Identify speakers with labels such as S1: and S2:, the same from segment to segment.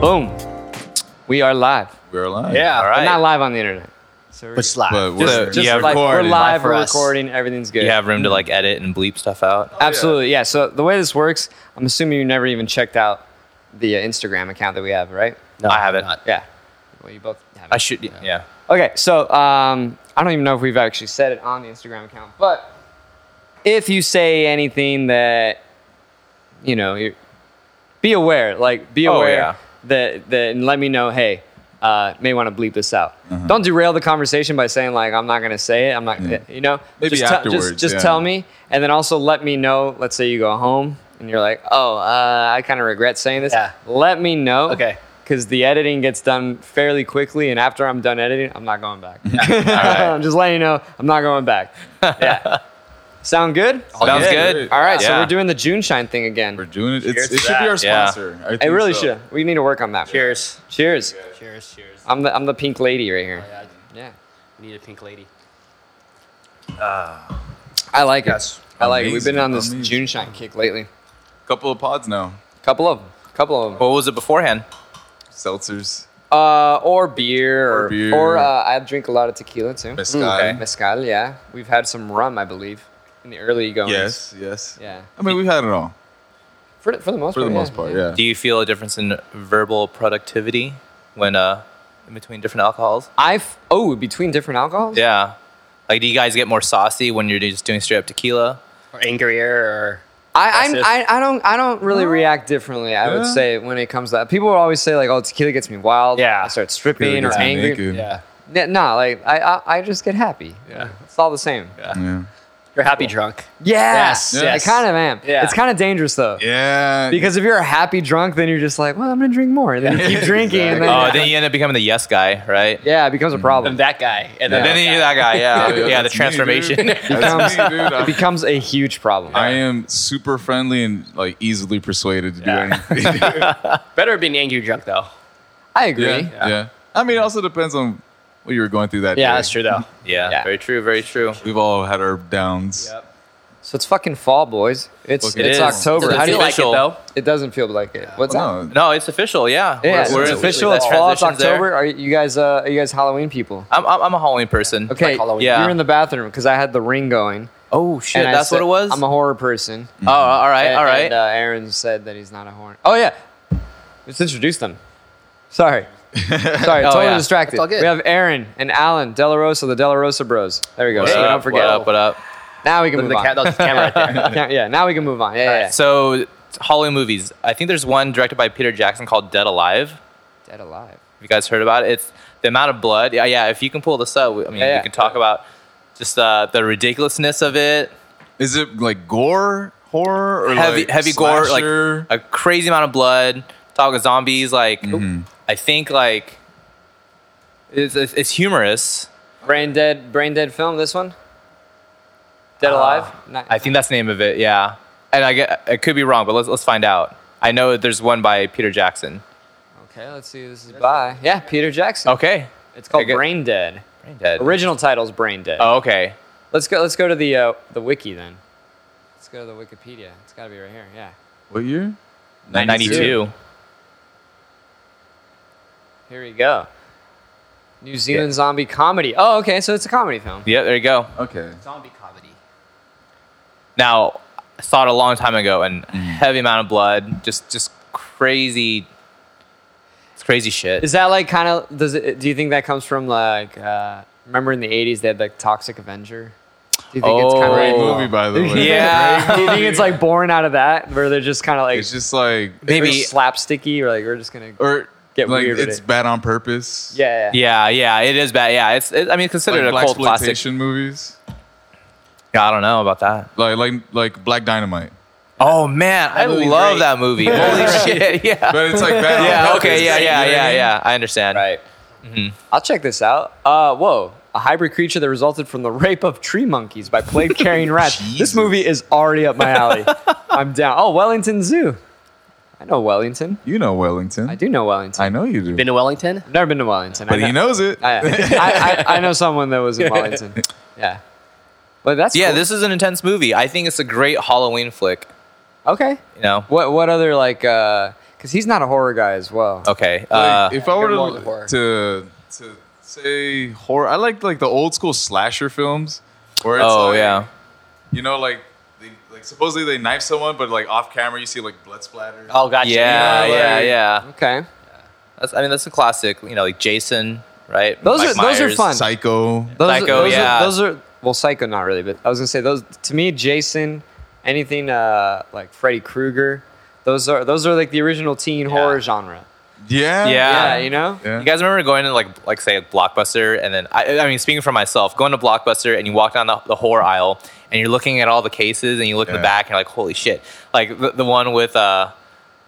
S1: Boom. We are live.
S2: We're live.
S3: Yeah.
S1: We're not live on the internet.
S2: but slide. But we're,
S3: Just-
S2: you
S3: just
S2: have
S1: like we're
S2: recorded.
S1: live,
S3: for
S1: we're
S3: us.
S1: recording, everything's good.
S3: You have room to like edit and bleep stuff out.
S1: Absolutely, yeah. So the way this works, I'm assuming you never even checked out the uh, Instagram account that we have, right?
S3: No, I haven't.
S1: Yeah. Well, you both have.
S3: I should. Yeah.
S1: Okay, so um, I don't even know if we've actually said it on the Instagram account, but if you say anything that, you know, you be aware, like be
S3: Oh,
S1: aware
S3: yeah.
S1: that, that, and let me know, hey, uh, may want to bleep this out. Don't derail the conversation by saying like I'm not gonna say it. I'm not,
S2: Mm-hmm. Yeah.
S1: you know,
S2: Maybe
S1: just, te-
S2: afterwards,
S1: just just
S2: yeah.
S1: tell me, and then also let me know. Let's say you go home and you're like, oh, uh, I kind of regret saying this.
S3: Yeah.
S1: Let me know.
S3: Okay.
S1: Because the editing gets done fairly quickly, and after I'm done editing, I'm not going back.
S3: right.
S1: I'm just letting you know I'm not going back. Yeah. Sound good?
S3: Sounds
S2: Yeah.
S3: good.
S1: All right, so
S3: Yeah.
S1: we're doing the June Shine thing again.
S2: We're doing it. It's,
S4: Cheers
S2: it
S4: to
S2: should be
S4: that.
S2: our
S3: Yeah.
S2: sponsor. I
S1: it
S2: think
S1: really
S2: so.
S1: should. We need to work on that.
S4: Cheers.
S1: Cheers.
S4: Cheers. Cheers.
S1: I'm the I'm the pink lady right here.
S4: Yeah,
S1: Yeah.
S4: I need a pink lady.
S1: I like it.
S2: That's
S1: I like it. We've been
S2: amazing.
S1: on this
S2: Amazing.
S1: June Shine kick lately.
S2: Couple of pods now.
S1: Couple of 'em. Couple of 'em.
S3: What was it beforehand?
S2: Seltzers,
S1: Uh, or beer, or,
S2: Or beer.
S1: or, uh, I drink a lot of tequila too. Mm,
S2: mezcal.
S3: okay.
S1: Mezcal, yeah. We've had some rum, I believe, in the early goings.
S2: Yes, yes.
S1: Oh, Yeah.
S2: I mean, we've had it all
S1: For, the- for the most
S2: for
S1: part.
S2: the most part. Yeah.
S3: Do you feel a difference in verbal productivity when uh in between different alcohols?
S1: I've oh between different alcohols.
S3: Yeah. Like, do you guys get more saucy when you're just doing straight up tequila?
S4: Or angrier or
S1: I, I'm-
S4: That's
S1: I I don't I don't really react differently. I would
S2: Yeah.
S1: say when it comes to that. people will always say like, "Oh, tequila gets me wild."
S4: Yeah.
S1: I start
S2: Really
S1: stripping or
S2: gets me
S1: angry.
S2: naked.
S4: yeah.
S1: Yeah, no, like I, I I just get happy.
S4: Yeah.
S1: it's all the same.
S2: Yeah.
S4: You're happy drunk.
S1: Yeah.
S4: Yes,
S1: Yeah.
S2: yes.
S1: I kind of am.
S4: Yeah.
S1: it's kind of dangerous though.
S2: Yeah.
S1: Because if you're a happy drunk, then you're just like, well, I'm gonna drink more. And then you keep drinking, and then,
S3: Oh, then Mm-hmm. you end up becoming the yes guy, right?
S1: yeah, it becomes a problem.
S4: I'm that guy. And
S3: And
S4: then,
S3: then you're that guy, yeah. yeah, the
S2: that's me,
S3: transformation.
S2: dude. That's me, dude.
S1: It
S2: I'm-
S1: becomes a huge problem.
S2: I am super friendly and like easily persuaded to do
S4: Yeah.
S2: anything.
S4: better being angry drunk though.
S1: I agree.
S2: yeah, yeah. I mean, it also depends on what you were going through that day.
S4: Yeah, that's true though.
S3: yeah,
S1: Yeah.
S3: very true, very true.
S2: We've all had our downs.
S4: Yep.
S1: So it's fucking fall, boys. It's
S2: Fucking
S1: it's
S3: is.
S1: October.
S3: Doesn't
S1: How do you
S3: feel
S1: like?
S3: like-
S4: it
S3: it,
S4: though?
S1: It doesn't feel like it. What's
S2: Well,
S1: up?
S2: no,
S3: No, it's official, yeah.
S1: Yeah,
S3: We're- we're
S1: it's official.
S3: that
S1: It's fall. It's
S3: transition's there.
S1: October. Are you guys? Uh, are you guys Halloween people?
S3: I'm, I'm, I'm a Halloween person.
S1: Okay,
S4: Halloween.
S3: Yeah.
S1: you're in the bathroom because I had the ring going.
S3: Oh shit,
S1: I
S3: that's
S1: said-
S3: what it was.
S1: I'm a horror person.
S3: oh, all right,
S1: And-
S3: all right.
S1: And, uh, Aaron said that he's not a horror. Oh yeah, let's introduce them. Sorry, sorry,
S3: Oh,
S1: totally
S3: yeah.
S1: distracted.
S4: It's all good.
S1: We have Aaron and Alan Delarosa, the Delarosa Bros. There we go.
S3: What
S1: so we
S3: up,
S1: don't forget.
S3: What up? What up?
S1: Now we can
S4: Look at
S1: move on.
S4: the cat. That's the camera right there.
S1: yeah, yeah, now we can move on. Yeah, yeah. yeah.
S3: So Halloween movies. I think there's one directed by Peter Jackson called Dead Alive. Have
S1: Dead alive.
S3: you guys heard about it? It's the amount of blood. Yeah, yeah. If you can pull this up, I mean,
S1: Yeah, yeah.
S3: you can talk about just uh, the ridiculousness of it.
S2: Is it like gore horror or
S3: heavy,
S2: like
S3: heavy gore,
S2: slasher?
S3: like a crazy amount of blood. Talk of zombies. Like, I think like it's, it's, it's humorous.
S1: Brain dead, brain dead film. This one. Dead
S3: Uh,
S1: alive. Not-
S3: I think that's the name of it. Yeah, and I get I could be wrong, but let's let's find out. I know there's one by Peter Jackson.
S1: Okay, let's see. This is by yeah, Peter Jackson.
S3: Okay,
S1: It's called
S3: Okay.
S1: Brain Dead.
S3: Brain dead.
S1: Original title's Brain Dead.
S3: Oh, okay.
S1: Let's go. Let's go to the uh, the wiki then. Let's go to the Wikipedia. It's got to be right here. Yeah.
S2: what year?
S3: 92.
S1: 92. Here we go. New Zealand zombie comedy. Oh, okay. So it's a comedy film.
S3: Yeah, there you go.
S2: Okay.
S4: Zombie comedy.
S3: Now, I saw it a long time ago, and
S2: Mm.
S3: heavy amount of blood, just just crazy, it's crazy shit.
S1: Is that like kind of? Does it? Do you think that comes from like? Uh, remember in the '80s they had like Toxic Avenger. Do you think it's kind of
S3: Oh.
S2: Great
S1: like,
S2: movie, by the way.
S3: Yeah.
S1: Do you think it's like born out of that, where they're just kind of like
S2: It's just like
S3: Maybe-
S1: maybe slapsticky, or like we're just gonna?
S2: or
S1: Get
S2: like
S1: weird with
S2: it's
S1: it.
S2: bad on purpose.
S1: yeah, yeah.
S3: yeah, yeah, it is bad. Yeah, it's. It, I mean, considered
S2: Like
S3: a
S2: black
S3: cold classic.
S2: exploitation movies.
S3: Yeah, I don't know about that.
S2: Like like like Black Dynamite.
S3: Oh man, I
S2: movie's
S3: love
S2: great.
S3: that movie. Holy shit! Yeah.
S2: But it's like bad on
S3: yeah.
S2: purpose.
S3: Okay. Yeah.
S2: you
S3: Yeah.
S2: know what I
S3: Yeah.
S2: mean?
S3: Yeah. I understand.
S1: Right. I'll check this out. Uh, whoa. A hybrid creature that resulted from the rape of tree monkeys by plague carrying rats. this
S2: Jesus.
S1: movie is already up my alley. I'm down. Oh, Wellington Zoo. I know Wellington.
S2: You know Wellington.
S1: I do know Wellington.
S2: I know you do.
S4: Been to Wellington?
S1: I've never been to Wellington.
S2: but
S1: I know,
S2: he knows it.
S1: I, I, I, I know someone that was in Wellington. Yeah. But that's
S3: Yeah.
S1: cool.
S3: This is an intense movie. I think it's a great Halloween flick.
S1: okay.
S3: You know.
S1: What what other like? Because because he's not a horror guy as well.
S3: Okay. Uh,
S2: Like, if I were
S4: you're more into
S2: to,
S4: horror.
S2: to to say horror, I like like the old school slasher films where it's
S3: oh
S2: like,
S3: yeah.
S2: you know like they, like supposedly they knife someone, but like off camera you see like blood splatter.
S4: Oh, gotcha.
S3: Yeah,
S2: Yeah,
S3: yeah,
S2: like-
S3: yeah.
S1: Okay.
S3: That's, I mean, that's a classic. You know, like Jason, right?
S1: Those
S3: Mike
S1: are- those are
S3: Myers.
S1: fun.
S2: Psycho.
S1: Those,
S3: Psycho,
S1: those
S3: yeah.
S1: Are, those are well, Psycho, not really, but I was gonna say those. To me, Jason, anything uh, like Freddy Krueger, those are those are like the original teen horror genre.
S2: Yeah.
S3: Yeah.
S1: Yeah, you know.
S2: Yeah.
S3: You guys remember going to like like say Blockbuster and then I, I mean speaking for myself, going to Blockbuster and you walk down the, the horror aisle and you're looking at all the cases and you look in
S2: Yeah.
S3: the back and you're like holy shit, like the, the one with uh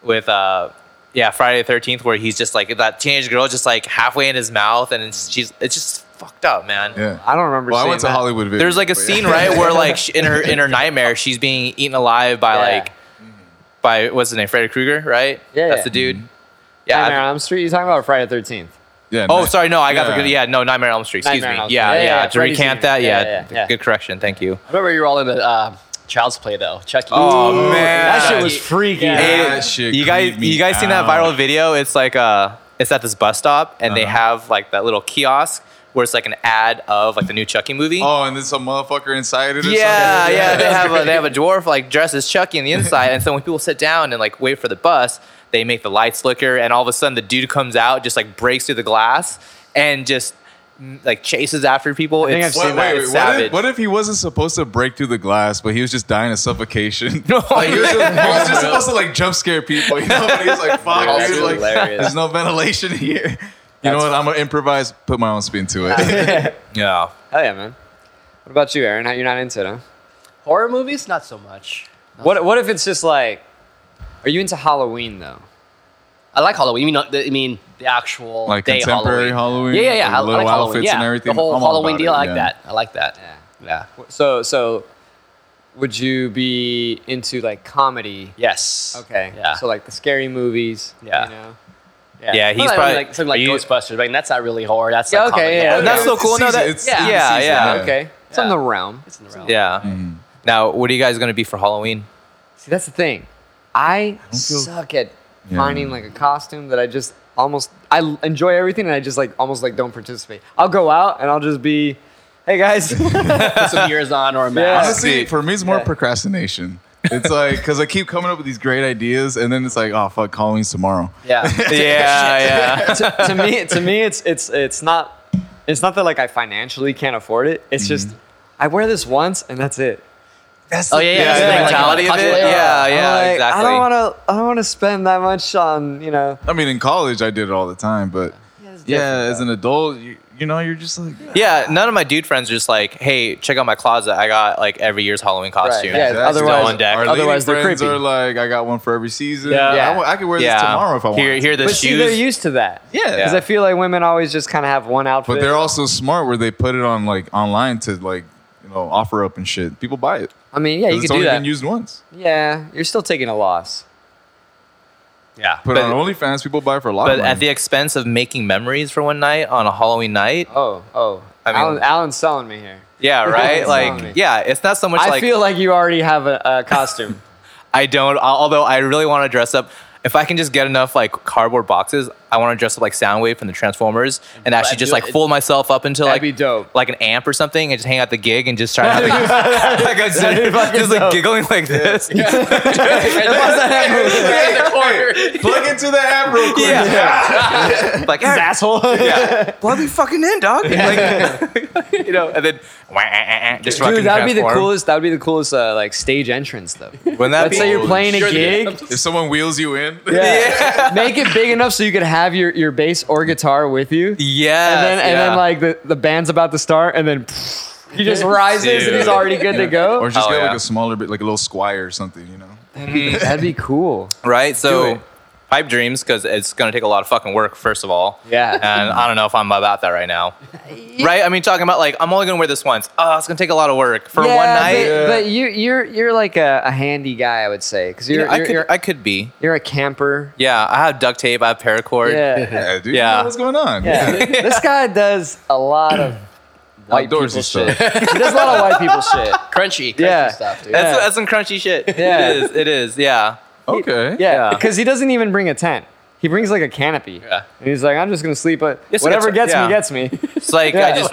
S3: with uh yeah Friday the Thirteenth where he's just like that teenage girl just like halfway in his mouth and it's, she's it's just fucked up man.
S2: Yeah.
S1: I don't remember.
S2: Well, I
S1: seeing
S2: went to
S1: that.
S2: Hollywood Video.
S3: There's like a
S2: but yeah.
S3: scene right where like she, in her in her nightmare she's being eaten alive by
S1: Yeah.
S3: like by what's his name Freddy Krueger right?
S1: Yeah,
S3: that's
S1: yeah.
S3: the dude.
S1: Yeah,
S3: Yeah,
S1: Mm-hmm. Nightmare on Elm Street. You talking about Friday the Thirteenth?
S2: yeah.
S3: Oh,
S2: nice.
S3: sorry. No, I got
S2: Yeah.
S3: the good. Yeah, no, Nightmare on Elm Street. Excuse
S1: Nightmare on
S3: me.
S1: Elm Street.
S3: Yeah,
S1: Yeah,
S3: yeah.
S1: yeah,
S3: To
S1: Freddy's
S3: recant
S1: in it.
S3: that, yeah,
S1: Yeah, yeah, yeah.
S3: Good correction. Thank you.
S4: Remember you were all in the uh, Child's Play though. Chucky.
S3: Oh man,
S1: That shit was freaky.
S4: Yeah.
S2: Hey,
S1: man.
S2: That shit
S3: you guys,
S2: creeped me
S3: you guys seen that
S2: out.
S3: viral video? It's like uh, it's at this bus stop, and they
S2: Uh-huh.
S3: have like that little kiosk where it's like an ad of like the new Chucky movie.
S2: Oh, and there's some motherfucker inside it. Or
S3: Yeah,
S2: something?
S3: yeah, they have a, they have a dwarf like dressed as Chucky on the inside, and so when people sit down and like wait for the bus, they make the lights flicker, and all of a sudden the dude comes out, just like breaks through the glass, and just mm, like chases after people.
S1: think
S3: It's,
S1: I've seen
S2: Wait,
S3: it's
S2: wait, wait. What
S3: savage.
S2: if, what if he wasn't supposed to break through the glass, but he was just dying of suffocation?
S3: No,
S2: like, he, was just, he was just supposed to like jump scare people, you know? But he's like,
S4: Bro,
S2: "Fuck,
S4: that's
S2: dude, like,
S4: hilarious.
S2: there's no ventilation here." You know what? I'm gonna improvise, put my own spin to it.
S3: yeah.
S1: Hell yeah, man. What about you, Aaron? How you're not into it, huh?
S4: Horror movies, not so much. Not
S1: What
S4: so-
S1: What if it's just like? Are you into Halloween though?
S4: I like Halloween. You mean not the, I mean the actual
S2: like
S4: day
S2: contemporary
S4: Halloween.
S2: Halloween,
S4: Yeah, yeah, yeah.
S2: like,
S4: I, I
S2: little
S4: like
S2: outfits
S4: Halloween. Yeah.
S2: and everything.
S4: The whole
S2: I'm all
S4: Halloween
S2: about
S4: deal.
S2: it,
S4: I like
S2: yeah.
S4: that. I like that.
S1: Yeah.
S4: Yeah.
S1: So so, would you be into like comedy?
S4: Yes.
S1: Okay.
S4: Yeah.
S1: So like the scary movies.
S4: Yeah.
S1: You know?
S3: Yeah,
S4: Well,
S3: he's
S4: like,
S3: probably-
S4: like something like
S3: you-
S4: Ghostbusters. Like that's not really horror. That's
S1: Yeah,
S4: like
S1: okay,
S4: comedy.
S1: yeah,
S4: horror.
S1: yeah.
S3: That's so
S2: It's
S3: cool. No,
S2: season-
S3: that-
S2: it's
S1: yeah,
S2: in the
S3: yeah,
S2: season,
S3: yeah.
S1: Okay. It's on
S4: Yeah.
S1: the realm.
S4: It's in the realm.
S3: Yeah.
S2: Mm-hmm.
S3: Now, what are you guys gonna be for Halloween?
S1: See, that's the thing. I,
S2: feel-
S1: suck at
S2: Yeah.
S1: finding like a costume that I just almost I l- enjoy everything and I just like almost like don't participate. I'll go out and I'll just be, hey guys,
S4: Put some ears on or a
S1: Yeah.
S4: mask.
S2: Honestly, for me, it's more
S1: Yeah.
S2: procrastination. It's like because I keep coming up with these great ideas, and then it's like, oh fuck, Halloween's tomorrow.
S4: Yeah.
S3: yeah, yeah.
S1: to, to me to me it's it's it's not it's not that like I financially can't afford it. It's just
S2: Mm-hmm.
S1: I wear this once and that's it.
S2: That's
S3: Oh yeah, yeah.
S4: Yeah,
S3: the
S4: yeah, like
S3: mentality
S4: a
S3: of it.
S4: cosplay.
S3: Yeah,
S1: I'm
S3: yeah,
S1: like,
S3: exactly.
S1: I don't want to I don't want to spend that much on you know.
S2: I mean, in college, I did it all the time, but yeah,
S1: it's different,
S2: as an adult, you, you know, you're just like,
S3: yeah, none of my dude friends are just like, hey, check out my closet. I got like every year's Halloween costume.
S1: yeah,
S2: Exactly.
S1: otherwise-
S3: Still on deck.
S2: Our
S1: otherwise
S2: lady
S1: they're
S2: friends
S1: creepy.
S2: are like, I got one for every season.
S3: Yeah.
S2: I, wa- I could wear this tomorrow if I want.
S3: Here, here are the
S1: But see, they're
S3: shoes.
S1: used to that.
S2: Yeah.
S1: because I feel like women always just kind of have one outfit.
S2: but they're also smart where they put it on like online to like, you know, offer up and shit. People buy it.
S1: I mean, yeah,
S2: 'Cause
S1: you
S2: it's
S1: can do
S2: only
S1: that.
S2: been used once.
S1: yeah, you're still taking a loss.
S4: Yeah.
S2: Put
S3: But-
S2: it on OnlyFans, people buy it for a lot.
S3: but
S2: of
S3: at
S2: money.
S3: the expense of making memories for one night on a Halloween night.
S1: Oh, oh.
S3: I mean-
S1: Alan, Alan's selling me here.
S3: Yeah, right.
S1: It's
S3: like,
S1: on.
S3: yeah, it's not so much
S1: I
S3: like
S1: feel like you already have a, a costume.
S3: I don't. al- Although I really want to dress up. If I can just get enough like cardboard boxes, I want to dress up like Soundwave from the Transformers and actually just
S4: do
S3: like
S4: it.
S3: fold myself up into
S1: That'd
S3: like
S1: be dope.
S3: like an amp or something and just hang out the gig and just try not to like I said, just like giggling like this. Yeah,
S2: plug into the app real quick.
S3: like
S1: asshole.
S3: Yeah, plug me fucking in, dog. Like, you know, and then wah, ah, ah, ah, just fucking
S1: Dude, that'd be the
S3: transform.
S1: coolest. That'd be the coolest uh, like stage entrance though.
S3: Wouldn't that
S1: Let's
S3: be?
S1: say you're playing a
S4: Sure, yeah.
S1: gig.
S2: If someone wheels you in,
S1: Yeah. Make it big enough so you could have your, your bass or guitar with you.
S3: yeah,
S1: And then and
S3: yeah.
S1: then like the, the band's about to start and then pfft, he just rises and he's
S3: Dude.
S1: already good to go.
S2: or just
S3: Oh,
S2: get
S3: yeah.
S2: like a smaller bit, like a little squire or something, you know?
S1: That'd be cool.
S3: right.
S1: Do
S3: So
S1: it.
S3: pipe dreams because it's gonna take a lot of fucking work first of all.
S1: Yeah.
S3: And I don't know if I'm about that right now. Right? I mean, talking about like I'm only gonna wear this once. Oh, it's gonna take a lot of work for
S1: Yeah,
S3: one night.
S1: But, but you you're you're like a, a handy guy, I would say, because
S3: You
S1: you're
S3: know, I
S1: you're,
S3: could,
S1: you're,
S3: I could be.
S1: you're a camper.
S3: Yeah, I have duct tape. I have paracord.
S1: Yeah.
S2: Yeah, dude.
S3: Yeah.
S2: You know what's going on?
S1: Yeah. this guy does a lot of white
S2: Outdoorsy
S1: people
S2: stuff.
S1: shit. he does a lot of white people shit.
S4: Crunchy. Crunchy
S1: Yeah.
S4: stuff, dude.
S3: That's,
S1: Yeah.
S3: that's some crunchy shit.
S1: Yeah.
S3: It is. It is. Yeah.
S2: Okay.
S1: Yeah,
S3: Yeah.
S1: because he doesn't even bring a tent. He brings like a canopy.
S3: Yeah.
S1: And he's like, I'm just gonna sleep, but
S3: Just like a
S1: whatever
S3: t-
S1: gets
S3: yeah.
S1: me gets me.
S3: It's like
S1: Yeah.
S3: I just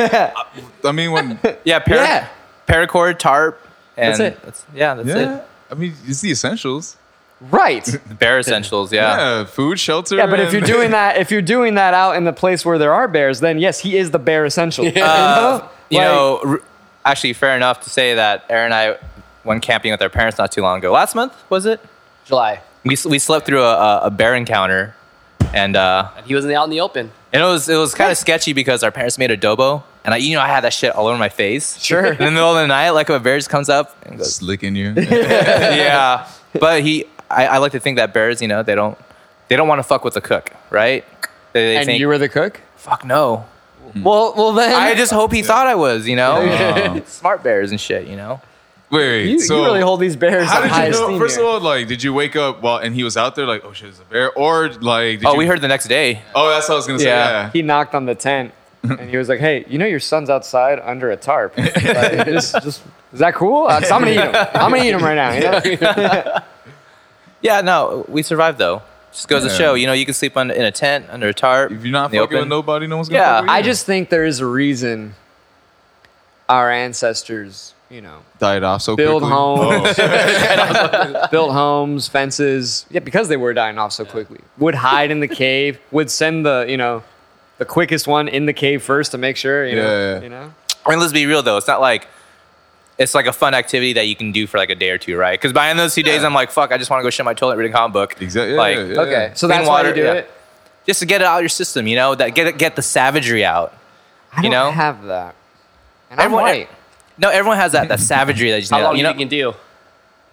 S2: I mean, when
S3: yeah, par-
S1: Yeah.
S3: paracord tarp. And
S1: That's it.
S3: yeah, that's
S2: yeah, I mean, it's the essentials.
S1: right.
S3: it. Bare essentials. Yeah.
S2: Yeah, food, shelter.
S1: Yeah, but if
S2: and-
S1: you're doing that, if you're doing that out in the place where there are bears, then yes, he is the bear essential. You know?
S3: Uh, you
S1: Like,
S3: know, r- actually, fair enough to say that Aaron and I went camping with our parents not too long ago. Last month was it?
S4: July.
S3: We, s- we slept through a, a- a bear encounter, and uh,
S4: And he was in the, out in the open.
S3: and it was it was kind of sketchy because our parents made adobo, and I you know I had that shit all over my face.
S1: Sure.
S3: And in the middle of the night, like a bear just comes up and goes,
S2: Just licking you.
S3: yeah. But he, I, I like to think that bears, you know, they don't, they don't want to fuck with the cook, right? They, they
S1: and
S3: think,
S1: you were the cook.
S3: fuck no.
S1: Well, well then.
S3: I just hope he thought I was, you know,
S2: Yeah.
S3: smart bears and shit, you know.
S2: Wait,
S1: you,
S2: so
S1: you really hold these bears
S2: how
S1: in
S2: did
S1: high
S2: you know?
S1: esteem
S2: First
S1: here.
S2: of all, like, did you wake up while and he was out there? Like, oh shit, it's a bear. Or like, did
S3: Oh,
S2: you-
S3: we heard the next day.
S2: Oh, that's what I was gonna say.
S3: Yeah.
S2: Yeah.
S1: he knocked on the tent and he was like, "Hey, you know your son's outside under a tarp. Like, just, just, is that cool? Uh, 'cause I'm gonna eat him. I'm gonna eat him right now. You know?
S3: Yeah, no, we survived though. Just goes
S2: Yeah.
S3: to show, you know, you can sleep on, in a tent under a tarp.
S2: If you're not
S3: in the
S2: fucking with
S3: open.
S2: nobody, no one's gonna.
S3: Yeah,
S2: fuck with you.
S1: I just think there is a reason our ancestors, you know,
S2: died off so
S1: build
S2: quickly.
S1: homes.
S2: Oh.
S1: built homes, fences. Yeah, because they were dying off so quickly. Would hide in the cave. Would send the you know, the quickest one in the cave first to make sure. You know.
S2: Yeah.
S1: You know.
S3: I mean, let's be real though. It's not like it's like a fun activity that you can do for like a day or two, right? Because by the end of those two days, I'm like, fuck, I just want to go shit in my toilet reading a comic book.
S2: Exactly.
S3: Like,
S2: yeah, yeah.
S1: Okay, so
S3: Clean
S1: that's why
S3: water,
S1: you do
S3: yeah.
S1: it.
S3: just to get it out of your system, you know, that get it, get the savagery out.
S1: I don't
S3: You know?
S1: have that. And I'm
S3: Everyone-
S1: white.
S3: No, everyone has that that savagery that you just
S4: How
S3: need,
S4: long
S3: you
S4: you
S3: know,
S4: can do?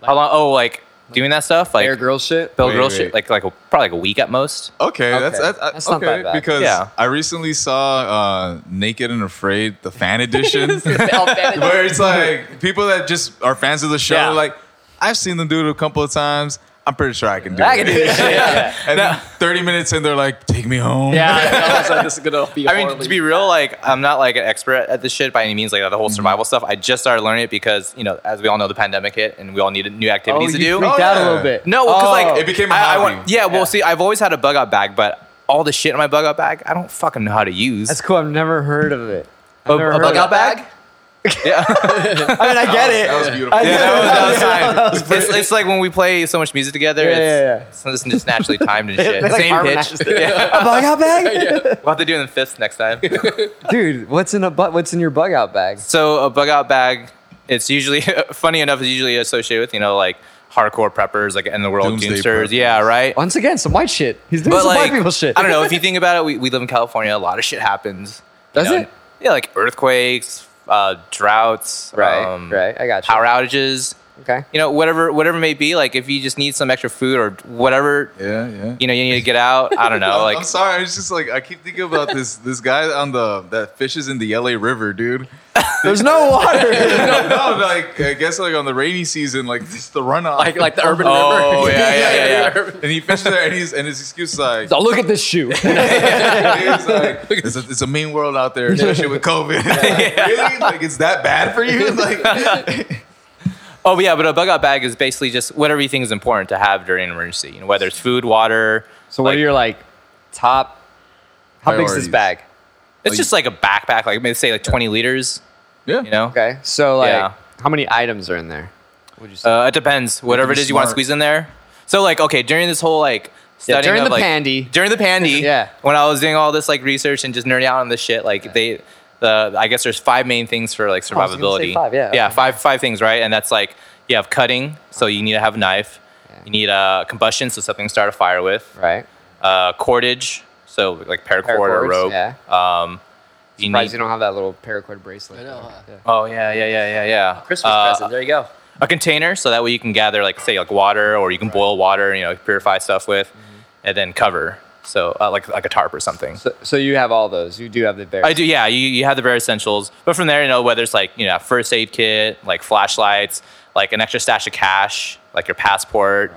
S3: how long? Oh, like doing that stuff,
S1: Bear
S3: like
S1: girl shit.
S3: Bill
S2: Wait,
S3: Girl
S2: wait.
S3: shit, like like a, probably like a week at most.
S2: Okay, that's
S1: Okay.
S2: that's, I-
S1: That's
S2: okay
S1: not that bad.
S2: because
S3: Yeah.
S2: I recently saw uh, Naked and Afraid, the fan edition, where it's like people that just are fans of the show,
S3: Yeah.
S2: like I've seen them do it a couple of times. I'm pretty sure I can do it. And then 30 minutes in, they're like, "Take me home."
S4: Yeah, I know. this is gonna be.
S3: I mean, to be real, like I'm not like an expert at this shit by any means. Like the
S1: Mm-hmm.
S3: whole survival stuff, I just started learning it because you know, as we all know, the pandemic hit and we all needed new activities to do.
S2: freaked
S1: freaked
S2: Oh,
S1: out Oh. a
S2: yeah.
S1: little bit.
S3: No, because like
S2: It became a
S3: I- I
S2: hobby.
S3: want- yeah, well, see, I've always had a bug out bag, but all the shit in my bug out bag, I don't fucking know how to use.
S1: that's cool. I've never heard of it. I've never
S3: a
S1: heard
S3: bug
S1: of
S3: out bag. yeah.
S1: it. I mean, I get it.
S2: That was beautiful.
S1: I-
S3: Yeah, that was, that was time. It's, it's like when we play so much music together.
S1: Yeah,
S3: it's,
S1: yeah, yeah.
S3: it's just- it's just naturally timed and shit.
S1: They, like,
S3: Same
S1: harmonized
S3: pitch. Yeah.
S1: A bug out bag,
S3: We'll have to do it in fifths next time.
S1: dude. What's in a bu- What's in your bug out bag?
S3: So a bug out bag. It's usually funny enough. It's usually associated with you know like hardcore preppers, like in the world
S2: Doomsday
S3: doomsters.
S2: preppers.
S3: Yeah, right.
S1: Once again, some white shit. He's doing
S3: But
S1: some
S3: like
S1: white people shit.
S3: I don't know if you think about it. We, we live in California. A lot of shit happens. you
S1: Does
S3: know?
S1: it?
S3: Yeah, like earthquakes, uh, droughts,
S1: Right,
S3: um,
S1: right. I got you.
S3: power outages.
S1: Okay.
S3: You know, whatever whatever it may be. Like if you just need some extra food or whatever
S2: yeah, yeah.
S3: you know you need to get out. I don't know.
S2: I'm-
S3: Like
S2: I'm sorry. I was just like, I keep thinking about this this guy on the that fishes in the LA River, dude.
S1: There's no water.
S2: No, no, like I guess like on the rainy season, like just the runoff,
S4: like like the urban.
S3: Oh, yeah,
S4: river.
S3: yeah, yeah, yeah.
S2: and he fishes there, and he's and his excuse is like,
S4: Oh,
S1: so look at this shoe.
S2: It's like, it's a, it's a mean world out there, especially with COVID. Like, Really? Like, it's that bad for you? Like,
S3: oh but yeah, but a bug out bag is basically just whatever you think is important to have during an emergency. You know, whether it's food, water.
S1: So what are
S3: Like-
S1: your like top? How big is this
S2: Priorities.
S1: bag? Oh,
S3: It's just like a backpack, like maybe say like 20 liters.
S2: yeah.
S3: You know.
S1: Okay. So like,
S3: Yeah.
S1: how many items are in there? Would you say?
S3: Uh, it depends. Whatever it
S2: be
S3: is you want to
S2: smart.
S3: squeeze in there. So like, okay, during this whole like studying
S1: during
S3: of,
S1: the
S3: like,
S1: pandy.
S3: during the pandy,
S1: Yeah.
S3: When I was doing all this like research and just nerding out on this shit, like they, the I guess there's five main things for like
S1: I was gonna say
S3: survivability.
S1: five, yeah, okay.
S3: five five things, right? And that's like you have cutting, so you need to have a knife. You need uh, combustion, so something to start a fire with.
S1: right.
S3: Uh, cordage, so like paracord or
S1: Paracords,
S3: rope.
S1: yeah.
S3: Um, you
S1: Surprised
S3: need.
S1: you don't have that little paracord bracelet.
S4: I know, huh?
S1: Yeah.
S3: Oh yeah, yeah, yeah, yeah, yeah.
S4: Christmas
S3: Uh,
S4: present. There you go.
S3: a container so that way you can gather like say like water or you can boil water you know purify stuff with
S2: Mm-hmm.
S3: and then cover so uh, like like a tarp or something
S1: So, so you have all those. You do have the bear.
S3: i do yeah you, you have the bare essentials but from there you know whether it's like you know a first aid kit like flashlights like an extra stash of cash like your passport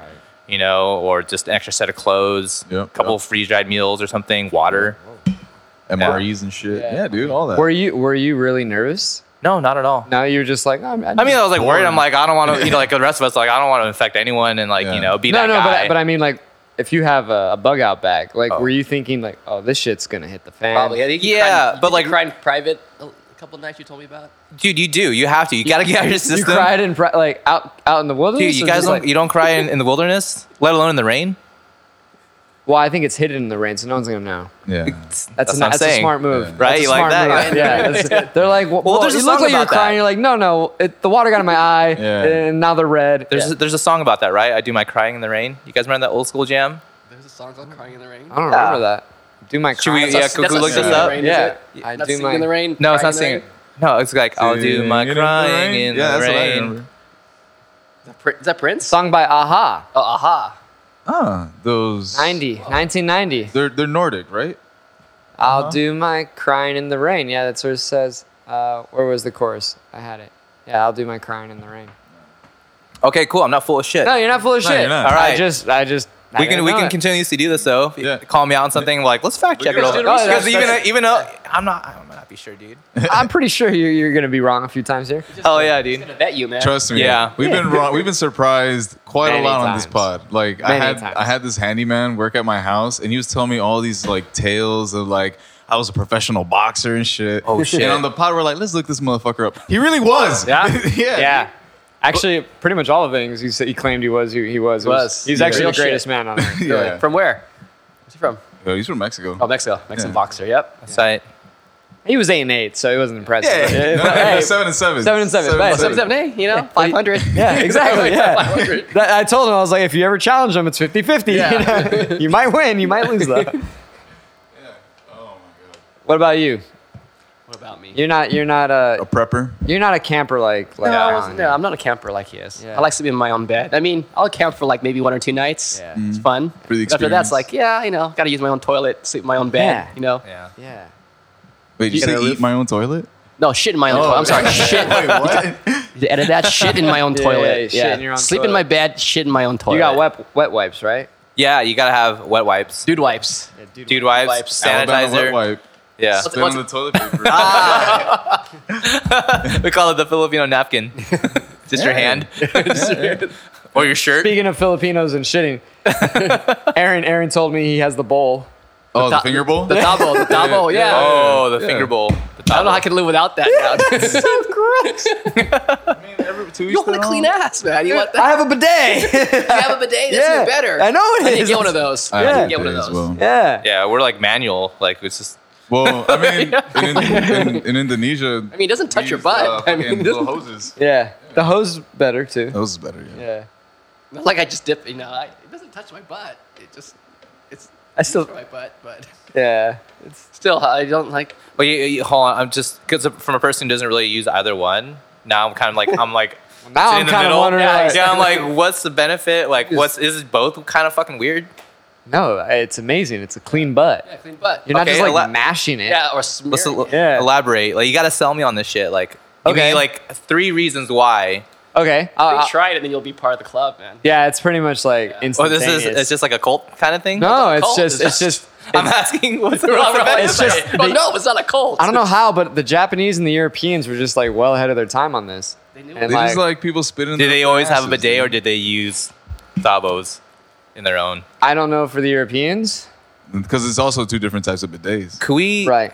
S3: you know or just an extra set of clothes
S2: Yep,
S3: a couple
S2: yep.
S3: freeze-dried meals or something water
S2: MREs and shit. Yeah, dude, all that.
S1: Were you were you really nervous
S3: No, not at all.
S1: No, you were just like, "Oh, I'm,
S3: I mean, I was like worried. I'm like, I don't want to, you know, like the rest of us, like I don't want to infect anyone and like
S2: Yeah.
S3: you know be
S1: no,
S3: that
S1: no,
S3: guy.
S1: but but I mean, like, if you have a, a bug out bag, like,
S3: Oh.
S1: were you thinking like, oh, this shit's gonna hit the fan?
S4: Probably. I think you
S3: Yeah,
S4: cried-
S3: but,
S4: you think you
S3: like-
S4: cried in private a a couple nights you told me about.
S3: dude, you do. You have to. You gotta get out of your
S1: You
S3: system.
S1: cried in pri- like out out in the wilderness.
S3: Dude, you
S1: or
S3: guys
S1: just,
S3: don't
S1: like-
S3: you don't cry in, in the wilderness, let alone in the rain.
S1: well, I think it's hidden in the rain, so no one's gonna know.
S2: Yeah.
S1: That's,
S3: That's
S1: an-
S3: what I'm
S1: that's a
S3: saying.
S1: smart move,
S2: Yeah.
S1: That's
S3: Right?
S1: a
S3: You like
S1: smart
S3: that?
S1: move. Yeah. that's- They're like, well,
S3: there's a
S1: you look
S3: song
S1: like you're
S3: about that.
S1: crying. You're like, no, no, it, the water got in my eye,
S2: Yeah.
S1: and now they're red.
S3: There's
S1: yeah.
S3: a, there's a song about that, right? I do my crying in the rain. You guys remember that old school jam?
S4: There's a song called "Crying in the Rain."
S1: I don't remember that. Do my
S3: Should we-
S1: crying.
S3: yeah,
S4: That's
S3: Cuckoo
S4: not
S3: looked this
S4: Singing in the
S3: up.
S4: Rain,
S1: Yeah.
S4: is it?
S1: I
S4: not
S1: do
S4: singing
S1: my-
S4: in the rain.
S3: No, it's not
S4: Crying in the
S3: singing.
S4: Rain?
S3: No, it's like I'll do my crying in
S2: yeah,
S3: the
S2: that's What I
S3: rain.
S2: remember.
S4: Is that, Pri- is that Prince?
S1: song by Aha,
S4: Oh, Uh, aha!
S2: Ah, those
S1: 90, 1990.
S2: They're they're Nordic, right?
S1: I'll
S2: Uh-huh.
S1: do my crying in the rain. Yeah, that's what it says. Uh, where was the chorus? I had it. Yeah, I'll do my crying in the rain.
S3: Okay, cool. I'm not full of shit.
S1: No, you're not full of
S2: No,
S1: shit.
S2: you're not.
S1: All right, I
S3: Alright.
S1: just, I just. I
S3: we can
S1: didn't
S3: we
S1: know
S3: can
S1: it.
S3: continuously do this though. If you
S2: Yeah.
S3: Call me out on something like let's fact check it
S2: can
S3: over.
S2: do
S1: research.
S3: Because even
S1: That's-
S3: even though I'm not I'm not be sure, dude.
S1: I'm pretty sure you, you're gonna be wrong a few times here.
S4: Just
S3: Oh
S4: gonna-
S3: yeah,
S4: He's
S3: dude.
S4: gonna vet you, man.
S2: Trust me.
S3: Yeah.
S2: We've been wrong. We've been surprised quite
S1: Many
S2: a lot on this
S1: times.
S2: pod. Like I
S1: Many
S2: had
S1: times.
S2: I had this handyman work at my house and he was telling me all these like tales of like I was a professional boxer and shit.
S3: Oh, shit.
S2: And on the pod we're like, let's look this motherfucker up. He really was.
S1: Yeah,
S2: yeah.
S1: yeah. Actually, pretty much all the things he said he claimed he was, he, he was. It
S4: Was.
S1: He's
S2: Yeah.
S1: actually
S4: Real
S1: the greatest
S4: shit.
S1: man on earth.
S2: Yeah.
S4: Really? From where? Where's he from?
S2: Yo, he's from Mexico.
S4: Oh, Mexico. Mexican
S2: Yeah.
S4: boxer. Yep.
S3: Site.
S1: He was eight and eight, so it wasn't impressive.
S2: Yeah.
S1: Yeah,
S2: No,
S1: but,
S2: no,
S1: hey,
S2: seven and seven.
S1: seven and seven, right.
S4: Seven seven eight. You know, five hundred.
S1: yeah, exactly. Yeah.
S4: 500.
S1: That- I told him I was like, if you ever challenge him, it's 50-50. You, know? You might win, you might lose though.
S2: Oh my god.
S1: What about you?
S4: What about me?
S1: You're not. You're not
S2: A
S1: a.
S2: prepper.
S1: You're not a camper like. like
S4: No, I
S1: Alan.
S4: wasn't- no, I'm not a camper like he is.
S1: Yeah.
S4: I like sleeping in my own bed. I mean, I'll camp for like maybe one or two nights.
S1: Yeah.
S4: It's fun.
S2: Mm-hmm. For the
S4: But After that's
S2: experience.
S4: like, yeah, you know, got to use my own toilet, sleep in my own bed,
S1: Yeah.
S4: you know?
S3: Yeah.
S1: Yeah.
S2: Wait, you
S1: Can I
S2: say eat
S1: live?
S2: my own toilet?
S4: No, shit in my own toilet. I'm sorry, shit.
S2: Wait, what? Oh,
S4: You Edit that shit in my own
S1: Yeah,
S4: toilet.
S1: yeah, yeah, shit in your own
S4: sleep
S1: toilet.
S4: in my bed, shit in my own toilet.
S1: You got wet wet wipes, right?
S3: Yeah, you gotta have wet wipes.
S4: Dude wipes.
S3: Dude wipes,
S2: Alabama wet
S3: sanitizer.
S2: wipe.
S3: Yeah.
S2: Spit on the toilet paper.
S3: we call it the Filipino napkin. Just your
S2: Yeah.
S3: hand.
S2: Yeah, yeah.
S3: Or your shirt.
S1: Speaking of Filipinos and shitting, Aaron Aaron told me he has the bowl.
S2: Oh, the
S4: top-
S2: finger bowl.
S4: The double, the double, yeah.
S3: Oh, the
S2: Yeah.
S3: finger bowl.
S4: I don't know how I can live without that now. dude.
S2: I mean, every two
S4: you want a clean ass, man. You want that?
S1: I have a bidet.
S4: You have a bidet, that's
S1: yeah,
S4: even better.
S1: I know it
S4: I need to
S1: is.
S4: get one of those.
S2: I
S4: I need
S2: yeah.
S4: to get one of those.
S2: As well.
S1: Yeah.
S3: Yeah, we're like manual. Like it's just
S2: well, I mean, in, in, in Indonesia,
S4: I mean, it doesn't touch
S2: we
S4: your
S2: use,
S4: butt.
S2: uh,
S4: I mean,
S2: fucking
S4: it
S2: little
S4: doesn't-
S2: hoses.
S1: Yeah. The hose better too.
S2: That was better. Yeah.
S1: Yeah.
S4: Not like I just dip, you know. I, it doesn't touch my butt. It just, it's
S1: I still.
S4: my butt, but
S1: Yeah. It's
S4: still, I don't like.
S3: Well, you, you, hold on. I'm just because from a person who doesn't really use either one. Now I'm kind of like I'm like
S1: now I'm
S3: sitting
S1: kind of wondering.
S3: Yeah,
S1: like-
S3: I'm like, what's the benefit? Like, what's is it both kind of fucking weird?
S1: No, it's amazing. It's a clean butt.
S4: Yeah, clean butt.
S1: You're not
S3: Okay,
S1: just like
S3: ele-
S1: mashing it.
S4: yeah, or smear.
S3: Let's el-
S4: it.
S1: Yeah.
S3: elaborate. Like, you got to sell me on this shit. Like, give
S1: Okay.
S3: me like three reasons why.
S1: Okay.
S4: I
S1: I'll-
S4: think
S1: I'll-
S4: try it, and then you'll be part of the club, man.
S1: yeah, it's pretty much like
S3: Oh,
S1: instantaneous.
S3: this is it's just like a cult kind of thing.
S1: no,
S4: cold.
S1: it's just it's just
S3: I'm asking what's,
S4: We're
S3: what's
S4: all
S3: the
S4: right.
S3: benefit?
S1: It's just-
S4: Oh, no, it's not a cold.
S1: I don't know how, but the Japanese and the Europeans were just like well ahead of their time on this.
S4: They knew
S1: And,
S4: it.
S2: They just like people spitting.
S3: Did they always have a bidet, or
S2: or
S3: did they use Thabos in their own?
S1: I don't know for the Europeans.
S2: Because it's also two different types of bidets.
S3: Could we?
S1: Right.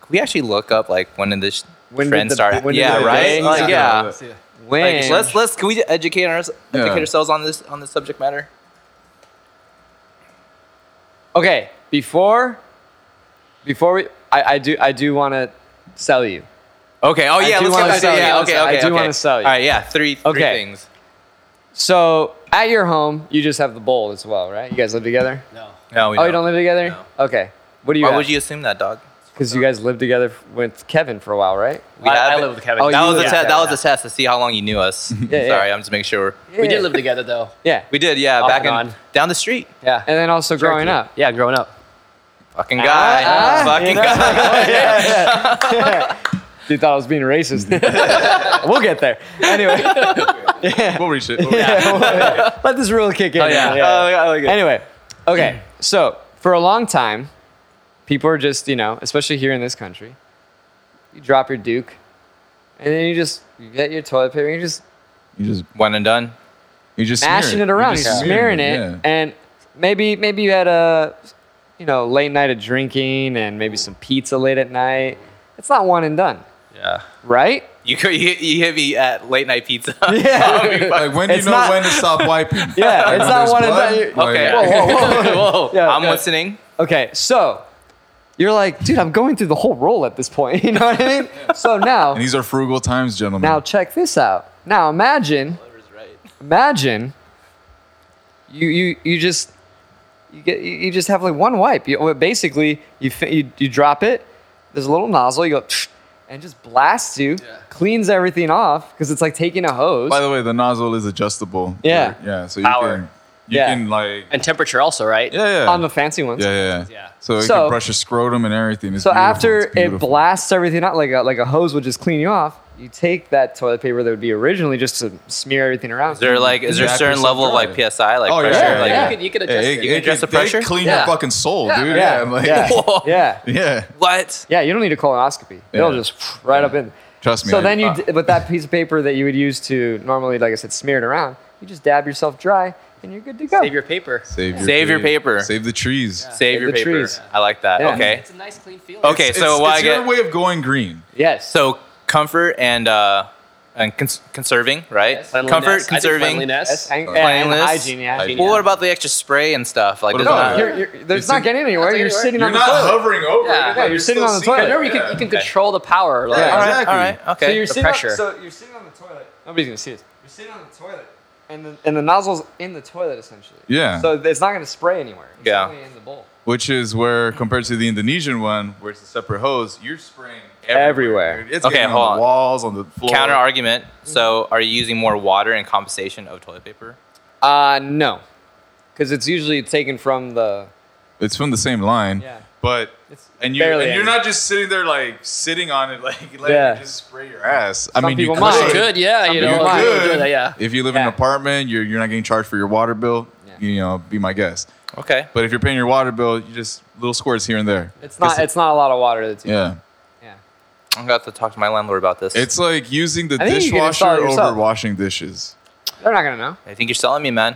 S3: Could we actually look up like when did this
S1: When did
S3: trend
S1: the-
S3: start?
S1: when did
S3: yeah,
S1: the
S3: right.
S1: bidet
S3: Like,
S1: start?
S3: yeah.
S4: See ya.
S1: When
S3: Like, let's let's can we educate ours
S2: Yeah.
S3: educate ourselves on this on this subject matter?
S1: okay, before before we I, I do I do wanna sell you.
S3: Okay. Oh yeah.
S1: do wanna
S3: Let's get back to
S1: sell you.
S3: yeah. Okay.
S1: I
S3: Okay.
S1: do
S3: okay.
S1: wanna sell you.
S3: All right. Yeah. Three. three
S1: Okay.
S3: things.
S1: So at your home, you just have the bowl as well, right? You guys live together?
S4: No.
S3: No. We
S1: oh, you don't live together? Okay. What do you
S3: Why would you assume that, dog?
S1: Because you guys lived together with Kevin for a while, right?
S3: We
S4: I-
S3: have
S4: I
S3: it.
S4: live with Kevin.
S1: Oh,
S3: That
S1: you
S3: was a
S1: live
S3: test.
S1: together.
S3: That was a test to see how long you knew us.
S1: Yeah, yeah.
S3: Sorry. I'm just making sure.
S4: We did live together though.
S1: Yeah.
S3: We did. Yeah.
S4: Off
S3: Back
S4: and
S3: in
S4: on.
S3: down the street.
S4: Yeah.
S1: And then also growing
S4: Jerky.
S1: up.
S4: Yeah, growing up.
S3: Fucking guy.
S1: ah,
S3: Fucking
S1: you know?
S3: guy.
S1: You thought I was being racist. we'll get there. Anyway,
S2: We'll reach it. We'll reach it.
S1: let this rule kick in.
S3: Oh yeah. Oh, yeah, I like it.
S1: Anyway, okay. So for a long time, people are just you know, especially here in this country, you drop your Duke, and then you just you get your toilet paper. And you just
S2: You just
S3: One and done.
S2: you just
S1: mashing
S2: smear
S1: it around.
S2: You
S1: You're
S2: just smear
S1: smearing it, and maybe maybe you had a you know late night of drinking and maybe some pizza late at night. It's not one and done,
S3: Yeah.
S1: right?
S3: You could- you hit, you hit me at late night pizza.
S1: Yeah.
S2: Yeah. Like when do you
S1: It's
S2: know
S1: not-
S2: when to stop wiping?
S1: Yeah, it's
S2: When
S1: not
S2: there's
S1: one and
S2: blood?
S1: done. You-
S2: Like-
S3: okay.
S1: Whoa, whoa,
S3: Oh, whoa.
S1: Yeah.
S3: I'm
S1: Yeah.
S3: listening.
S1: Okay, so you're like, dude, I'm going through the whole roll at this point. You know what I mean? So now,
S2: And these are frugal times, gentlemen.
S1: now check this out. Now imagine,
S4: Oliver's right.
S1: imagine, you you you just you get you you just have like one wipe. You well, basically you fi- you, you drop it. There's a little nozzle. You go and it just blasts you,
S4: Yeah.
S1: cleans everything off because it's like taking a hose.
S2: By the way, the nozzle is adjustable.
S1: Yeah.
S2: Yeah. So you
S4: Power.
S2: can you
S1: Yeah.
S2: can like
S4: And temperature also, right?
S2: yeah, yeah.
S1: on the fancy ones.
S2: yeah, yeah,
S4: Yeah.
S2: So you
S1: So-
S2: can brush your scrotum and everything. It's
S1: So
S2: beautiful.
S1: after
S2: It's
S1: it
S2: beautiful.
S1: blasts everything out like a, like a hose would just clean you off, you take that toilet paper that would be originally just to smear everything around.
S3: Is there like is there a
S2: Yeah,
S3: certain
S2: percent
S3: level of like
S2: dry.
S3: PSI like
S2: Oh, yeah,
S3: pressure?
S2: yeah,
S3: like,
S1: yeah.
S4: You could you could
S2: Yeah, it,
S4: adjust it.
S2: it,
S3: adjust the
S2: they
S3: pressure?
S2: Clean
S4: Yeah.
S2: your fucking soul, dude.
S1: yeah,
S2: Yeah. like,
S1: yeah,
S3: Whoa.
S1: yeah,
S2: yeah.
S3: What?
S1: yeah. You don't need to call an endoscopy; it'll
S2: Yeah.
S1: just right up in.
S2: Trust me.
S1: So
S2: I-
S1: then you,
S2: uh,
S1: d- with that piece of paper that you would use to normally, like I said, smear it around, you just dab yourself dry, and you're good to go.
S4: Save your paper.
S2: save your
S3: Save your paper.
S2: Save the trees.
S3: Save
S1: Save
S3: your
S1: the
S3: paper.
S1: trees.
S3: I like that.
S1: Yeah.
S3: Okay.
S4: It's a nice clean feeling.
S3: Okay.
S2: It's-
S3: so
S2: it's,
S3: what I
S2: it's your
S3: get-
S2: way of going green.
S1: yes.
S3: So comfort and uh and cons- conserving, right?
S4: Yes.
S3: Comfort,
S4: Cleanliness. I think
S3: conserving. Well,
S4: Cleanliness.
S1: Yes, and, and
S3: Cleanliness.
S1: hygiene, yeah.
S4: Hygiene.
S3: what about the extra spray and stuff? Like,
S2: What
S3: does
S1: No,
S2: about-
S3: not,
S1: you're, you're, there's
S2: It's
S1: not
S2: in-
S1: getting anywhere. You're
S4: Not
S1: sitting
S4: anywhere.
S2: You're
S1: on the
S2: not
S1: toilet.
S2: hovering over.
S4: Yeah.
S2: it,
S4: Yeah,
S1: you're
S2: you're
S1: sitting
S2: still
S1: on the
S2: seeing
S1: toilet.
S2: it.
S4: Remember, you can you can control the power. Like,
S2: Yeah.
S3: all right,
S2: Exactly.
S3: all right, okay.
S1: So you're
S4: the
S1: sitting
S4: pressure.
S1: On, so you're sitting on the toilet. Nobody's gonna see this. You're sitting on the toilet, and the and the nozzle's in the toilet essentially.
S2: Yeah.
S1: So it's not gonna spray anywhere. It's
S3: Yeah.
S1: Only in the bowl.
S2: Which is where, compared to the Indonesian one, where it's a separate hose, you're spraying
S1: Everywhere.
S2: everywhere. dude. It's
S3: Okay,
S2: getting
S3: hold
S2: on
S3: on.
S2: the walls, on the floor.
S3: Counter argument. So, are you using more water in compensation of toilet paper?
S1: Uh no, because it's usually taken from the.
S2: It's from the same line.
S1: Yeah.
S2: But
S1: It's
S2: and you
S1: barely
S2: and you're
S1: any.
S2: not just sitting there like sitting on it like letting
S1: Yeah.
S2: it just spray your ass. I
S1: Some
S2: mean, you
S1: people
S2: could.
S1: might.
S4: It's good, yeah. You
S1: Something
S4: know,
S1: you
S4: I
S2: could.
S4: enjoy that, yeah.
S2: If you live in
S1: Yeah.
S2: an apartment, you're you're not getting charged for your water bill.
S1: Yeah.
S2: You know, be my guest.
S3: Okay.
S2: But if you're paying your water bill, you just little squirts here and there.
S1: It's not. It's not a lot of water that's. used.
S2: yeah.
S1: Yeah.
S3: I'm gonna have to talk to my landlord about this.
S2: It's like using the
S1: I think you can
S2: dishwasher
S1: install it yourself.
S2: over washing dishes.
S1: They're not gonna know.
S3: I think you're selling me, man.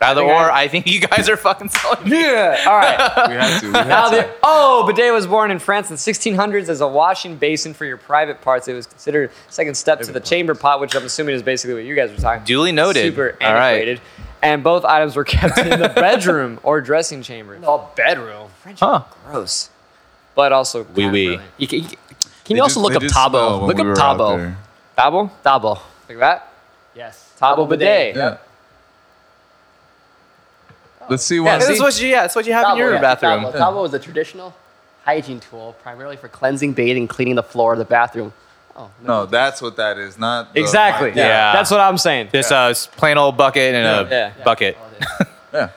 S3: Either
S1: think I-
S3: or, I, think you guys are fucking selling me.
S1: Yeah. All right.
S2: We had to. We had
S1: Now
S2: to.
S1: the, oh, bidet was born in France in the 1600s as a washing basin for your private parts. It was considered second step to the chamber pot, which I'm assuming is basically what you guys were talking.
S3: Duly noted.
S1: Super
S3: All right.
S1: antiquated. And both items were kept in the bedroom or dressing chamber.
S4: Oh, bedroom.
S3: Huh?
S1: Gross. But also,
S3: Wee
S1: kind of
S3: wee.
S1: brilliant.
S4: You can, you can, can
S2: They
S4: you also
S2: did-
S4: look
S2: they
S4: up
S2: did smell
S4: Tabo?
S2: when
S4: Look
S2: we
S4: up
S2: were out
S4: Tabo.
S2: there.
S1: Tabo?
S4: Tabo.
S1: Like that?
S4: Yes.
S1: Tabo bidet.
S2: Yeah. Let's see
S1: Yeah,
S2: one.
S3: This
S1: See?
S3: is what you, yeah, it's what you have in your
S4: yeah,
S3: bathroom.
S4: Tabo. Tabo is a traditional hygiene tool primarily for cleansing, bathing, cleaning the floor of the bathroom. Oh,
S2: no, that's what that is. Not the-
S1: Exactly.
S2: Yeah.
S3: Yeah.
S1: That's what I'm saying.
S3: Just a s- uh, plain old bucket and a
S1: Yeah. Yeah.
S3: bucket.
S2: yeah.
S1: Yeah.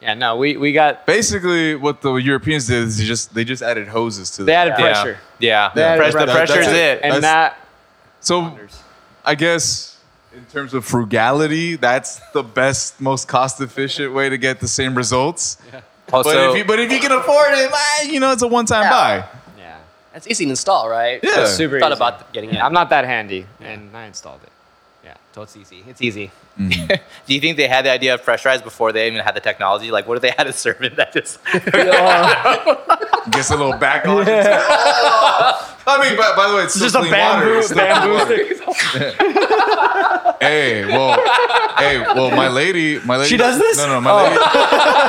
S1: Yeah, no, we, we got.
S2: Basically, what the Europeans did is they just they just added hoses to
S1: They
S2: the
S1: added
S3: Yeah.
S1: pressure.
S3: Yeah.
S1: Yeah,
S3: Press-
S1: right.
S3: the pressure's
S2: That's
S3: it.
S2: it.
S1: And that.
S2: So I guess in terms of frugality, that's the best, most cost-efficient way to get the same results. But,
S3: also,
S2: if you, but if you can afford it, ah, you know it's a one-time
S4: Yeah.
S2: buy.
S1: Yeah.
S4: That's easy to install, right?
S2: Yeah.
S1: That's super
S4: Thought
S1: easy.
S4: about getting it.
S1: I'm not that handy, and I installed it. Yeah.
S4: So it's easy. It's easy.
S3: do you think they had the idea of pressurized before they even had the technology? Like, what if they had a servant that just
S2: Gets a little backlash. Oh. I mean, by, by the way, it's, still
S1: Just a
S2: clean water.
S1: bamboo,
S2: It's still clean
S1: bamboo
S2: water.
S1: stick.
S2: Hey, well, hey, well, my lady, my lady.
S1: She does this? Oh.
S2: No, no, my lady.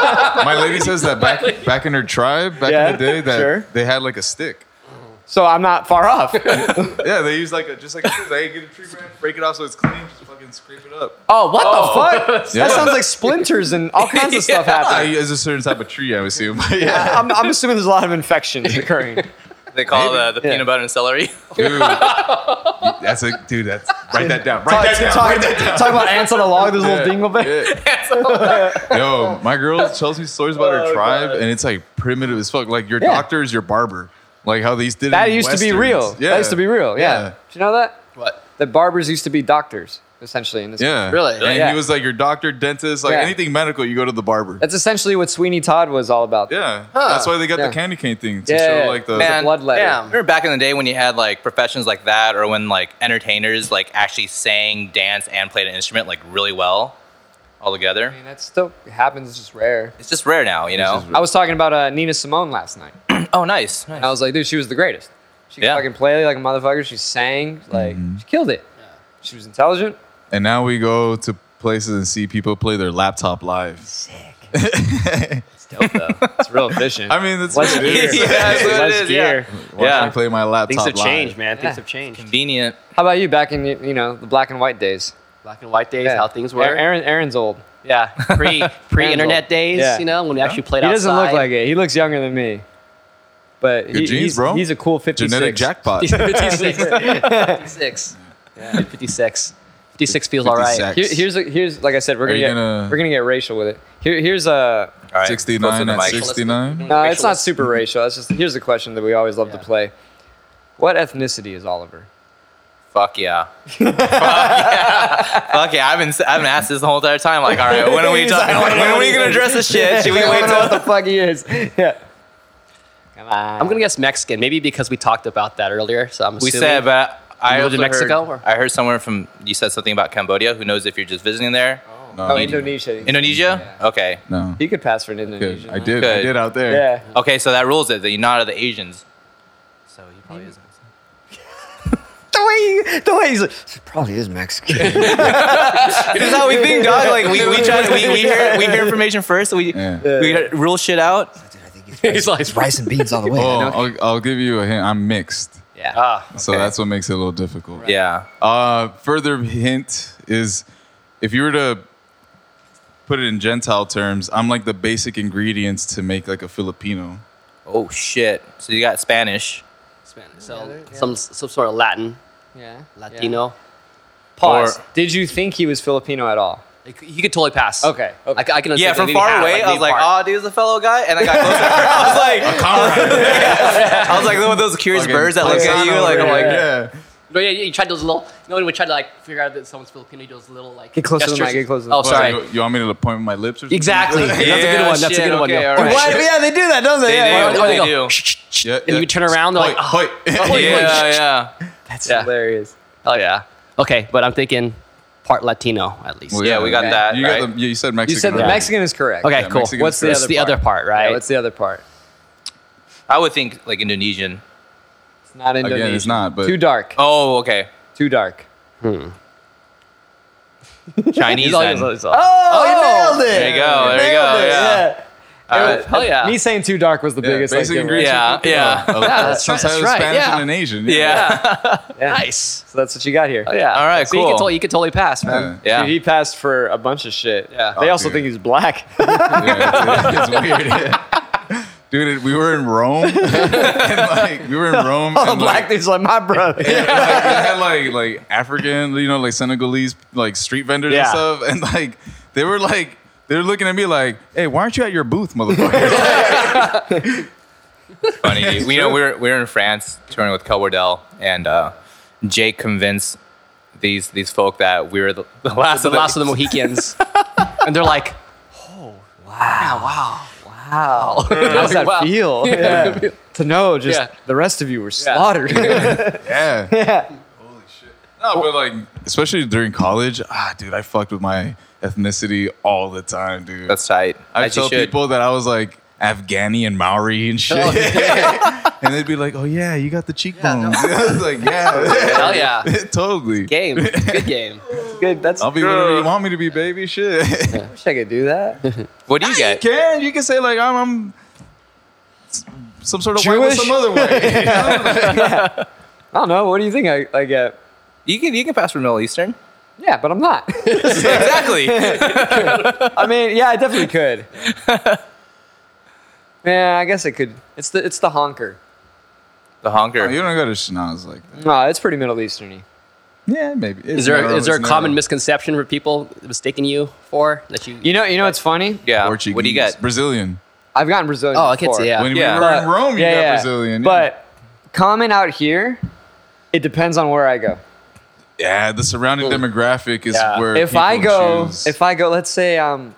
S2: My lady says that back back in her tribe, back
S1: Yeah,
S2: in the day, that
S1: sure.
S2: they had like a stick.
S1: So I'm not far off.
S2: Yeah, they use like a just like a, they get a tree branch, break it off so it's clean, just fucking scrape it up.
S1: oh, what the fuck?
S2: Yeah.
S1: That sounds like splinters and all kinds of stuff
S2: Ah,
S1: happening.
S2: it's a certain type of tree, I would assume. But yeah,
S1: I'm, I'm assuming there's a lot of infections occurring.
S3: they call the, the
S1: Yeah.
S3: peanut butter and celery?
S2: dude, that's a dude. That's write that down. Write that down.
S1: talk,
S2: write that down.
S1: talk about ants on a log, this little
S2: Yeah,
S1: dingleberry.
S2: yeah. Yo, my girl tells me stories about her tribe, and it's like primitive as fuck. Like your
S1: Oh, Yeah.
S2: doctor is your barber. Like how these did it
S1: That
S2: in
S1: used to be
S2: Westerns.
S1: real. That used to be real. Yeah.
S2: Yeah.
S1: Did you know that?
S4: What?
S1: That barbers used to be doctors. essentially. In this
S2: Yeah.
S4: Really?
S2: And
S1: Yeah.
S2: he was like your doctor, dentist, like
S1: Yeah.
S2: anything medical, you go to the barber.
S1: That's essentially what Sweeney Todd was all about.
S2: yeah.
S3: Huh.
S2: That's why they got
S1: Yeah.
S2: the candy cane thing to
S1: Yeah,
S2: show
S1: yeah.
S2: like the
S1: Man. blood letter.
S4: Damn.
S3: Remember back in the day when you had like professions like that, or when like entertainers like actually sang, danced, and played an instrument like really well all together.
S1: I mean, that still happens. It's just rare.
S3: It's just rare now, you know.
S2: just
S1: I was talking about uh, Nina Simone last night.
S3: Oh, nice. nice.
S1: I was like, dude, she was the greatest. She could
S3: Yeah.
S1: fucking play like a motherfucker. She sang like
S2: Mm-hmm.
S1: she killed it. She was intelligent.
S2: And now we go to places and see people play their laptop live.
S1: It's dope though. it's real efficient.
S2: I mean, that's
S1: Let's
S2: what it
S1: hear.
S2: is.
S3: Yeah, that's what it
S1: Let's
S3: is, yeah.
S1: hear.
S2: Watch
S3: Yeah.
S2: me play my laptop
S4: Things have
S2: live.
S4: changed, man.
S1: Yeah.
S4: Things have changed.
S3: Convenient.
S1: How about you back in you know the black and white days?
S4: Black and white days,
S1: Yeah.
S4: how things were.
S1: Aaron, Aaron's old.
S4: Yeah, pre pre internet days.
S1: Yeah.
S4: You know when we actually played
S1: He
S4: outside.
S1: doesn't look like it. He looks younger than me. But
S2: Good
S1: he-
S2: genes,
S1: he's,
S2: bro.
S1: he's a cool 56.
S2: Genetic jackpot.
S4: He's 56. 56. Yeah, 56. 56 feels all right.
S2: 56.
S1: Here, here's a, here's like I said, we're
S2: Are
S1: gonna,
S2: you
S1: get,
S2: gonna-
S1: we're gonna get racial with it. Here, here's uh, a
S3: All right. close to
S2: 69
S3: the
S2: at
S3: mic.
S2: 69.
S1: no, it's not
S4: Racialist.
S1: super racial. That's just here's a question that we always love to
S4: Yeah.
S1: play. What ethnicity is Oliver?
S3: Fuck yeah. Fuck yeah. Fuck yeah. I've been I've been asked this the whole entire time. Like, all right, when are we
S1: He's
S3: talking?
S1: like,
S3: when, when are we gonna address this shit? Should we
S1: I
S3: wait
S1: don't know what
S3: till?
S1: the fuck he is. Yeah. Come on.
S4: I'm gonna guess Mexican, maybe because we talked about that earlier. So I'm
S3: We
S4: assuming
S3: said, but I
S4: You lived
S3: also
S4: in Mexico,
S3: heard,
S4: or-
S3: I heard somewhere from you said something about Cambodia. Who knows if you're just visiting there?
S2: No,
S1: Oh, Indonesia.
S3: Indonesia? Okay.
S2: No.
S1: He could pass for an
S2: Good.
S1: Indonesian.
S2: I did. I
S3: Good.
S2: did out there.
S1: Yeah.
S3: Okay, so that rules it. That you're not of the Asians. So you probably isn't.
S1: The way, the way he's like, probably is Mexican.
S3: This is how we think, dog. Like we, we try to we, we hear we hear information first. So we
S2: Yeah.
S3: we gotta rule shit out.
S4: he's like,
S1: Rice and beans all the way.
S2: Oh, I'll, I'll give you a hint. I'm mixed.
S1: Yeah.
S4: ah,
S2: So
S3: Okay.
S2: that's what makes it a little difficult.
S3: Yeah.
S2: Uh, further hint is if you were to put it in Gentile terms, I'm like the basic ingredients to make like a Filipino.
S3: Oh shit. So you got Spanish.
S4: Spanish. So some some sort of Latin,
S1: yeah.
S4: Latino.
S1: Pause.
S3: Or-
S1: Did you think he was Filipino at all?
S4: Like, you could totally pass.
S1: Okay, okay.
S4: I, c- I can.
S3: Yeah,
S4: understand
S3: from
S4: maybe
S3: far
S4: half,
S3: away, I was
S4: maybe
S3: like,
S4: part.
S3: oh, dude, he's a fellow guy. And I got closer. I was like,
S2: Comrade.
S3: I was like, one of those curious
S2: Fucking
S3: birds that look at
S2: paisano
S3: you. Like,
S2: over
S3: I'm like,
S2: here. yeah.
S4: No, yeah, yeah, you tried those little. You know, when we tried to like figure out that someone's Filipino, you do those little like.
S1: Get closer to the
S4: gestures.
S1: mic, get closer to the
S4: Oh,
S1: mic.
S4: sorry.
S2: You, you want me to point with my lips or something?
S4: Exactly. that's a good
S3: Yeah,
S4: one. That's a
S3: shit,
S4: good one.
S3: okay,
S4: yo.
S3: all right.
S1: Why- yeah, they do that, don't they?
S3: They do.
S1: why-
S4: Oh, they
S3: They
S4: go,
S3: do.
S2: Yeah,
S4: And you turn around, they're like,
S2: Hoi, hoi.
S4: oh,
S3: yeah, yeah.
S1: That's
S4: Yeah.
S1: hilarious.
S4: Oh yeah. Okay, but I'm thinking part Latino at least.
S2: Well,
S3: Yeah, we got
S1: Okay.
S3: that.
S2: You,
S3: right?
S2: got the, you said Mexican.
S1: You said the
S2: right?
S1: Mexican is correct.
S4: Okay,
S2: Yeah,
S4: cool.
S2: Mexican
S1: What's
S2: is
S1: the
S2: correct.
S4: That's the other part, right?
S1: Yeah, what's the other part?
S3: I would think like Indonesian.
S1: It's not Indonesian.
S2: it's not, but-
S1: too dark.
S3: Oh, okay.
S1: Too dark.
S3: Chinese. then.
S1: Oh, you nailed it!
S3: There you go. There you go. Oh, Yeah. All
S1: It
S3: right.
S1: was-
S4: Hell yeah.
S1: Me saying too dark was the
S2: Yeah,
S1: biggest. like,
S2: basic
S1: giveaway.
S2: ingredients.
S3: Yeah. Yeah.
S2: Oh,
S4: that's right,
S2: sometimes
S4: that's right,
S2: Spanish
S4: yeah.
S2: and an Asian.
S3: Yeah.
S1: Yeah.
S4: nice.
S1: So that's what you got here.
S4: Oh yeah.
S3: All right,
S4: So you
S3: cool.
S4: can, totally, you can totally pass, man.
S3: Yeah.
S1: Dude, he passed for a bunch of shit.
S4: Yeah.
S1: They
S2: Oh,
S1: also
S2: dude.
S1: think he's black.
S2: Yeah, it's, it's weird. yeah. Dude, we were in Rome. and like, we were in Rome.
S3: Oh,
S1: All the
S2: and,
S1: black
S2: like,
S1: dudes like my brother.
S2: like, they had like like African, you know, like Senegalese like street vendors
S1: Yeah.
S2: and stuff, and like they were like they were looking at me like, "Hey, why aren't you at your booth, motherfucker?"
S3: funny. We know we were we were in France touring with Kel Wardell, and uh, Jake convinced these these folk that we were the, the last
S4: The
S3: of the
S4: last of the Mohicans, and they're like, "Oh,
S1: Wow. How does that
S4: Wow.
S1: feel? Yeah. to know just
S4: Yeah.
S1: the rest of you were slaughtered.
S2: yeah.
S1: Yeah.
S2: Holy shit. No, but like especially during college, ah, dude, I fucked with my ethnicity all the time, dude.
S3: That's tight.
S2: I
S3: As you
S2: tell
S3: should.
S2: people that I was like Afghani and Maori and shit, and they'd be like, "Oh yeah, you got the cheekbones." I was like, "Yeah,
S4: hell yeah,
S2: totally."
S4: game, good game.
S1: Good. That's
S2: I'll be whatever you want me to be, baby. Shit.
S1: I wish I could do that.
S3: What do you
S2: you
S3: get?
S2: can. You can say like I'm, I'm s- some sort of white
S1: Jewish?
S2: with some other way.
S1: I don't know. What do you think I, I get?
S3: You can you can pass for Middle Eastern.
S1: Yeah, but I'm not.
S3: exactly.
S1: I mean, yeah, I definitely could. yeah, I guess I could. It's the it's the honker.
S3: The honker.
S2: you don't go to schnoz like that.
S1: No, it's pretty Middle Easterny.
S2: Yeah, maybe.
S4: Is there is there a common misconception for people mistaking you for that you?
S1: You know, you know what's funny?
S3: yeah.
S2: Portuguese,
S3: What do you get?
S2: Brazilian.
S1: I've gotten Brazilian.
S4: oh, I can
S1: before.
S4: see. Yeah.
S2: When
S3: Yeah.
S2: we were in Rome, you got Brazilian. yeah.
S1: But common out here, it depends on where I go.
S2: Yeah, the surrounding demographic is
S3: Yeah.
S2: where
S1: if I
S2: people
S1: go,
S2: choose.
S1: if I go, let's say um,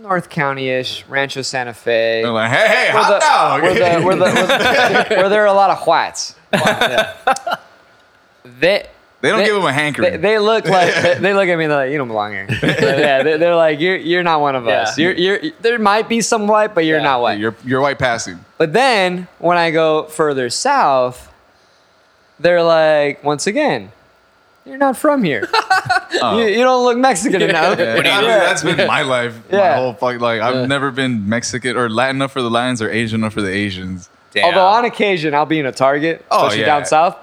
S1: North County ish, Rancho Santa Fe.
S2: They're like, hey, hey,
S1: where
S2: hot dog.
S1: the- where the- where the- where the- where there are a lot of whites. They
S2: they don't
S1: they-
S2: give him a
S1: they,
S2: hankering.
S1: they look like they, they look at me. They're like, you don't belong here. yeah, they, they're like, you're you're not one of us.
S3: Yeah.
S1: You're you're there might be some white, but you're
S3: Yeah.
S1: not white.
S2: you're, you're white passing.
S1: But then when I go further south, they're like, once again, you're not from here. you, you don't look Mexican enough.
S2: Oh. Yeah.
S1: Yeah.
S2: I mean, that's been my life. My
S1: Yeah.
S2: whole fuck, like I've never been Mexican or Latin enough for the Latins or Asian enough for the Asians.
S3: Damn.
S1: Although on occasion I'll be in a Target,
S2: Oh,
S1: especially
S2: yeah.
S1: down south,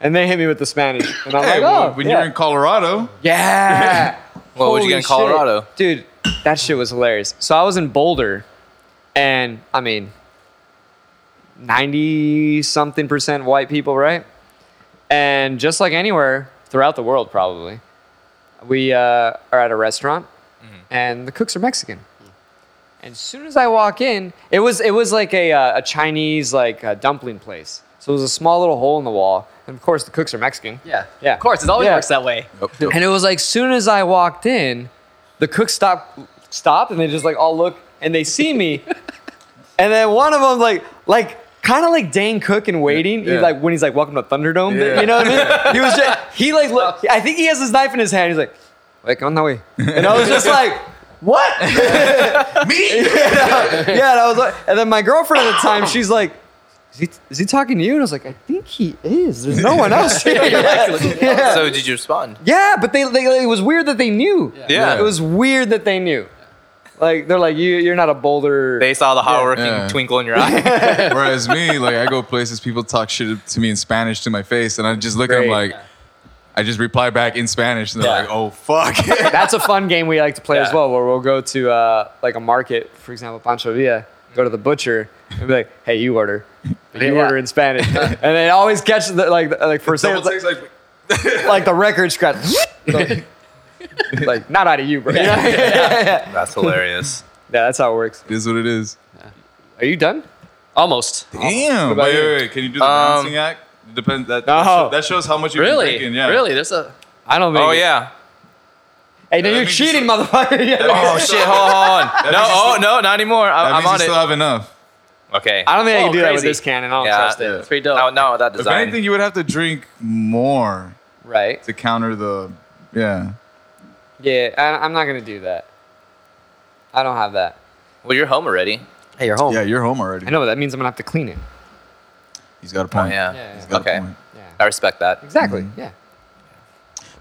S1: and they hit me with the Spanish, and I'm
S2: Hey,
S1: like,
S2: well,
S1: oh,
S2: when
S1: yeah.
S2: you're in Colorado,
S1: Yeah.
S3: What, what'd you get in
S1: Holy shit.
S3: Colorado?
S1: Dude, that shit was hilarious. So I was in Boulder, and I mean, 90 something percent white people, right? And just like anywhere throughout the world, probably, we uh, are at a restaurant,
S3: Mm-hmm.
S1: and the cooks are Mexican. And as soon as I walk in, it was it was like a, uh, a Chinese like uh, dumpling place. So it was a small little hole in the wall, and of course the cooks are Mexican.
S4: Yeah.
S1: Yeah.
S4: Of course, it always
S1: Yeah.
S4: works that way.
S1: And it was like soon as I walked in, the cook stopped stopped and they just like all look and they see me. and then one of them like like kind of like Dane Cook in waiting,
S2: Yeah.
S1: he's like when he's like welcome to Thunderdome,
S2: Yeah.
S1: you know what I mean? He was just, he like look I think he has his knife in his hand. He's like, like on the way. And I was just like what?
S2: me.
S1: yeah, and I was like, and then my girlfriend at the time, she's like, is he, is he talking to you? And I was like, I think he is. There's no one else here. Yeah.
S3: So did you respond?
S1: Yeah, but they, they it was weird that they knew.
S3: Yeah.
S1: It was weird that they knew. Like they're like you you're not a boulder.
S3: They saw the hardworking
S2: Yeah.
S3: twinkle in your eye.
S2: Whereas me, like I go places, people talk shit to me in Spanish to my face, and I just look at them
S1: Great.
S2: like, I just reply back in Spanish, and they're
S3: Yeah.
S2: like, oh fuck.
S1: That's a fun game we like to play as
S3: Yeah.
S1: well, where we'll go to uh, like a market, for example, Pancho Villa, go to the butcher, and be like, "Hey, you order." But You
S4: Yeah.
S1: order in Spanish, and they always catch the, like the- like for a second,
S2: Someone
S1: it's like,
S2: takes like,
S1: like the record scratch, like, like, not out of you, bro. You know? Yeah.
S3: That's hilarious.
S1: that's how it works.
S2: it is what it is.
S1: Are you done?
S4: Almost.
S2: Damn.
S1: about
S2: Wait,
S1: you?
S2: wait, wait. Can you do the
S3: Um,
S2: balancing act? Depends. That,
S1: No.
S2: that, sho- that shows how much you're
S4: Really?
S2: drinking. Yeah.
S4: Really? There's a.
S1: I don't think.
S3: Oh yeah.
S1: Hey, no,
S2: That
S1: you're
S2: means-
S1: cheating, motherfucker. Yeah.
S3: Oh shit! Hold on, hold on. No,
S2: means you
S3: oh
S2: still-
S3: no, not anymore.
S2: That
S3: I,
S2: means
S3: I'm
S2: you
S3: on it.
S2: still have enough.
S3: okay.
S1: I don't think I
S4: Oh,
S1: can do that with
S4: crazy.
S1: this cannon. I don't
S3: Yeah.
S1: trust it.
S2: Yeah.
S4: It's pretty dope.
S3: No, no, without
S2: If
S3: design.
S2: anything, you would have to drink more
S1: Right.
S2: to counter the. Yeah.
S1: Yeah, I, I'm not gonna do that. I don't have that.
S3: well, you're home already.
S1: Hey, you're home.
S2: Yeah, you're home already.
S1: I know, but that means I'm gonna have to clean it.
S2: He's got a
S3: Oh
S2: point.
S3: yeah.
S1: Yeah.
S2: He's got
S3: Okay.
S2: a point.
S1: Yeah.
S3: I respect that.
S1: Exactly.
S2: Mm-hmm.
S1: Yeah.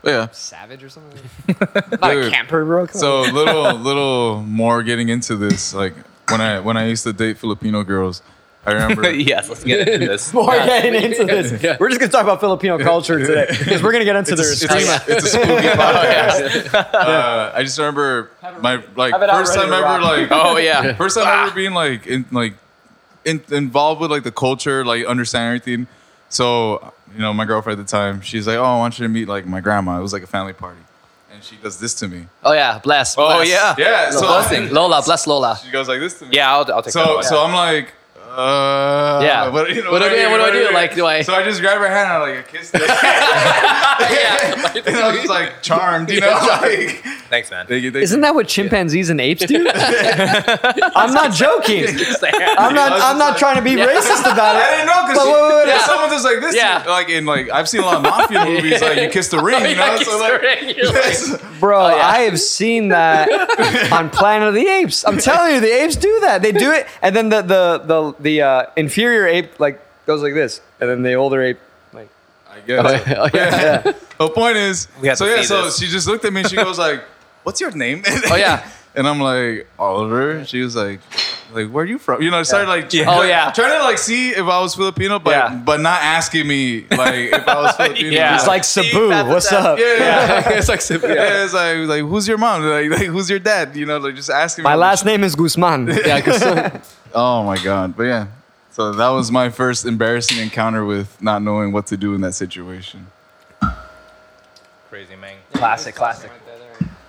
S2: But yeah.
S1: Savage or something. not a
S2: Dude.
S1: camper, bro. Come
S2: So little, little more getting into this. Like when I when I used to date Filipino girls, I remember.
S3: yes, let's get into this.
S1: on. We're getting into this.
S4: Yeah.
S1: We're just gonna talk about Filipino culture today because we're gonna get into
S2: It's,
S1: this.
S2: a- it's, a- it's a spooky podcast. uh, I just remember my like
S1: Have it out
S2: first
S1: ready
S2: time
S1: to
S2: ever
S1: rock.
S2: like
S3: Oh yeah.
S2: First time
S4: Ah.
S2: ever being like in, like in, involved with like the culture, like understanding everything. So you know, my girlfriend at the time, she's like, "Oh, I want you to meet like my grandma." It was like a family party, and she does this to me.
S4: Oh yeah, bless.
S3: Oh
S4: bless.
S3: yeah.
S2: Yeah, so
S4: Blessing. Lola, bless Lola.
S2: she goes like this to me.
S3: Yeah, I'll, I'll take that
S2: So
S3: one.
S2: so I'm like. Uh,
S4: Yeah.
S2: What, you know,
S4: What do I do? What do I do? Like, do I-
S2: So I just grab her hand and I like kiss her. and I was just like charmed, you know. Like,
S3: Thanks, man.
S2: they, they,
S1: Isn't that what chimpanzees and apes do? I'm not joking. I'm not. I'm not trying to be racist about
S2: I
S1: it.
S2: didn't know
S1: But
S2: because
S1: wait, wait, wait.
S2: someone does like this.
S4: Yeah. Oh,
S2: Yeah. Like in like I've seen a lot of mafia movies. Like you kiss the ring, you know. so like, yes.
S1: Bro, I have seen that on Planet of the Apes. I'm telling you, the apes do that. They do it, and then the the the, the uh, inferior ape like goes like this, and then the older ape like
S2: I
S1: Oh,
S2: guess. yeah. The point is,
S3: We have
S2: so
S3: to
S2: yeah.
S3: see
S2: So
S3: this.
S2: she just looked at me. and She goes like, "What's your name?"
S4: Oh, yeah.
S2: And I'm like Oliver. She was like, "Like where are you from?" You know. I started like,
S3: Yeah.
S2: trying-
S4: Oh, yeah.
S2: trying to like see if I was Filipino, but
S4: Yeah.
S2: but not asking me like if I was Filipino.
S3: Yeah.
S1: it's like
S3: See,
S1: Sabu.
S3: that's-
S1: What's
S3: that's-
S1: up?
S2: yeah, yeah.
S4: it's like simple.
S2: Yeah, it's like, like who's your mom? Like, like who's your dad? You know, like just asking.
S1: My
S2: me-
S1: last name is Guzman.
S4: Yeah, 'cause-
S2: Oh my god! But yeah, so that was my first embarrassing encounter with not knowing what to do in that situation.
S3: Crazy man.
S4: classic, classic.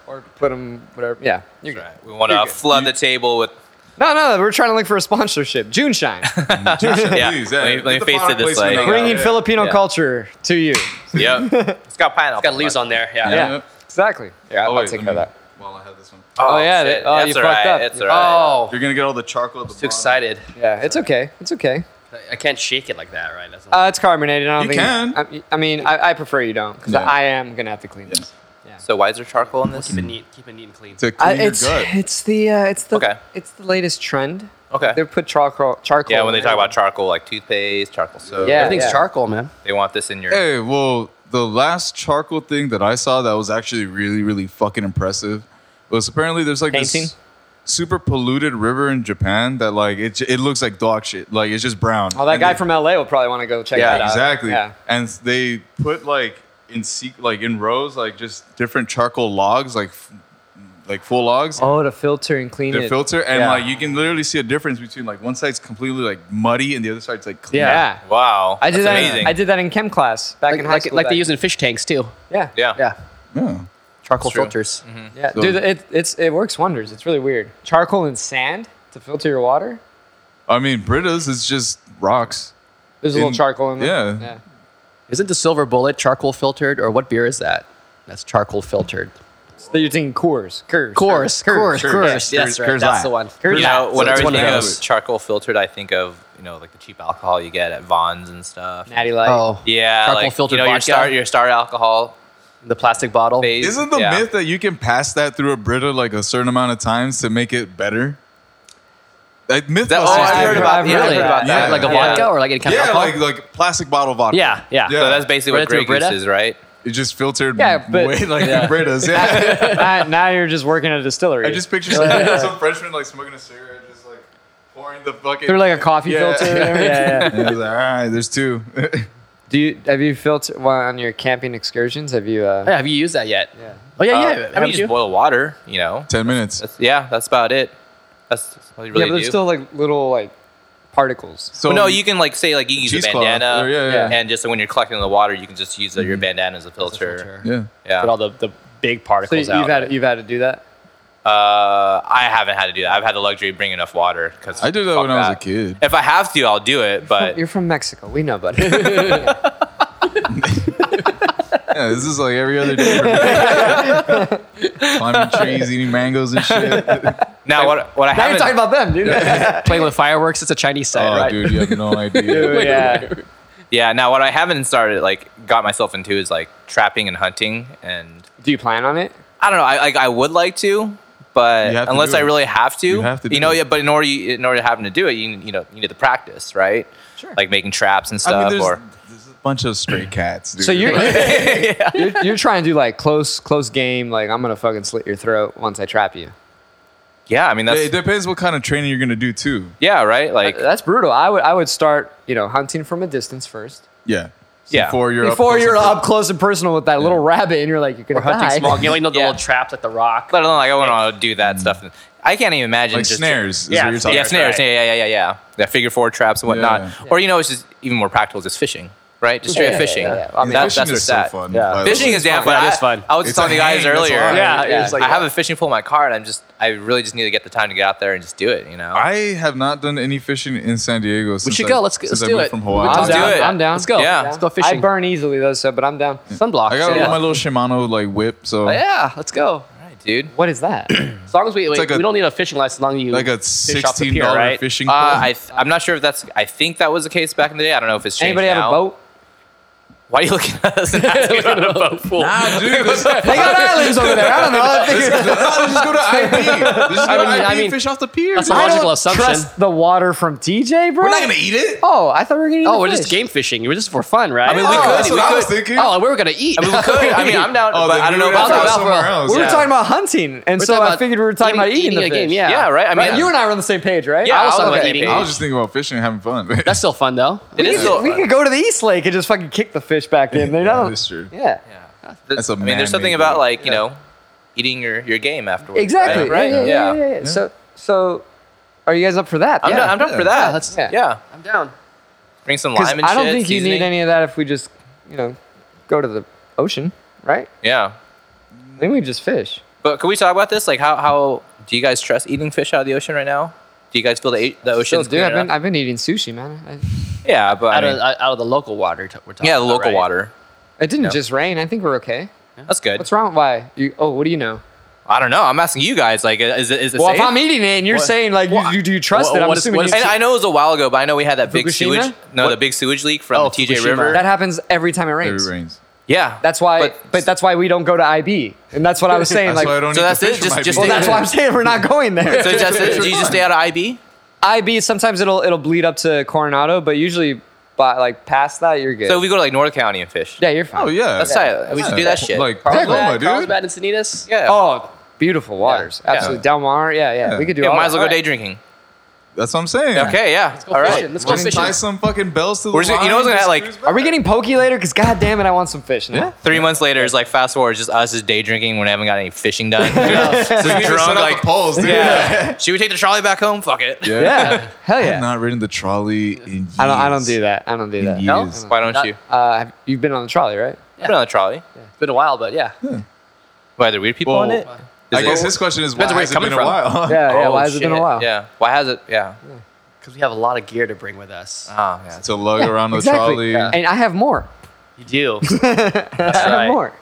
S1: Or put him whatever. Yeah. You're
S3: That's
S1: good.
S3: right. We want to flood the table with.
S1: No, no, we're trying to look for a sponsorship. June Shine,
S3: Yeah.
S2: Please, yeah,
S3: let me,
S2: get
S3: let me
S2: the
S3: face
S2: product
S3: it this
S2: placement
S3: way.
S2: out.
S1: bringing
S2: yeah.
S1: Filipino
S3: Yeah.
S1: culture to you.
S3: Yep. It's got pineapple.
S4: Got leaves on there. Yeah.
S1: Yeah, exactly. Yeah, I'll
S2: wait,
S1: take
S2: let
S1: care of
S2: me-
S1: that.
S2: While I have this one,
S1: Oh, yeah,
S3: shit.
S1: oh, you
S3: That's
S1: fucked
S3: alright.
S1: up.
S3: It's
S1: You-
S3: alright.
S4: Oh,
S2: you're gonna get all the charcoal. At the bottom.
S3: Too excited.
S1: Yeah, it's okay. It's okay.
S4: I can't shake it like that, right? That's not-
S1: Uh, it's carbonated. I don't
S2: You
S1: think.
S2: can.
S1: I, I mean, I, I prefer you don't because
S2: Yeah.
S1: I am gonna have to clean this.
S3: So why is there charcoal in this?
S4: keep it neat. Keep it neat and clean.
S2: To
S1: I,
S2: clean your
S1: Uh, it's
S2: gut.
S1: it's the uh, it's the
S3: Okay.
S1: it's the latest trend.
S3: Okay.
S1: They put charcoal charcoal.
S3: Yeah, when they
S1: in
S3: talk about
S1: it.
S3: charcoal, like toothpaste, charcoal soap.
S1: Yeah.
S4: Everything's charcoal, man.
S3: They want this in your.
S2: Hey, well, the last charcoal thing that I saw that was actually really, really fucking impressive was apparently there's like
S1: Painting?
S2: this super polluted river in Japan that like it j- it looks like dog shit. Like it's just brown.
S1: Oh, that
S2: And
S1: guy
S2: they-
S1: from LA will probably want to go check
S3: Yeah,
S1: that out.
S2: exactly.
S1: Yeah.
S2: And they put like in se- like in rows like just different charcoal logs like f- like full logs.
S1: Oh, to filter and clean
S2: The
S1: it.
S2: filter and
S1: Yeah.
S2: like you can literally see a difference between like one side's completely like muddy and the other side's like clean.
S1: Yeah.
S3: Wow.
S1: I did
S3: That's
S1: that.
S3: Amazing.
S1: I did that in chem class back
S4: Like,
S1: in high
S4: like,
S1: school.
S4: like they
S1: back-
S4: use in fish tanks too.
S1: Yeah. Mm-hmm.
S3: Yeah.
S4: Yeah.
S2: Yeah.
S4: Charcoal
S3: That's true.
S4: filters.
S1: Yeah,
S2: So-
S1: dude, it, it's it works wonders. It's really weird. Charcoal and sand to filter your water.
S2: I mean, Brita's is just rocks.
S1: There's a little
S2: In-
S1: charcoal in there.
S2: yeah.
S4: Isn't the Silver Bullet charcoal filtered, or what beer is that? That's charcoal filtered.
S1: So you're thinking Coors, Coors,
S4: Coors, Coors,
S2: Coors,
S4: Coors. Yes,
S2: Coors,
S4: right.
S2: Coors
S4: That's
S2: Light.
S4: the one.
S3: You know,
S4: Light. So
S3: whenever
S4: it's
S3: I
S4: one of
S3: think
S4: those.
S3: of charcoal filtered, I think of you know like the cheap alcohol you get at Vons and stuff.
S1: Natty Light.
S4: Oh,
S3: Yeah,
S4: charcoal
S3: like,
S4: filtered
S3: you know, your
S4: vodka.
S3: star your star alcohol
S4: the plastic bottle.
S3: phase.
S2: Isn't the
S3: yeah.
S2: myth that you can pass that through a Brita like a certain amount of times to make it better? Like myth
S3: that-
S2: was
S3: oh,
S2: just-
S3: I've heard about-
S1: I've
S3: yeah, I've
S4: really
S3: heard about
S2: that.
S4: like a
S3: Yeah.
S4: vodka or like any kind of
S2: yeah,
S4: alcohol.
S2: like like plastic bottle vodka.
S4: yeah, yeah,
S2: Yeah.
S3: So that's basically
S4: Right
S3: what
S4: through
S3: Grey Goose
S4: Brita?
S3: is, right?
S2: It just filtered
S1: Yeah, but-
S2: way like
S1: Yeah.
S2: Brita's. Yeah.
S1: now, now you're just working at a distillery.
S2: I just picture some, some freshman like smoking a cigarette, just like pouring the bucket
S1: through like a coffee
S2: Yeah.
S1: filter. or whatever. Yeah, yeah.
S2: And it was like, all right, there's two.
S1: Do you have you filtered well, on your camping excursions? Have you? Uh,
S4: Yeah, have you used that yet?
S1: yeah.
S4: Oh yeah,
S3: Uh,
S4: yeah.
S3: I mean, you
S4: haven't
S3: just
S4: you?
S3: boil water. You know,
S2: Ten minutes.
S3: that's, yeah, that's about it. That's, that's all you
S1: yeah,
S3: really
S1: but there's
S3: do.
S1: still like little like particles.
S2: So
S3: Well, no, you can like say like you use a
S2: cheesecloth,
S3: bandana,
S2: or- yeah, yeah. Mm-hmm.
S3: and just when you're collecting the water, you can just use uh, your bandana as a filter.
S2: yeah.
S4: Put
S3: Yeah,
S4: all the, the big
S1: So
S4: particles
S1: you've
S4: out.
S1: had you've had to do that.
S3: uh, I haven't had to do that. I've had the luxury of bringing enough water because
S2: I did that when I was a kid.
S3: If I have to, I'll do it. But
S1: You're from Mexico. We know, buddy. yeah,
S2: Yeah, this is like every other day. for me. Climbing trees, eating mangoes and shit.
S3: now what? What I
S1: now
S3: haven't
S1: you're talking about them, dude.
S4: Playing with fireworks. It's a Chinese side,
S2: Oh,
S4: right?
S2: dude, you have no idea.
S1: Dude, yeah.
S3: yeah. Now what I haven't started like got myself into is like trapping and hunting, and
S1: Do you plan on it?
S3: I don't know. I like I would like to. But
S2: You have to
S3: unless
S2: do
S3: I
S2: it.
S3: really have to,
S2: You have to do
S3: know,
S2: it.
S3: yeah. But in order, you, in order to happen to do it, you you know, you need to practice, right? Sure. Like making traps and
S2: I mean,
S3: stuff,
S2: there's,
S3: or
S2: there's a bunch of stray cats. Dude.
S1: So you're, you're you're trying to do like close close game. Like I'm gonna fucking slit your throat once I trap you.
S3: yeah. I mean, that's
S2: it depends what kind of training you're gonna do too.
S3: Yeah, right. Like
S1: That's brutal. I would I would start you know hunting from a distance first.
S2: Yeah.
S3: Yeah.
S2: Before you're
S1: Before
S2: up
S1: you're
S2: close and
S1: up close and personal with that little rabbit, and you're like you're gonna
S4: Or hunting
S1: die.
S4: small game. Like, you know, the
S3: Yeah.
S4: little traps like the rock.
S3: let alone like I wouldn't to do that stuff. I can't even imagine
S2: Mm. like
S3: just
S2: snares. Is
S4: Yeah,
S2: what you're talking
S3: Yeah,
S2: about.
S3: snares. Yeah, yeah, yeah, yeah, yeah. Yeah, figure four traps and whatnot.
S2: Yeah.
S3: Or you know, it's just even more practical, just fishing, right? Just straight
S1: Yeah,
S3: fishing.
S1: yeah, yeah. I mean,
S3: um, That-
S2: Fishing
S3: that's
S2: is
S3: what's
S2: so
S3: that.
S2: fun.
S1: Yeah.
S2: by the
S3: Fishing
S2: way.
S3: is damn
S4: fun.
S3: fun.
S4: That
S3: I-
S4: is fun.
S3: I was
S2: It's
S3: telling
S2: a
S3: the guys
S2: hang, that's
S3: earlier.
S2: a lot.
S1: Yeah, yeah.
S3: I have a fishing pole in my car, and I'm just, I really just need to get the time to get out there and just do it. You know,
S2: I have not done any fishing in San Diego. Since
S4: should
S2: I,
S4: go. Let's go-
S2: since
S4: let's
S2: I
S4: do
S2: moved
S4: it.
S2: From
S4: We
S2: Hawaii.
S4: can
S1: I'm
S3: Let's
S1: down.
S3: do it.
S1: I'm down.
S4: Let's go.
S3: Yeah.
S4: Let's go fishing.
S1: I burn easily though, so but I'm down.
S4: Sunblock.
S2: I got
S4: yeah.
S2: my little Shimano like whip, so
S4: Oh, yeah, let's go.
S3: All right, dude.
S1: What is that?
S4: As long as we wait,
S2: like a-
S4: we don't need a fishing license. As long as you
S2: like a
S4: fish off the
S2: sixteen
S4: pier,
S2: dollar
S4: right?
S2: fishing.
S3: Uh,
S2: pole.
S3: I, th- I'm not sure if that's. I think that was the case back in the day. I don't know if it's changed.
S1: Anybody have
S3: now.
S1: a boat?
S3: Why are you looking at us? and asking about a boat pool?
S2: Ah, dude, let's, let's
S1: They got islands over there. I don't know. I think
S2: just go to IB. Let's just go
S4: I mean-
S2: to IB
S4: I
S2: and
S4: mean,
S2: fish off the pier.
S4: that's
S2: dude.
S4: a
S1: I
S4: logical
S1: don't
S4: assumption.
S1: Trust the water from TJ, bro.
S2: We're not gonna eat it.
S1: Oh, I thought we were gonna. Eat
S4: Oh,
S1: the
S4: we're
S1: fish.
S4: just game fishing. We're just for fun, right?
S3: I mean, we
S2: Oh,
S3: could.
S2: that's
S3: we
S2: what I was
S3: could.
S2: thinking.
S4: oh, we were gonna eat.
S3: I mean, we could. I mean, I'm down,
S2: Oh,
S3: but
S2: then
S3: I
S2: we
S3: don't know
S2: would have
S3: about
S2: to go
S3: that.
S2: somewhere else.
S1: We were
S2: Yeah.
S1: talking about hunting, and so
S4: talking
S1: I
S4: about
S1: figured we were talking
S4: eating-
S1: about eating,
S4: eating
S1: the
S4: a game,
S1: fish.
S4: yeah.
S3: Yeah, right. I mean,
S1: Right, You and I were on the same page, right?
S3: Yeah,
S1: I
S3: I was
S1: was
S3: on
S1: like,
S3: that
S4: eating.
S3: page.
S2: I was just thinking about fishing, and having fun.
S4: That's still fun though.
S3: It is.
S1: we could go to the East Lake and just fucking kick the fish back in. They
S2: Yeah,
S1: don't.
S2: that's true.
S1: Yeah.
S3: Yeah.
S2: That's a
S3: I mean,
S2: man-made
S3: there's something
S2: game.
S3: about like you know, eating your, your game afterwards.
S1: Exactly.
S3: Right.
S1: Yeah,
S3: right?
S1: yeah, yeah, yeah, yeah. So, so, are you guys up for that?
S3: I'm,
S1: yeah.
S3: done, I'm done
S2: Yeah.
S3: for that.
S4: Yeah, let's-
S3: yeah.
S4: I'm down.
S3: Bring some
S1: 'Cause
S3: lime and
S1: I don't
S3: shit,
S1: think you
S3: seasoning.
S1: need any of that if we just, you know, go to the ocean, right?
S3: Yeah.
S1: Then we just fish.
S3: But can we talk about this? Like, how how do you guys trust eating fish out of the ocean right now? Do you guys feel the the
S1: Still
S3: ocean's
S1: do. I've
S3: cleaner
S1: been,
S3: up?
S1: I've been eating sushi, man. I,
S3: Yeah, but I
S4: Out
S3: mean,
S4: of out of the local water, t- we're talking.
S3: yeah, the
S4: about,
S3: local
S4: right?
S3: water.
S1: It didn't
S3: No.
S1: just rain. I think we're okay.
S3: That's good.
S1: What's wrong? Why? You, oh, what do you know?
S3: I don't know. I'm asking you guys. Like, is it, is it
S1: Well,
S3: safe?
S1: if I'm eating it and you're
S3: What-
S1: saying like you, you do you trust
S2: what-
S1: it? I'm
S2: what is-
S1: assuming
S2: what is-
S1: you,
S3: And I know it was a while ago, but I know we had that big
S1: Fukushima?
S3: sewage. No,
S2: What?
S3: the big sewage leak from
S2: Oh,
S3: the TJ
S2: Fukushima.
S3: River.
S1: that happens every time it
S2: It
S1: rains.
S2: rains.
S3: yeah,
S1: That's why.
S3: But-
S1: But, that's why we don't go to IB, and that's what I was saying.
S2: That's
S1: like,
S2: why I don't
S3: So
S2: eat the
S3: that's it?
S2: fish from
S3: Just-
S2: my
S3: just
S1: well,
S2: beach.
S3: take
S1: that's why I'm saying we're not going there.
S3: so just, do you just stay out of IB?
S1: IB sometimes it'll it'll bleed up to Coronado, but usually by like past that you're good.
S3: So we go to like North County and fish.
S1: yeah, you're fine.
S2: Oh yeah,
S3: That's tight. We should do that shit.
S2: Like
S4: Carlsbad,
S2: Oklahoma, dude.
S4: Carlsbad and Sanitas.
S3: yeah.
S1: Oh, beautiful waters.
S3: Yeah.
S1: Absolutely. Del Mar. Yeah, yeah,
S2: Yeah.
S1: We could do
S3: yeah,
S1: all
S3: might as
S1: that.
S3: well go day
S4: Alright.
S3: drinking.
S2: That's what I'm saying.
S3: Okay, yeah.
S4: go
S3: All right.
S4: fishing. Let's go
S2: Just
S4: fishing.
S2: tie some fucking bells to the
S3: We're just- you
S2: line
S3: know what's gonna
S2: and
S3: ha- like-
S2: cruise
S1: Are we
S2: back.
S1: getting pokey later? Because god damn it, I want some fish now.
S3: Three months later, it's like fast forward, it's just us just day drinking when I haven't got any fishing done.
S2: We need to set
S3: drunk,
S2: up
S3: like-
S2: the poles, dude.
S3: yeah. Should we take the trolley back home? Fuck it.
S2: Yeah.
S1: Yeah. Hell
S2: I've
S1: yeah.
S2: not ridden the trolley in years.
S1: I don't. I don't do that. I don't do that.
S2: In
S1: No.
S2: years.
S3: Why don't
S4: Not-
S3: you?
S1: Uh, have- you've been on the trolley, right?
S3: Put it on the trolley.
S4: It's been a while, but yeah.
S3: Why are there weird people
S2: Well,
S3: on it?
S2: I
S3: Is it-
S2: guess his question is why
S3: Depends where
S2: has
S3: it's
S2: it been
S3: coming
S2: a
S3: from.
S2: while?
S1: Yeah. yeah.
S3: Oh,
S1: Why has it been a
S4: shit.
S1: while?
S3: Yeah. Why has it? Yeah.
S4: Because we have a lot of gear to bring with us.
S3: Ah, yeah.
S2: To lug around the
S1: exactly.
S2: trolley.
S4: Yeah.
S1: And I have more.
S4: You do.
S1: I have
S3: right.
S1: more.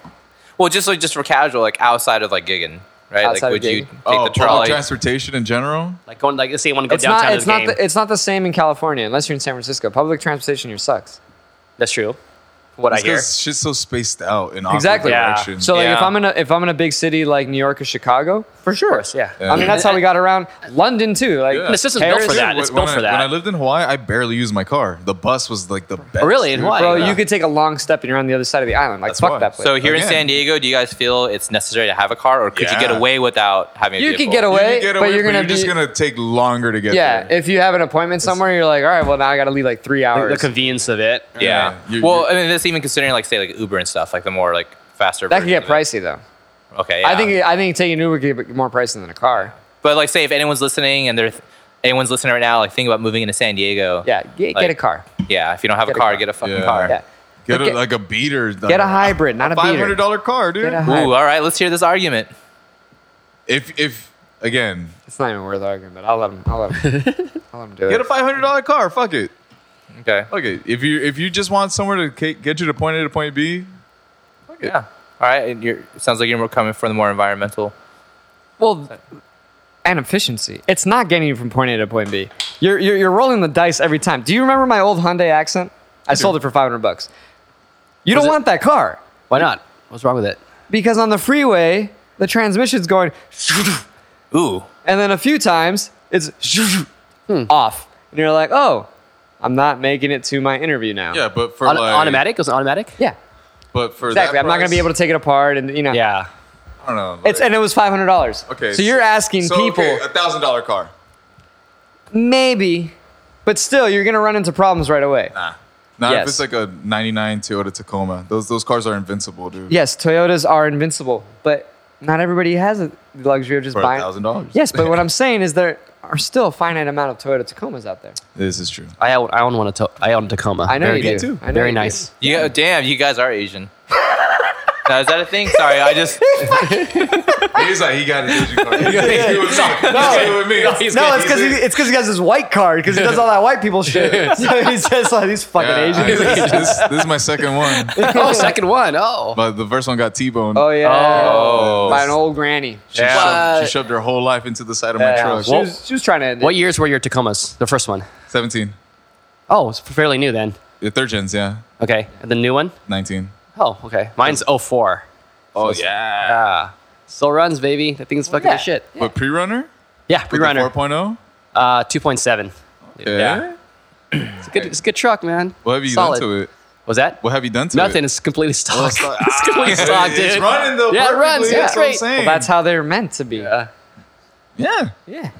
S3: Well, just like just for casual, like outside of like gigging, right?
S1: Outside
S3: like,
S1: of
S3: would you
S1: gigging.
S3: take
S2: Oh,
S3: the
S2: public
S3: trolley?
S2: transportation in general.
S4: like going, like let's say you want to go
S1: It's
S4: downtown
S1: not.
S4: to
S1: It's
S4: the
S1: not.
S4: game.
S1: The, it's not the same in California unless you're in San Francisco. Public transportation here sucks.
S4: That's true. From what I
S2: It's
S4: hear.
S2: 'cause shit's so spaced out in
S1: Exactly.
S2: awkward
S4: Yeah.
S2: directions.
S1: So like if
S3: Yeah.
S1: I'm in a if I'm in a big city like New York or Chicago, for sure.
S4: Of course, yeah.
S2: Yeah.
S1: I mean that's how we got around London too. Like
S2: Yeah.
S4: The system's built for
S1: Paris-
S4: that. It's
S2: when,
S4: built
S2: I,
S4: for that.
S2: when I lived in Hawaii, I barely used my car. The bus was like the
S1: Oh,
S2: best.
S4: really? In
S2: dude.
S4: Hawaii?
S1: Bro,
S4: Yeah.
S1: you could take a long step and you're on the other side of the island. Like
S2: That's
S1: fuck
S2: why.
S1: that place.
S3: So here in
S2: Again.
S3: San Diego, do you guys feel it's necessary to have a car, or could you get
S2: Yeah.
S3: away without having? A
S1: You could
S3: vehicle?
S1: get
S2: You
S1: away,
S2: can get
S1: but
S2: away, but
S1: you're
S2: you're,
S1: gonna
S2: just
S1: be-
S2: gonna take longer to get
S1: yeah,
S2: there.
S1: if you have an appointment somewhere, you're like, all right, well now I got to leave like three
S4: The
S1: hours.
S4: convenience of it.
S3: Yeah.
S2: Yeah. You-
S3: well,
S2: you-
S3: I mean, that's even considering like say like Uber and stuff, like the more like faster.
S1: that could
S3: version
S1: get
S3: of it.
S1: priccy though.
S3: Okay. Yeah.
S1: I think I think taking an Uber could get more pricey than a car.
S3: But like, say if anyone's listening and they're anyone's listening right now, like think about moving into San Diego.
S1: Yeah, get,
S3: Like-
S1: get a car.
S3: Yeah. If you don't have
S1: Get
S3: a
S1: a
S3: car,
S1: car.
S3: get a fucking
S2: Yeah.
S3: car.
S1: Yeah,
S2: get a,
S1: Get-
S2: like a beater.
S1: get a hybrid, not a
S2: Five hundred
S1: beater.
S2: dollar car, dude.
S1: Get a hy-
S3: Ooh. All right. Let's hear this argument.
S2: If if again,
S1: It's not even worth arguing, but I'll let him. I'll let him. I'll let him do
S2: get a
S1: it.
S2: five hundred dollar car. Fuck it.
S3: Okay.
S2: Fuck it. If you if you just want somewhere to ca- get you to point A to point B,
S3: Yeah. All right. And you're, it sounds like you're more coming from the more environmental.
S1: Well, and efficiency. It's not getting you from point A to point B. You're you're, you're rolling the dice every time. Do you remember my old Hyundai Accent? I sold it for 500 bucks. You don't
S4: it-
S1: want that car
S4: Why not? What's wrong with it?
S1: because on the freeway the transmission's going,
S3: Ooh.
S1: and then a few times it's off, and you're like, oh, I'm not making it to my interview now.
S2: yeah. But for
S4: Auto-
S2: like
S4: automatic? Was it automatic?
S1: Yeah,
S2: But for
S1: exactly. I'm not gonna be able to take it apart, and you know,
S4: Yeah.
S2: I don't know.
S1: It's and it was five hundred dollars.
S2: okay.
S1: So you're asking people
S2: a thousand dollar car.
S1: maybe, but still you're gonna run into problems right away.
S2: Nah. Not if
S1: Yes.
S2: it's like a '99 Toyota Tacoma. Those those cars are invincible, dude.
S1: Yes, Toyotas are invincible, but not everybody has the luxury of just
S2: For a
S1: buying
S2: thousand dollars.
S1: Yes, but what I'm saying is there are still a finite amount of Toyota Tacomas out there.
S2: This is true.
S4: I own, I own one. Of to- I own a Tacoma.
S1: I know
S4: Very
S1: you
S4: good.
S1: do. I know
S4: Very
S1: you do.
S4: nice.
S3: Yeah. damn, you guys are Asian. now, is that a thing? Sorry, I just.
S2: He's like, he got an Asian car. He got an with me. He's good with me.
S1: No, it's because it's because he has his white card because he does all that white people shit. so he's just like these fucking
S2: Yeah,
S1: Asians.
S2: I- this, this is my second one,
S4: oh, second one. Oh.
S2: but the first one got T-boned.
S1: Oh yeah,
S3: Oh.
S1: by an old granny.
S2: She,
S3: Yeah.
S2: shoved, she shoved her whole life into the side of my
S1: Yeah.
S2: truck.
S1: She, was, she was trying to. End it.
S4: What years were your Tacomas? The first one.
S2: 17.
S4: Oh, it's fairly new then.
S2: Yeah, third gens, yeah.
S4: Okay. And the new one?
S2: 19.
S4: Oh, okay. Mine's 04.
S2: Oh, yeah.
S4: Ah. Still runs, baby. That thing's fucking
S1: yeah.
S4: the shit.
S2: But pre-runner?
S4: Yeah,
S2: With the
S4: pre-runner.
S2: 4.0?
S4: Uh, 2.7.
S2: Yeah.
S4: Yeah. It's a good, it's a good truck, man.
S2: What have you
S4: Solid.
S2: done to it?
S4: Was that?
S2: What have you done to
S4: Nothing.
S2: it?
S4: It's completely stock.
S2: it's not-
S4: it's completely stock, dude.
S2: It's running, though.
S4: Yeah, it runs.
S2: perfectly.
S4: Yeah,
S2: That's
S4: great.
S2: what I'm saying.
S1: Well, that's how they're meant to be.
S4: Yeah.
S2: yeah.
S1: Yeah.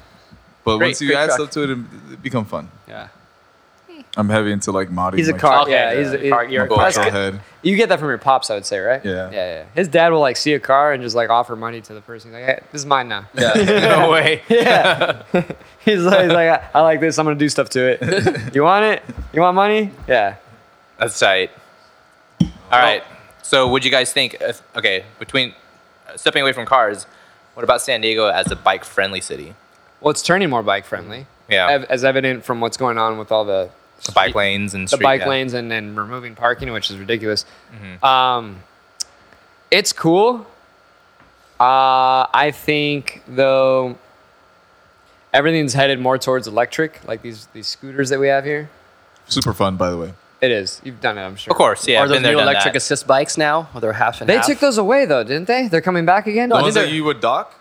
S2: But
S4: Great,
S2: once you
S4: great
S2: add
S4: truck.
S2: stuff to it, it becomes fun.
S4: Yeah.
S2: I'm heavy into like modding.
S1: He's a
S2: my
S1: car.
S2: truck.
S1: yeah, he's a,
S4: yeah. Car- you're a
S2: I'm a
S4: car-
S1: that's
S2: petrol
S1: good.
S2: head.
S1: You get that from your pops, I would say, right?
S2: Yeah.
S1: Yeah, yeah. His dad will like see a car and just like offer money to the person. He's like, hey, this is mine now.
S3: no way.
S1: Yeah. he's like, he's like I, I like this. I'm gonna do stuff to it. you want it? You want money? Yeah.
S3: That's tight. All right. So, would you guys think? If, okay, between uh, stepping away from cars, what about San Diego as a bike-friendly city?
S1: Well, it's turning more bike friendly.
S3: Yeah.
S1: Ev- As evident from what's going on with all the
S3: the bike lanes
S1: the
S3: and street-
S1: bike
S3: yeah.
S1: lanes and, and removing parking, which is ridiculous. Um, it's cool. Uh, I think though everything's headed more towards electric, like these these scooters that we have here.
S2: Super fun, by the way.
S1: It is. You've done it, I'm sure.
S3: Of course, yeah.
S4: Are
S3: I've
S4: those
S3: been there,
S4: new
S3: done
S4: electric
S3: that.
S4: assist bikes now? Or they're half and
S1: They
S4: half?
S1: took those away though, didn't they? They're coming back again. Oh,
S2: The
S4: I
S2: ones
S4: think
S2: that
S4: they're-
S2: you would dock?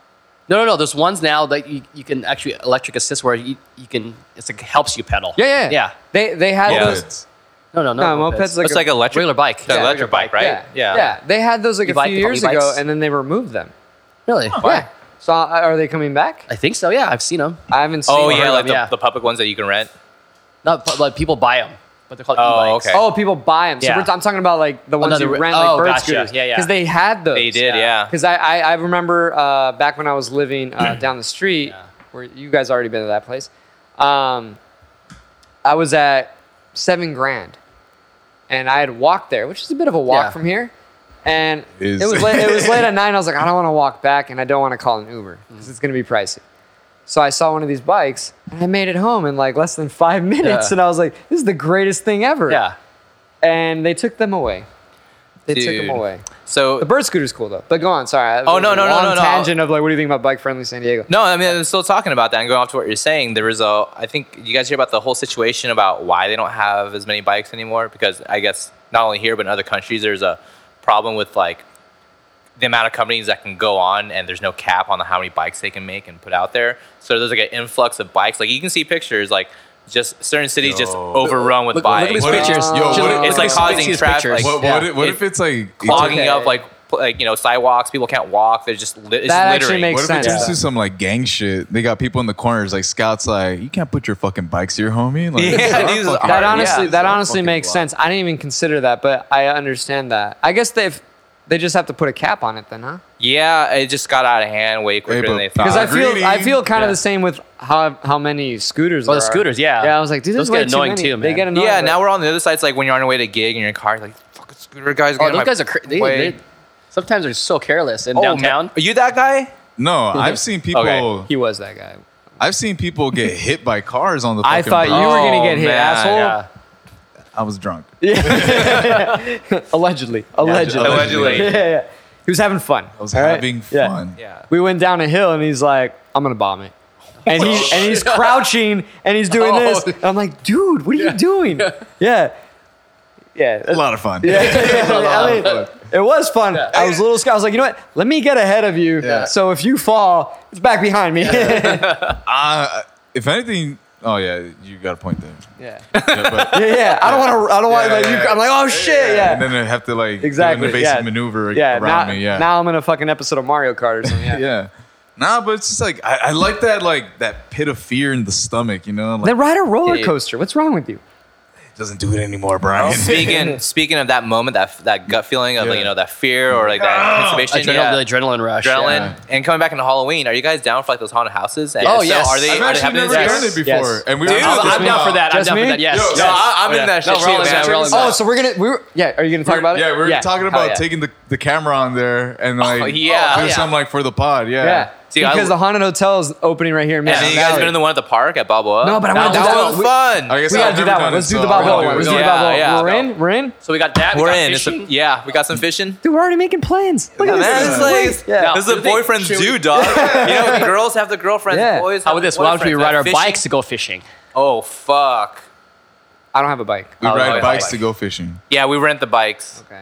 S4: No, no, no. There's ones now that you, you can actually electric assist where you, you can, it's like helps you pedal.
S1: yeah, yeah,
S4: Yeah.
S1: They they had
S3: Yeah.
S1: those.
S2: Mopeds.
S4: No, no, no.
S1: No, mopeds like
S3: It's like electric
S4: regular bike.
S3: The
S4: Yeah,
S3: electric bike, right?
S1: Yeah. yeah, They had those like
S4: You
S1: a
S4: bike-
S1: few
S4: they call
S1: years
S4: e-bikes?
S1: ago, and then they removed them.
S4: Really?
S1: Yeah. So uh, are they coming back?
S4: I think so. Yeah, I've seen them.
S1: I haven't seen.
S3: Oh
S1: them.
S3: yeah, like the,
S4: yeah.
S3: the public ones that you can rent.
S4: Not pu- like people buy them, but they're called
S3: Oh,
S4: e-bikes.
S3: okay.
S1: Oh, people buy them. So
S4: Yeah.
S1: we're- I'm talking about like the ones
S4: Another
S1: you
S4: re-
S1: rent, like
S4: oh,
S1: bird
S4: gotcha.
S1: scooters.
S4: Yeah, yeah.
S1: Because they had those.
S3: They did, yeah.
S1: Because I, I, I remember uh, back when I was living uh, down the street, where you guys already been to that place. Um, I was at seven grand, and I had walked there, which is a bit of a walk
S4: Yeah.
S1: from here. And
S2: Is.
S1: it was late, it was late at night. I was like, I don't want to walk back, and I don't want to call an Uber because it's gonna be pricey. So I saw one of these bikes, and I made it home in like less than five minutes,
S4: Yeah.
S1: and I was like, "This is the greatest thing ever."
S4: Yeah. Oh,
S1: and they took them away. They took
S3: Dude.
S1: them away.
S3: So
S1: The bird scooter's cool though. But go on, sorry.
S3: Oh, no, no, no,
S1: Long
S3: no, no.
S1: Tangent of like, what do you think about bike friendly San Diego?
S3: No, I mean, I'm still talking about that and going off to what you're saying. There was a, I think you guys hear about the whole situation about why they don't have as many bikes anymore because I guess not only here but in other countries there's a problem with like the amount of companies that can go on and there's no cap on how many bikes they can make and put out there. So there's like an influx of bikes. Like you can see pictures like just certain cities just
S2: Yo.
S3: overrun with
S4: Look, look
S3: bikes.
S4: at these
S2: What-
S4: pictures.
S2: Yo,
S4: Just
S2: what-
S4: look-
S2: it's like
S4: look at these
S3: causing
S4: pictures,
S3: traffic.
S4: pictures.
S2: What,
S4: Yeah.
S2: what, if, what if it's like
S3: clogging
S1: okay.
S3: up like pl- like you know sidewalks. People can't walk. They're just li-
S1: That
S3: it's just
S1: actually
S3: littering.
S1: makes
S2: What if it
S1: sense.
S2: turns to some like gang shit? They got people in the corners, like scouts, like you can't put your fucking bikes here, homie. Like,
S3: Yeah,
S2: it's our
S3: these are-
S2: fucking-
S1: That
S3: Yeah.
S1: honestly,
S2: it's
S1: that
S2: our
S1: honestly
S2: fucking
S1: makes
S2: block.
S1: sense. I didn't even consider that, but I understand that. I guess they've they just have to put a cap on it then, huh?
S3: yeah, it just got out of hand way quicker than
S2: but-
S3: they
S1: Because
S3: thought.
S1: I feel
S2: Agreed.
S1: I feel kind of
S4: Yeah.
S1: the same with how how many scooters.
S4: Oh, the
S1: there are.
S4: scooters, yeah.
S1: Yeah, I was like, dude,
S4: Those
S1: there's way
S4: get annoying
S1: many.
S4: too,
S1: They
S4: man.
S1: get annoying.
S3: Yeah,
S1: but-
S3: now we're on the other side. It's like when you're on your way to gig and you're in your car, you're like fucking scooter guys.
S4: Oh,
S3: get in
S4: those
S3: my
S4: guys are cra- they,
S3: way."
S4: they, sometimes they're so careless in
S3: Oh,
S4: downtown.
S3: man. Are you that guy?
S2: No,
S1: Mm-hmm.
S2: I've seen people.
S3: Okay.
S1: he was that guy.
S2: I've seen people get hit by cars on the.
S1: I
S2: fucking
S1: thought you
S2: road.
S1: were gonna
S3: Oh,
S1: get hit,
S3: man,
S1: asshole.
S4: Yeah.
S2: I was drunk.
S1: Allegedly, allegedly,
S3: Allegedly.
S1: Yeah, yeah, yeah. He was having fun.
S2: I was
S1: all right?
S2: having
S1: Yeah.
S2: fun.
S3: Yeah.
S1: we went down a hill and he's like, I'm gonna bomb it. And
S2: Oh.
S1: he's and he's crouching and he's doing this. And I'm like, dude, what are you doing? Yeah. Yeah.
S2: A lot of fun.
S1: I mean, it was fun. I was a little scared. I was like, you know what? Let me get ahead of you.
S2: Yeah.
S1: So if you fall, it's back behind me. Yeah.
S2: Uh, if anything, oh yeah, you got a point there.
S1: yeah.
S2: Yeah, but-
S1: yeah. I don't want to. I don't want.
S2: Yeah,
S1: like, you,
S2: yeah.
S1: I'm like, oh shit. Yeah.
S2: And then I have to like
S1: exactly.
S2: do an
S1: yeah.
S2: evasive maneuver
S1: yeah.
S2: around
S1: now,
S2: me. Yeah.
S1: Now I'm in a fucking episode of Mario Kart or something. Yeah.
S2: yeah. Nah, but it's just like I, I like that like that pit of fear in the stomach, you know? Like
S1: Then ride a roller
S3: Yeah.
S1: coaster. What's wrong with you?
S2: it doesn't do it anymore, Brian.
S3: Speaking speaking of that moment, that that gut feeling of like,
S2: Yeah.
S3: you know that fear or like that anticipation,
S4: Adrenal-
S3: yeah.
S4: The Oh, adrenaline rush. yeah.
S3: adreneline, and coming back into Halloween. Are you guys down for like those haunted houses? And
S4: Yes. Oh,
S3: so
S4: yes.
S3: Are they?
S2: I've
S3: are they
S2: actually
S3: happening?
S2: never
S4: Yes.
S2: done it before.
S4: Yes.
S2: And we
S3: Dude,
S2: were
S3: I'm-
S2: just
S4: I'm
S3: I'm
S2: me.
S4: down
S3: not-
S4: for that. I'm
S1: Just
S4: down
S1: me?
S4: for that. Yes.
S2: Yo,
S4: yes.
S2: no,
S3: I- I'm in
S4: Yeah.
S3: that
S4: No,
S3: shit
S4: we're
S3: too,
S4: all in
S3: man.
S4: that,
S3: We're
S4: we're all
S3: all
S4: in
S1: Oh,
S4: that.
S1: so we're gonna we were yeah. Are you gonna talk about it?
S2: Yeah, we were
S1: yeah.
S2: talking
S1: Hell
S2: about
S1: yeah. Oh,
S2: taking the, the camera on there and like
S3: yeah.
S2: do
S3: Yeah.
S2: something like for the pod. Yeah.
S1: Yeah,
S3: See, I-
S1: because the haunted hotel is opening right here. In
S3: And
S1: Mission
S3: then you guys
S1: Valley.
S3: been in the one at the park at Balboa?
S1: No, but I wanna
S3: That
S1: do that
S3: was
S1: one.
S3: fun.
S2: I guess
S1: we
S2: I've
S1: gotta do
S2: never
S1: that
S2: done
S1: one.
S2: it,
S1: Let's do
S2: so
S1: the
S2: I'll
S1: Balboa
S2: do
S1: one.
S2: it.
S1: Let's do
S3: Yeah,
S1: the Balboa.
S3: yeah.
S1: we're in. We're in.
S4: So we got that. we
S3: We're
S4: got
S3: in. It's a-
S4: fishing.
S3: yeah, we got some fishing.
S1: Dude, we're already making plans. Look at
S3: Yeah, man,
S1: this.
S3: it's
S1: this.
S3: like-
S1: is great. yeah.
S3: This is
S4: Do
S3: a
S4: they-
S3: boyfriend's
S4: should we-
S3: do, dog. you know, girls have the girlfriends,
S1: Yeah.
S3: boys.
S4: How
S3: have
S4: about
S3: the
S4: this? Why don't we
S3: boyfriends,
S4: ride
S3: man.
S4: our
S3: Fishing-
S4: bikes to go fishing?
S3: Oh fuck!
S1: I don't have a bike.
S2: We
S3: Oh,
S2: ride
S3: yeah.
S2: bikes
S3: Bike.
S2: to go fishing.
S3: Yeah, we rent the bikes.
S1: Okay.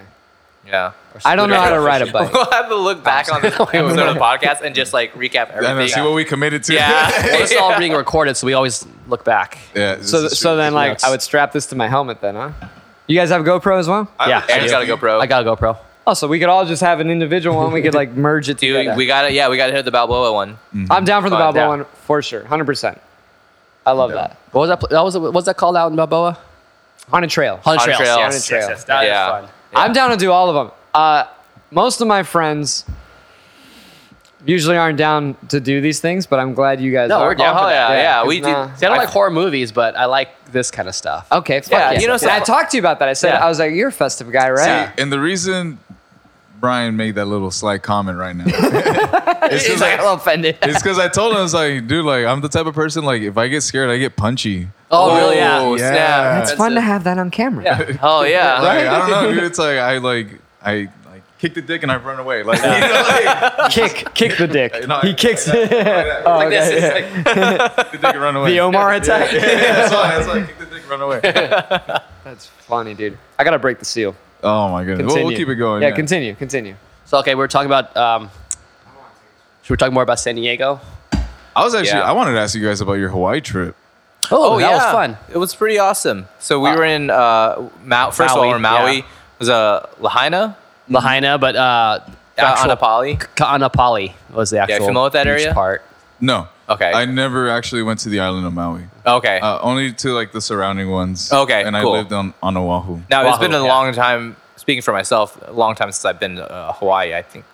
S3: Yeah,
S1: I don't know how to ride a bike.
S3: we'll have to look back on this episode of the podcast and just like recap
S2: And
S3: everything.
S2: see what we committed to.
S3: yeah,
S4: Well, this is all being recorded, so we always look back.
S2: yeah this
S1: So
S2: is
S1: so
S2: true.
S1: then like
S4: Yes.
S1: I would strap this to my helmet then, huh? You guys have GoPro as well?
S2: I would
S4: Yeah.
S3: Aaron's got to
S2: definitely-
S3: go, bro.
S4: I got a GoPro.
S1: Oh, so we could all just have an individual one. We could like merge it
S3: Dude,
S1: together.
S3: we got to Yeah, we got to hit the Balboa one.
S1: I'm down for the
S3: Fine,
S1: Balboa
S4: yeah.
S1: one for sure, hundred percent. I love that
S4: What was that? pl- That was what was that called out in Balboa?
S1: haunted trail.
S4: Haunted
S3: Haunted
S4: Trails.
S3: Trails.
S4: Yes,
S1: Haunted
S4: yes,
S1: Trails.
S4: yes, that is
S3: Yeah.
S4: fun.
S1: I'm down to do all of them. Uh, most of my friends usually aren't down to do these things, but I'm glad you guys
S4: No,
S1: are.
S4: we're down
S3: Oh,
S4: for
S3: hell
S4: that.
S3: yeah, yeah.
S1: it's
S3: We
S1: not-
S3: did.
S4: See, I don't
S3: I-
S4: like horror movies, but I like this kind of stuff.
S1: Oh, Okay, fuck
S3: Yeah,
S1: yeah.
S3: you know,
S1: And I
S3: so-
S1: talked to you about that. I said
S4: Yeah.
S1: I was like, "You're a festive guy, right?"
S2: And the reason Brian made that little slight comment right now. it's
S4: He's
S2: because
S4: like,
S2: I,
S4: I'm offended.
S2: it's 'cause I told him, I was like, dude, like, I'm the type of person, like, if I get scared, I get punchy.
S3: Oh, really? Yeah.
S2: Oh, yeah.
S3: Snap.
S1: It's fun to have that on camera.
S3: Oh yeah.
S2: Like, I don't know, dude. It's like, I, like, I, like, kick the dick and I run away. Like, you know, like,
S1: Kick, kick the dick.
S2: No,
S1: he
S2: I-
S1: kicks
S2: I- I-
S1: it.
S2: I-
S1: oh,
S3: Like this
S1: okay,
S3: is
S1: yeah.
S3: like-
S2: kick the dick and run away.
S1: The Omar attack.
S2: Yeah, that's why. That's why. Kick the dick, run away.
S1: That's funny, dude. I gotta break the seal.
S2: Oh my goodness. Well,
S1: Continue.
S2: we'll keep it going.
S1: Yeah, continue, continue.
S4: So okay, we are talking about. Um, should we talk more about San Diego?
S2: I was actually.
S3: Yeah.
S2: I wanted to ask you guys about your Hawaii trip.
S4: Oh, that
S3: yeah.
S4: was fun.
S3: It was pretty awesome. So we
S4: Uh,
S3: were in uh, Mau- first of all,
S4: Maui,
S3: we we're in Maui.
S4: yeah.
S3: It was uh, Lahaina,
S4: Lahaina, but uh, actual-
S3: Anapali.
S4: Ka'anapali was the actual
S3: familiar with that
S4: beach
S3: area?
S4: part.
S2: No.
S3: Okay.
S2: I never actually went to the island of Maui.
S3: Okay.
S2: Uh, only to like the surrounding ones.
S3: Okay,
S2: And
S3: cool.
S2: I lived on on Oahu.
S3: now it's
S4: Oahu,
S3: been a
S4: yeah.
S3: long time. Speaking for myself, a long time since I've been to uh, Hawaii. I think.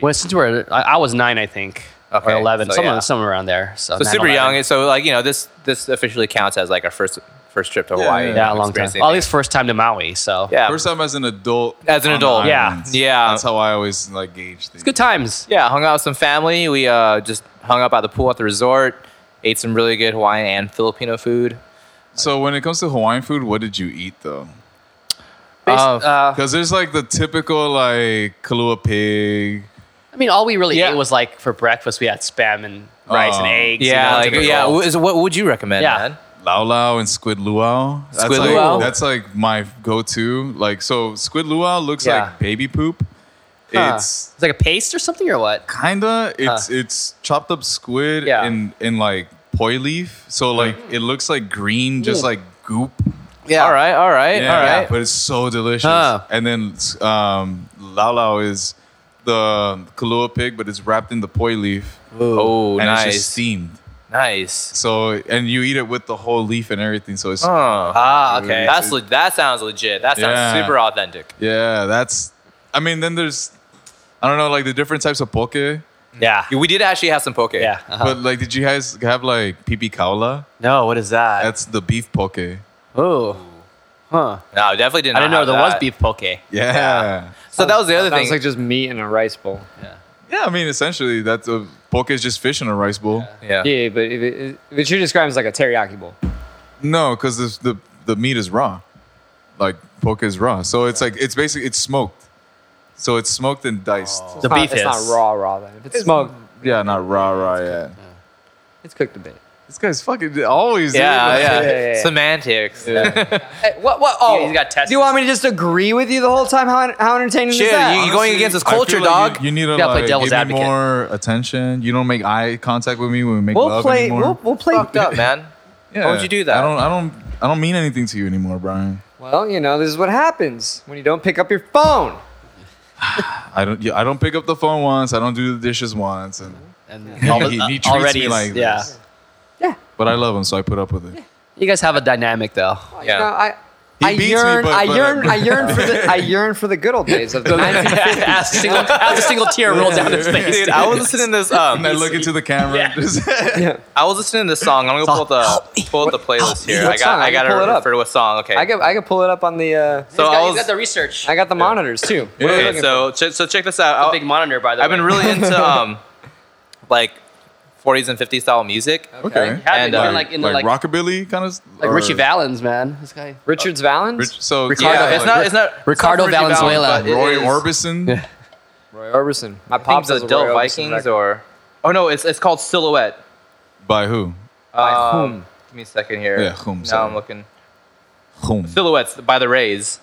S4: Well, since we're, I, I was nine, I think,
S3: Okay,
S4: or eleven,
S3: so
S4: somewhere,
S3: yeah.
S4: somewhere around there. So,
S3: so
S4: 9,
S3: super
S4: 11.
S3: young. So like you know this this officially counts as like our first first trip to
S2: Yeah,
S3: Hawaii.
S2: yeah.
S4: Yeah, a long time.
S3: Experiencing
S4: Well, at
S3: it.
S4: least first time to Maui. So
S3: yeah.
S2: First time as an adult.
S3: As an
S2: on the
S3: adult.
S4: Yeah.
S2: islands.
S3: Yeah.
S2: That's how I always like gauge things.
S4: it's good times.
S3: Yeah, hung out with some family. We uh, just hung up by the pool at the resort, ate some really good Hawaiian and Filipino food.
S2: So when it comes to Hawaiian food, what did you eat though?
S4: Bas-
S3: Uh,
S4: uh,
S2: Because there's like the typical like Kalua pig.
S4: I mean, all we really
S3: yeah.
S4: ate was like for breakfast we had spam and rice and
S2: Oh.
S4: eggs. you
S3: Yeah,
S4: know,
S3: like,
S4: typical.
S3: yeah. wh- is- What would you recommend,
S4: Yeah.
S3: man?
S2: Lau Lau and Squid Luau. That's
S3: Squid
S2: like,
S3: luau?
S2: That's like my go-to. Like so, Squid Luau looks
S3: Yeah.
S2: like baby poop.
S4: Huh.
S2: It's
S4: It's like a paste or something or what?
S2: kinda. It's it's chopped up squid
S4: Yeah.
S2: in in like poi leaf. So like it looks like green, just
S4: Mm.
S2: like goop.
S3: Yeah. All right. All right.
S2: Yeah,
S3: all right.
S2: but it's so delicious.
S4: Huh.
S2: And then um, Lau Lau is the Kalua pig, but it's wrapped in the poi leaf
S3: Oh,
S2: and
S3: nice.
S2: it's just steamed.
S3: nice.
S2: So and you eat it with the whole leaf and everything. So it's
S3: Oh. Ah, okay.
S2: Dude.
S3: That's le- that sounds legit. That sounds
S2: Yeah.
S3: super authentic.
S2: Yeah, that's. I mean, then there's, I don't know, like the different types of poke.
S3: Uh-huh.
S4: Yeah.
S3: We did actually have some poke.
S4: Yeah. uh-huh.
S2: But like, did you guys have like pipi kaula?
S4: No, what is that?
S2: That's the beef poke. Yeah.
S4: oh. Huh.
S3: No, definitely did
S4: I
S3: not.
S4: didn't know
S3: have
S4: there was
S3: that.
S4: beef poke. Yeah.
S2: Yeah.
S3: So that was the other
S1: Sounds
S3: thing.
S1: like just meat and a rice bowl.
S2: I mean, essentially, that's a poke is just fish in a rice bowl.
S3: yeah.
S1: Yeah, but if it, if it you describe it as like a teriyaki bowl.
S2: No, because the, the the meat is raw. Like poke is raw, so it's like it's basically it's smoked. So it's smoked and diced.
S4: The
S3: Oh.
S1: It's not-
S4: beef
S1: it's
S4: is
S1: not raw, raw then. If it's, smoked,
S2: Yeah, not raw, raw. Yeah.
S1: it's cooked a bit.
S2: This guy's fucking always. dude.
S3: Yeah,
S2: Like,
S3: yeah.
S1: Yeah, yeah, yeah.
S3: Semantics.
S1: Hey, what? What? Oh,
S4: he's got testes.
S1: Do you want me to just agree with you the whole time? How, how entertaining
S3: Shit,
S1: is that?
S3: you- you going against his culture,
S2: I feel like
S3: dog.
S2: You, you need to
S4: You gotta play
S2: like,
S4: devil's
S2: give me
S4: advocate.
S2: more attention. You don't make eye contact with me when we make
S1: we'll
S2: love
S1: play.
S2: anymore.
S1: We'll, we'll play.
S3: Fucked up, man.
S2: yeah.
S3: why would you do that?
S2: I don't. I don't. I don't mean anything to you anymore, Brian.
S1: Well, you know, this is what happens when you don't pick up your phone.
S2: I don't. yeah, I don't pick up the phone once. I don't do the dishes once, and
S4: And
S2: all the- he treats me
S4: already,
S2: like
S4: yeah.
S2: this.
S1: Yeah.
S2: but I love him, so I put up with it.
S4: You guys have a dynamic though.
S1: You
S3: Yeah.
S1: know, I.
S2: He
S1: I
S2: beats me,
S1: yearn,
S2: but-
S1: I
S2: but-
S1: yearn,
S2: but-
S1: I yearn for the, I yearn for the good old days of the 1950s.
S4: as, a single, as a single tear rolled down his face.
S3: Dude, I was listening to this. Um,
S2: And I look into the camera.
S4: Yeah.
S2: just-
S1: Yeah.
S3: I was listening to this song. I'm gonna pull up the pull up the playlist here.
S1: What
S3: I got
S1: song?
S3: I
S1: I can
S3: gotta
S1: pull it up.
S3: refer to a song. Okay.
S1: I could, I could pull it up on the. Uh,
S3: so I was
S4: got the research.
S1: I got the monitors too. What are we
S3: okay.
S1: looking
S3: So ch- so check this out.
S4: a
S3: I'll-
S4: big monitor, by the
S3: I've
S4: way.
S3: been really into um like 40s and 50s style music.
S2: okay.
S4: Had
S3: And,
S4: been
S3: uh,
S4: even like in the, like, like,
S2: rockabilly kind of or-
S4: Richie Valens, man. This guy.
S1: for? Richard's Valens,
S2: Rich, so
S4: Ricardo-
S3: Yeah, it's not it's not it's
S4: Ricardo
S3: not Ricky Valens,
S4: Valenzuela.
S3: but it
S2: Roy
S3: is-
S2: Orbison.
S1: Roy Orbison. My
S3: I think
S1: pops
S3: the
S1: has a
S3: Adult
S1: Roy Orbison
S3: Vikings
S1: record.
S3: or oh no, it's it's called Silhouette.
S2: By who?
S1: By
S3: Um,
S1: whom?
S3: Give me a second here.
S2: Yeah, whom,
S3: Now
S2: sorry.
S3: I'm looking.
S2: Whom?
S3: Silhouettes by the Rays.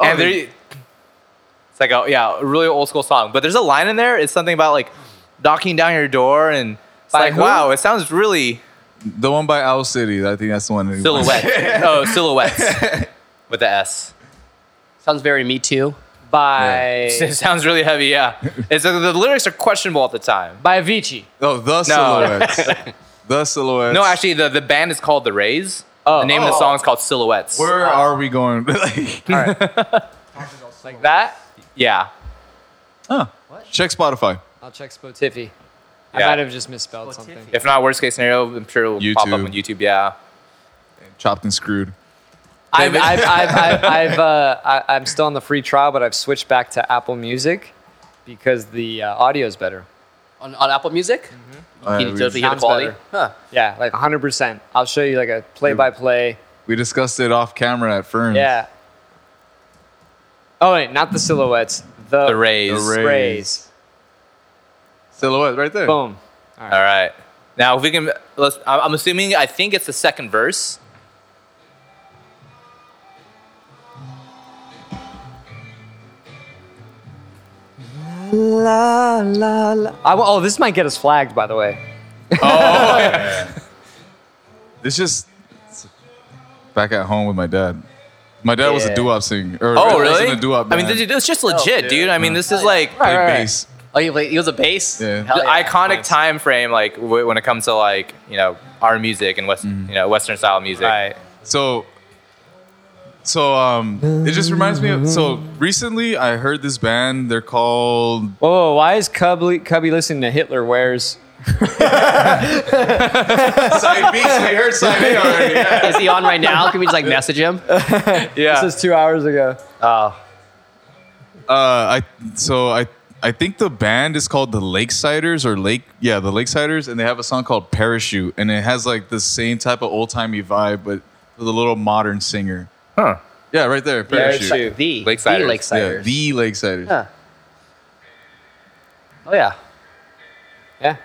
S1: Oh,
S3: and
S2: they-
S3: they it's like a yeah, a really old school song. But there's a line in there. It's something about like knocking down your door, and it's
S1: By
S3: like
S1: who?
S3: wow, it sounds really
S2: The one by Owl City. I think that's the one. that he wants.
S3: silhouette. oh, silhouettes with the S.
S4: Sounds very Me Too.
S1: by
S3: It sounds really heavy. Yeah, it's the, the lyrics are questionable at the time.
S1: by Avicii.
S2: Oh, the silhouettes. the silhouettes.
S3: No, actually, the, the band is called the Rays.
S1: Oh.
S3: the name of the
S1: Oh.
S3: song is called Silhouettes.
S2: Where are we going? like,
S1: Like that?
S3: yeah,
S2: huh. Check Spotify.
S1: I'll check Spotify. I
S3: Yeah.
S1: might have just misspelled something.
S3: if not worst case scenario, I'm sure it will pop up
S2: YouTube.
S3: on YouTube. Yeah,
S2: Chopped and screwed.
S1: I've,
S3: David?
S1: I've, I've, I've, I've, uh, I, I'm still on the free trial, but I've switched back to Apple Music because the uh, audio is better.
S4: on, on Apple Music.
S1: Mm-hmm.
S2: Uh,
S4: Can you tell me
S2: we,
S4: the
S1: Sounds
S4: quality?
S1: better.
S4: Huh.
S1: Yeah, like 100%. I'll show you like a play-by-play.
S2: we discussed it off camera at Fern.
S1: Yeah. Oh wait, not the silhouettes. The,
S3: The rays.
S2: The rays.
S1: rays.
S2: Silhouette right there.
S1: Boom.
S3: All right. Now, if we can, let's, I'm I'm assuming, I think it's the second verse.
S1: La la la. I, wa- oh, this might get us flagged, by the way.
S2: It's just it's back at home with my dad. My dad was a
S1: Yeah.
S2: doo-wop singer. Or
S3: Oh,
S2: was
S3: really?
S2: in a doo-wop
S3: I mean,
S2: band.
S3: this, this is just legit,
S4: Oh, dude.
S3: dude. I mean, this is
S4: Yeah.
S3: like
S2: Played
S1: right, right.
S2: bass.
S4: Oh, he, played- he was a bass.
S2: Yeah.
S4: Hell
S3: the
S4: yeah.
S3: iconic time frame, like w- when it comes to like you know our music and West, you know Western style music.
S2: So, so um, it just reminds me of. So recently, I heard this band. They're called.
S1: Whoa, whoa, why is Cubby, Cubby listening to Hitler wears?
S2: Side B. So you heard Side A already. Yeah.
S4: Is he on right now? Can we just like message him?
S3: Yeah.
S1: This is two hours ago.
S2: Uh, I so I I think the band is called the Lakesiders or Lake yeah the Lakesiders and they have a song called Parachute and it has like the same type of old timey vibe but with a little modern singer.
S3: Huh.
S2: Yeah, right there. Parachute.
S1: Parachute.
S4: Like, the
S3: Lakesiders.
S4: The
S2: Yeah,
S4: Lakesiders.
S2: the Lakesiders.
S4: Huh. Oh yeah,
S1: Yeah.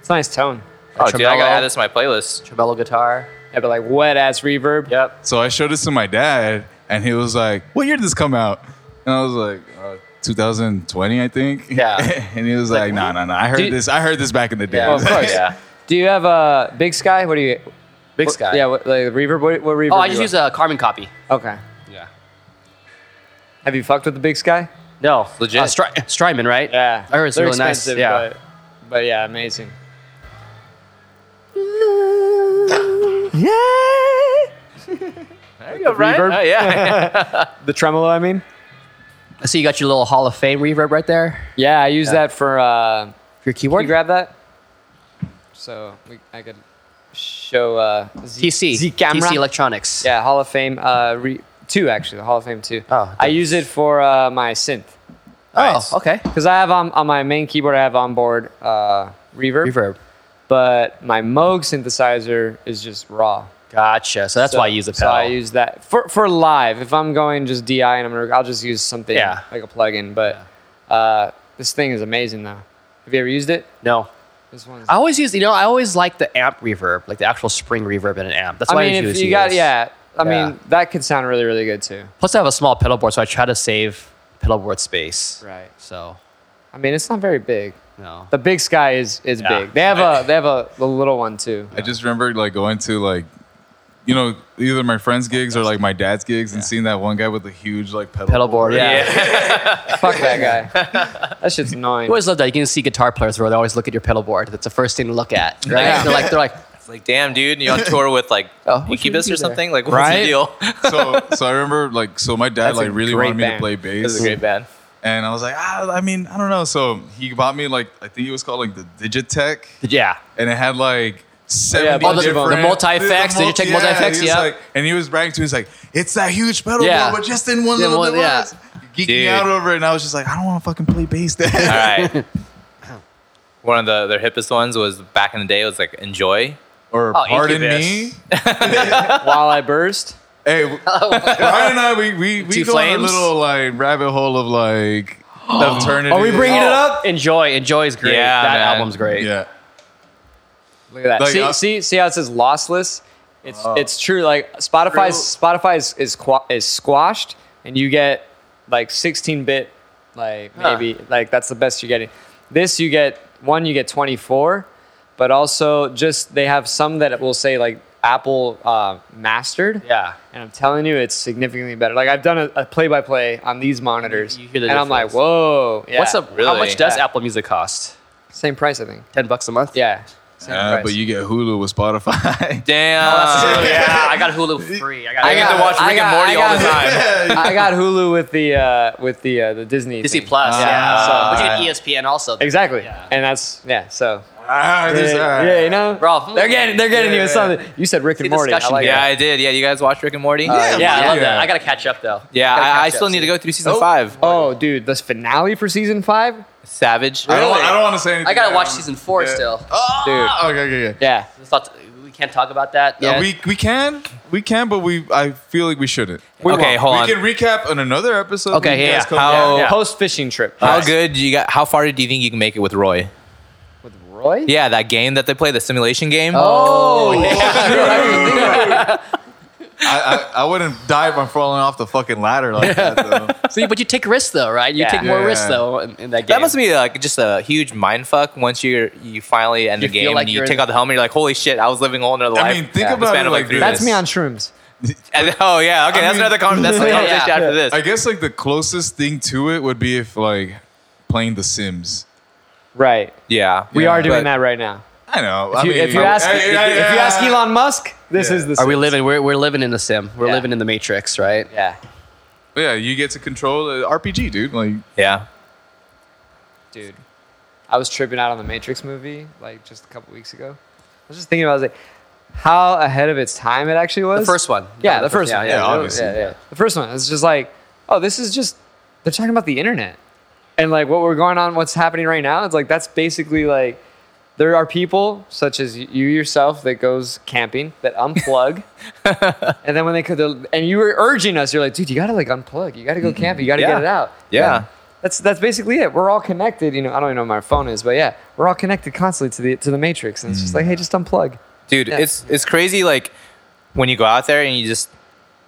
S1: It's nice tone.
S3: Oh, dude, I
S4: Tremolo.
S3: gotta add this to my playlist.
S4: tremolo guitar.
S1: Yeah, but like wet ass reverb.
S4: Yep.
S2: So I showed this to my dad and he was like, "What year did this come out?" And I was like. Uh, 2020, I think.
S4: Yeah.
S2: and he was like, "No, no, no! I heard
S1: Do you-
S2: this. I heard this back in the day."
S1: Yeah,
S4: Oh,
S1: of course.
S3: Yeah.
S1: Do you have a uh, Big Sky? What do you?
S4: Big
S1: what-
S4: Sky.
S1: Yeah, what, like reverb. What, what reverb?
S4: Oh, I
S1: you
S4: just use
S1: like?
S4: a Carmen copy.
S1: Okay.
S4: Yeah.
S1: Have you fucked with the Big Sky?
S4: No,
S3: Legit.
S4: Uh, Stry- Strymon, right?
S1: Yeah.
S4: I heard it's
S1: They're
S4: really nice.
S1: expensive,
S4: Yeah.
S1: But, but yeah, amazing.
S3: There you go, Brian.
S1: reverb.
S3: Oh, yeah.
S1: The tremolo, I mean.
S4: So you got your little Hall of Fame reverb right there
S1: Yeah, I use that for. Uh,
S4: for your
S1: can
S4: keyboard.
S1: you grab that? So we, I could show uh, Z,
S4: TC.
S1: Z camera.
S4: TC Electronics.
S1: yeah, Hall of Fame uh, re- two actually, the Hall of Fame two.
S4: Oh,
S1: I use it for uh, my synth
S4: Oh,
S3: Nice.
S4: okay.
S1: because I have on, on my main keyboard I have onboard uh, reverb,
S4: Reverb.
S1: but my Moog synthesizer is just raw.
S4: Gotcha. So that's
S1: So-
S4: why you use a pedal.
S1: So I use that for, for live. If I'm going just DI and I'm gonna, I'll just use something
S4: Yeah.
S1: like a plugin. But uh, this thing is amazing though. Have you ever used it?
S4: no.
S1: This one's.
S4: I always use, you know, I always like the amp reverb, like the actual spring reverb in an amp. That's
S1: I
S4: why I
S1: mean, if
S4: use
S1: you got yeah. I
S4: Yeah.
S1: mean, that could sound really really good too.
S4: Plus, I have a small pedal board, so I try to save pedal board space.
S1: Right.
S4: So,
S1: I mean, it's not very big.
S4: no.
S1: The big sky is is
S4: Yeah.
S1: big. They have a they have a, a little one too.
S2: I just remember like going to like, you know, either my friends' gigs or like my dad's gigs, and seeing that one guy with the huge like pedal,
S4: pedal board.
S1: Yeah.
S3: yeah.
S1: Fuck that guy. that shit's annoying.
S4: I always love that. You can see guitar players where they always look at your pedal board. That's the first thing to look at. Right?
S1: Yeah.
S4: They're like, they're like,
S3: It's like, damn, dude, you on tour with like
S4: Oh, what should we
S3: Incubus
S4: do
S3: or
S4: there?
S3: something? Like, what's
S1: Right?
S3: the deal?
S2: So, so I remember like, so my dad
S1: That's a
S2: like really
S1: great
S2: wanted me
S1: band.
S2: to play
S3: this is
S2: bass,
S3: a great band.
S2: and I was like, ah, I mean, I don't know. So he bought me like, I think it was called like the Digitech,
S4: yeah.
S2: and it had like. 70
S1: Oh, the- the
S2: different,
S4: multi-effects,
S2: the mul-
S4: Digitech multi-effects,
S2: he was
S4: yeah.
S2: like- and he was bragging to me, he's like, it's that huge pedal
S4: Yeah.
S2: board, but just in one
S4: Yeah,
S2: little
S4: one-
S2: device.
S4: yeah.
S2: Geeking
S3: Dude. Oh,
S2: out over it, and I was just like, I don't want to fucking play bass. Dad.
S3: All right. One of the their hippest ones was back in the day. It was like Enjoy.
S2: Or
S4: Oh,
S2: pardon me,
S4: Incubus.
S1: While I burst.
S2: Hey, w- Brian and I, we we, we
S4: Two
S2: go on a
S4: flames?
S2: little like rabbit hole of like alternative.
S1: Are we bringing it up?
S4: Enjoy. Enjoy is great.
S3: Yeah,
S4: that
S3: man.
S4: album's great.
S2: Yeah, Uh,
S1: Look at that.
S2: Like,
S1: see,
S2: uh,
S1: see, see how it says lossless. It's
S4: Oh.
S1: it's true. Like Spotify's Spotify is is, qua- is squashed, and you get like 16 bit, like
S4: Huh.
S1: maybe like that's the best you're getting. This you get one, you get 24, but also just they have some that will say like Apple uh, mastered.
S4: Yeah.
S1: And I'm telling you, it's significantly better. Like I've done a play by play on these monitors,
S4: You hear the
S1: and I'm like,
S4: difference.
S1: whoa, yeah.
S4: What's up? How
S3: really?
S4: much does
S1: Yeah.
S4: Apple Music cost?
S1: Same price, I think.
S4: 10 bucks a month?
S1: Yeah. Same
S2: Uh,
S1: price.
S2: but you get Hulu with Spotify.
S3: Damn.
S4: yeah, I got Hulu free. I got,
S1: I
S3: I get
S1: got-
S3: to watch
S1: I
S3: Rick and
S1: got-
S3: Morty
S1: I
S3: all the
S1: got-
S3: time.
S1: I got Hulu with the uh, with the uh, the Disney
S4: Disney
S1: thing.
S4: Plus.
S2: Ah.
S4: yeah.
S2: Ah.
S4: so, but you get ESPN also.
S1: exactly,
S4: Yeah.
S1: and that's yeah. So
S2: Ah, there's
S1: Yeah,
S2: that.
S1: yeah, you know,
S4: Bro,
S1: they're getting they're getting you
S2: yeah, yeah.
S1: something. You said Rick and Morty. I
S4: discussion
S1: like
S3: yeah,
S1: it.
S3: I did. Yeah, you guys watch Rick and Morty?
S2: Yeah.
S4: Yeah, I love
S2: Yeah.
S4: that. I gotta catch up though.
S3: Yeah,
S4: Gotta
S3: I, I
S4: catch
S3: still
S4: up,
S3: need to
S4: see.
S3: go through season
S2: Oh.
S3: five.
S1: Oh, dude, this finale for season five, dude.
S3: Savage.
S2: I don't,
S4: Really?
S2: I don't want to say anything.
S4: I gotta watch
S2: don't-
S4: season four
S2: Yeah.
S4: still.
S2: Ah, Okay, okay, okay.
S1: Yeah,
S4: It's not- we can't talk about that.
S2: Uh,
S4: yet.
S2: we we can we can, but we I feel like we shouldn't.
S3: okay, hold
S2: we
S3: on.
S2: can recap on another episode.
S1: Okay,
S2: when you
S1: yeah,
S2: guys come
S3: how-
S2: back.
S3: Yeah.
S1: post fishing trip.
S3: How
S1: Nice.
S3: good you got? How far do you think you can make it with Roy?
S1: with Roy?
S3: Yeah, that game that they play, the simulation game.
S1: Oh,
S2: I, I I wouldn't die by falling off the fucking ladder like that though.
S4: See, but you take risks though, right? You
S3: Yeah.
S4: take more
S2: Yeah.
S4: risks though in, in that game.
S3: That must be like just a huge mind fuck once you you finally end
S4: You
S3: the
S4: feel
S3: game
S4: like
S3: and you
S4: you're-
S3: take out the helmet. You're like, holy shit, I was living a whole another life.
S2: I mean, think
S3: in the
S2: about it
S3: span of,
S2: like
S3: three
S2: this.
S1: that's
S3: minutes.
S1: me on shrooms.
S3: And- oh yeah, okay,
S2: I
S3: that's
S2: mean-
S3: another con- that's another
S4: Yeah,
S3: conversation
S4: yeah.
S3: after this.
S2: I guess like the closest thing to it would be if like playing The Sims.
S1: Right.
S3: yeah,
S1: We
S2: Yeah.
S1: are doing
S3: But-
S1: that right now.
S2: I know.
S1: If
S2: I
S1: you,
S2: mean,
S1: if you ask,
S2: I-
S1: if,
S2: I-
S1: you- if you ask Elon Musk, this
S2: Yeah.
S1: is the.
S4: Are we living? We're, we're living in the sim. We're
S1: Yeah.
S4: living in the matrix, right?
S1: Yeah,
S2: yeah, you get to control the RPG, dude. Like,
S3: yeah.
S1: dude. I was tripping out on the Matrix movie like just a couple weeks ago. I was just thinking about I was like how ahead of its time it actually was.
S4: The first one.
S1: Yeah, the first one.
S2: yeah, obviously.
S1: yeah, yeah. The first one. It's just like, oh, this is just they're talking about the internet. And like what we're going on, what's happening right now, it's like that's basically like there are people such as y- you yourself that goes camping that unplug. and then when they could and you were urging us, you're like, dude, you gotta like unplug. You gotta
S2: Mm-hmm.
S1: go camping. You gotta
S3: Yeah.
S1: get it out.
S3: Yeah.
S1: That's that's basically it. We're all connected. You know, I don't even know what my phone is, but yeah, we're all connected constantly to the to the matrix. And it's just like,
S2: Mm.
S1: hey, just unplug.
S3: dude,
S1: Yeah.
S3: it's it's crazy. Like when you go out there and you just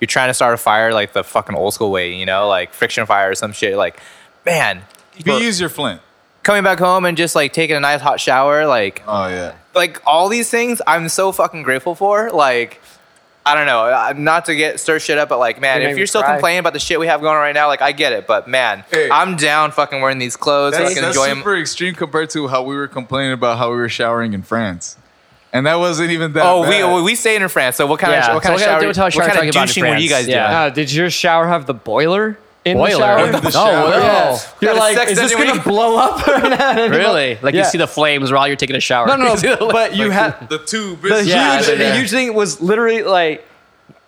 S3: you're trying to start a fire like the fucking old school way, you know, like friction fire or some shit. Like, man,
S2: if you
S3: people-
S2: use your flint.
S3: coming back home and just like taking a nice hot shower, like
S2: Oh yeah.
S3: like all these things I'm so fucking grateful for. Like, I don't know, I- not to get stir shit up, but like, man,
S1: You made
S3: if
S1: me
S3: you're still
S1: cry.
S3: complaining about the shit we have going on right now, like, I get it, but man,
S2: Hey.
S3: I'm down fucking wearing these clothes,
S2: That's,
S3: fucking
S2: that's
S3: enjoy 'em.
S2: super extreme compared to how we were complaining about how we were showering in France, and that wasn't even that.
S3: Oh,
S2: bad.
S3: we we stayed in France, so what kind
S4: Yeah,
S3: of what
S4: so
S3: kind of
S4: what kind of-
S3: shower?
S4: what kind of shower
S3: what kind
S4: talking
S3: of
S4: about in
S3: douching were you
S4: France?
S3: guys
S4: Yeah.
S3: doing?
S1: Uh, did your shower have the boiler in the
S4: Boiler.
S1: shower?
S2: In the
S4: Oh,
S2: shower.
S4: wow.
S1: You're
S3: Kinda
S1: like,
S3: sex
S1: is this
S3: dungeon we
S1: gonna
S3: don't-
S1: blow up or not? And
S4: Really? Like you
S1: Yeah.
S4: see the flames while you're taking a shower.
S1: No, no,
S4: You see
S1: no.
S4: the-
S1: But you had
S2: the tube.
S1: the
S4: Yeah,
S1: huge,
S4: yeah,
S1: the
S4: yeah.
S1: huge thing was literally like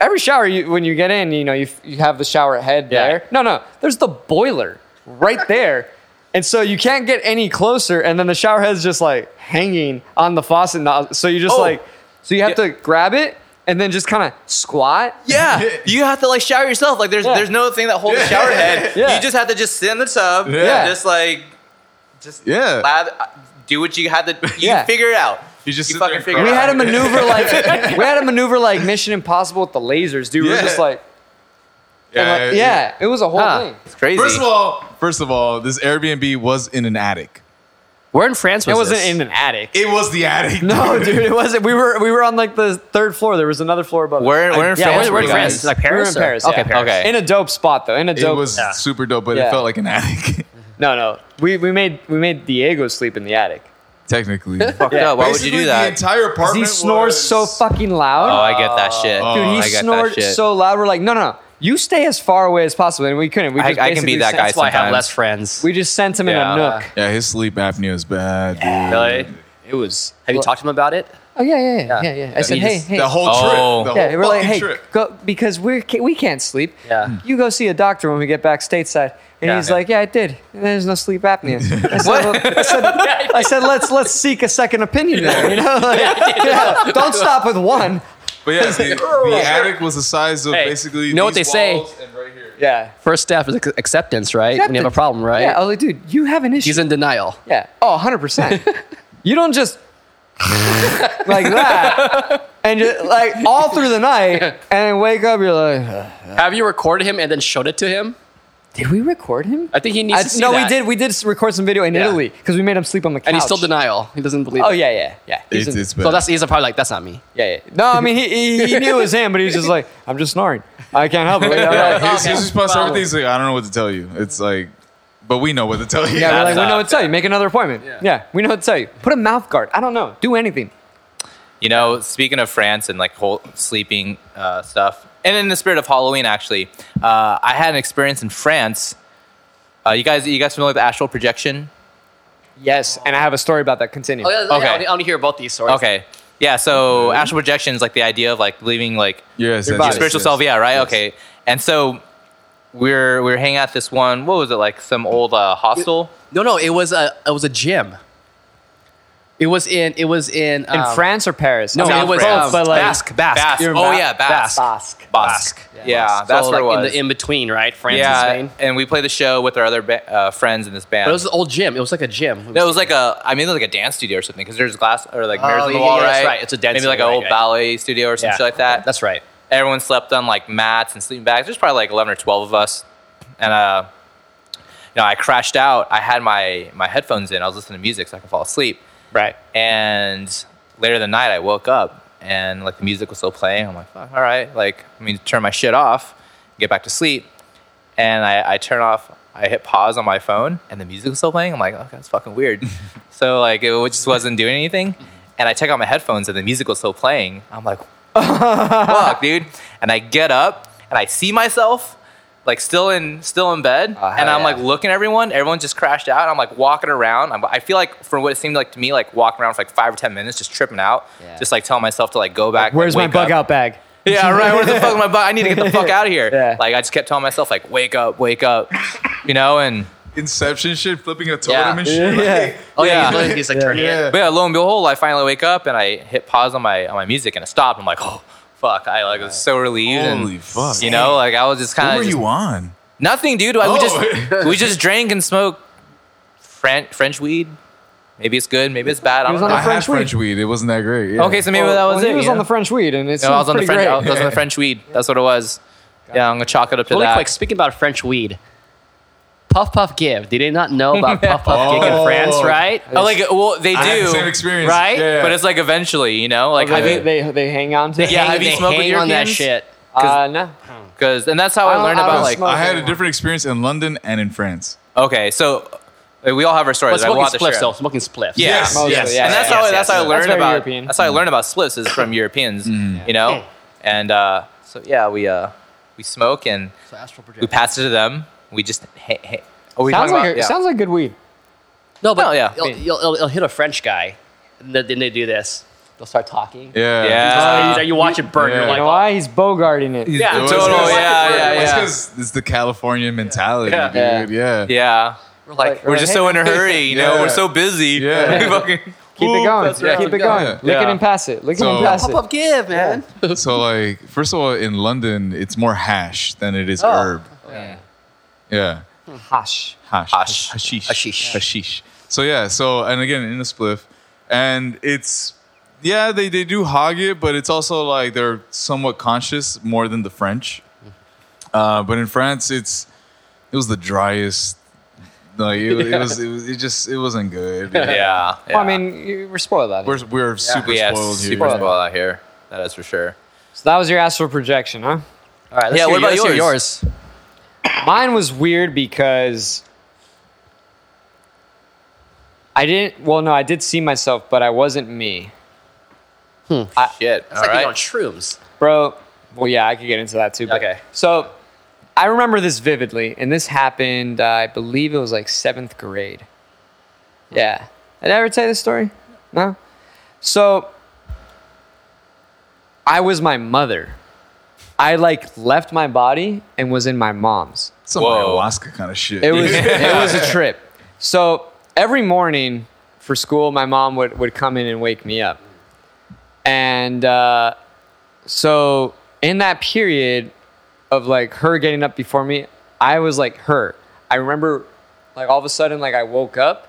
S1: every shower you when you get in, you know, you you have the shower head
S4: Yeah.
S1: there. No, no, there's the boiler right there. And so you can't get any closer, and then the shower head's just like hanging on the faucet. nozzle. So you just
S3: Oh.
S1: like, so you have
S3: Yeah.
S1: to grab it and then just kind of squat.
S3: Yeah, you have to like shower yourself. Like there's
S1: Yeah.
S3: there's no thing that holds a shower head.
S1: Yeah.
S3: You just have to just sit in the tub. and
S2: Yeah.
S3: just like just
S2: Yeah.
S3: lather- uh, do what you had to. You
S1: Yeah.
S3: figure it out.
S2: You just
S3: You
S2: sit there
S3: fucking
S2: and
S3: figure
S1: We
S3: it
S1: had
S3: out.
S1: a maneuver like we had a maneuver like Mission Impossible with the lasers, dude. We were
S2: Yeah. Uh,
S1: just like, and, like-
S2: Yeah,
S1: yeah, it was a whole
S4: Huh.
S1: thing.
S3: It's crazy.
S2: First of all, first of all, this Airbnb was in an attic.
S4: Where in France was
S1: it wasn't
S4: this?
S1: in an attic.
S2: It was the attic.
S1: no, dude, it wasn't. We were we were on like the third floor. There was another floor above.
S3: we're, we're in
S4: yeah,
S3: France.
S4: where- where in
S3: you
S4: France?
S3: guys.
S4: Like
S1: We were
S4: Paris
S1: in
S4: or-
S1: Paris.
S4: Okay,
S1: yeah.
S4: Paris.
S3: Okay.
S1: In a dope spot though. In a
S2: It
S1: dope.
S2: was
S4: Yeah.
S2: super dope, but
S1: Yeah.
S2: it felt like an attic.
S1: no, no. We we made we made Diego sleep in the attic.
S2: Technically.
S3: Fucked
S1: Yeah.
S3: up. Why would
S2: Basically,
S3: you do
S2: The
S3: that?
S2: entire apartment.
S1: He snores
S2: was-
S1: so fucking
S3: Oh,
S1: loud.
S3: I get that shit.
S2: Oh,
S1: dude,
S2: I
S1: he
S3: get that
S1: snored
S3: shit.
S1: so loud. We're like, no, no, no. You stay as far away as possible, and we couldn't. We
S3: I-
S1: just
S3: I can
S1: basically
S3: be that
S1: sent-
S3: guy
S4: That's why I have
S3: sometimes.
S4: less friends.
S1: We just sent him
S3: Yeah.
S1: in a nook.
S2: Yeah, his sleep apnea is bad, dude.
S4: really? It was. Have you talked to him about it?
S1: Oh yeah, yeah, yeah, yeah. yeah. I said,
S4: He
S1: hey,
S4: just-
S1: hey.
S2: The whole
S3: Oh.
S2: trip. The
S1: yeah,
S2: whole
S1: we're like,
S2: fucking
S1: hey,
S2: trip. Hmm.
S1: go because we're ca- we can't sleep.
S4: Yeah.
S1: You go see a doctor when we get back stateside, and
S4: Yeah.
S1: he's like, yeah, I did. And there's no sleep apnea. I said, well, I said, I said, let's let's seek a second opinion there. You know, Like, yeah, don't stop with one.
S2: But yeah, the, the attic was the size of
S4: Hey,
S2: basically.
S4: you know what
S2: these
S4: they say.
S2: walls And right here.
S1: Yeah.
S4: First step is ac- acceptance, right? When you have a problem, right?
S1: Yeah. I was like, dude, you have an issue.
S4: He's in denial.
S1: yeah. Oh, 100 percent. You don't just like that, and you like all through the night, and then wake up. You're like,
S4: Have you recorded him and then showed it to him?
S1: did we record him?
S4: I think he needs
S1: I,
S4: to see
S1: no,
S4: that.
S1: we did. We did s- record some video in
S4: Yeah.
S1: Italy because we made him sleep on the couch.
S4: And he's still denial. He doesn't believe.
S1: Oh
S4: it.
S1: yeah, yeah, yeah. He's
S2: It's,
S1: in-
S2: it's bad.
S4: So that's he's probably like that's not me.
S1: yeah, yeah. No, I mean he, he, he knew it was him, but he was just like, I'm just snoring. I can't help it.
S2: Yeah,
S1: Yeah,
S2: his, his response to
S4: Wow.
S2: everything's like, I don't know what to tell you. It's like, but we know what to tell you.
S1: yeah we're like, we
S3: That's
S1: know
S3: up.
S1: what to tell you. Make another appointment. Yeah. we know what to tell you. Put a mouth guard. I don't know. Do anything.
S3: You know, speaking of France and like whole sleeping uh, stuff, and in the spirit of Halloween, actually, uh, I had an experience in France. Uh, you guys, you guys familiar with astral projection?
S1: Yes, and I have a story about that. Continue.
S4: Oh, yeah, yeah,
S3: Okay.
S4: I, want to, I want to hear about these stories.
S3: Okay. Yeah. So astral projection is like the idea of like leaving like
S2: Yes,
S1: Your
S2: yes, yes,
S3: spiritual
S2: yes.
S3: self. Yeah. Right.
S2: Yes.
S3: Okay. And so we're we're hanging out at this one. What was it like? Some old uh, hostel.
S4: No, no, it was a it was a gym. It was in it was in
S1: In
S4: um,
S1: France or Paris?
S4: No,
S1: I mean,
S4: it was
S1: both,
S4: um,
S1: but like
S4: Basque, Basque.
S3: Basque.
S1: You're
S3: Oh
S1: Ba-
S3: yeah, Basque.
S1: Basque.
S3: Basque. Yeah, that's
S4: so,
S3: where
S4: like
S3: it
S4: in
S3: was.
S4: the in between, right? France
S3: yeah,
S4: and Spain.
S3: and we played the show with our other ba- uh, friends in this band.
S4: But it was an old gym. It was like a gym.
S3: No, it was like a. I mean, it was like a dance studio or something because there's glass or like
S4: Oh,
S3: mirrors on the
S4: yeah,
S3: wall,
S4: yeah,
S3: right?
S4: that's right. It's a dance
S3: Maybe like
S4: studio,
S3: an
S4: right,
S3: old
S4: right.
S3: ballet studio or some
S4: Yeah.
S3: shit like that.
S4: That's right.
S3: Everyone slept on like mats and sleeping bags. There's probably like eleven or twelve of us, and uh, you know, I crashed out. I had my my headphones in. I was listening to music so I could fall asleep.
S4: Right.
S3: And later that night, I woke up and like the music was still playing. I'm like, fuck, all right, like I mean, turn my shit off, get back to sleep. And I, I turn off, I hit pause on my phone, and the music was still playing. I'm like, okay, that's fucking weird. so like it just wasn't doing anything. And I took out my headphones, and the music was still playing. I'm like, fuck, dude. And I get up and I see myself like still in still in bed,
S1: Oh, hell
S3: and I'm
S1: yeah.
S3: like looking at everyone. Everyone just crashed out. And I'm like walking around. I'm, I feel like for what it seemed like to me, like walking around for like five or ten minutes, just tripping out,
S1: Yeah.
S3: just like telling myself to like go back.
S1: Where's
S3: like,
S1: my
S3: wake
S1: bug
S3: up.
S1: out bag?
S3: Yeah, right. Where the fuck my bug? I need to get the fuck out of here.
S1: Yeah.
S3: Like I just kept telling myself like wake up, wake up, you know. And
S2: Inception shit, flipping a totem
S3: Yeah.
S2: and shit. like-
S1: Yeah.
S4: Oh yeah.
S3: Yeah.
S4: He's, like- he's like
S1: Yeah.
S4: turning it.
S2: yeah.
S3: but yeah, lo and behold, I finally wake up and I hit pause on my on my music and it stopped. I'm like, oh fuck! I like was so relieved. and,
S2: Holy fuck.
S3: You know, like I was just kind
S2: What
S3: of.
S2: were you on?
S3: Nothing, dude. I-
S2: Oh.
S3: We just we just drank and smoked French French weed. Maybe it's good. Maybe it's bad. I
S1: He was
S3: don't
S1: on
S2: I
S1: the
S3: know.
S2: had
S1: French weed.
S2: French weed. It wasn't that great. yeah.
S3: Okay, so maybe
S1: Well,
S3: that was
S1: well,
S3: it.
S1: He was
S3: you
S1: on
S3: know?
S1: the French weed, and it's
S3: No, I was on the
S1: pretty
S3: French.
S1: great.
S3: I was on the French weed. That's what it was. Yeah, I'm gonna chalk it up to
S4: Really
S3: that.
S4: quick. Speaking about French weed, Puff Puff Give. Did they not know about Puff Puff Give in
S2: Oh.
S4: France? Right.
S3: Oh, like well, they
S2: I had the
S3: do,
S2: same experience.
S4: right?
S2: Yeah, yeah.
S3: but it's like eventually, you know, like
S1: They,
S3: have
S1: they,
S3: you?
S1: they, they hang on to.
S3: They- yeah,
S4: Hang-
S3: have you
S4: they
S3: smoked with
S4: hang on that
S3: Europeans?
S4: shit?
S1: Uh, no.
S3: Because and that's how
S1: I
S3: I
S1: don't-
S3: learned
S1: I
S3: about
S1: don't
S3: like.
S1: smoke.
S2: I had a different experience in London and in France.
S3: Okay, so like, we all have our
S4: But
S3: stories. I
S4: smoking
S3: want to share.
S4: spliffs, though.
S3: them.
S4: Smoking spliffs.
S3: Yeah. Yes,
S1: Mostly,
S2: yes.
S1: yeah,
S3: and that's
S1: yeah,
S3: how
S1: yeah.
S3: that's how I
S4: yes.
S3: learned
S1: That's very
S3: about
S1: European. Mm.
S3: that's how I learned about splits is from Europeans,
S2: Mm.
S3: you know, and uh, so yeah, we uh, we smoke and
S4: So astral
S3: we
S4: projection.
S3: pass it to them. We just hey, hey. Oh, we
S1: Sounds
S3: talking
S1: like
S3: about-
S1: a-
S3: yeah.
S1: sounds like good weed.
S4: No, but
S3: No, yeah.
S4: you'll, you'll, you'll- you'll hit a French guy, and then then they do this. They'll start talking.
S2: Yeah.
S3: Yeah.
S4: Uh, you, you watch it burn.
S2: Yeah.
S4: You're
S1: You
S4: like,
S1: know
S4: oh,
S1: why? He's bogarting it.
S3: Yeah,
S2: It was
S3: total,
S2: 'cause-
S3: yeah, yeah,
S2: It's
S3: yeah.
S2: 'cause it's the California mentality,
S4: Yeah.
S2: dude. Yeah.
S3: yeah.
S4: we're like,
S3: We're just so in a hurry, you know.
S2: Yeah.
S3: We're so busy.
S2: Yeah.
S3: We fucking-
S1: Keep it
S3: Ooh,
S1: going.
S3: that's right.
S1: Keep it
S4: Yeah.
S1: going. Lick
S3: Yeah.
S1: it and pass it. Lick it and
S2: So-
S1: pass
S4: pop
S1: it.
S4: up "Oh, give, man.
S2: So like, first of all, in London, it's more hash than it is
S4: Oh.
S2: herb. Yeah.
S1: Hush.
S2: Hash.
S3: Hash.
S2: Hashish.
S4: Hashish.
S2: Hashish. So yeah. So and again in a spliff, and it's yeah they they do hog it, but it's also like they're somewhat conscious more than the French. Uh, but in France, it's it was the driest. Like it, it was, it was, it just, it wasn't good.
S3: Yeah. yeah.
S1: Well, I mean, you- we're spoiled out here.
S2: we're we're super
S3: yeah,
S2: spoiled
S3: super
S2: here.
S3: spoiled out here. That is for sure.
S1: So that was your astral projection, huh?
S4: All right, let's
S3: Yeah,
S4: hear
S3: what about
S4: yours. Let's hear
S3: yours?
S4: yours.
S1: Mine was weird because I didn't. Well, no, I did see myself, but I wasn't me,
S3: Shit.
S4: It's
S3: all
S4: like
S3: right.
S4: being on shrooms.
S1: bro. Well, yeah, I could get into that too. But,
S4: Okay.
S1: So I remember this vividly, and this happened. Uh, I believe it was like seventh grade. Yeah. Did I ever tell you this story? No. So I was my mother. I like left my body and was in my mom's.
S2: Some
S3: Whoa.
S2: ayahuasca kind of shit.
S1: It was it was a trip. So every morning for school, my mom would, would come in and wake me up, and uh, so in that period of like her getting up before me, I was like her. I remember like all of a sudden like I woke up,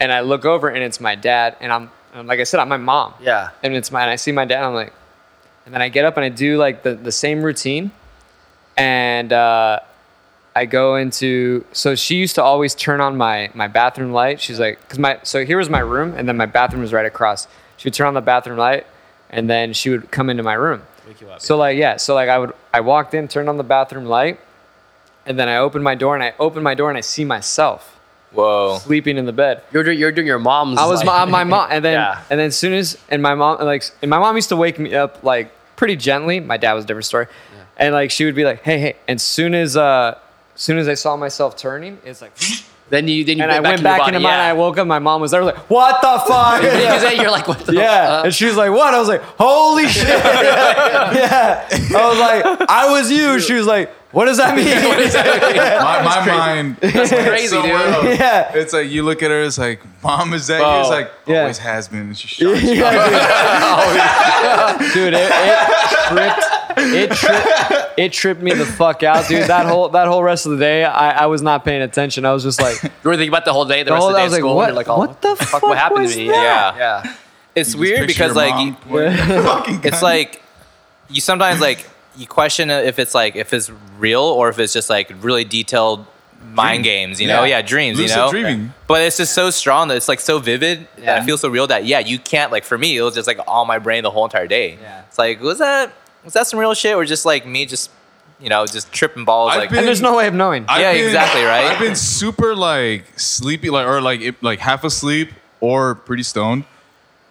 S1: and I look over and it's my dad, and I'm, and like I said I'm my mom
S4: Yeah.
S1: and it's my and I see my dad. I'm like, and then I get up and I do like the, the same routine, and uh, I go into. So she used to always turn on my my bathroom light. She's like, because my so here was my room, and then my bathroom was right across. She would turn on the bathroom light, and then she would come into my room.
S4: Wake you up.
S1: So like yeah, so like I would I walked in, turned on the bathroom light, and then I opened my door and I opened my door and I see myself
S3: Whoa.
S1: sleeping in the bed.
S4: you're, doing, you're doing your mom's.
S1: I was
S4: like-
S1: my, my mom, and then
S4: Yeah.
S1: and then soon as and my mom like and my mom used to wake me up like pretty gently. My dad was a different story, and like she would be like, "Hey, hey," and soon as uh, soon as I saw myself turning, it's like,
S4: Then you then you
S1: And I
S4: went
S1: went
S4: to
S1: back
S4: your
S1: into
S4: body,
S1: mine.
S4: yeah.
S1: I woke up. My mom was there. was like, "What the fuck?"
S4: Because then you're like, what the
S1: Yeah.
S4: fuck?
S1: and she was like, what? I was like, holy shit. yeah. I was like, I was you. She was like, what does that mean?
S2: my my mind. That's
S4: crazy, dude.
S1: Yeah.
S2: It's like you look at her. It's like, mom, is that you? It's like
S1: Yeah.
S2: always has been. And she shot you.
S1: dude, it, it tripped. It tripped. It tripped me the fuck out, dude. That whole that whole rest of the day, I, I was not paying attention. I was just like, the
S4: You were thinking about the whole day, the, rest
S1: whole
S4: of the
S1: I
S4: day
S1: was
S4: at
S1: like,
S4: school.
S1: what,
S4: and you're like, oh,
S1: what the fuck,
S4: what happened
S1: was
S4: to me?
S1: That?
S3: Yeah.
S4: Yeah.
S3: It's
S2: Just
S3: weird
S2: picture
S3: because
S2: your
S3: like
S2: mom
S3: you-
S2: pointing a fucking
S3: it's
S2: gun.
S3: like you sometimes like you question if it's like if it's real or if it's just like really detailed mind games you know
S2: Yeah.
S3: yeah, dreams
S2: Lucid
S3: you know
S2: dreaming.
S3: but it's just so strong that it's like so vivid that
S4: Yeah.
S3: it feels so real that yeah you can't like for me it was just like all my brain the whole entire day
S4: Yeah.
S3: it's like was that was that some real shit or just like me just you know just tripping balls
S2: I've
S3: like
S2: been-
S1: And there's no way of knowing.
S2: I've
S3: Yeah, exactly, right?
S2: I've been super like sleepy, like or like it, like half asleep or pretty stoned,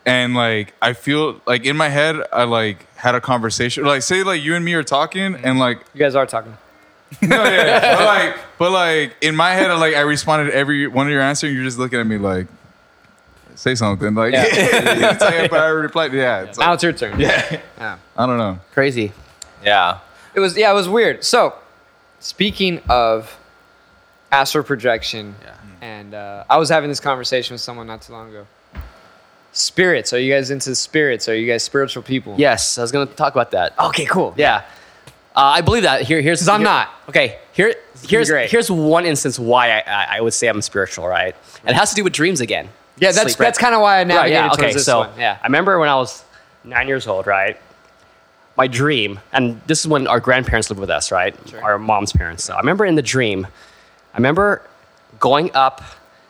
S2: and like I feel like in my head I like had a conversation, like say like you and me are talking, and like
S1: you guys are talking.
S2: no, yeah, yeah. but like but like in my head I like I responded to every one of your answers, and you're just looking at me like say something, like, it's like, but I replied, yeah, it's
S1: Now
S2: like,
S1: it's your turn. Yeah.
S2: I don't know.
S4: Crazy.
S3: yeah
S1: It was yeah, it was weird. So, speaking of astral projection, and uh, I was having this conversation with someone not too long ago. Spirits, are you guys into spirits? Are you guys spiritual people?
S4: Yes, I was gonna talk about that.
S1: Okay, cool.
S4: Yeah, uh, I believe that. Here, here's
S1: 'Cause I'm
S4: here-
S1: not.
S4: Okay, here, here's
S1: great.
S4: here's one instance why I, I, I would say I'm spiritual, right? And it has to do with dreams again.
S1: Yeah, that's
S4: Sleep, right?
S1: that's kind of why I
S4: Right,
S1: navigated
S4: yeah.
S1: towards
S4: Okay,
S1: this
S4: so
S1: one. Yeah.
S4: I remember when I was nine years old, right? My dream, and this is when our grandparents lived with us, right? Our mom's parents. So I remember in the dream, I remember going up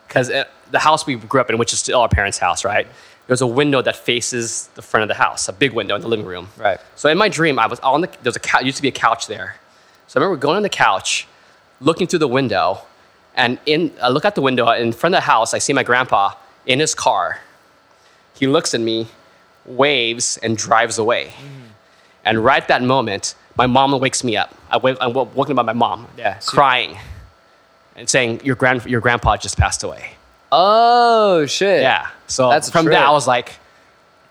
S4: because the house we grew up in, which is still our parents' house, right? There's a window that faces the front of the house, a big window in the living room.
S1: Right.
S4: So in my dream, I was on the there's a couch. Used to be a couch there. So I remember going on the couch, looking through the window, and in I look out the window and in front of the house. I see my grandpa in his car. He looks at me, waves, and drives away.
S1: Mm.
S4: And right at that moment, my mom wakes me up. I wake, I'm wo- woken up by my mom,
S1: Yeah, so-
S4: crying, and saying, "Your grand, your grandpa just passed away."
S1: Oh shit.
S4: Yeah. So
S1: That's a
S4: from
S1: trip.
S4: that, I was like,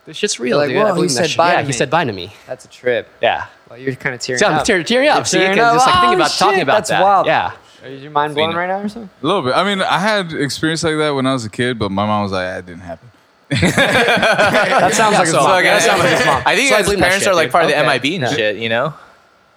S4: "This shit's real."
S1: Like,
S4: dude. I
S1: whoa, he
S4: believe in that
S1: said
S4: shit."
S1: bye
S4: Yeah,
S1: to
S4: he
S1: me.
S4: said bye to me.
S1: That's a trip.
S4: Yeah.
S1: Well, you're kind of tearing
S4: See, I'm
S1: up.
S4: tear- tearing up. See,
S1: tearing
S4: 'cause it's
S1: up.
S4: like thinking
S1: Oh,
S4: about talking
S1: shit,
S4: about
S1: that's
S4: that.
S1: wild.
S4: Yeah.
S1: Are you- your mind blown
S3: Clean
S1: right now or something?
S2: A little bit. I mean, I had experience like that when I was a kid, but my mom was like, "That didn't happen."
S1: That sounds like
S4: so-
S1: a
S4: Okay,
S1: That sounds like his mom.
S3: I think
S4: So I
S3: his
S4: believe that
S3: parents
S4: shit,
S3: are like
S4: dude.
S3: part
S1: Okay.
S3: of the MIB and shit you know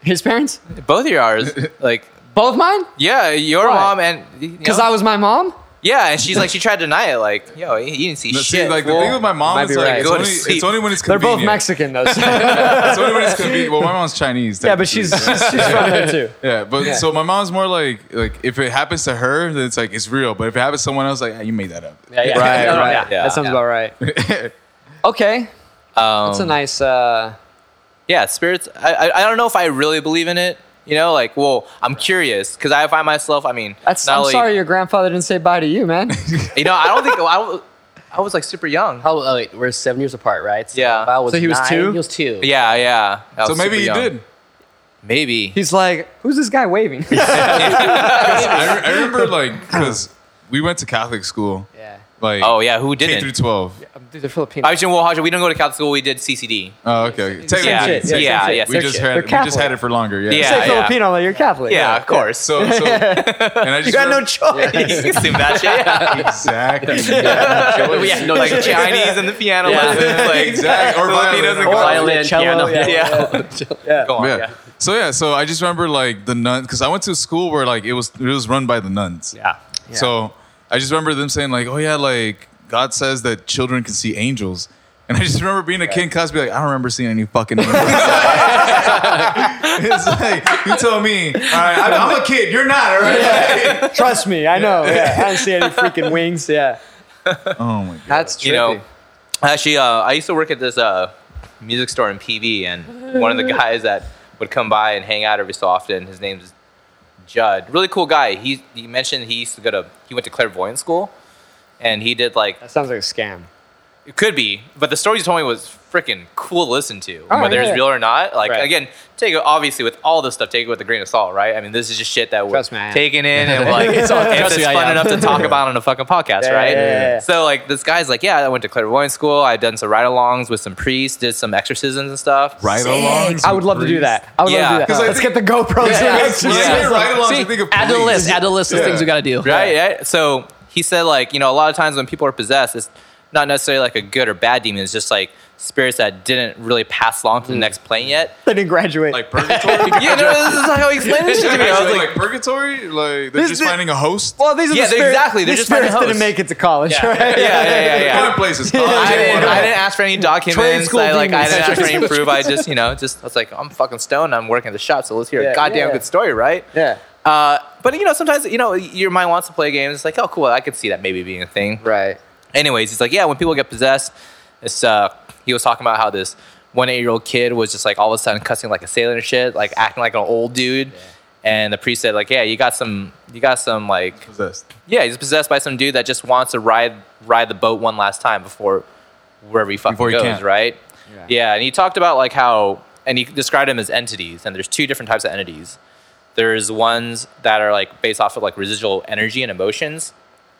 S1: His parents?
S3: both of yours like
S1: Both mine?
S3: yeah your
S1: Why?
S3: mom and you
S1: Because
S3: know?
S1: I was my mom.
S3: Yeah, and she's like, she tried to deny it. Like, yo, you didn't see
S2: No, see,
S3: shit.
S2: like the
S3: fool.
S2: thing with my mom
S1: Might be
S2: is like
S1: right.
S2: it's,
S3: Go to
S2: only,
S3: sleep.
S2: it's only when it's
S1: They're both
S2: convenient.
S1: Mexican though. so-
S2: It's only when it's convenient. Well, my mom's Chinese.
S1: yeah, but she's she's
S2: technically,
S1: from there too.
S2: yeah. But
S1: yeah.
S2: so my mom's more like like if it happens to her, then it's like it's real. But if it happens to someone else, like "Ah, you made that up.
S4: Yeah, yeah.
S3: Right,
S4: No, no,
S3: right,
S4: yeah.
S3: yeah.
S1: That sounds about right. Okay,
S3: Um,
S1: that's a nice. Uh,
S3: yeah, spirits. I, I I don't know if I really believe in it. You know, like, well, I'm curious because I find myself. I mean,
S1: that's.
S3: not
S1: I'm
S3: only-
S1: sorry your grandfather didn't say bye to you, man.
S3: You know, I don't think I, w- I was like super young.
S4: How, oh, wait, we're seven years apart, right? So
S3: Yeah.
S4: if I was
S1: So he was
S4: nine,
S1: two?
S4: He was two.
S3: Yeah, yeah. I
S2: So
S3: was
S2: maybe
S3: super
S2: you
S3: young.
S2: did.
S3: Maybe.
S1: He's like, who's this guy waving?
S2: I, re- I remember like because we went to Catholic school.
S4: Yeah.
S2: Like
S3: Oh yeah, Oh, who
S2: K through
S3: didn't?
S2: twelve.
S1: Dude, they're Filipino.
S3: I was in Wohaja. We didn't go to Catholic school. We did CCD.
S2: Oh okay. okay.
S1: Same
S3: Yeah,
S1: shit. same
S3: yeah,
S1: shit.
S3: yeah,
S2: We
S1: Same
S2: just
S1: shit.
S2: had
S1: They're
S2: it, we just
S1: Catholic.
S2: had it for longer. Yeah.
S1: You
S3: Yeah.
S1: say Filipino, like you're Catholic.
S3: Yeah, of course.
S2: So so and I just
S3: you got no
S2: remember-
S3: choice. you assume that shit.
S2: exactly.
S4: yeah, no,
S3: Like Chinese and the piano lessons. Like
S2: Exactly. Or violin.
S3: Filipinos and
S2: Or
S4: Violin,
S1: cello,
S4: piano.
S1: yeah.
S3: yeah. Go on.
S2: yeah.
S3: Yeah.
S2: So yeah, so I just remember like the nun because I went to a school where like it was it was run by the nuns.
S4: Yeah.
S2: So I just remember them saying like, oh yeah, like God says that children can see angels. And I just remember being a kid in class, be like, I don't remember seeing any fucking angels. it's like, you tell me, all right, I'm, I'm a kid, you're not, all right?
S1: Trust me, I know. Yeah. I don't see any freaking wings. Yeah.
S2: Oh my God.
S1: That's true.
S3: you know actually uh, i used to work at this uh, music store in pv and one of the guys that would come by and hang out every so often his name's judd really cool guy he, he mentioned he used to go to he went to clairvoyant school and he did like
S1: that sounds like a scam.
S3: It could be, but the story you told me was freaking cool to listen to,
S1: Oh,
S3: whether
S1: yeah,
S3: it's
S1: yeah.
S3: real or not. Like
S4: Right.
S3: again, take it obviously with all this stuff, take it with a grain of salt, right? I mean, this is just shit that we're
S1: Trust me, I am.
S3: taking in and like
S4: It's all-
S3: if
S4: trust
S3: it's
S4: me, I
S3: fun
S4: am.
S3: enough to talk about on a fucking podcast,
S1: Yeah,
S3: right?
S1: yeah, yeah, yeah.
S3: So like this guy's like, yeah, I went to clairvoyant school. I've done some ride-alongs with some priests, did some exorcisms and stuff.
S2: Right along.
S1: I would love to do that. I would love
S3: Yeah.
S1: to do
S2: 'Cause
S1: that.
S2: I
S1: Let's
S2: think-
S1: get the GoPros. and-
S4: Yeah.
S2: When I
S3: Yeah.
S2: say ride-alongs, I
S4: See,
S2: think of
S4: add to the
S2: police.
S4: list. Add to the list of
S2: Yeah.
S4: things we gotta do.
S3: right? right? So he said, like, you know, a lot of times when people are possessed, it's not necessarily like a good or bad demon. It's just like spirits that didn't really pass along to
S1: Mm.
S3: the next plane yet.
S1: They didn't graduate.
S2: Like purgatory.
S3: yeah, no, this is how he explained this shit to me. I was
S2: like,
S3: like,
S2: like purgatory, like they're
S1: This-
S2: just
S1: this-
S2: finding a host.
S1: well, these are
S3: Yeah,
S1: the
S3: they-
S1: spirits.
S3: exactly. They're
S1: these
S3: just trying to
S1: spirits didn't make
S3: host.
S1: it to college, right?
S3: yeah, yeah, yeah, yeah.
S2: Going places.
S3: I didn't, I
S2: Yeah.
S3: didn't ask for any
S1: Trade
S3: documents.
S1: school
S3: I, like, I
S1: demons.
S3: didn't ask for any proof. I just, you know, just I was like, I'm fucking stoned. I'm working at the shop, so let's hear a
S1: Yeah,
S3: goddamn
S1: yeah.
S3: good story, right?
S1: Yeah.
S3: Uh, but you know, sometimes you know your mind wants to play games. It's like, oh, cool, I could see that maybe being a thing.
S1: Right.
S3: anyways, he's like, yeah, when people get possessed, it's uh, he was talking about how this one eight year old kid was just like all of a sudden cussing like a sailor and shit, like acting like an old dude. And the priest said, like, yeah, you got some, you got some, like,
S2: Possessed.
S3: yeah, he's possessed by some dude that just wants to ride ride the boat one last time before wherever he fucking
S2: Before he
S3: goes,
S2: can't.
S3: right?
S1: Yeah.
S3: Yeah. and he talked about like how, and he described them as entities, and there's two different types of entities. There's ones that are like based off of like residual energy and emotions,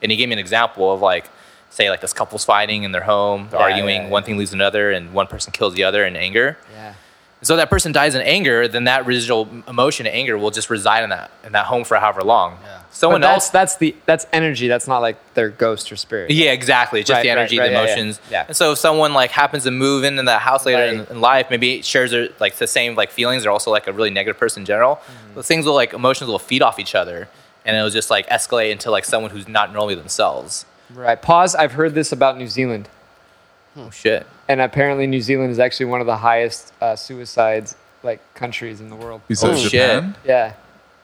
S3: and he gave me an example of like, say like this couple's fighting in their home, they're
S1: Yeah,
S3: arguing,
S1: yeah,
S3: one
S1: yeah.
S3: thing leads to another, and one person kills the other in anger.
S1: Yeah.
S3: So that person dies in anger, then that residual emotion and anger will just reside in that in that home for however long. Someone
S1: But that's,
S3: else
S1: That's the that's energy. That's not like their ghost or spirit.
S3: Yeah, exactly. Just
S1: Right,
S3: the
S1: right,
S3: energy,
S1: right,
S3: the
S1: yeah, yeah.
S3: emotions.
S1: Yeah.
S3: And so if someone like happens to move into that house later in,
S1: Right.
S3: in life, maybe it shares their, like the same like feelings. They're also like a really negative person in general.
S1: Mm-hmm.
S3: Those things will like emotions will feed off each other, and it'll just like escalate into like someone who's not normally themselves.
S1: Right. Pause. I've heard this about New Zealand, Hmm.
S3: Oh shit.
S1: and apparently New Zealand is actually one of the highest uh, suicides like countries in the world.
S2: Besides
S3: Oh, shit.
S2: Japan?
S1: Yeah.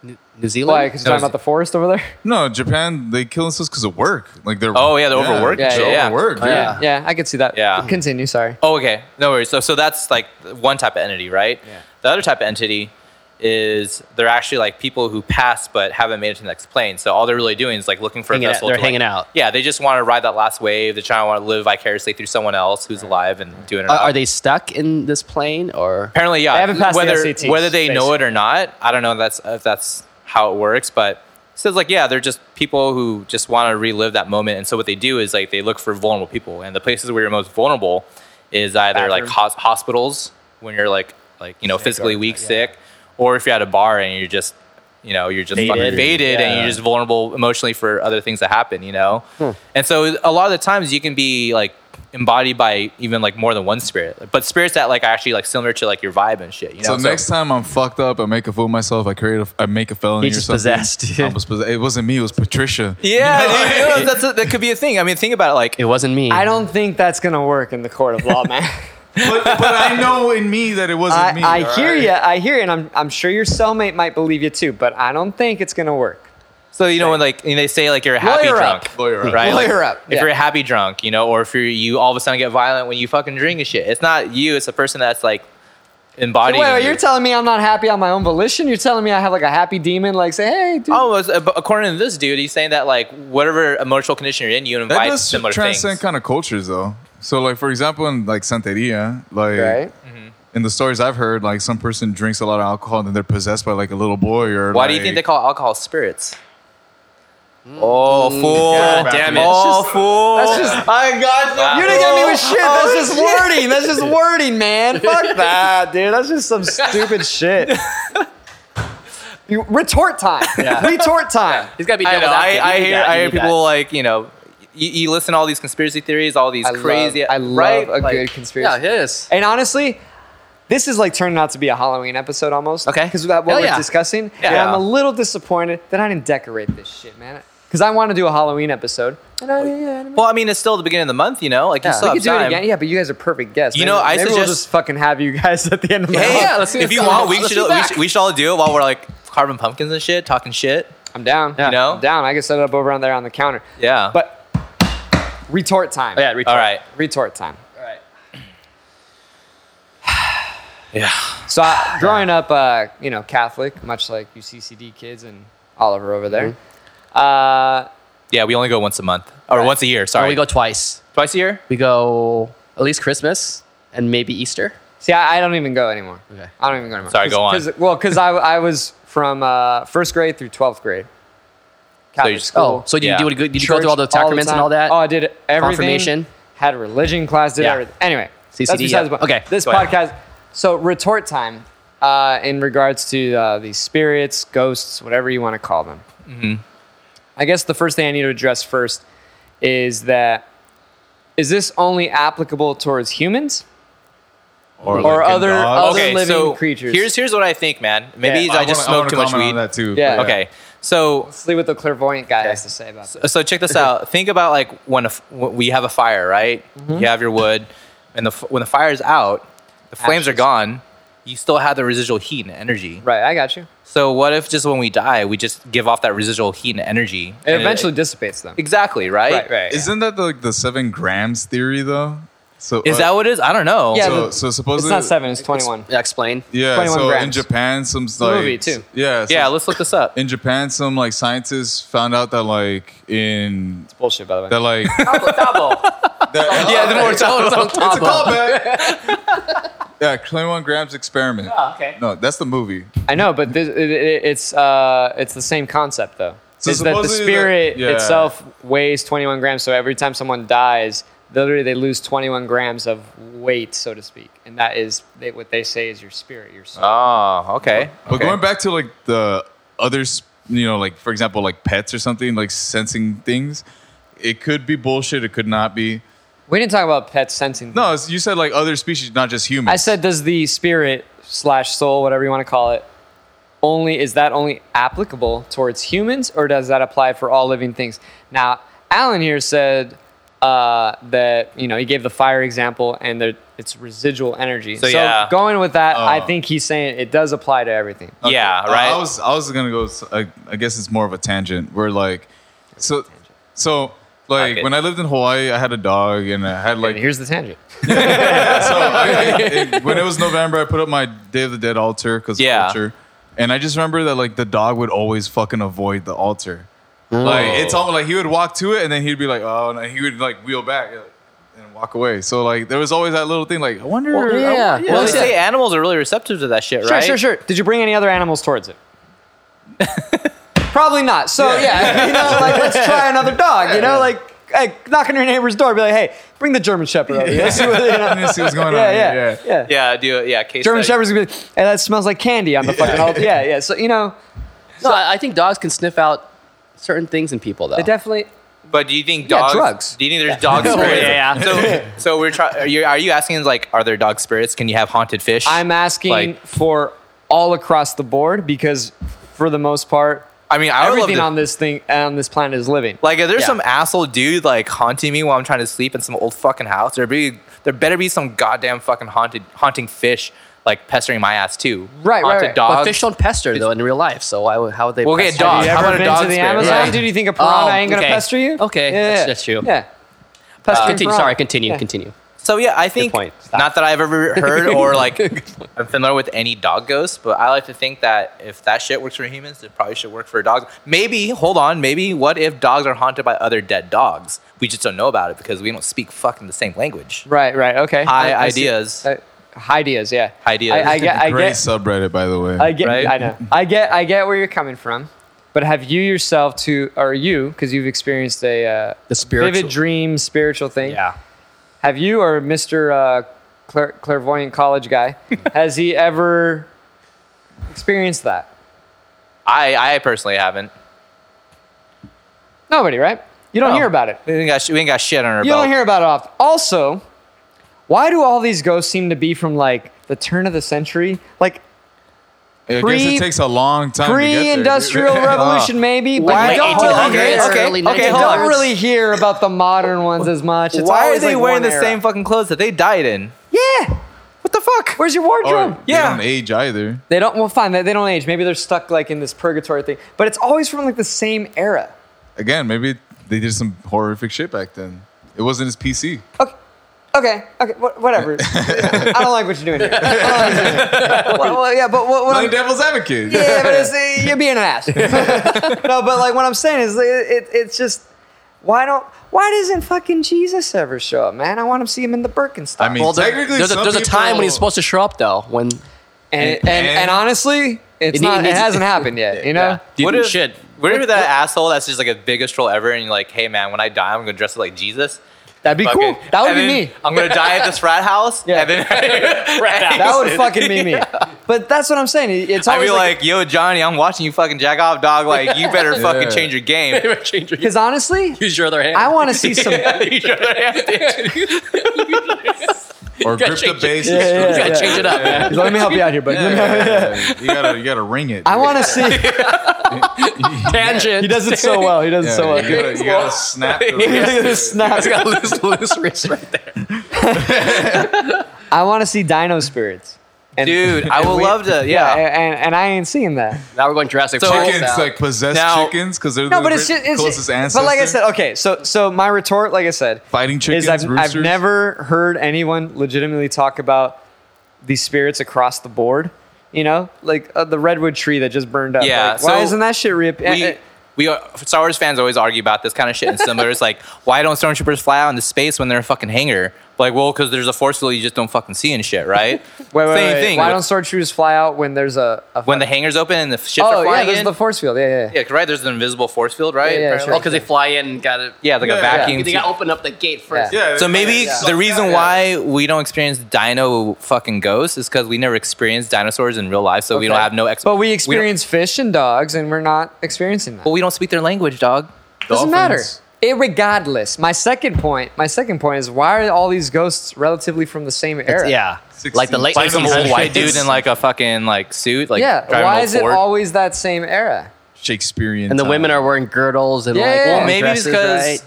S4: New, New Zealand.
S1: Why? Because you're talking about the forest over there.
S2: No, Japan. They kill us because of work. Like they're.
S3: Oh, yeah, they're overworked
S1: and shit,
S2: They're
S1: yeah.
S2: overworked.
S4: Oh,
S2: dude.
S4: yeah.
S1: Yeah, I could see that.
S3: Yeah.
S1: Continue. Sorry.
S3: Oh, okay. No worries. So, so that's like one type of entity, right?
S1: Yeah.
S3: The other type of entity is they're actually like people who pass but haven't made it to the next plane. So all they're really doing is like looking for
S4: Hanging
S3: a
S4: out-
S3: vessel.
S4: they're
S3: to, like-
S4: hanging out.
S3: Yeah, they just want to ride that last wave. They're trying to want to live vicariously through someone else who's alive and doing it.
S4: Are, are they stuck in this plane or?
S3: Apparently, yeah.
S1: They haven't passed the E
S3: whether
S1: SATs,
S3: whether they know it or not, I don't know. If that's if that's how it works, but it says like yeah, they're just people who just want to relive that moment, and so what they do is like they look for vulnerable people, and the places where you're most vulnerable is either like
S1: Bathroom.
S3: hos- hospitals when you're like like you know physically
S1: or-
S3: weak,
S1: yeah.
S3: sick, or if you're at a bar and you're just you know you're just fucking
S4: Baited.
S3: faded and
S4: Yeah.
S3: you're just vulnerable emotionally for other things that happen, you know.
S1: Hmm.
S3: And so a lot of the times you can be like embodied by even like more than one spirit, but spirits that like are actually like similar to like your vibe and shit. You
S2: So
S3: know.
S2: next time I'm fucked up, I make a fool of myself. I create a, I make a felony. or
S4: He's just
S2: something.
S4: possessed, dude.
S2: I was possessed. It wasn't me. It was Patricia.
S3: yeah, dude, you know, that's a, that could be a thing. I mean, think about it. Like,
S4: It wasn't
S3: Oh.
S4: me.
S1: I don't think that's gonna work in the court of law, man.
S2: But, but I know in me that it wasn't me.
S1: I, I
S2: all
S1: hear
S2: right?
S1: you. I hear you, and I'm I'm sure your cellmate might believe you too, but I don't think it's gonna work.
S3: so you know, when like and they say like you're a happy
S1: Lawyer
S3: drunk,
S1: up.
S2: Lawyer up.
S3: right? Like,
S1: Lawyer up,
S3: If
S1: yeah.
S3: you're a happy drunk, you know, or if you're you all of a sudden get violent when you fucking drink and shit, it's not you. It's the person that's like
S1: Wait,
S3: embodying.
S1: wait,
S3: you.
S1: you're telling me I'm not happy on my own volition? You're telling me I have like a happy demon, like say, hey, dude.
S3: Oh, it's- ab- according to this dude, he's saying that like whatever emotional condition you're in, you
S2: That
S3: invite
S2: does
S3: similar
S2: transcend
S3: things.
S2: kind of cultures though. So like for example in like Santeria, like
S1: Right.
S2: in the stories I've heard, like some person drinks a lot of alcohol and then they're possessed by like a little boy or.
S3: Why do you think they
S2: like-
S3: call alcohol spirits?
S1: Mm.
S3: Oh fool!
S4: God damn it.
S3: Oh fool!
S1: That's just-
S3: I got
S1: You didn't get me with
S3: oh,
S1: shit. That's just wording. That's just wording, man. Fuck that, Ah, dude. That's just some stupid shit. You, retort time. Retort time.
S4: He's gotta be.
S3: I know.
S4: devil's advocate.
S3: I, I
S4: You need
S3: hear.
S4: that.
S3: I
S4: You
S3: hear
S4: need that.
S3: people like you know. You, you listen to all these conspiracy theories, all these
S1: I
S3: crazy.
S1: love, I love
S3: right?
S1: a
S3: Like,
S1: good conspiracy.
S4: Yeah, it is.
S1: And honestly, this is like turning out to be a Halloween episode almost.
S4: Okay.
S1: Because that what
S4: Hell
S1: we're
S4: yeah.
S1: discussing.
S3: Yeah.
S1: And I'm a little disappointed that I didn't decorate this shit, man. Because I want to do a Halloween episode. And I, yeah, I didn't-
S3: Well, I mean, it's still the beginning of the month, you know. Like you
S1: yeah,
S3: still
S1: we
S3: have
S1: could do it
S3: time.
S1: again. Yeah, but you guys are perfect guests.
S3: You
S1: Maybe-
S3: know, I
S1: maybe we'll
S3: suggest-
S1: just fucking have you guys at the end of the
S3: Hey,
S1: month.
S4: yeah, let's do
S3: if
S4: it.
S3: you want, we
S4: Let's
S3: should
S4: do
S3: we
S4: that.
S3: should, we should all do it while we're like carving pumpkins and shit, talking shit.
S1: I'm down.
S4: Yeah.
S1: You
S3: know?
S1: I'm down. I can set it up over on there on the counter.
S3: Yeah.
S1: But retort time.
S4: Oh, yeah, retort.
S3: all right.
S1: Retort time.
S3: Yeah.
S1: So I, growing up, uh, you know, Catholic, much like UCCD kids and Oliver over there. Uh,
S4: Mm-hmm.
S3: Yeah. We only go once a month or once a year. Sorry.
S4: Or we go twice.
S3: Twice a year?
S4: We go at least Christmas and maybe Easter.
S1: See, I, I don't even go anymore.
S4: Okay.
S1: I don't even go anymore.
S3: Sorry,
S1: 'Cause-
S3: go on.
S1: 'cause- well, because I, I was from uh, first grade through 12th grade. Catholic
S3: you-
S1: school.
S4: Oh, so did
S3: Yeah.
S4: you do? it- Did you go through all the
S1: Church
S4: sacraments and
S1: time.
S4: all that?
S1: Oh, I did everything.
S4: Confirmation?
S1: Had a religion class. Did
S4: Yeah.
S1: everything. Anyway,
S4: CCD,
S1: that's besides
S4: yeah.
S1: the point.
S4: Okay,
S1: This
S3: go ahead.
S1: podcast. So retort time uh, in regards to uh, these spirits, ghosts, whatever you want to call them.
S4: Mm-hmm.
S1: I guess the first thing I need to address first is that is this only applicable towards humans or
S2: like a
S1: other
S2: dog.
S1: other living
S3: so
S1: creatures?
S3: Here's here's what I think, man. Maybe
S1: Yeah.
S3: I just
S2: wanna-
S3: smoked too much
S2: comment
S3: weed.
S2: On that too.
S1: Yeah. that.
S3: Okay, so
S1: see what the clairvoyant guy has to say about this.
S3: so check this out. Think about like when, a f when we have a fire, right?
S1: Mm-hmm.
S3: You have your wood, and the f- when the fire's out, the flames are
S1: Ashes.
S3: gone. You still have the residual heat and energy.
S1: Right, I got you.
S3: So what if just when we die, we just give off that residual heat and energy?
S1: It
S3: and
S1: eventually dissipates them.
S3: exactly right.
S1: Right, right. yeah.
S2: Isn't that the, like the seven grams theory though? So
S3: Is
S2: uh,
S3: that what it is? I don't know.
S1: Yeah,
S2: So,
S1: the-
S2: so supposedly
S1: It's not seven, it's 21.
S4: Yeah, explain.
S2: Yeah.
S1: 21
S2: So in
S1: grams.
S2: Japan, some like
S1: a movie, too.
S2: Yeah. so
S3: yeah. Let's look this up.
S2: in Japan, some like scientists found out that like in
S1: Bullshit, by the way.
S2: that like that,
S3: yeah, the more
S2: it's a callback. yeah, 21 grams experiment.
S3: Oh, okay.
S2: No, that's the movie.
S1: I know, but this, it, it, it's uh, it's the same concept though.
S2: So
S1: is that the
S2: supposedly the-
S1: spirit
S2: yeah.
S1: itself weighs 21 grams? So every time someone dies, literally they lose 21 grams of weight, so to speak, and that is they, what they say is your spirit, your
S2: Uh.
S1: soul. Ah,
S3: Oh, okay.
S2: But
S3: okay.
S2: going back to like the other, s- you know, like for example, like pets or something, like sensing things. It could be bullshit. It could not be.
S1: we didn't talk about pets sensing.
S2: No,
S1: things.
S2: it's- you said like other species, not just humans.
S1: I said, does the spirit slash soul, whatever you want to call it, only is that only applicable towards humans, or does that apply for all living things? Now, Alan here said uh, that you know he gave the fire example and that it's residual energy. So,
S3: yeah.
S1: going with that, I
S2: Oh.
S1: think he's saying it does apply to everything.
S2: Okay.
S3: Yeah,
S2: I-
S3: right.
S2: I was I was gonna go. s- I, I guess it's more of a tangent. Where like, so so like
S3: Okay.
S2: when I lived in Hawaii, I had a dog and I had
S1: Like,
S2: like
S1: here's the tangent.
S2: so I, it- when it was November, I put up my Day of the Dead altar because
S3: Yeah.
S2: culture, and I just remember that like the dog would always fucking avoid the altar. Like it's almost like he would walk to it and then he'd be like, oh, and he would like wheel back like, and walk away. So like there was always that little thing like I wonder. I-
S1: yeah.
S3: Well,
S1: Yeah.
S3: they say animals are really receptive to that shit,
S1: Sure,
S3: right?
S1: sure, sure. Did you bring any other animals towards it? Probably not. So yeah. you know, like let's try another dog. You know, like hey, knock on your neighbor's door, be like, hey, bring the German Shepherd over. here. Let's see what- you know.
S2: I didn't see what's going
S1: yeah,
S2: on.
S1: yeah,
S2: here.
S1: yeah, yeah,
S3: Yeah, do it. Yeah, case
S1: German
S3: study.
S1: Shepherd's gonna be, like, hey, that smells like candy on the fucking altar. Yeah, yeah. So you know,
S4: So I, I think dogs can sniff out certain things in people, though.
S1: it definitely.
S3: But do you think
S1: Yeah,
S3: dogs?
S1: drugs. Oh,
S3: Do you think there's dog
S4: Yeah.
S3: spirits?
S4: Yeah,
S3: So, so we're trying. Are you, are you asking like, are there dog spirits? Can you have haunted fish?
S1: I'm asking
S3: Like-
S1: for all across the board because, for the most part,
S3: I mean, I would love
S1: everything
S3: to,
S1: on this thing on this planet is living.
S3: Like, if there's
S4: Yeah.
S3: some asshole dude like haunting me while I'm trying to sleep in some old fucking house, there be there better be some goddamn fucking haunted haunting fish like pestering my ass too.
S1: Right, right,
S3: haunted
S1: right. But
S3: Dogs.
S4: But fish don't pester though in real life, so why would how would they?
S3: Well, okay,
S4: pester?
S1: Have
S3: dog.
S1: you
S3: How
S1: ever
S3: about a
S1: been
S3: dog
S1: to the
S3: spirit?
S1: Amazon?
S4: Yeah.
S1: Dude, you think a piranha ain't gonna
S4: okay.
S1: pester you?
S4: Okay, that's- that's true.
S1: Yeah.
S4: Uh,
S1: Pestering
S4: continue.
S1: piranha.
S4: Sorry, continue,
S1: Yeah.
S4: continue.
S3: So yeah, I think
S4: point. Stop.
S3: not that I've ever heard or like I'm familiar with any dog ghosts, but I like to think that if that shit works for humans, it probably should work for dogs. Maybe hold on, maybe what if dogs are haunted by other dead dogs? We just don't know about it because we don't speak fucking the same language.
S1: Right, right, okay.
S3: High
S1: I- I see.
S3: ideas.
S1: Uh, high ideas, yeah.
S3: Ideas.
S1: I, I get, I
S2: Great
S1: get,
S2: subreddit, by the way.
S1: I get,
S3: right?
S1: I know. I get, I get where you're coming from, but have you yourself to, or you, because you've experienced a uh,
S4: The spiritual-
S1: vivid dream, spiritual thing. Have you or Mister uh, clair- clairvoyant college guy has he ever experienced that?
S3: I I personally haven't.
S1: Nobody, right? You don't
S3: No.
S1: hear about it.
S3: We ain't got, sh- we ain't got shit on our
S1: You
S3: belt.
S1: don't hear about it often. Also, why do all these ghosts seem to be from like the turn of the century? Like
S2: I guess
S1: pre-
S2: it takes a long time. to get there. Ah.
S1: pre-industrial revolution, maybe. But
S4: Why-
S1: you don't
S4: Late
S1: really
S4: 1800s,
S1: hear, okay,
S4: early
S1: okay, you
S4: 1900s.
S1: don't really hear about the modern ones as much. It's
S3: Why are
S1: always,
S3: they
S1: like,
S3: wearing
S1: one
S3: the
S1: era.
S3: same fucking clothes that they died in?
S1: Yeah.
S3: What the fuck?
S1: Where's your
S2: Or
S1: wardrobe?
S2: Oh, yeah.
S3: Yeah.
S2: They don't age either.
S1: They don't. Well, fine. They, they don't age. Maybe they're stuck like in this purgatory thing. But it's always from like the same era.
S2: Again, maybe they did some horrific shit back then. It wasn't his PC.
S1: Okay. Okay. Okay. wha- Whatever. I don't like what you're doing here. I don't like what you're doing. Well, well, yeah, but what, what
S2: Playing
S1: I'm-
S2: devil's advocate.
S1: eh, yeah, but it's, you're being an ass. no, but like what I'm saying is, it, it, it's just Why don't? Why doesn't fucking Jesus ever show up, man? I want to see him in the Birkenstock.
S2: I mean,
S4: Well, there-
S2: technically,
S4: there's a,
S2: some
S4: there's a time when he's
S2: people-
S4: supposed to show up though. When
S1: and and, and,
S2: and-
S1: honestly, it's
S4: It need-
S1: not.
S4: it
S1: It
S4: needs-
S1: hasn't happened yet. You know.
S4: yeah, dude,
S3: What if,
S4: shit.
S3: What if you're that asshole that's just like a biggest troll ever, and you're like, "Hey man, when I die, I'm gonna dress up like Jesus."
S1: That'd be cool.
S3: Fucking-
S1: That would
S3: and
S1: be
S3: then
S1: me.
S3: I'm gonna die at this frat house.
S1: Yeah.
S3: and then,
S1: That would fucking be me. But that's what I'm saying. It's
S3: I'd
S1: always
S3: be like, "Yo, Johnny, I'm watching you fucking jack off, dog. Like, you better fucking change your game."
S4: change your,
S1: because honestly,
S4: use your other hand.
S1: I want to see some.
S2: or grip the
S4: change it.
S2: bass.
S1: Yeah, yeah,
S4: You gotta
S1: yeah.
S4: change it up. man.
S1: Let me help you out here, buddy. Let me help-
S2: You gotta, you gotta ring it.
S1: I want to see.
S4: Tangent.
S1: He does it so well. He does it
S2: Yeah,
S1: so
S2: you
S1: well.
S2: gotta, you gotta snap. The
S1: Look at
S2: wrist.
S1: this snap.
S4: He's got loose, loose wrist right there.
S1: I want to see Dino spirits. And,
S3: Dude, I would
S1: we-
S3: love to.
S1: yeah,
S3: Yeah.
S1: and, and I ain't seeing that.
S4: Now we're going Jurassic
S3: So-
S4: Park.
S2: chickens,
S4: now.
S2: like possessed
S3: Now-
S2: chickens, because they're
S1: No,
S2: the
S1: but it's
S2: ri-
S1: just it's,
S2: closest ancestor.
S1: But like I said, okay, so so my retort, like I said,
S2: fighting chickens,
S1: is I've, I've
S2: roosters.
S1: never heard anyone legitimately talk about these spirits across the board. You know, like uh, the redwood tree that just burned up.
S3: Yeah,
S1: Like, why
S3: so
S1: isn't that shit eh, reappearing?
S3: we we are Star Wars fans always argue about this kind of shit and similar. It's like, why don't stormtroopers fly out into space when they're a fucking hangar? Like, well, because there's a force field you just don't fucking see and shit, right?
S1: Wait, wait,
S3: Same
S1: wait.
S3: thing.
S1: Why
S3: with-
S1: don't sword shoes fly out when there's a, a
S3: when the hangar's open and the ships
S1: oh
S3: are
S1: yeah,
S3: flying
S1: there's
S3: in?
S1: the force field. Yeah, yeah, yeah.
S3: yeah, right. There's an invisible force field,
S1: Yeah,
S3: right?
S1: yeah,
S3: Apparently.
S1: sure.
S4: Oh, because they fly in and got it.
S3: Yeah, like
S2: Yeah.
S3: a vacuum.
S4: They got to open up the gate first.
S1: Yeah.
S2: Yeah,
S3: So maybe
S2: yeah.
S3: the reason
S2: Yeah,
S3: why we don't experience dino fucking ghosts is because we never experienced dinosaurs in real life, so we don't
S1: Okay.
S3: have no ex.
S1: But we
S3: don't-
S1: experience fish and dogs, and we're not experiencing that.
S3: but we don't speak their language, dog.
S1: Doesn't matter.
S2: Dolphins.
S1: Irregardless, my second point. My second point is why are all these ghosts relatively from the same era?
S4: Yeah. Like the late
S3: Like some
S4: 1900s.
S3: old white dude in like a fucking like suit, like
S1: yeah.
S3: driving
S1: Why
S3: an old
S1: is it
S3: Ford.
S1: always that same era?
S2: Shakespearean,
S4: And the
S2: time.
S4: women are wearing girdles and
S1: Yeah.
S4: like
S1: Well,
S4: long
S3: Maybe it's
S4: dresses,
S3: because,
S4: right?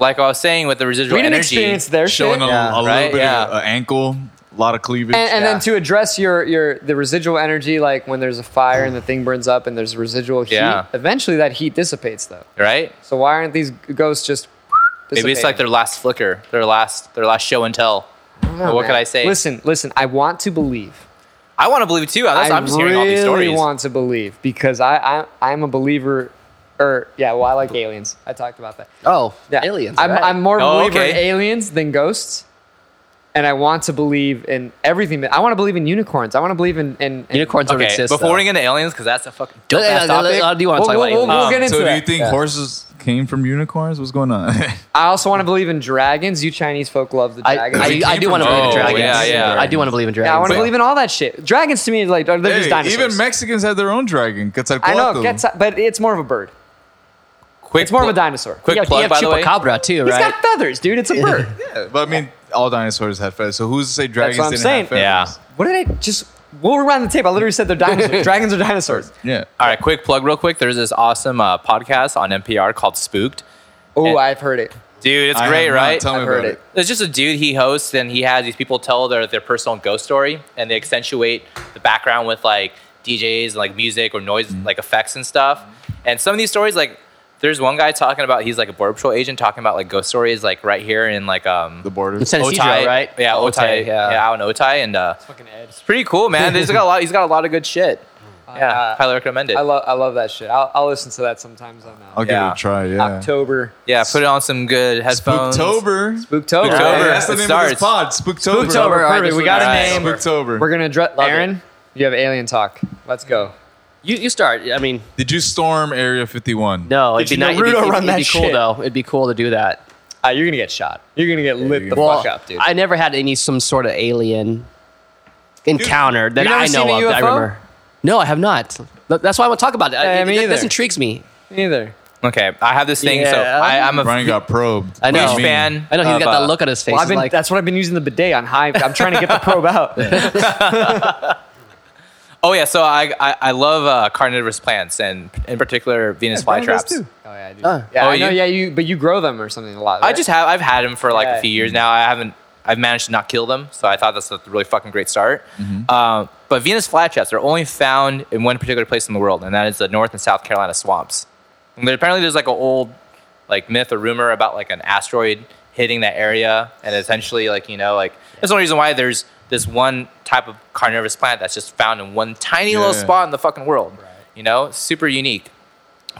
S3: like I was saying, with the residual
S1: We didn't
S3: energy,
S1: experience their shit.
S2: showing a,
S4: Yeah,
S2: a little
S3: right,
S2: bit
S3: yeah.
S2: of uh, ankle, a lot of cleavage.
S1: and, and
S4: Yeah.
S1: then to address your your the residual energy like when there's a fire and the thing burns up and there's residual heat
S3: Yeah.
S1: eventually that heat dissipates though
S3: right?
S1: so why aren't these ghosts just
S3: Maybe it's
S1: dissipating?
S3: like their last flicker, their last, their last show and tell.
S1: Oh,
S3: what
S1: man.
S3: could I say?
S1: listen listen i want to believe
S3: I want to believe it too. That's,
S1: i
S3: I'm just hearing all these
S1: really
S3: stories.
S1: want to believe because I, I i'm a believer or yeah well i like aliens i talked about that
S4: Oh,
S1: yeah
S4: aliens.
S1: i'm,
S4: right.
S1: I'm more of a
S3: Oh,
S1: believer in
S3: okay.
S1: aliens than ghosts and I want to believe in everything. I want to believe in unicorns. I want to believe in, in, in
S4: Unicorns don't
S3: okay,
S4: exist.
S3: before
S4: though.
S3: we get into aliens, because that's a fucking
S4: No, no,
S3: dope-ass
S4: no, no,
S3: topic.
S4: no, I do want to
S1: We'll-
S4: talk about
S1: we'll-
S4: aliens.
S1: we'll
S3: Um,
S1: get into
S2: so do
S1: that.
S2: you think
S1: Yeah.
S2: horses came from unicorns? What's going on?
S1: I also want to believe in dragons. You Chinese folk love the
S4: I,
S1: dragons.
S4: I,
S2: They
S4: I
S2: came
S4: do
S2: from
S4: want to believe in
S3: Oh,
S4: dragons.
S3: yeah, yeah.
S4: I do want to believe in dragons.
S1: yeah, I want to
S2: But-
S1: believe in all that shit. Dragons to me, like they're just
S2: hey,
S1: dinosaurs.
S2: even Mexicans had their own dragon, Quetzalcoatl.
S1: I know, gets, but it's more of a bird.
S3: Quick
S1: It's more of a
S3: pl-
S1: dinosaur.
S3: Quick
S4: yeah,
S3: plug,
S4: you have
S3: by the way.
S4: chupacabra too,
S1: He's
S4: right?
S1: got feathers, dude. It's a bird.
S2: Yeah, but I mean, all dinosaurs had feathers. So who's to say dragons
S1: what I'm
S2: didn't
S1: saying.
S2: have feathers?
S1: What did I just? We'll rewind the tape. I literally said they're dinosaurs. dragons are dinosaurs.
S2: Yeah. Yeah.
S3: All right, quick plug, real quick. There's this awesome uh, podcast on NPR called Spooked.
S1: Oh, I've heard it.
S3: Dude, it's
S2: I
S3: great,
S2: have not.
S3: right?
S2: Tell me
S1: I've heard
S2: about
S1: it.
S2: it.
S3: It's just a dude he hosts, and he has these people tell their, their personal ghost story, and they accentuate the background with like DJs and like music or noise, like effects and stuff. And some of these stories, like there's one guy talking about he's like a border patrol agent talking about like ghost stories, like right here in like um
S2: The border.
S4: It's an- Encino,
S3: Otay,
S4: right?
S3: Yeah,
S4: Otay,
S3: Otay,
S4: yeah.
S3: yeah, out in Otay, and uh,
S1: Fucking
S3: it's pretty cool, man. He's got a lot. He's got a lot of good shit. Yeah,
S1: Uh,
S3: highly recommend it.
S1: I love. I love that shit. I'll, I'll listen to that sometimes on uh,
S2: I'll give
S3: yeah.
S2: it a try. Oh, Yeah.
S1: October.
S3: yeah, put it on some good headphones.
S2: Spooktober.
S1: Spooktober.
S2: Yeah,
S3: Spooktober.
S2: that's the
S3: It
S2: name
S3: starts.
S2: of this pod. Spooktober.
S1: Spooktober.
S4: All right,
S1: Perfect.
S4: this
S1: We
S4: is-
S1: got a
S4: all
S1: name.
S4: right.
S2: Spooktober.
S1: We're gonna address
S4: Love it.
S1: Aaron. You have alien talk. Let's go.
S4: You, you start. I mean,
S2: Did you storm Area 51?
S4: no, it'd
S1: Did
S4: be
S1: you
S4: nice. It'd, be-
S1: Naruto
S4: it'd,
S1: run
S4: it'd be
S1: that
S4: cool
S1: shit?
S4: though. It'd be cool to do that.
S1: Uh, you're gonna get shot. You're gonna get lit
S2: you
S1: the
S2: go.
S1: fuck up, dude.
S4: I never had any some sort of alien encounter that
S1: you never
S4: I know
S1: seen a
S4: of. That I
S1: UFO?
S4: remember. No, I have not. Th- That's why I want to talk about it. I-
S1: Yeah,
S4: it-
S1: me
S4: that- This
S1: either.
S4: intrigues me.
S1: Neither.
S3: Okay, I have this thing. So
S4: Yeah.
S3: I, I'm a
S2: Brian got probed.
S4: I know.
S3: huge fan.
S4: I know he's
S3: of,
S4: got
S3: uh,
S4: that look on his face.
S1: Well, I've
S4: He's
S1: been,
S4: like,
S1: that's what I've been using the bidet on high. I'm trying to get the probe out.
S3: Oh yeah, so I I, I love uh, carnivorous plants and in particular Venus flytraps.
S1: Oh yeah, I do.
S4: Oh.
S1: yeah,
S3: Oh,
S1: I know.
S3: you-
S1: Yeah, you but you grow them or something a lot.
S3: I
S1: right?
S3: just have I've had them for like
S1: Yeah.
S3: a few years now. I haven't I've managed to not kill them, so I thought that's a really fucking great start. Um, but Venus flytraps are only found in one particular place in the world, and that is the North and South Carolina swamps. And there, apparently, there's like an old like myth or rumor about like an asteroid hitting that area, and essentially like you know like that's the only reason why there's this one type of carnivorous plant that's just found in one tiny little
S2: Yeah.
S3: spot in the fucking world. You know, super unique.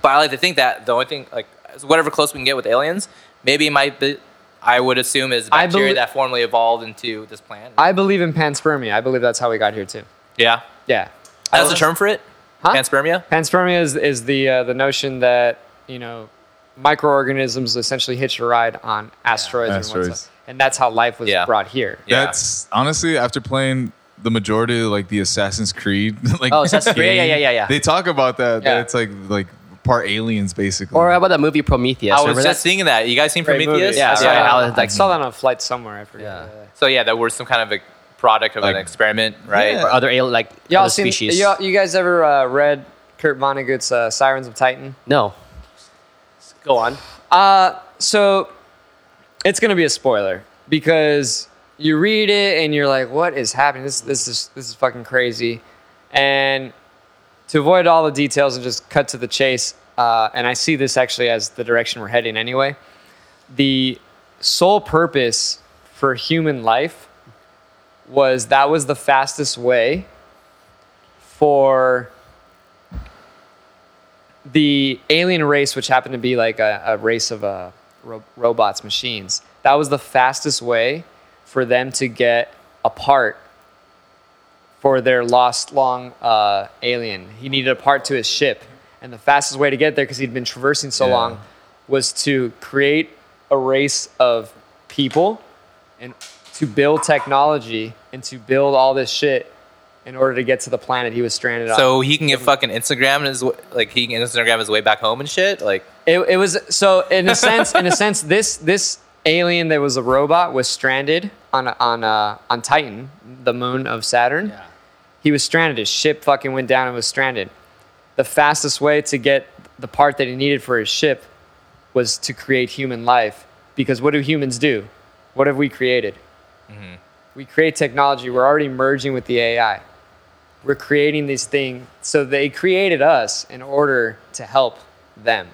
S3: But I like to think that the only thing, like, whatever close we can get with aliens, maybe it might be, I would assume is
S1: I
S3: bacteria
S1: belie-
S3: that formerly evolved into this plant.
S1: I believe in panspermia. I believe that's how we got here too.
S3: yeah,
S1: Yeah.
S3: that's the term for it.
S1: Huh?
S3: Panspermia.
S1: Panspermia is, is the uh, the notion that you know microorganisms essentially hitch a ride on asteroids, and
S2: Asteroids.
S1: whatnot, and that's how life was
S3: Yeah.
S1: brought here.
S3: Yeah.
S2: That's honestly after playing the majority of like the Assassin's Creed. like
S4: Oh, Assassin's Creed. Yeah, yeah, yeah, yeah, yeah.
S2: They talk about that.
S1: Yeah.
S2: That it's like like part aliens basically.
S4: Or uh, how about that movie Prometheus?
S3: I
S4: Remember
S3: was
S4: that?
S3: just seeing that. You guys seen
S1: Great movie.
S3: Prometheus?
S4: Yeah,
S1: I, saw
S4: yeah,
S1: that,
S4: I
S1: on-
S4: was like-
S1: I saw that on a flight somewhere. I forget.
S4: Yeah.
S3: So yeah, that was some kind of a product of
S2: Like-
S3: an experiment, right?
S2: Yeah.
S4: or other alien, like
S1: Y'all
S4: other
S1: seen?
S4: species.
S1: Y'all, you guys ever uh, read Kurt Vonnegut's uh, Sirens of Titan?
S4: No. Go on.
S1: Uh, so it's gonna be a spoiler because you read it and you're like, "What is happening? This this is this is fucking crazy." And to avoid all the details and just cut to the chase, uh, and I see this actually as the direction we're heading anyway. The sole purpose for human life was that was the fastest way for the alien race, which happened to be like a, a race of uh, ro- robots, machines, that was the fastest way for them to get a part for their lost long uh, alien. He needed a part to his ship, and the fastest way to get there, because he'd been traversing so
S2: Yeah.
S1: long, was to create a race of people and to build technology and to build all this shit in order to get to the planet he was stranded on.
S3: So he can get fucking Instagram his w- like he can Instagram his way back home and shit. Like
S1: It, it was so in a sense in a sense this this alien that was a robot was stranded on on uh, on Titan, the moon of Saturn. He was stranded. His ship fucking went down and was stranded. The fastest way to get the part that he needed for his ship was to create human life. Because what do humans do? What have we created? We create technology. We're already merging with the AI. We're creating these things. So they created us in order to help them.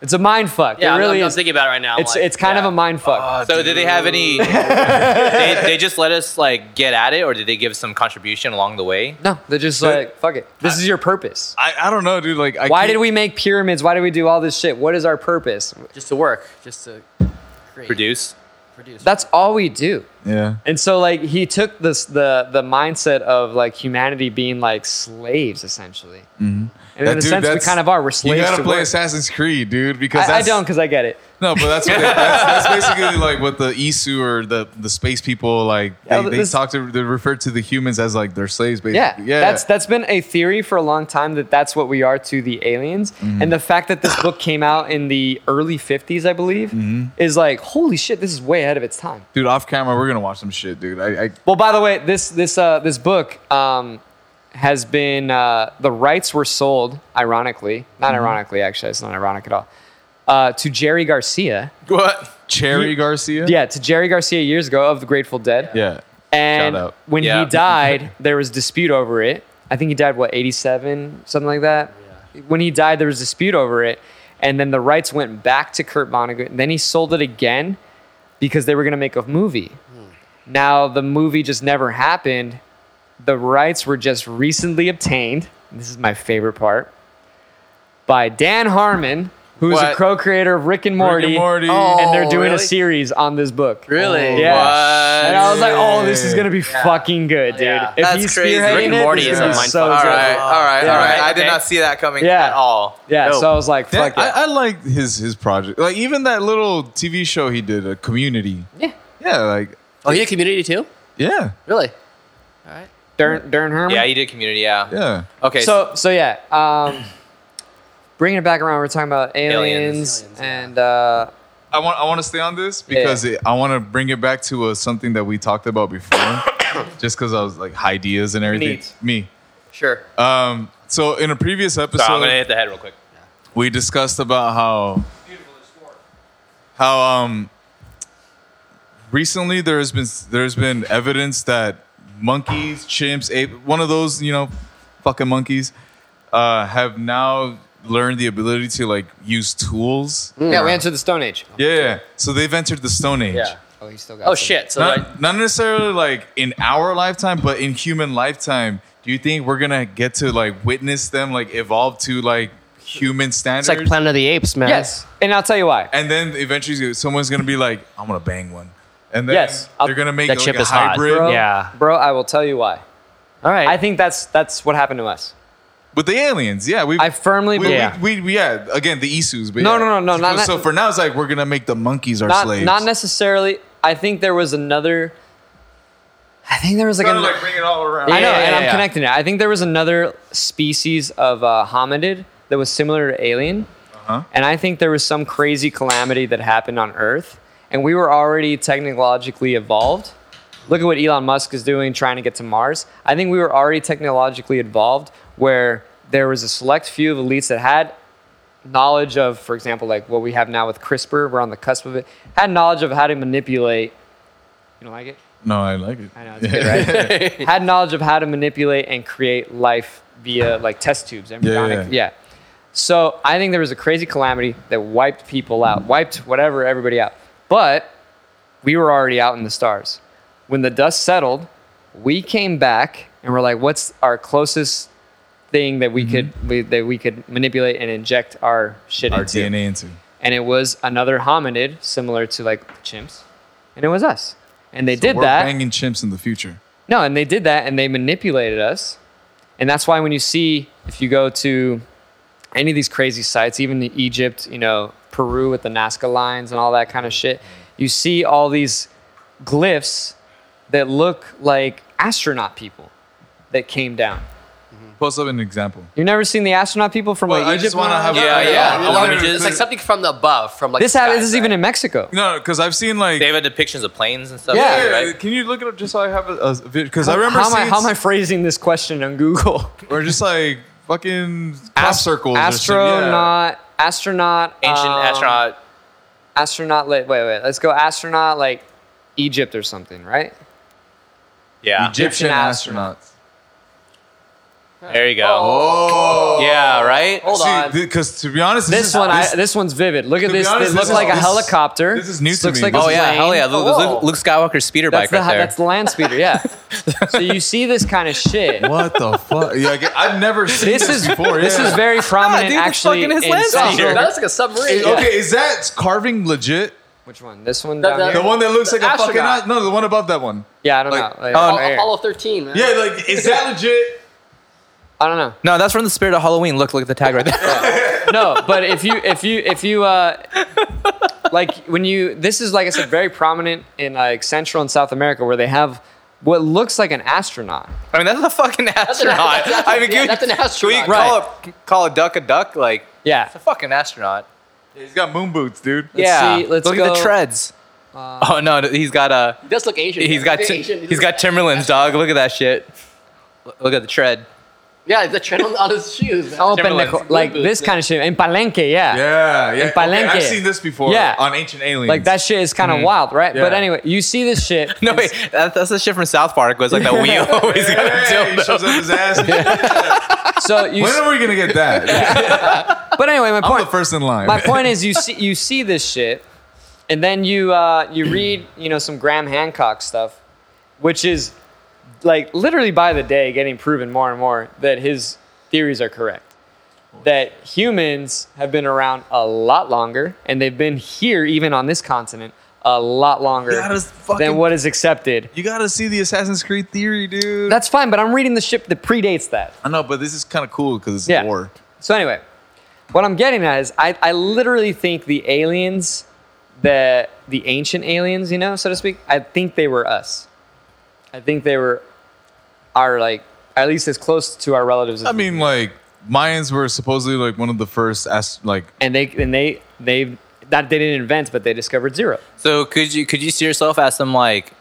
S1: It's a mind fuck. it
S4: Yeah, I'm-
S1: really
S4: I'm,
S1: is.
S4: thinking about it right now. I'm
S1: it's
S4: like,
S1: it's kind
S4: yeah. Uh,
S1: of a mind fuck.
S3: So did they have any? they, they just let us like get at it, or did they give some contribution along the way?
S1: no, they're just
S2: But-
S1: like fuck it. This is your purpose.
S2: I, I don't know, dude. Like, I
S1: Why
S2: keep-
S1: did we make pyramids? Why did we do all this shit? What is our purpose?
S4: just to work, just to create,
S3: Produce.
S4: produce.
S1: That's all we do.
S2: Yeah.
S1: And so like he took this the the mindset of like humanity being like slaves essentially. And
S2: Mm-hmm. That-
S1: in a
S2: dude,
S1: sense, we
S2: that's-
S1: kind of are. We're slaves
S2: You gotta
S1: to
S2: play
S1: work.
S2: Assassin's Creed, dude, because
S1: I, I
S2: that's,
S1: don't because I get it.
S2: No, but that's, what they, that's that's basically like what the Isu or the, the space people like.
S1: Yeah,
S2: they, they
S1: this-
S2: talk to they refer to the humans as like their slaves, basically.
S1: Yeah, That's that's been a theory for a long time that that's what we are to the aliens, and the fact that this book came out in the early '50s, I believe, is like holy shit, this is way ahead of its time.
S2: dude. Off camera, we're gonna watch some shit, dude. I, I
S1: Well, by the way, this this uh, this book um, has been uh, the rights were sold, ironically, not ironically, actually, it's not ironic at all, uh, to Jerry Garcia.
S2: what Cherry
S1: You-
S2: Garcia?
S1: Yeah, to Jerry Garcia years ago of the Grateful Dead.
S2: yeah.
S1: And
S2: Shout out.
S1: when
S3: Yeah.
S1: he died, there was dispute over it. I think he died what 87, something like that. When he died, there was dispute over it, and then the rights went back to Kurt Vonnegut. And then he sold it again because they were going to make a movie. Now the movie just never happened. The rights were just recently obtained. This is my favorite part by Dan Harmon, who is a
S2: What?
S1: co-creator of Rick and Morty,
S2: Morty.
S1: and they're
S3: Oh,
S1: doing a
S3: really?
S1: series on this book.
S4: really
S1: Yeah.
S3: Oh, What?
S1: And I was like, oh, this is gonna be fucking good, dude.
S4: Yeah.
S1: If
S3: That's
S1: he's
S3: crazy.
S1: spearheading
S3: Rick and
S1: it,
S3: Morty
S1: this
S3: is
S1: is gonna
S3: a
S1: be
S3: mind
S1: so
S3: fuck.
S1: good.
S3: All right, all right, all right. I did
S4: Okay.
S3: not see that coming
S1: Yeah.
S3: at all.
S1: Yeah.
S4: Dope.
S1: So I was like,
S2: That-
S1: fuck it.
S2: I, I like his his project. Like even that little TV show he did, a Community.
S1: yeah.
S2: Yeah, like
S4: Oh, he did community too?
S2: yeah,
S4: Really?
S1: Dern, Dern Herman.
S3: Yeah, you did community. Yeah.
S2: yeah.
S3: Okay. So,
S1: So so yeah. Um, bringing it back around, we're talking about aliens,
S3: Aliens.
S4: Aliens, yeah.
S1: and uh,
S2: I want I want to stay on this because it, I want to bring it back to uh something that we talked about before, just because I was like ideas and everything.
S1: Neat.
S2: Me.
S4: Sure.
S2: Um. So in a previous episode,
S3: I'm gonna hit the head real quick.
S2: we discussed about how how um recently there has been there's been evidence that monkeys, chimps, ape, one of those you know fucking monkeys, uh, have now learned the ability to like use tools.
S1: yeah, we entered the Stone Age.
S2: Yeah. So they've entered the Stone Age.
S4: Yeah.
S1: Oh, you still got.
S4: Oh
S1: some.
S4: shit. So like,
S2: Not, not necessarily like in our lifetime, but in human lifetime, do you think we're gonna get to like witness them like evolve to like human standards.
S4: It's like Planet of the Apes, man.
S1: Yes, and I'll tell you why.
S2: and then eventually someone's gonna be like, I'm gonna bang one. And then
S1: Yes, I'll-
S2: they're gonna make
S4: that
S2: like
S4: chip
S2: a
S4: is hot,
S2: hybrid.
S1: Bro,
S4: Yeah.
S1: bro, I will tell you why.
S4: All right.
S1: I think that's that's what happened to us.
S2: With the aliens, yeah. We
S1: I firmly
S2: we,
S1: believe.
S4: Yeah.
S2: we, we, we- yeah, again the Isus, but
S1: No,
S2: yeah.
S1: no, no, no,
S2: So,
S1: not-
S2: so for now it's like we're gonna make the monkeys our
S1: not,
S2: slaves.
S1: not necessarily. I think there was another. I think there was like,
S2: Kinda
S1: an,
S2: like bring it all around.
S1: I know,
S4: Yeah,
S1: and
S4: yeah,
S1: I'm
S4: yeah.
S1: connecting it. I think there was another species of uh, hominid that was similar to alien,
S2: Uh-huh.
S1: and I think there was some crazy calamity that happened on Earth, and we were already technologically evolved. Look at what Elon Musk is doing, trying to get to Mars. I think we were already technologically evolved, where there was a select few of elites that had knowledge of, for example, like what we have now with CRISPR. We're on the cusp of it. Had knowledge of how to manipulate. You don't like it?
S2: No, I like it.
S1: I know it's good, right? Had knowledge of how to manipulate and create life via like test tubes, embryonic. Yeah,
S2: yeah.
S1: So I think there was a crazy calamity that wiped people out, wiped whatever everybody out. But we were already out in the stars. When the dust settled, we came back and we're like, what's our closest thing that we
S2: Mm-hmm.
S1: could we, that we could manipulate and inject our shit
S2: Our
S1: into?
S2: DNA into.
S1: and it was another hominid similar to like chimps, and it was us. And they did
S2: we're
S1: that.
S2: banging chimps in the future.
S1: No, and they did that and they manipulated us. And that's why when you see, if you go to any of these crazy sites, even in Egypt, you know, Peru with the Nazca lines and all that kind of shit, you see all these glyphs that look like astronaut people that came down.
S2: Post up an example.
S1: You've never seen the astronaut people from
S2: Well,
S1: like
S2: I
S1: Egypt?
S2: just wanna
S1: and all
S2: have-
S1: that?
S2: Yeah,
S3: Yeah, yeah.
S2: I
S3: I
S2: wanted
S3: wanted
S2: to-
S3: just
S4: it's like something from the above, from like
S1: This
S4: the
S1: happened,
S4: sky,
S1: this is
S4: right?
S1: even in Mexico.
S2: No, because I've seen like
S3: They have a depictions of planes and stuff.
S1: Yeah.
S3: too,
S2: Yeah,
S3: right?
S2: Can you look it up just so I have a, a video? Because I remember
S1: how, am I,
S2: seeing
S1: how am I phrasing this question on Google?
S2: or just like fucking crop circles. or some- yeah.
S1: Astronaut, astronaut,
S3: Ancient
S1: um,
S3: astronaut.
S1: astronaut like wait wait let's go astronaut like egypt or something right
S3: Yeah.
S2: Egyptian
S1: Egyptian astronaut.
S2: astronauts.
S3: There you go.
S2: Oh,
S3: Yeah. Right.
S1: Hold on.
S2: Because to be honest, this,
S1: this
S2: is,
S1: one
S2: this,
S1: I, this one's vivid look at
S2: To be
S1: this
S2: honest,
S1: it
S2: this
S1: looks
S2: is-
S1: like a
S2: this-
S1: helicopter
S2: this is new
S1: This
S2: to
S1: looks
S2: me.
S1: like a
S3: Oh yeah.
S1: plane.
S3: Hell yeah. Luke,
S1: Whoa.
S3: Luke, Luke Skywalker's speeder
S1: that's,
S3: bike
S1: the,
S3: right there.
S1: that's the land speeder yeah so you see this kind of shit
S2: what the fuck? Yeah, I get- I've never seen this,
S1: this is
S2: before. Yeah.
S1: this is very prominent
S3: dude, it's
S1: actually
S3: fucking his
S1: in
S3: land
S1: some-
S3: speeder.
S4: That looks like a submarine.
S2: Okay, is that carving legit?
S1: which one this one
S4: The-
S1: down
S4: the-
S2: The
S1: here
S2: one that looks
S4: The
S2: like a fucking
S4: astronaut.
S2: a- no, the one above that one.
S1: yeah i don't
S2: like,
S1: know Like,
S3: um,
S1: right here.
S4: Apollo 13, man.
S2: Yeah, like is that legit?
S1: i don't know
S3: no, that's from the spirit of Halloween. Look, look at the tag right there.
S1: no but if you if you if you uh like when you this is like i said very prominent in like central and south america where they have what looks like an astronaut
S3: I mean, that's a fucking astronaut.
S4: that's-
S3: I mean,
S4: yeah,
S3: can we-
S4: that's an astronaut.
S3: Can we call, a, call a duck a duck? Like,
S1: yeah
S3: it's a fucking astronaut.
S2: He's got moon boots, dude.
S1: Let's
S3: yeah.
S1: see, let's
S3: look at
S1: go-
S3: the treads. oh no, he's got a.
S4: He does look Asian.
S3: He's
S4: though.
S3: got
S4: He's
S3: t-
S4: Asian.
S3: he's got Timberlands, dog. Look at that shit. Look at the tread.
S4: Yeah, the trend on, on his shoes. man.
S1: open
S3: Timberlands.
S1: Nicole, like
S4: Boots,
S1: this
S4: yeah.
S1: kind of shit in Palenque, yeah.
S2: Yeah, yeah.
S1: Palenque.
S2: I've seen this before.
S1: Yeah.
S2: on Ancient Aliens.
S1: Like that shit is kind of
S3: Mm-hmm.
S1: wild, right? But
S2: Yeah.
S1: anyway, you see this shit.
S3: No,
S1: it's-
S3: wait, that, that's the shit from South Park. Was like that wheel always got a
S2: Hey, he
S3: dildo.
S2: shows up his ass.
S1: So you,
S2: When are we gonna get that?
S1: but anyway, my
S2: I'm
S1: point.
S2: the first in line.
S1: My point is, you see, you see this shit, and then you uh, you read, you know, some Graham Hancock stuff, which is like literally by the day getting proven more and more that his theories are correct. That humans have been around a lot longer, and they've been here, even on this continent, a lot longer
S2: That is
S1: than
S2: fucking-
S1: what is accepted.
S2: You gotta see the Assassin's Creed theory, dude.
S1: That's fine, but I'm reading the ship that predates that.
S2: I know, but this is kind of cool because it's
S1: Yeah.
S2: war.
S1: So anyway, what I'm getting at is I, I literally think the aliens, the the ancient aliens, you know, so to speak, I think they were us. I think they were our like at least as close to our relatives as
S2: I mean, like Mayans were supposedly like one of the first, as- like
S1: and they and they they that they didn't invent, but they discovered zero.
S3: So could you could you see yourself as some like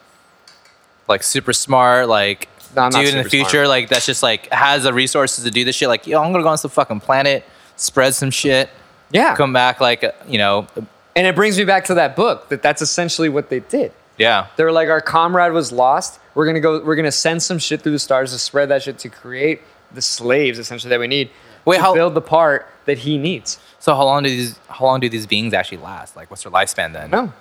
S3: like super smart like
S1: No, I'm not
S3: dude in
S1: super
S3: the future
S1: smart.
S3: like that's just like has the resources to do this shit? Like yo, I'm gonna go on some fucking planet, spread some shit,
S1: Yeah.
S3: come back like uh, you know,
S1: And it brings me back to that book that that's essentially what they did.
S3: yeah.
S1: They were like, our comrade was lost. We're gonna go. We're gonna send some shit through the stars to spread that shit to create the slaves essentially that we need.
S3: Wait,
S1: to
S3: how-
S1: build the part that he needs?
S3: So how long do these how long do these beings actually last? Like what's their lifespan then?
S1: No,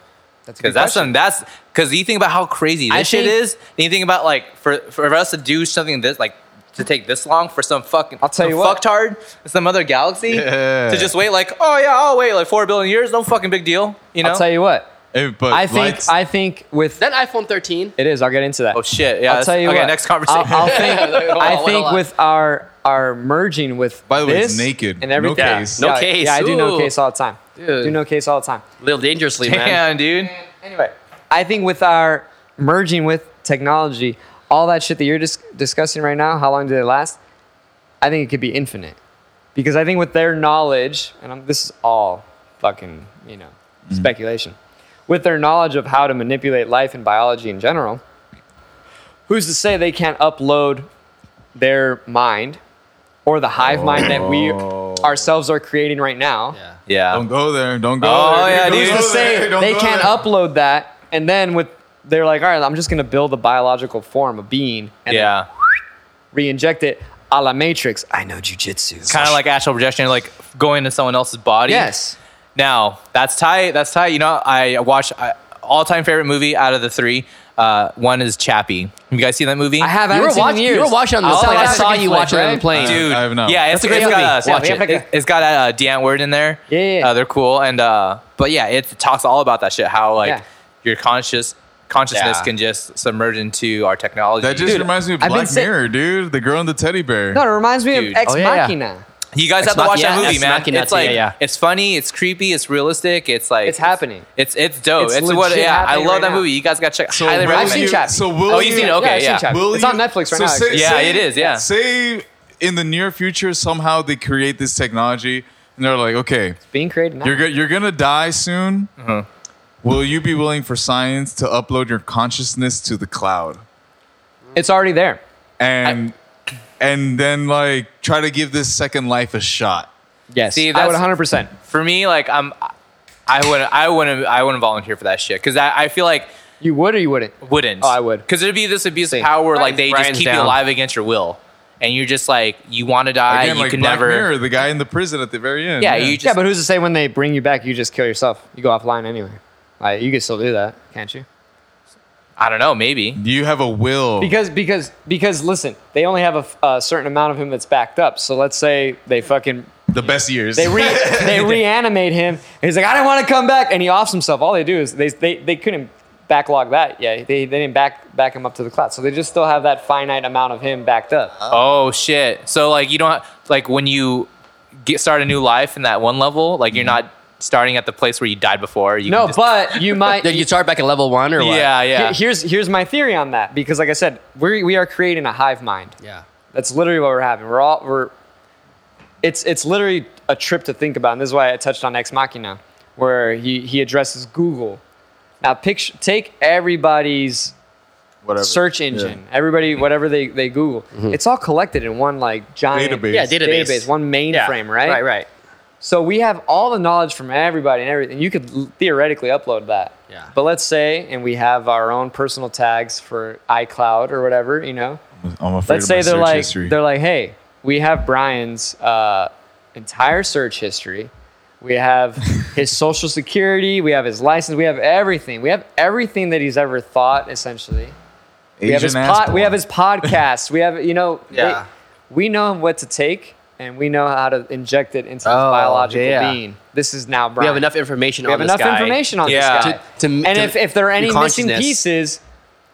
S1: that's a good
S3: Because that's
S1: question.
S3: some, that's because you think about how crazy this
S1: I
S3: shit
S1: think-
S3: is. And you think about like for for us to do something this like to take this long for some fucking
S1: I'll tell
S3: some
S1: you what.
S3: fucktard in some other galaxy
S2: Yeah.
S3: to just wait like oh yeah I'll wait like four billion years no fucking big deal you know
S1: I'll tell you what.
S2: Hey, eh, but
S1: I think
S2: lights-
S1: I think with
S4: Then iPhone 13.
S1: it is. I'll get into that.
S3: oh shit yeah
S1: I'll
S3: that's-
S1: tell you
S3: okay
S1: what.
S3: next conversation
S1: I'll, I'll think, I
S4: Wait,
S1: think
S4: hold on.
S1: with our our merging with
S2: By the way, it's
S1: this
S2: naked.
S1: and
S2: No
S1: everything.
S2: case.
S4: No
S1: yeah,
S4: case.
S1: Yeah, I do no
S4: Ooh.
S1: case all the time.
S4: Dude.
S1: Do no case all the time.
S4: Little dangerously, man.
S3: damn dude
S1: Anyway, I think with our merging with technology, all that shit that you're dis- discussing right now, how long did it last? I think it could be infinite, because I think with their knowledge, and I'm, this is all fucking you know speculation, with their knowledge of how to manipulate life and biology in general, who's to say they can't upload their mind or the hive mind that we ourselves are creating right now?
S4: Yeah.
S3: yeah
S2: Don't go there. Don't go.
S3: Oh,
S2: there.
S3: yeah,
S2: Don't
S3: dude.
S2: go
S3: Who's to
S2: there.
S1: say
S2: Don't
S1: they
S2: go
S1: can't
S2: there.
S1: upload that and then with they're like all right i'm just going to build a biological form a being and then
S3: yeah
S1: re-inject it a la matrix i know jujitsu
S3: kind of like astral projection like going to someone else's body
S1: yes
S3: Now that's tight. That's tight. You know, I watch I, all-time favorite movie out of the three. Uh, one is Chappie. Have you guys seen that movie?
S1: i have
S4: You
S1: I
S4: were,
S1: haven't seen it in
S4: watching,
S1: years.
S4: you were watching on the
S1: I'll
S4: plane.
S1: tell
S4: I
S1: you
S4: saw
S1: that
S4: you
S1: flick,
S4: watching on the
S1: right?
S4: plane.
S3: Dude,
S2: I have not.
S3: yeah, it's
S1: That's
S3: a
S1: a
S3: great.
S1: great
S3: It's
S1: movie.
S3: got, uh, watch
S1: Yeah,
S3: it.
S1: we
S3: It-
S1: have like a-
S3: has got uh, Dan Word in there.
S1: Yeah, yeah, yeah.
S3: Uh, they're cool. And uh, but yeah, it talks all about that shit. How like
S1: Yeah.
S3: your conscious consciousness
S4: Yeah.
S3: can just submerge into our technology.
S2: That just
S1: Dude,
S2: reminds me of
S1: I've been
S2: Black
S1: say-
S2: Mirror, dude. The girl and the teddy bear.
S1: no it reminds me
S3: Dude.
S1: of ex
S4: Oh, yeah, yeah.
S1: machina
S3: You guys
S4: Ex
S3: have to watch
S4: Machina,
S3: that movie,
S4: Ex
S3: man.
S4: Machina,
S3: it's like
S4: yeah, yeah.
S3: it's funny, it's creepy, it's realistic, it's like
S1: It's happening.
S3: It's it's dope.
S1: It's
S3: It's, what
S1: legit
S3: yeah, I
S1: happening
S3: love
S1: right
S3: that
S1: now.
S3: movie. You guys got to check.
S2: So
S3: highly
S2: will
S1: I've seen
S2: you-
S3: recommend.
S1: Chappie.
S2: Oh, So will
S3: Oh, you've seen it? Okay,
S1: I've seen
S3: yeah.
S1: Chappie.
S2: Will
S1: it's
S2: you-
S1: on netflix right
S2: so
S1: now
S2: say-
S1: actually.
S3: Yeah,
S2: say-
S3: it is, yeah.
S2: Say in the near future somehow they create this technology and they're like, okay,
S1: being created now
S2: you're go- you're gonna die soon.
S1: Uh-huh.
S2: Will you be willing for science to upload your consciousness to the cloud
S1: it's already there
S2: and and then like try to give this second life a shot?
S1: yes
S3: See,
S1: i would
S3: that's-
S1: 100%
S3: For me, like I'm, I wouldn't, I wouldn't, I wouldn't volunteer for that shit because I, I feel like
S1: you would or you wouldn't
S3: wouldn't.
S1: Oh, I would.
S3: Because it'd be this abuse of
S1: Same.
S3: power where like they
S4: Brian's
S3: just keep you
S4: down.
S3: alive against your will, and you're just like you want to die,
S2: Again,
S3: you
S2: like
S3: can
S2: Black
S3: never.
S2: Mirror, the guy in the prison at the very end.
S3: Yeah, you
S1: yeah
S3: just
S1: but who's to say when they bring you back you just kill yourself you go offline anyway like you can still do that can't you
S3: I don't know, maybe.
S2: you have a will.
S1: Because because because listen, they only have a, f- a certain amount of him that's backed up. So let's say they fucking
S2: the best years.
S1: they re, they reanimate him. And he's like, I didn't want to come back, and he offs himself. All they do is they they, they couldn't backlog that. Yeah, they, they didn't back back him up to the cloud. So they just still have that finite amount of him backed up.
S3: Oh shit! So like you don't like when you get start a new life in that one level, like you're not starting at the place where you died before. You
S1: Mm-hmm. no,
S3: can just-
S1: but you might.
S4: Did you start back at level one or what?
S3: yeah, yeah.
S1: Here- Here's here's my theory on that because like I said, we we are creating a hive mind.
S4: Yeah.
S1: That's literally what we're having. We're all we're. It's it's literally a trip to think about, and this is why I touched on Ex Machina, where he he addresses Google. Now, picture take everybody's
S2: Whatever.
S1: search engine, everybody whatever they they Google. It's all collected in one like giant
S2: Database.
S4: Mm-hmm. Yeah, database.
S1: one
S4: Yeah.
S1: mainframe, right?
S4: Right, right.
S1: So we have all the knowledge from everybody and everything. You could l- theoretically upload that.
S4: Yeah.
S1: But let's say, and we have our own personal tags for iCloud or whatever, you know.
S2: I'm afraid
S1: Let's
S2: of
S1: say they're
S2: my search
S1: like,
S2: history.
S1: they're like, hey, we have Brian's uh, entire search history. We have his social security. We have his license. We have everything. We have everything that he's ever thought, essentially. We have his
S2: Asian ass
S1: pod, we
S2: porn.
S1: have his podcast. we have you know they-
S4: Yeah.
S1: we know what to take and we know how to inject it into this
S4: Oh,
S1: biological
S4: yeah.
S1: being. This is now Brian.
S4: We have enough information
S1: We
S4: on
S1: have
S4: this
S1: enough
S4: guy.
S1: information on
S3: Yeah.
S1: this guy.
S4: To- to-
S1: and
S4: to-
S1: if, if there are any missing
S4: consciousness.
S1: pieces,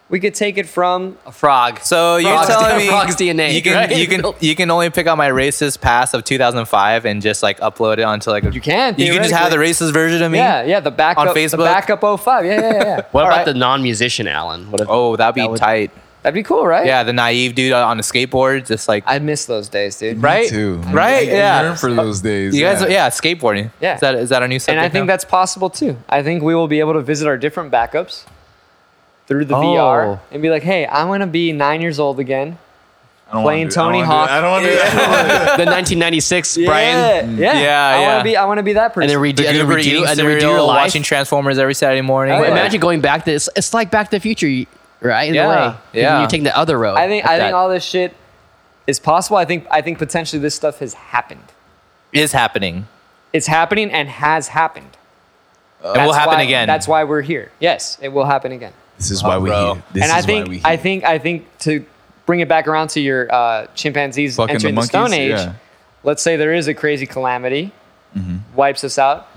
S1: we could take it from
S4: A frog.
S3: So you're
S4: Frog's
S3: telling
S4: D-
S3: me
S4: frog's DNA,
S3: You can
S4: right?
S3: you can you can only pick out my racist past of 2005 and just like upload it onto like a,
S1: You can,
S3: you can just have the
S1: theoretically.
S3: racist version of me.
S1: yeah, yeah, the backup the
S3: Facebook?
S1: backup 05. Yeah, yeah, yeah. yeah.
S4: What
S1: All
S4: about
S1: right.
S4: the non-musician Alan? What if,
S3: Oh, that'd be
S4: That would-
S3: tight.
S1: That'd be cool, right?
S3: Yeah, the naive dude on the skateboard, just like
S1: I miss those days, dude.
S3: Right?
S2: Me too.
S3: Right?
S2: I
S3: Yeah.
S2: yearn for those days.
S3: you guys. Yeah. skateboarding.
S1: Yeah.
S3: is that is that our new subject?
S1: And I think
S3: now?
S1: that's possible too. I think we will be able to visit our different backups through the VR
S3: Oh.
S1: and be like, hey, I'm gonna be nine years old again.
S2: I don't
S1: Playing
S2: wanna do- I don't
S1: Tony
S2: wanna do
S1: Hawk.
S2: that. I don't want to do that.
S4: the 1996 Brian?
S1: Yeah.
S3: Yeah,
S1: I
S3: yeah.
S1: wanna be I wanna be that person.
S4: And then redo,
S3: The
S4: and then
S3: Goober
S4: redo,
S3: eating
S4: and then redo your
S3: cereal,
S4: life.
S3: watching Transformers every Saturday morning.
S1: Oh, yeah.
S4: Imagine going back. To, it's, it's like Back to the Future, you- right? In
S3: Yeah,
S4: a way.
S3: yeah.
S4: You're taking the other road.
S1: I think
S4: with
S1: I
S4: that.
S1: think all this shit is possible. I think I think potentially this stuff has happened.
S3: is happening.
S1: It's happening and has happened.
S3: It will
S1: That's
S3: happen
S1: why-
S3: again.
S1: That's why we're here. Yes, it will happen again.
S2: This is why we
S3: bro.
S2: here. This
S1: and
S2: is
S1: I
S2: why we
S1: think
S2: here.
S1: I think I think to bring it back around to your uh, chimpanzees
S2: Fucking the
S1: entering the, Stone
S2: monkeys,
S1: Age.
S2: yeah.
S1: Let's say there is a crazy calamity,
S2: Mm-hmm.
S1: wipes us out.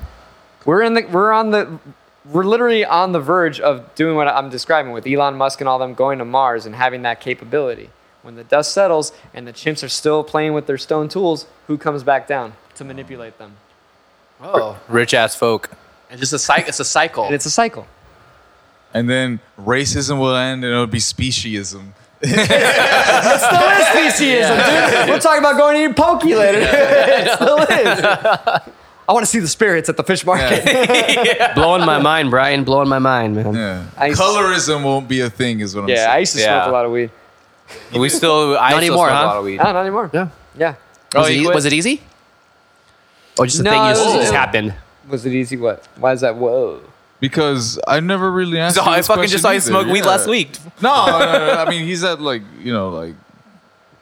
S1: We're in the we're on the we're literally on the verge of doing what I'm describing with Elon Musk and all them going to Mars and having that capability. When the dust settles and the chimps are still playing with their stone tools, who comes back down to manipulate them?
S4: Oh,
S3: Rich ass folk.
S4: it's just a cycle. It's a cycle.
S1: And it's a cycle.
S2: And then racism will end and it'll be speciesism.
S1: Still is speciesism, dude. We're talking about going to eat pokey later. it still is. I want to see the spirits at the fish market.
S4: blowing my mind, Brian. Blowing my mind, man.
S2: Yeah.
S1: I-
S2: Colorism won't be a thing, is what I'm
S1: Yeah, I
S2: saying.
S1: used to
S3: Yeah.
S1: smoke a lot of weed.
S3: We still. I
S4: Not
S3: still
S4: anymore,
S3: smoke
S4: huh?
S3: A lot of weed.
S1: No, not anymore.
S4: Yeah.
S1: Yeah.
S4: Was,
S3: Oh,
S4: it,
S3: you
S4: e-
S3: quit?
S4: was it easy? Or just a
S1: No,
S4: thing you
S1: it was-
S4: just happened?
S1: Was it easy? What? Why is that? Whoa.
S2: because I never really asked.
S3: So
S2: you
S3: I
S2: this
S3: fucking
S2: question
S3: just saw you
S2: either.
S3: smoke weed
S2: Yeah.
S3: last week.
S2: No, no, no, no. I mean, he's at like, you know, like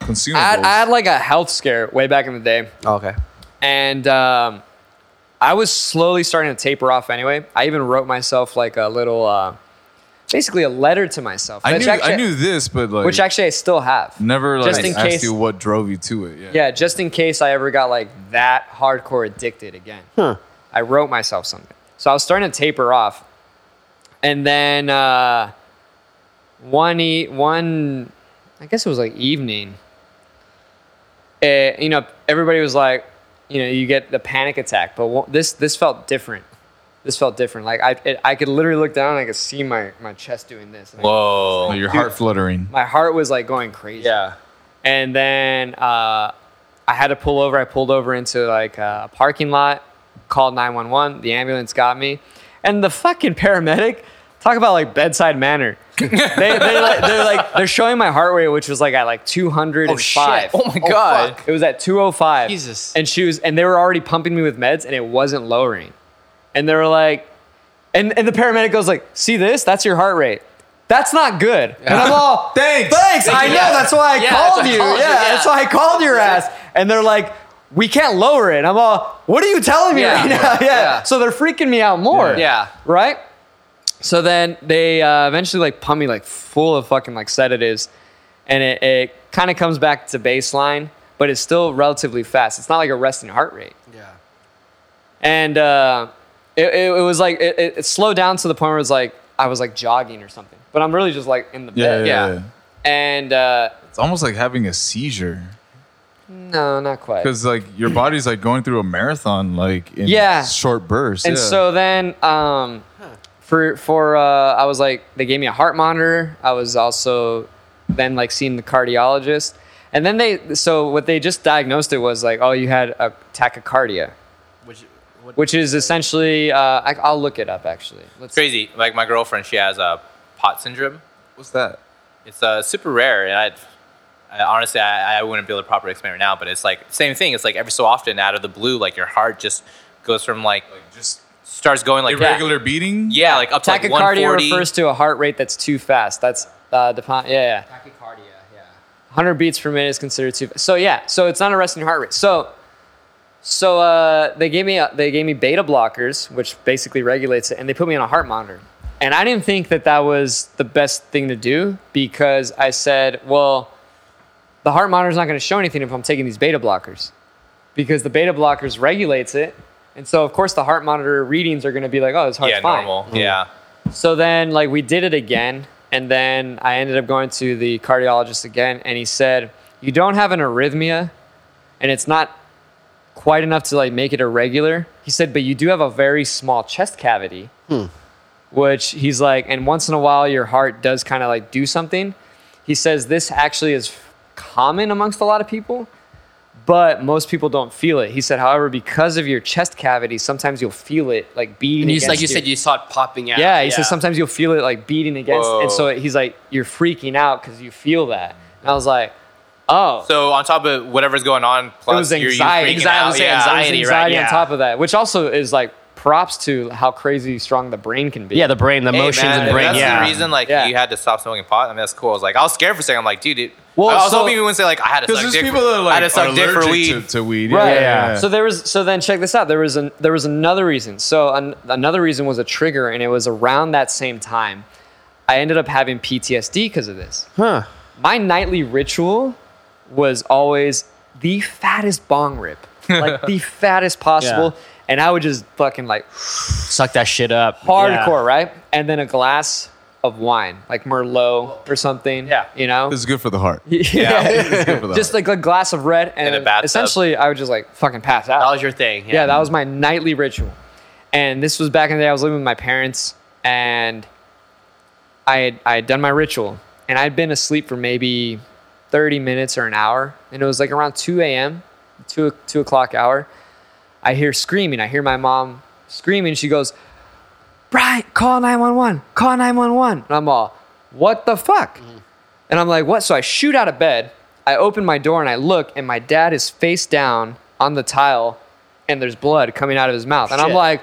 S2: consumables.
S1: I had, I had like a health scare way back in the day,
S4: Oh, okay.
S1: and um, I was slowly starting to taper off. Anyway, I even wrote myself like a little, uh, basically a letter to myself.
S2: I
S1: which
S2: knew,
S1: actually,
S2: I knew this, but like,
S1: which actually I still have.
S2: never like
S1: just in
S2: asked
S1: case-
S2: you what drove you to it. Yeah.
S1: Yeah, just in case I ever got like that hardcore addicted again. I wrote myself something. So I was starting to taper off. And then uh, one, e- one, I guess it was like evening. eh, you know, everybody was like, you know, you get the panic attack, but wha- this this felt different. This felt different. Like I, it, I could literally look down and I could see my my chest doing this. And I-
S3: Whoa.
S2: Like, your heart fluttering.
S1: my heart was like going crazy.
S4: Yeah.
S1: And then uh, I had to pull over. I pulled over into like a parking lot, called 911. The ambulance got me. And the fucking paramedic, talk about like bedside manner. they, they like, they're like, they're showing my heart rate, which was like at like 205.
S3: Oh my god.
S1: It was at 205.
S4: Jesus.
S1: And she was, and they were already pumping me with meds, and it wasn't lowering. And they were like, and, and the paramedic goes like, "See this? That's your heart rate. That's not good." And I'm all,
S2: Thanks.
S1: thanks. I know. That's why I
S4: Yeah, that's
S1: called
S4: why I
S1: you.
S4: called you,
S1: yeah,
S4: yeah.
S1: that's why I called your ass." And they're like, "We can't lower it." And I'm all, "What are you telling me
S4: Yeah.
S1: right now?" Yeah.
S4: Yeah.
S1: So they're freaking me out more.
S2: Yeah.
S4: Yeah.
S1: Right. So then they uh, eventually like pump me like full of fucking like sedatives, and it, it kind of comes back to baseline, but it's still relatively fast. It's not like a resting heart rate
S4: Yeah.
S1: and uh, it, it, it was like it, it, it slowed down to the point where it was like I was like jogging or something, but I'm really just like in the
S2: Yeah,
S1: bed.
S2: yeah, yeah.
S1: And uh,
S2: It's almost like having a seizure
S1: no, not quite.
S2: because like your body's like going through a marathon, like in
S1: Yeah.
S2: short bursts.
S1: And
S2: yeah.
S1: so then, um, for for uh, I was like they gave me a heart monitor. I was also then like seeing the cardiologist, and then they so what they just diagnosed it was like oh you had a tachycardia,
S4: Which,
S1: which is essentially uh, I, I'll look it up actually. Let's
S3: Crazy. Like my girlfriend, she has a pot syndrome.
S2: what's that?
S3: It's uh, super rare, and I'd, I honestly I, I wouldn't be able to properly explain it now. But it's like same thing. It's like every so often, out of the blue, like your heart just goes from like
S2: Like just
S3: starts going like
S2: irregular beating.
S3: Yeah, yeah, like up to like
S1: Tachycardia
S3: 140.
S1: refers to a heart rate that's too fast. That's uh, the pon- yeah, yeah.
S4: Tachycardia. Yeah.
S1: 100 beats per minute is considered too. Fast. So yeah, so it's not a resting heart rate. So, so uh, they gave me a, they gave me beta blockers, which basically regulates it, and they put me on a heart monitor. And I didn't think that that was the best thing to do because I said, well, the heart monitor's not going to show anything if I'm taking these beta blockers, because the beta blockers regulates it. And so, of course, the heart monitor readings are going to be like, oh, his heart's
S3: yeah,
S1: fine.
S3: normal. Yeah.
S1: So then, like, we did it again. And then I ended up going to the cardiologist again. And he said, You don't have an arrhythmia, and it's not quite enough to, like, make it irregular. He said, But you do have a very small chest cavity,
S4: Hmm.
S1: which he's like, and once in a while, your heart does kind of like do something. He says, This actually is common amongst a lot of people. But most people don't feel it. He said, however, because of your chest cavity, sometimes you'll feel it like beating.
S4: And you, like
S1: against
S4: you said, you saw it popping out.
S1: yeah, he says sometimes you'll feel it like beating against,
S3: Whoa.
S1: and so he's like, you're freaking out because you feel that. And I was like, oh,
S3: So on top of whatever's going on, plus
S1: it was
S3: you're- you're
S1: anxiety,
S3: freaking out,
S1: anxiety,
S3: yeah.
S1: anxiety,
S4: anxiety, right?
S1: on
S4: Yeah.
S1: top of that, which also is like props to how crazy strong the brain can be.
S4: Yeah, the brain, the
S3: Hey,
S4: motions
S3: man,
S4: and
S3: if
S4: brain.
S3: That's
S4: yeah.
S3: the reason like
S1: Yeah.
S3: you had to stop smoking pot. I mean, that's cool. I was like, I was scared for a second. I'm like, dude, it,
S1: Well,
S3: I was
S1: so-
S3: hoping you wouldn't say like I had to
S2: Because there's
S3: suck dick.
S2: people
S3: for-
S2: that are
S3: I had
S2: like
S3: to suck dick
S2: allergic
S3: for weed.
S2: To, to weed.
S1: Right.
S2: Yeah, yeah, yeah.
S1: So there was. So then check this out. There was an. There was another reason. So an, another reason was a trigger, and it was around that same time. I ended up having PTSD because of this.
S4: Huh.
S1: my nightly ritual was always the fattest bong rip, like the fattest possible.
S5: Yeah.
S1: And I would just fucking like
S5: Suck that shit up.
S1: hardcore,
S5: Yeah.
S1: right? And then a glass of wine, like Merlot or something.
S4: Yeah.
S1: You know?
S2: This is good for the heart.
S1: yeah.
S2: It's good for the
S1: just
S2: heart.
S1: like a glass of red and,
S3: In a bathtub.
S1: essentially I would just like fucking pass out.
S4: That was your thing.
S1: yeah, that was my nightly ritual. And this was back in the day I was living with my parents and I had I had done my ritual and I'd been asleep for maybe 30 minutes or an hour and it was like around 2 a.m. 2, 2 o'clock hour I hear screaming I hear my mom screaming she goes Brian call 911 call 911 and I'm all what the fuck
S4: Mm-hmm.
S1: and I'm like what so I shoot out of bed I open my door and I look and my dad is face down on the tile and there's blood coming out of his mouth and I'm
S4: Shit.
S1: like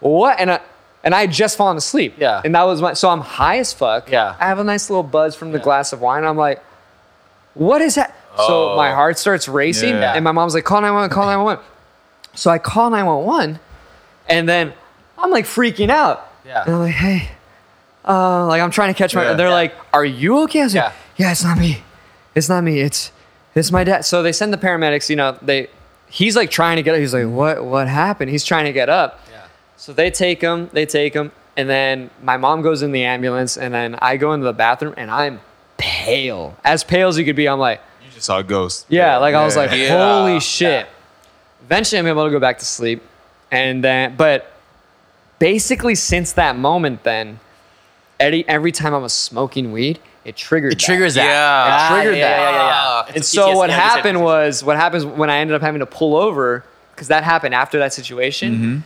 S1: what and I and I had just fallen asleep
S4: Yeah.
S1: and that was my so I'm high as fuck
S4: Yeah.
S1: I have a nice little buzz from the glass of wine. I'm like, what is that? So my heart starts racing,
S2: Yeah.
S1: and my mom's like, call 911, call 911. So I call 911, and then I'm like freaking out.
S4: Yeah.
S1: And I'm like, hey, uh, like I'm trying to catch my.
S2: Yeah.
S1: and they're like, are you okay? I was like, yeah.
S4: Yeah.
S1: it's not me. It's not me. It's it's my dad. So they send the paramedics. You know, they he's like trying to get up. He's like, what what happened? He's trying to get up. So they take him, they take him, and then my mom goes in the ambulance, and then I go into the bathroom, and I'm pale, as pale as you could be. I'm like,
S2: you just saw a ghost.
S1: yeah, like I was
S2: Yeah.
S1: like,
S3: Yeah.
S1: holy shit. Eventually, I'm able to go back to sleep, and then, but basically, since that moment, then, every every time I was smoking weed, it triggered.
S5: It triggers that.
S3: Ah,
S1: It
S3: Yeah.
S1: triggered
S4: yeah,
S1: that.
S4: yeah, yeah, yeah.
S1: And
S4: It's a
S1: so
S4: PTSD,
S1: what
S4: I understand.
S1: happened was, what happens when I ended up having to pull over, because that happened after that situation.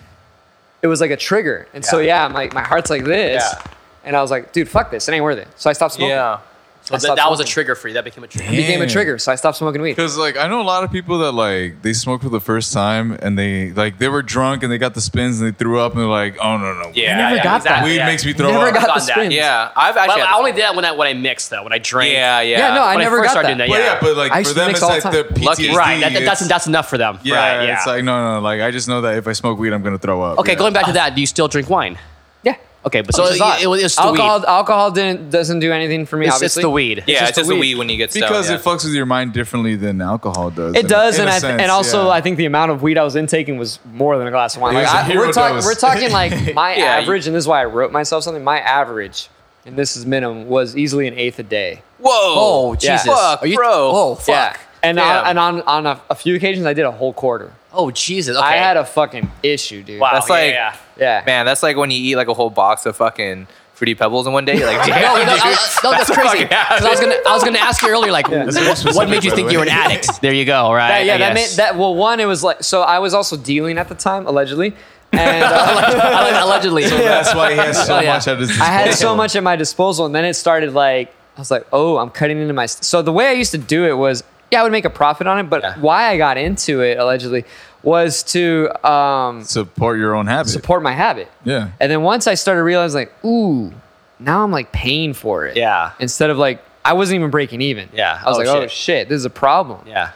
S1: It was like a trigger, and so yeah, my my heart's like this,
S4: Yeah.
S1: and I was like, dude, fuck this, it ain't worth it. So I stopped smoking.
S3: Yeah.
S4: So
S1: I
S4: that,
S1: stopped
S4: that was a
S1: smoking.
S4: trigger for you. That became a trigger.
S1: It became a
S2: Damn.
S1: trigger, so I stopped smoking weed.
S2: Because like I know a lot of people that like they smoke for the first time and they like they were drunk and they got the spins and they threw up and they're like, oh no no,
S3: Yeah.
S5: never
S3: yeah,
S5: got
S3: exactly.
S5: that.
S2: weed
S4: yeah.
S2: makes me throw
S1: Never
S2: up.
S1: got the
S4: Done that,
S1: spins.
S3: Yeah. I've actually.
S4: Well,
S3: had
S4: I
S3: this
S4: only did that when I when I mixed though, when I drank.
S3: Yeah. Yeah.
S1: Yeah, no, I
S4: When I
S1: never
S4: first
S1: got
S4: started
S1: that.
S4: doing that,
S2: But yeah,
S4: yeah.
S2: but like
S1: I
S2: for
S1: used to
S2: them
S1: mix
S2: it's
S1: all the
S2: like
S1: time.
S2: the
S3: Lucky-
S2: PTSD.
S4: Right. That, that, that's
S2: it's-
S4: that's enough for them.
S2: yeah,
S4: Right,
S2: it's like no no like I just know that if I smoke weed I'm gonna throw up.
S4: okay,
S2: Yeah.
S4: going back to that, do you still drink wine?
S1: Yeah.
S4: Okay, but
S5: So
S4: so
S5: it, it, was- it's the
S1: alcohol,
S5: weed.
S1: alcohol didn't doesn't do anything for me.
S4: it's, it's
S1: obviously,
S4: the weed.
S3: Yeah,
S1: just
S3: it's
S1: the
S3: just the
S1: weed.
S3: weed when you get stoned.
S2: because
S3: yeah.
S2: it fucks with your mind differently than alcohol does.
S1: It does, and I th-
S2: think
S1: and also I think the amount of weed I was intaking was more than a glass of wine.
S2: It
S1: Like,
S2: was a
S1: I-
S2: hero
S1: we're, talk-
S2: dose.
S1: we're talking like my
S3: Yeah, you-
S1: average, and this is why I wrote myself something. My average, and this is minimum, was easily an eighth a day.
S3: Whoa!
S5: Oh,
S1: Yeah.
S5: Jesus.
S3: Fuck,
S5: Are you,
S3: bro.
S5: Oh, fuck.
S1: Yeah, and
S3: Damn.
S1: on, and on on a, a few occasions I did a whole quarter.
S5: Oh, Jesus. Okay.
S1: I had a fucking issue, dude.
S4: Wow.
S3: That's
S4: yeah,
S3: like-
S4: yeah.
S1: Yeah.
S3: Man, that's like when you eat like a whole box of fucking fruity pebbles in one day. You're like, damn,
S5: no, no, no,
S3: dude.
S5: no, that's crazy.
S3: fucking happened.
S5: 'Cause I was gonna, I was gonna ask you earlier, like,
S2: That's very
S5: what, what made
S2: specific,
S5: you
S2: by
S5: think
S2: the
S5: you were an
S2: way.
S5: addict? There you go. Right.
S1: That- yeah,
S5: I
S1: that made
S5: guess.
S1: that. Well, one, it was like so. I was also dealing at the time, allegedly, and uh,
S5: allegedly.
S2: that's why he has so
S5: Oh, yeah.
S2: much at his
S1: I had so
S2: disposal.
S1: much at my disposal, and then it started like I was like, oh, I'm cutting into my. St-. So the way I used to do it was, yeah, I would make a profit on it, but
S4: Yeah.
S1: why I got into it allegedly was to um,
S2: support your own habit.
S1: support my habit.
S2: Yeah.
S1: And then once I started realizing, like, ooh, now I'm like paying for it.
S4: Yeah.
S1: Instead of like, I wasn't even breaking even.
S4: Yeah.
S1: I was
S4: Oh,
S1: like, oh
S4: shit.
S1: shit, this is a problem.
S4: Yeah.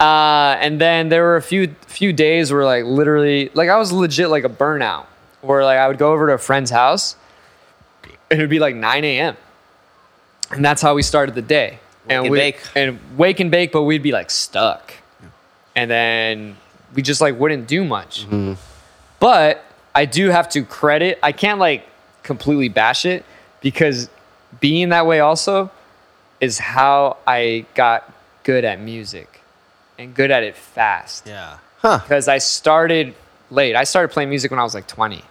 S1: Uh, and then there were a few few days where like literally like I was legit like a burnout where like I would go over to a friend's house and it would be like 9 a.m. And that's how we started the day. and
S3: and
S1: we
S3: bake.
S1: and wake and bake, but we'd be like stuck. And then we just like wouldn't do much. But I do have to credit I can't like completely bash it because being that way also is how I got good at music and good at it fast.
S5: Yeah.
S1: Because I started late. I started playing music when I was like 20.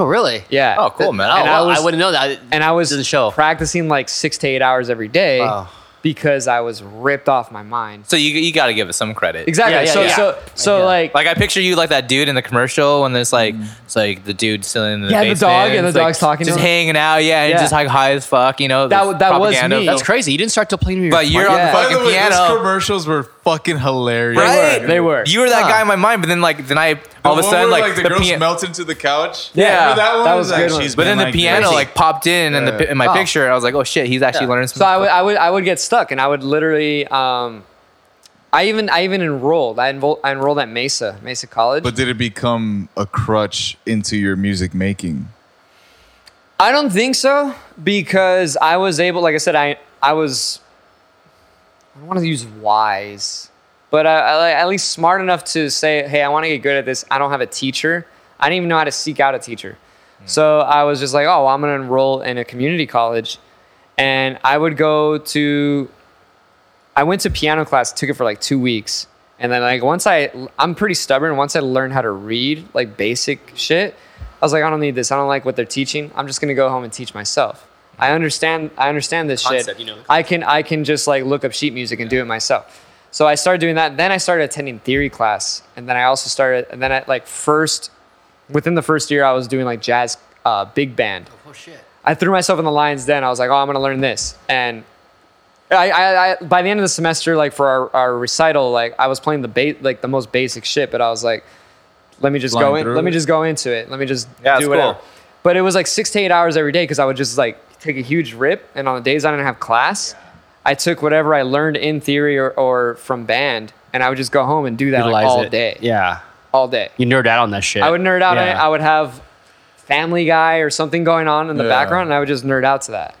S5: Oh, really?
S1: Yeah.
S3: Oh, cool, man.
S5: Oh,
S1: And I
S5: well,
S1: was-
S5: I wouldn't know that.
S1: And I was
S5: Doesn't show.
S1: practicing like six to eight hours every day
S5: Wow.
S1: because I was ripped off my mind.
S3: So you you gotta give it some credit.
S1: Exactly.
S5: Yeah,
S1: so,
S5: yeah,
S1: so, so,
S5: Yeah.
S1: like,
S3: Like I picture you like that dude in the commercial when there's like it's like the dude still in the
S1: Mm. Yeah, the
S3: basement,
S1: dog, and the
S3: it's, like,
S1: dog's talking to
S3: just
S1: him.
S3: hanging out, yeah, and
S1: Yeah.
S3: just like high as fuck, you know.
S1: That
S3: this
S1: w- that was
S3: propaganda.
S1: me.
S5: That's crazy. You didn't start to play me.
S3: But you're on
S1: Yeah.
S3: the
S2: By
S3: fucking
S2: the way, those
S3: piano,
S2: commercials were fucking hilarious.
S3: right?
S1: They were.
S3: You were that
S5: Huh.
S3: guy in my mind, but then like then I all of a
S2: The one
S3: sudden
S2: where,
S3: like,
S2: the, girls
S3: piano.
S2: melt into the couch.
S1: Yeah.
S2: Remember that one
S1: That was a good
S2: like,
S1: one.
S2: she's
S3: But
S2: been,
S3: then the
S2: like,
S3: piano
S2: crazy.
S3: like popped in in the
S2: Yeah.
S3: pi- in my
S5: Oh.
S3: picture, and I was like, oh shit, he's actually learning some.
S1: so I
S3: stuff.
S1: would, I would, I would get stuck and I would literally, um, I even, I even enrolled. I enrolled, I enrolled at Mesa, Mesa College.
S2: But did it become a crutch into your music making?
S1: I don't think so because I was able, like I said, I I was I don't want to use wise, but uh, I like- at least smart enough to say, hey, I want to get good at this. I don't have a teacher. I didn't even know how to seek out a teacher. So I was just like, oh, well, I'm going to enroll in a community college. And I would go to, I went to piano class, took it for like two weeks. And then, like, once I, I'm pretty stubborn. Once I learned how to read, like, basic shit, I was like, I don't need this. I don't like what they're teaching. I'm just going to go home and teach myself. I understand, I understand this
S6: Concept,
S1: shit.
S6: you know, the
S1: I can I can just like look up sheet music and do it myself. So I started doing that. Then I started attending theory class, and then I also started. And then at like first, within the first year, I was doing like jazz, uh, big band.
S4: Oh shit.
S1: I threw myself in the lines. Then I was like, oh, I'm gonna learn this. And I, I, I by the end of the semester, like for our, our recital, like I was playing the ba- like the most basic shit, but I was like, let me just go
S2: Flying
S1: in.
S2: through
S1: Let me
S2: it.
S1: just go into it. Let me just
S3: Yeah, it's
S1: do whatever.
S3: cool.
S1: But it was like six to eight hours every day because I would just like take a huge rip, and on the days I didn't have class, I took whatever I learned in theory or, or from band, and I would just go home and do that like, all day,
S4: Yeah.
S1: all day.
S4: You nerd out on that shit.
S1: I would nerd out on it.
S4: Yeah.
S1: I would have Family Guy or something going on in the
S2: Yeah.
S1: background, and I would just nerd out to that.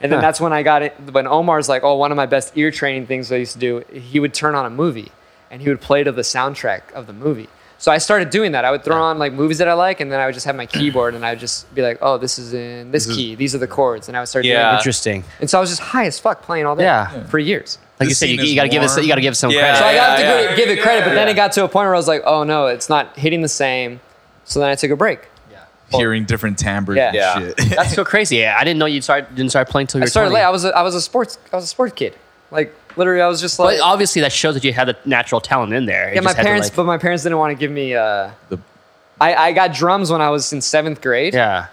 S1: And then
S4: Huh.
S1: that's when I got it. When Omar's like, "Oh, one of my best ear training things I used to do, he would turn on a movie, and he would play to the soundtrack of the movie." So I started doing that. I would throw on like movies that I like, and then I would just have my keyboard, and I would just be like, "Oh, this is in this,
S2: is-
S1: key. These are the chords," and I would start doing
S3: Yeah.
S1: doing.
S4: Interesting.
S1: And so I was just high as fuck playing all day
S4: Yeah. Yeah.
S1: for years.
S4: Like you
S2: This
S4: said, you,
S2: scene
S4: you
S2: is
S4: gotta give us
S2: warm.
S4: you gotta give some
S3: Yeah.
S4: credit.
S1: So I got to
S3: yeah,
S1: give,
S3: yeah.
S1: it, give it credit, but then it got to a point where I was like, "Oh no, it's not hitting the same." So then I took a break.
S3: Oh.
S2: Hearing different timbres and
S1: Yeah.
S2: shit.
S4: That's so crazy. Yeah, I didn't know you start didn't start playing till you
S1: I
S4: were
S1: started
S4: 20.
S1: late. I was a, I was a sports I was a sport kid. Like literally, I was just like
S4: but obviously that shows that you had the natural talent in there. You
S1: yeah. My
S4: just had to,
S1: parents,
S4: like-
S1: but my parents didn't want to give me. Uh,
S2: The-
S1: I I got drums when I was in seventh grade,
S4: yeah.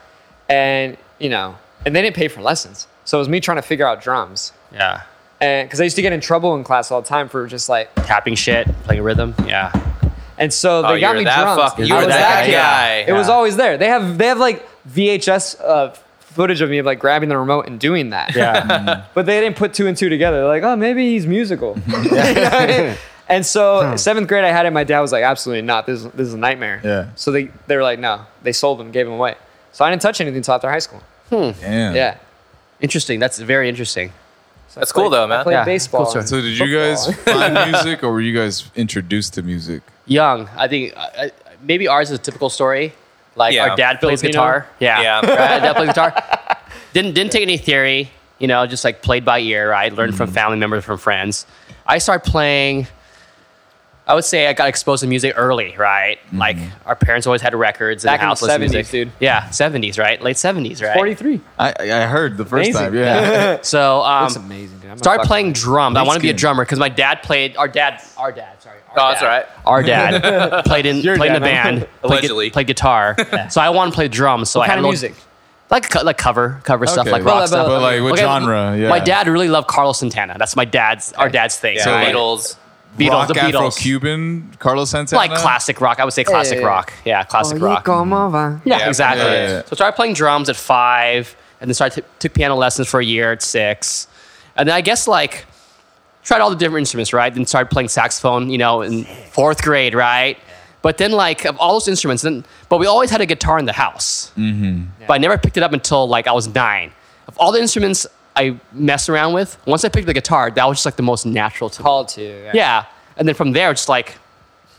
S1: and you know, and they didn't pay for lessons, so it was me trying to figure out drums,
S4: Yeah.
S1: and because I used to get in trouble in class all the time for just like,
S4: Tapping shit, playing rhythm. Yeah.
S1: and so they
S3: Oh, you
S1: got
S3: were
S1: me
S3: that
S1: drums.
S3: fucking- you
S1: I
S3: were
S1: was
S3: that
S1: kid.
S3: guy.
S1: It was
S4: Yeah.
S1: always there. They have they have like VHS uh, footage of me of like grabbing the remote and doing that.
S4: Yeah.
S1: but they didn't put two and two together. They're like, oh, maybe he's musical. You know what I mean? and so seventh grade, I had it. My dad was like, absolutely not. This is, this is a nightmare.
S2: Yeah.
S1: So they they were like, no. They sold them, gave them away. So I didn't touch anything until after high school.
S2: Damn.
S1: Yeah.
S4: interesting. That's very interesting.
S1: So I
S3: That's cool
S1: played-
S3: though, man.
S1: I played
S4: Yeah,
S1: baseball.
S4: cool story.
S2: So did you guys find music or were you guys introduced to music?
S4: Young. I think uh, uh, maybe ours is a typical story. Like
S3: Yeah.
S4: our dad plays
S1: Filipino?
S4: guitar. Yeah.
S3: Yeah.
S4: Right? Dad plays guitar. Didn't didn't take any theory. You know, just like played by ear. Right. Learned
S3: Mm.
S4: from family members, from friends. I started playing. I would say I got exposed to music early, right?
S3: Mm-hmm.
S4: Like our parents always had records and
S1: Back in the
S4: house listened to
S1: 70s,
S4: music.
S1: dude.
S4: Yeah, seventies, right? Late seventies, right?
S1: Forty three.
S2: I, I heard the first
S1: Amazing.
S2: time. Yeah.
S4: So um,
S1: That's amazing, dude. I'm a
S4: Start
S1: fucking-
S4: playing drums. I want to be a
S2: Mexican.
S4: drummer because my dad played. Our dad, our dad, sorry. Our
S3: Oh, that's
S4: dad,
S3: all right.
S4: Our dad played in
S1: Your
S4: played in
S1: dad,
S4: a
S1: huh?
S4: band. played gu-
S3: Allegedly.
S4: played guitar. So I want to play drums. So I had
S1: kind
S4: a
S1: of
S4: little-
S1: music.
S4: like co- like cover cover stuff,
S2: Okay.
S4: like
S2: Well,
S4: rock stuff.
S2: but like what
S4: Okay,
S2: genre? Yeah.
S4: My dad really loved Carlos Santana. That's my dad's our dad's thing.
S3: Yeah,
S4: So like,
S3: Beatles.
S4: Beatles,
S2: Rock,
S4: the
S2: Afro
S4: Beatles,
S2: Cuban, Carlos Santana.
S4: like classic rock. I would say classic
S1: yeah, Oh, yeah.
S4: rock. Yeah, classic
S1: Oye,
S4: rock.
S1: como va?
S4: Yeah,
S3: Yeah.
S4: exactly.
S2: Yeah, yeah, yeah.
S4: So I started playing drums at five, and then started took piano lessons for a year at six, and then I guess like tried all the different instruments, right? Then started playing saxophone, you know, in fourth grade, right? But then like of all those instruments, then but we always had a guitar in the house, mm-hmm. but I never picked it up until like I was nine. Of all the instruments I messed around with, once I picked the guitar, that was just like the most natural to me.
S1: Called to. Yeah.
S4: Yeah. And then from there, it's like,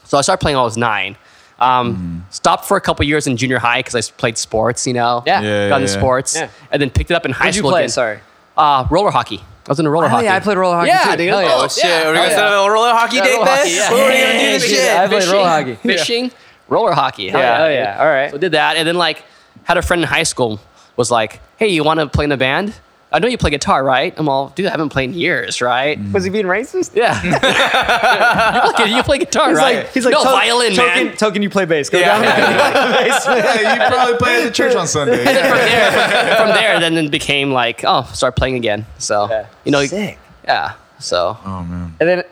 S4: so I started playing when I was nine.
S2: Mm-hmm.
S4: Um, Stopped for a couple years in junior high because I played sports, you know?
S1: Yeah.
S2: Yeah,
S4: Got
S2: yeah,
S4: into
S2: yeah.
S4: sports.
S1: Yeah.
S4: And then picked it up in high
S1: What'd you
S4: school.
S1: play?
S4: again.
S1: Sorry.
S4: Uh, roller hockey. I was into roller
S1: Oh
S4: hockey.
S1: yeah, I played roller hockey
S4: Yeah,
S1: too.
S4: dude.
S1: Hell yeah.
S4: Oh,
S3: Oh shit! Are we
S1: Oh,
S3: gonna
S1: yeah.
S3: set up a roller hockey date
S4: roller
S3: this?
S4: hockey, yeah.
S3: What are we gonna do this
S1: Yeah,
S3: shit?
S1: I played roller hockey.
S4: Fishing, roller hockey. Hell
S1: Yeah, oh, yeah. All right.
S4: So did that. And then, like, had a friend in high school was like, hey, you want to play in a band? I know you play guitar, right? I'm all, dude, I haven't played in years, right?
S1: Was he being racist?
S4: Yeah. you, play, you play guitar,
S1: He's
S4: right?
S1: like, he's like
S4: no,
S1: "Token-
S4: violin,
S1: token,
S4: man.
S1: Token, you play bass. Go down
S3: Yeah.
S2: Yeah, you probably play at the church on Sunday.
S4: And then from there, from there, then it became like, oh, start playing again. So
S1: Yeah.
S4: you know,
S1: Sick.
S4: yeah. So
S2: Oh man.
S1: And then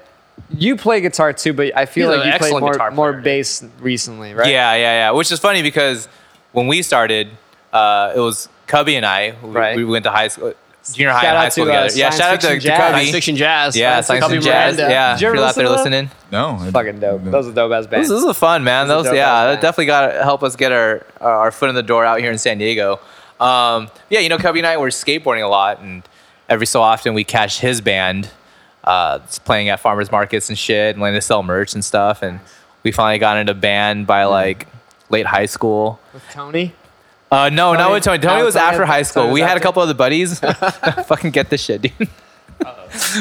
S1: you play guitar too, but I feel
S4: He's
S1: like
S4: an
S1: you played
S4: excellent
S1: more,
S4: guitar
S1: more
S4: player.
S1: bass recently, right?
S3: Yeah, yeah, yeah. Which is funny because when we started, uh, it was Cubby and I. We,
S1: Right.
S3: we went to high school, junior high,
S1: Shout
S3: and
S1: out
S3: high school
S1: to, uh,
S3: together. yeah,
S1: Science
S3: shout out to,
S1: Fiction Jazz.
S3: to
S4: science
S3: Cubby.
S4: fiction jazz.
S3: Yeah,
S4: right?
S3: science
S4: Cubby
S3: fiction jazz.
S4: Miranda.
S3: Yeah,
S1: Did you
S3: if
S1: ever
S3: you're out there
S1: listen to that?
S3: listening.
S2: No. I-
S1: Fucking dope.
S2: no.
S1: Those are dope ass bands.
S3: This, this is fun, man.
S1: This is
S3: Those,
S1: dope ass
S3: yeah, that
S1: band.
S3: definitely got to help us get our uh, our foot in the door out here in San Diego. Um, yeah, you know, Cubby and I were skateboarding a lot, and every so often we catch his band uh, just playing at farmers markets and shit, and like to sell merch and stuff. And we finally got into band by
S1: Mm-hmm.
S3: like late high school.
S1: with Tony.
S3: Uh, no, not with Tony.
S1: no,
S3: Tony was
S1: Tony
S3: after
S1: had-
S3: high
S1: Tony
S3: school.
S1: was
S3: We had a
S1: after-
S3: couple of the buddies. Fucking get this shit, dude.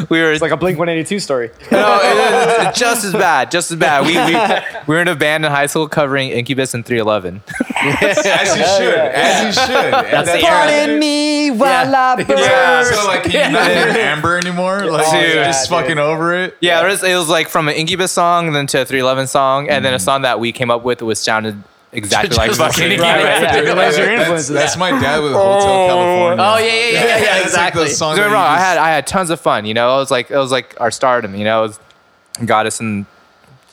S3: We were
S1: It's like a Blink 182 story.
S3: no, it- it- just as bad, just as bad. We, we we were in a band in high school covering Incubus and 311.
S2: As you should. As you should. That's
S3: the era.
S1: me while I burn.
S2: Yeah. So like, can you not hear Amber anymore? Like,
S1: Oh,
S2: you're
S1: yeah,
S2: just
S1: dude.
S2: fucking over it.
S3: Yeah, it was, it was like from an Incubus song, then to a 311 song, and then a song that we came up with was sounded exactly like
S4: Just
S3: Mm. fucking
S4: like-
S3: Incubus.
S4: Right, yeah.
S2: Dude,
S1: Realize your
S2: that's-
S1: influences.
S2: That's my dad with Hotel California.
S4: Oh, yeah, yeah, yeah, yeah, yeah,
S2: It's like the
S4: exactly.
S2: song
S3: Don't
S2: that
S3: get me wrong,
S2: you
S3: I
S2: just-
S3: had I had tons of fun. You know, it was like it was like our stardom. You know, it was, got us in,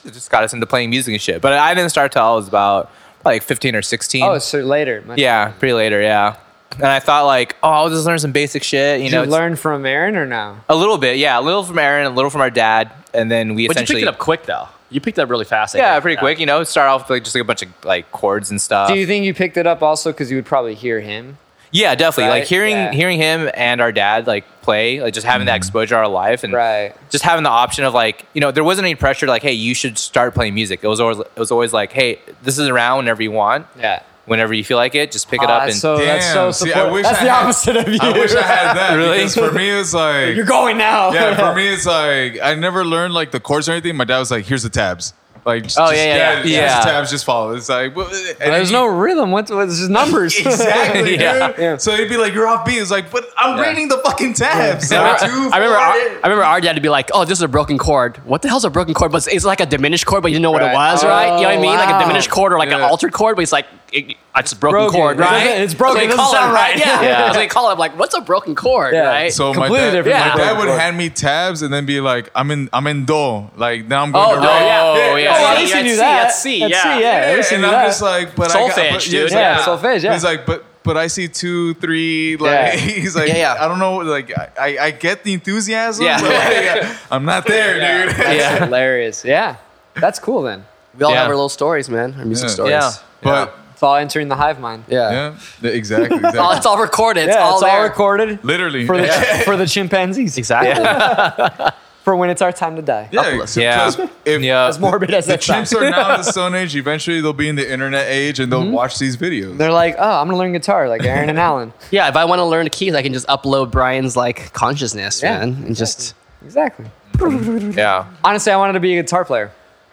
S3: it just got us into playing music and shit. But I didn't start till I was about like 15 or 16.
S1: Oh, so later. My-
S3: yeah, pretty later. Yeah, and I thought like, oh, I'll just learn some basic shit. You
S1: Did
S3: know,
S1: you
S3: it's-
S1: learn from Aaron or no?
S3: A little bit, yeah. A little from Aaron, a little from our dad, and then we
S4: But you
S3: essentially
S4: picked it up quick though. You picked it up really fast. I
S3: yeah,
S4: think.
S3: pretty quick. You know, start off with like just like a bunch of like chords and stuff.
S1: Do you think you picked it up also because you would probably hear him?
S3: yeah, definitely.
S1: Right,
S3: Like hearing
S1: yeah. Mm-hmm.
S3: hearing him and our dad like play, like just having that exposure to our life and
S1: Right.
S3: just having the option of like you know there wasn't any pressure like hey you should start playing music. It was always it was always like hey this is around whenever you want,
S1: Yeah.
S3: whenever you feel like it, just pick it
S1: Ah,
S3: up and
S1: so that's so
S2: Damn, see, I
S1: support-
S2: wish
S1: That's
S2: I
S1: the
S2: had-
S1: opposite of you.
S2: I wish I had that.
S3: Really?
S2: Because for me, it's like
S1: You're going now.
S2: Yeah, for me, it's like I never learned like the chords or anything. My dad was like, "Here's the tabs." Like, just,
S3: Oh, yeah, yeah, yeah.
S2: here's
S3: Yeah.
S2: the tabs. Just follow. It's like well, and
S1: There's
S2: he-
S1: no rhythm. What's, what's his numbers? Oh,
S2: exactly,
S3: Yeah.
S2: dude.
S1: Yeah.
S2: So he'd be like, "You're off beat." It's like, but I'm reading the fucking tabs.
S4: I
S2: Like,
S4: remember,
S2: two,
S4: I, remember
S2: four,
S4: our,
S2: eight.
S4: I remember our dad would be like, "Oh, this is a broken chord. What the hell's a broken chord? But it's, it's like a diminished chord, but you didn't know what
S1: Right.
S4: it was, right? You know what I mean? Like
S1: Oh,
S4: a diminished chord or like an
S2: Yeah.
S4: altered chord, but it's like it, it's a broken,
S1: Broken.
S4: chord,
S1: It
S4: right?
S1: doesn't- it's
S4: That's what
S1: broken.
S4: they
S1: It doesn't
S4: call
S1: sound right.
S4: Yeah,
S1: Yeah.
S4: That's what they call it. I'm like, what's a broken chord,
S1: Yeah.
S4: right?
S2: So my
S1: Completely
S2: dad,
S1: different
S2: my
S4: from
S2: dad
S1: broken
S2: would
S1: chord.
S2: hand me tabs and then be like, "I'm in, I'm in do." Like now I'm going to
S4: no,
S2: right.
S4: yeah.
S3: oh
S4: Yeah,
S1: Oh,
S3: yeah,
S1: at least
S4: see,
S1: you
S4: yeah,
S1: knew
S4: see,
S1: that.
S4: that's see,
S1: That's
S4: yeah.
S1: see, yeah. At least you
S2: and
S1: knew
S2: I'm
S1: that.
S2: just like, but I got,
S4: Solfege,
S2: but,
S4: dude.
S2: it's
S1: Yeah,
S2: like,
S1: solfege, yeah.
S2: He's like, but but I see two, three, like
S1: Yeah.
S2: he's like,
S3: Yeah, yeah.
S2: I don't know, like I, I, I get the enthusiasm,
S3: Yeah.
S2: but like, I'm not there, dude.
S1: That's
S3: Yeah.
S1: hilarious. Yeah. That's cool then.
S5: We all
S3: Yeah.
S5: have our little stories, man. Our music
S2: Yeah.
S5: stories.
S3: Yeah.
S2: But
S1: It's all entering the hive mind.
S5: Yeah.
S2: yeah, th- exactly,
S4: Oh,
S2: exactly.
S4: it's all recorded. It's
S1: yeah,
S4: all
S1: it's
S4: there.
S1: all recorded
S2: literally.
S1: for the
S2: yeah.
S1: for the chimpanzees. Exactly. for when it's our time to die.
S2: Yeah, so
S3: Yeah.
S2: plus, if
S3: yeah.
S1: As morbid as
S2: the
S1: that sounds.
S2: chimps are now in the Stone Age, eventually they'll be in the internet age and they'll watch these videos.
S1: They're like, oh, I'm gonna learn guitar like Aaron and Alan.
S4: Yeah, if I want to learn the keys, I can just upload Brian's like consciousness,
S1: Yeah,
S4: man, and just.
S1: Exactly.
S3: yeah.
S1: Honestly, I wanted to be a guitar player.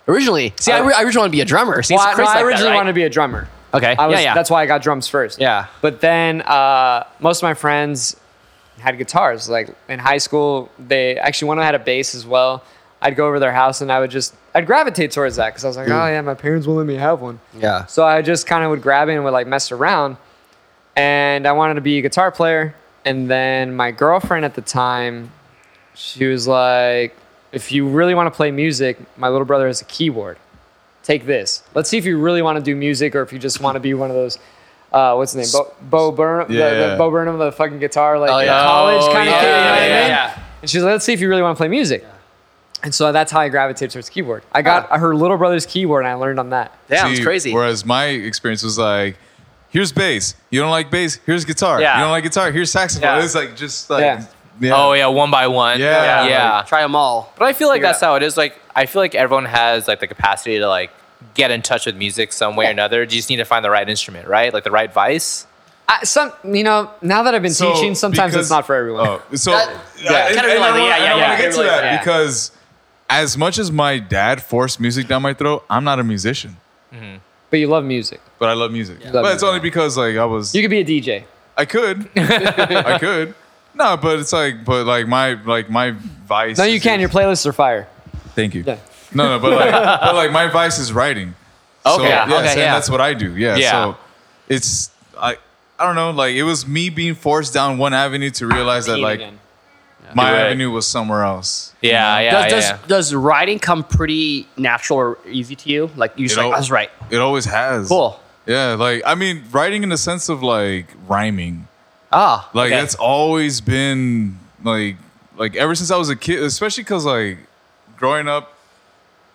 S4: Originally, see, I, re- I originally want to be a drummer. See,
S1: Well, I,
S4: it's Chris
S1: no, I
S4: like
S1: originally
S4: that, right?
S1: wanted to be a drummer.
S4: Okay,
S1: I was,
S4: yeah, yeah,
S1: That's why I got drums first.
S4: yeah.
S1: But then uh, most of my friends had guitars. Like in high school, they actually one of them had a bass as well. I'd go over to their house and I would just I'd gravitate towards that because I was like, oh yeah, my parents won't let me have one.
S5: Yeah.
S1: So I just kind of would grab it and would like mess around. And I wanted to be a guitar player. And then my girlfriend at the time, she was like, if you really want to play music, my little brother has a keyboard. Take this. Let's see if you really want to do music or if you just want to be one of those. Uh, what's his name? Bo, Bo Burnham, the,
S2: Yeah.
S1: the Bo Burnham, the fucking guitar, like
S4: Oh, yeah.
S1: college
S3: Oh,
S1: kind of
S4: yeah,
S1: kid. You know what I
S4: yeah,
S1: mean?
S4: yeah.
S1: And she's like, let's see if you really want to play music. And so that's how I gravitated towards keyboard. I got
S4: Ah.
S1: her little brother's keyboard and I learned on that.
S4: Damn,
S2: See,
S4: it's crazy.
S2: Whereas my experience was like, here's bass. You don't like bass? Here's guitar.
S4: Yeah.
S2: You don't like guitar? Here's saxophone.
S4: Yeah.
S2: It's like just like
S1: Yeah.
S3: Oh yeah, one by one.
S2: Yeah.
S3: Yeah.
S4: Try them all.
S3: But I feel like
S1: Figure it
S3: that's how it is. Like I feel like everyone has like the capacity to like get in touch with music some way or another. You just need to find the right instrument, right? Like the right vice.
S1: I, some, you know, now that I've been
S2: So,
S1: teaching, sometimes
S2: because-
S1: it's not for everyone.
S2: Oh, so
S4: That-
S2: yeah,
S4: yeah,
S2: and-
S4: kinda
S2: and I
S4: realize-
S2: wanna-
S4: yeah,
S2: and
S4: yeah,
S2: I want
S4: yeah,
S2: to get to
S4: realize-
S2: that
S4: yeah.
S2: because as much as my dad forced music down my throat, I'm not a musician,
S1: But you love music.
S2: but I love music.
S1: Love
S2: But it's
S1: music.
S2: only because like I was
S1: You could be a DJ.
S2: I could. I could. No, but it's like, but like my like my vice.
S1: No, you
S2: is-
S1: can. Your playlists are fire.
S2: Thank you.
S1: Yeah.
S2: No, no, but like, but like my vice is writing. So,
S3: Okay,
S2: yes,
S3: okay,
S2: and
S3: yeah.
S2: that's what I do. Yeah.
S3: Yeah.
S2: So it's I I don't know. Like it was me being forced down one avenue to realize that like
S1: Again.
S2: my
S3: Right.
S2: avenue was somewhere else.
S3: Yeah, yeah,
S4: Does, does, does writing come pretty natural or easy to you? Like, you just
S2: al-
S4: like, I was right.
S2: It always has.
S4: Cool.
S2: Yeah. Like I mean, writing in the sense of like rhyming.
S4: Ah.
S2: Like
S4: okay.
S2: that's always been like like ever since I was a kid, especially because like growing up,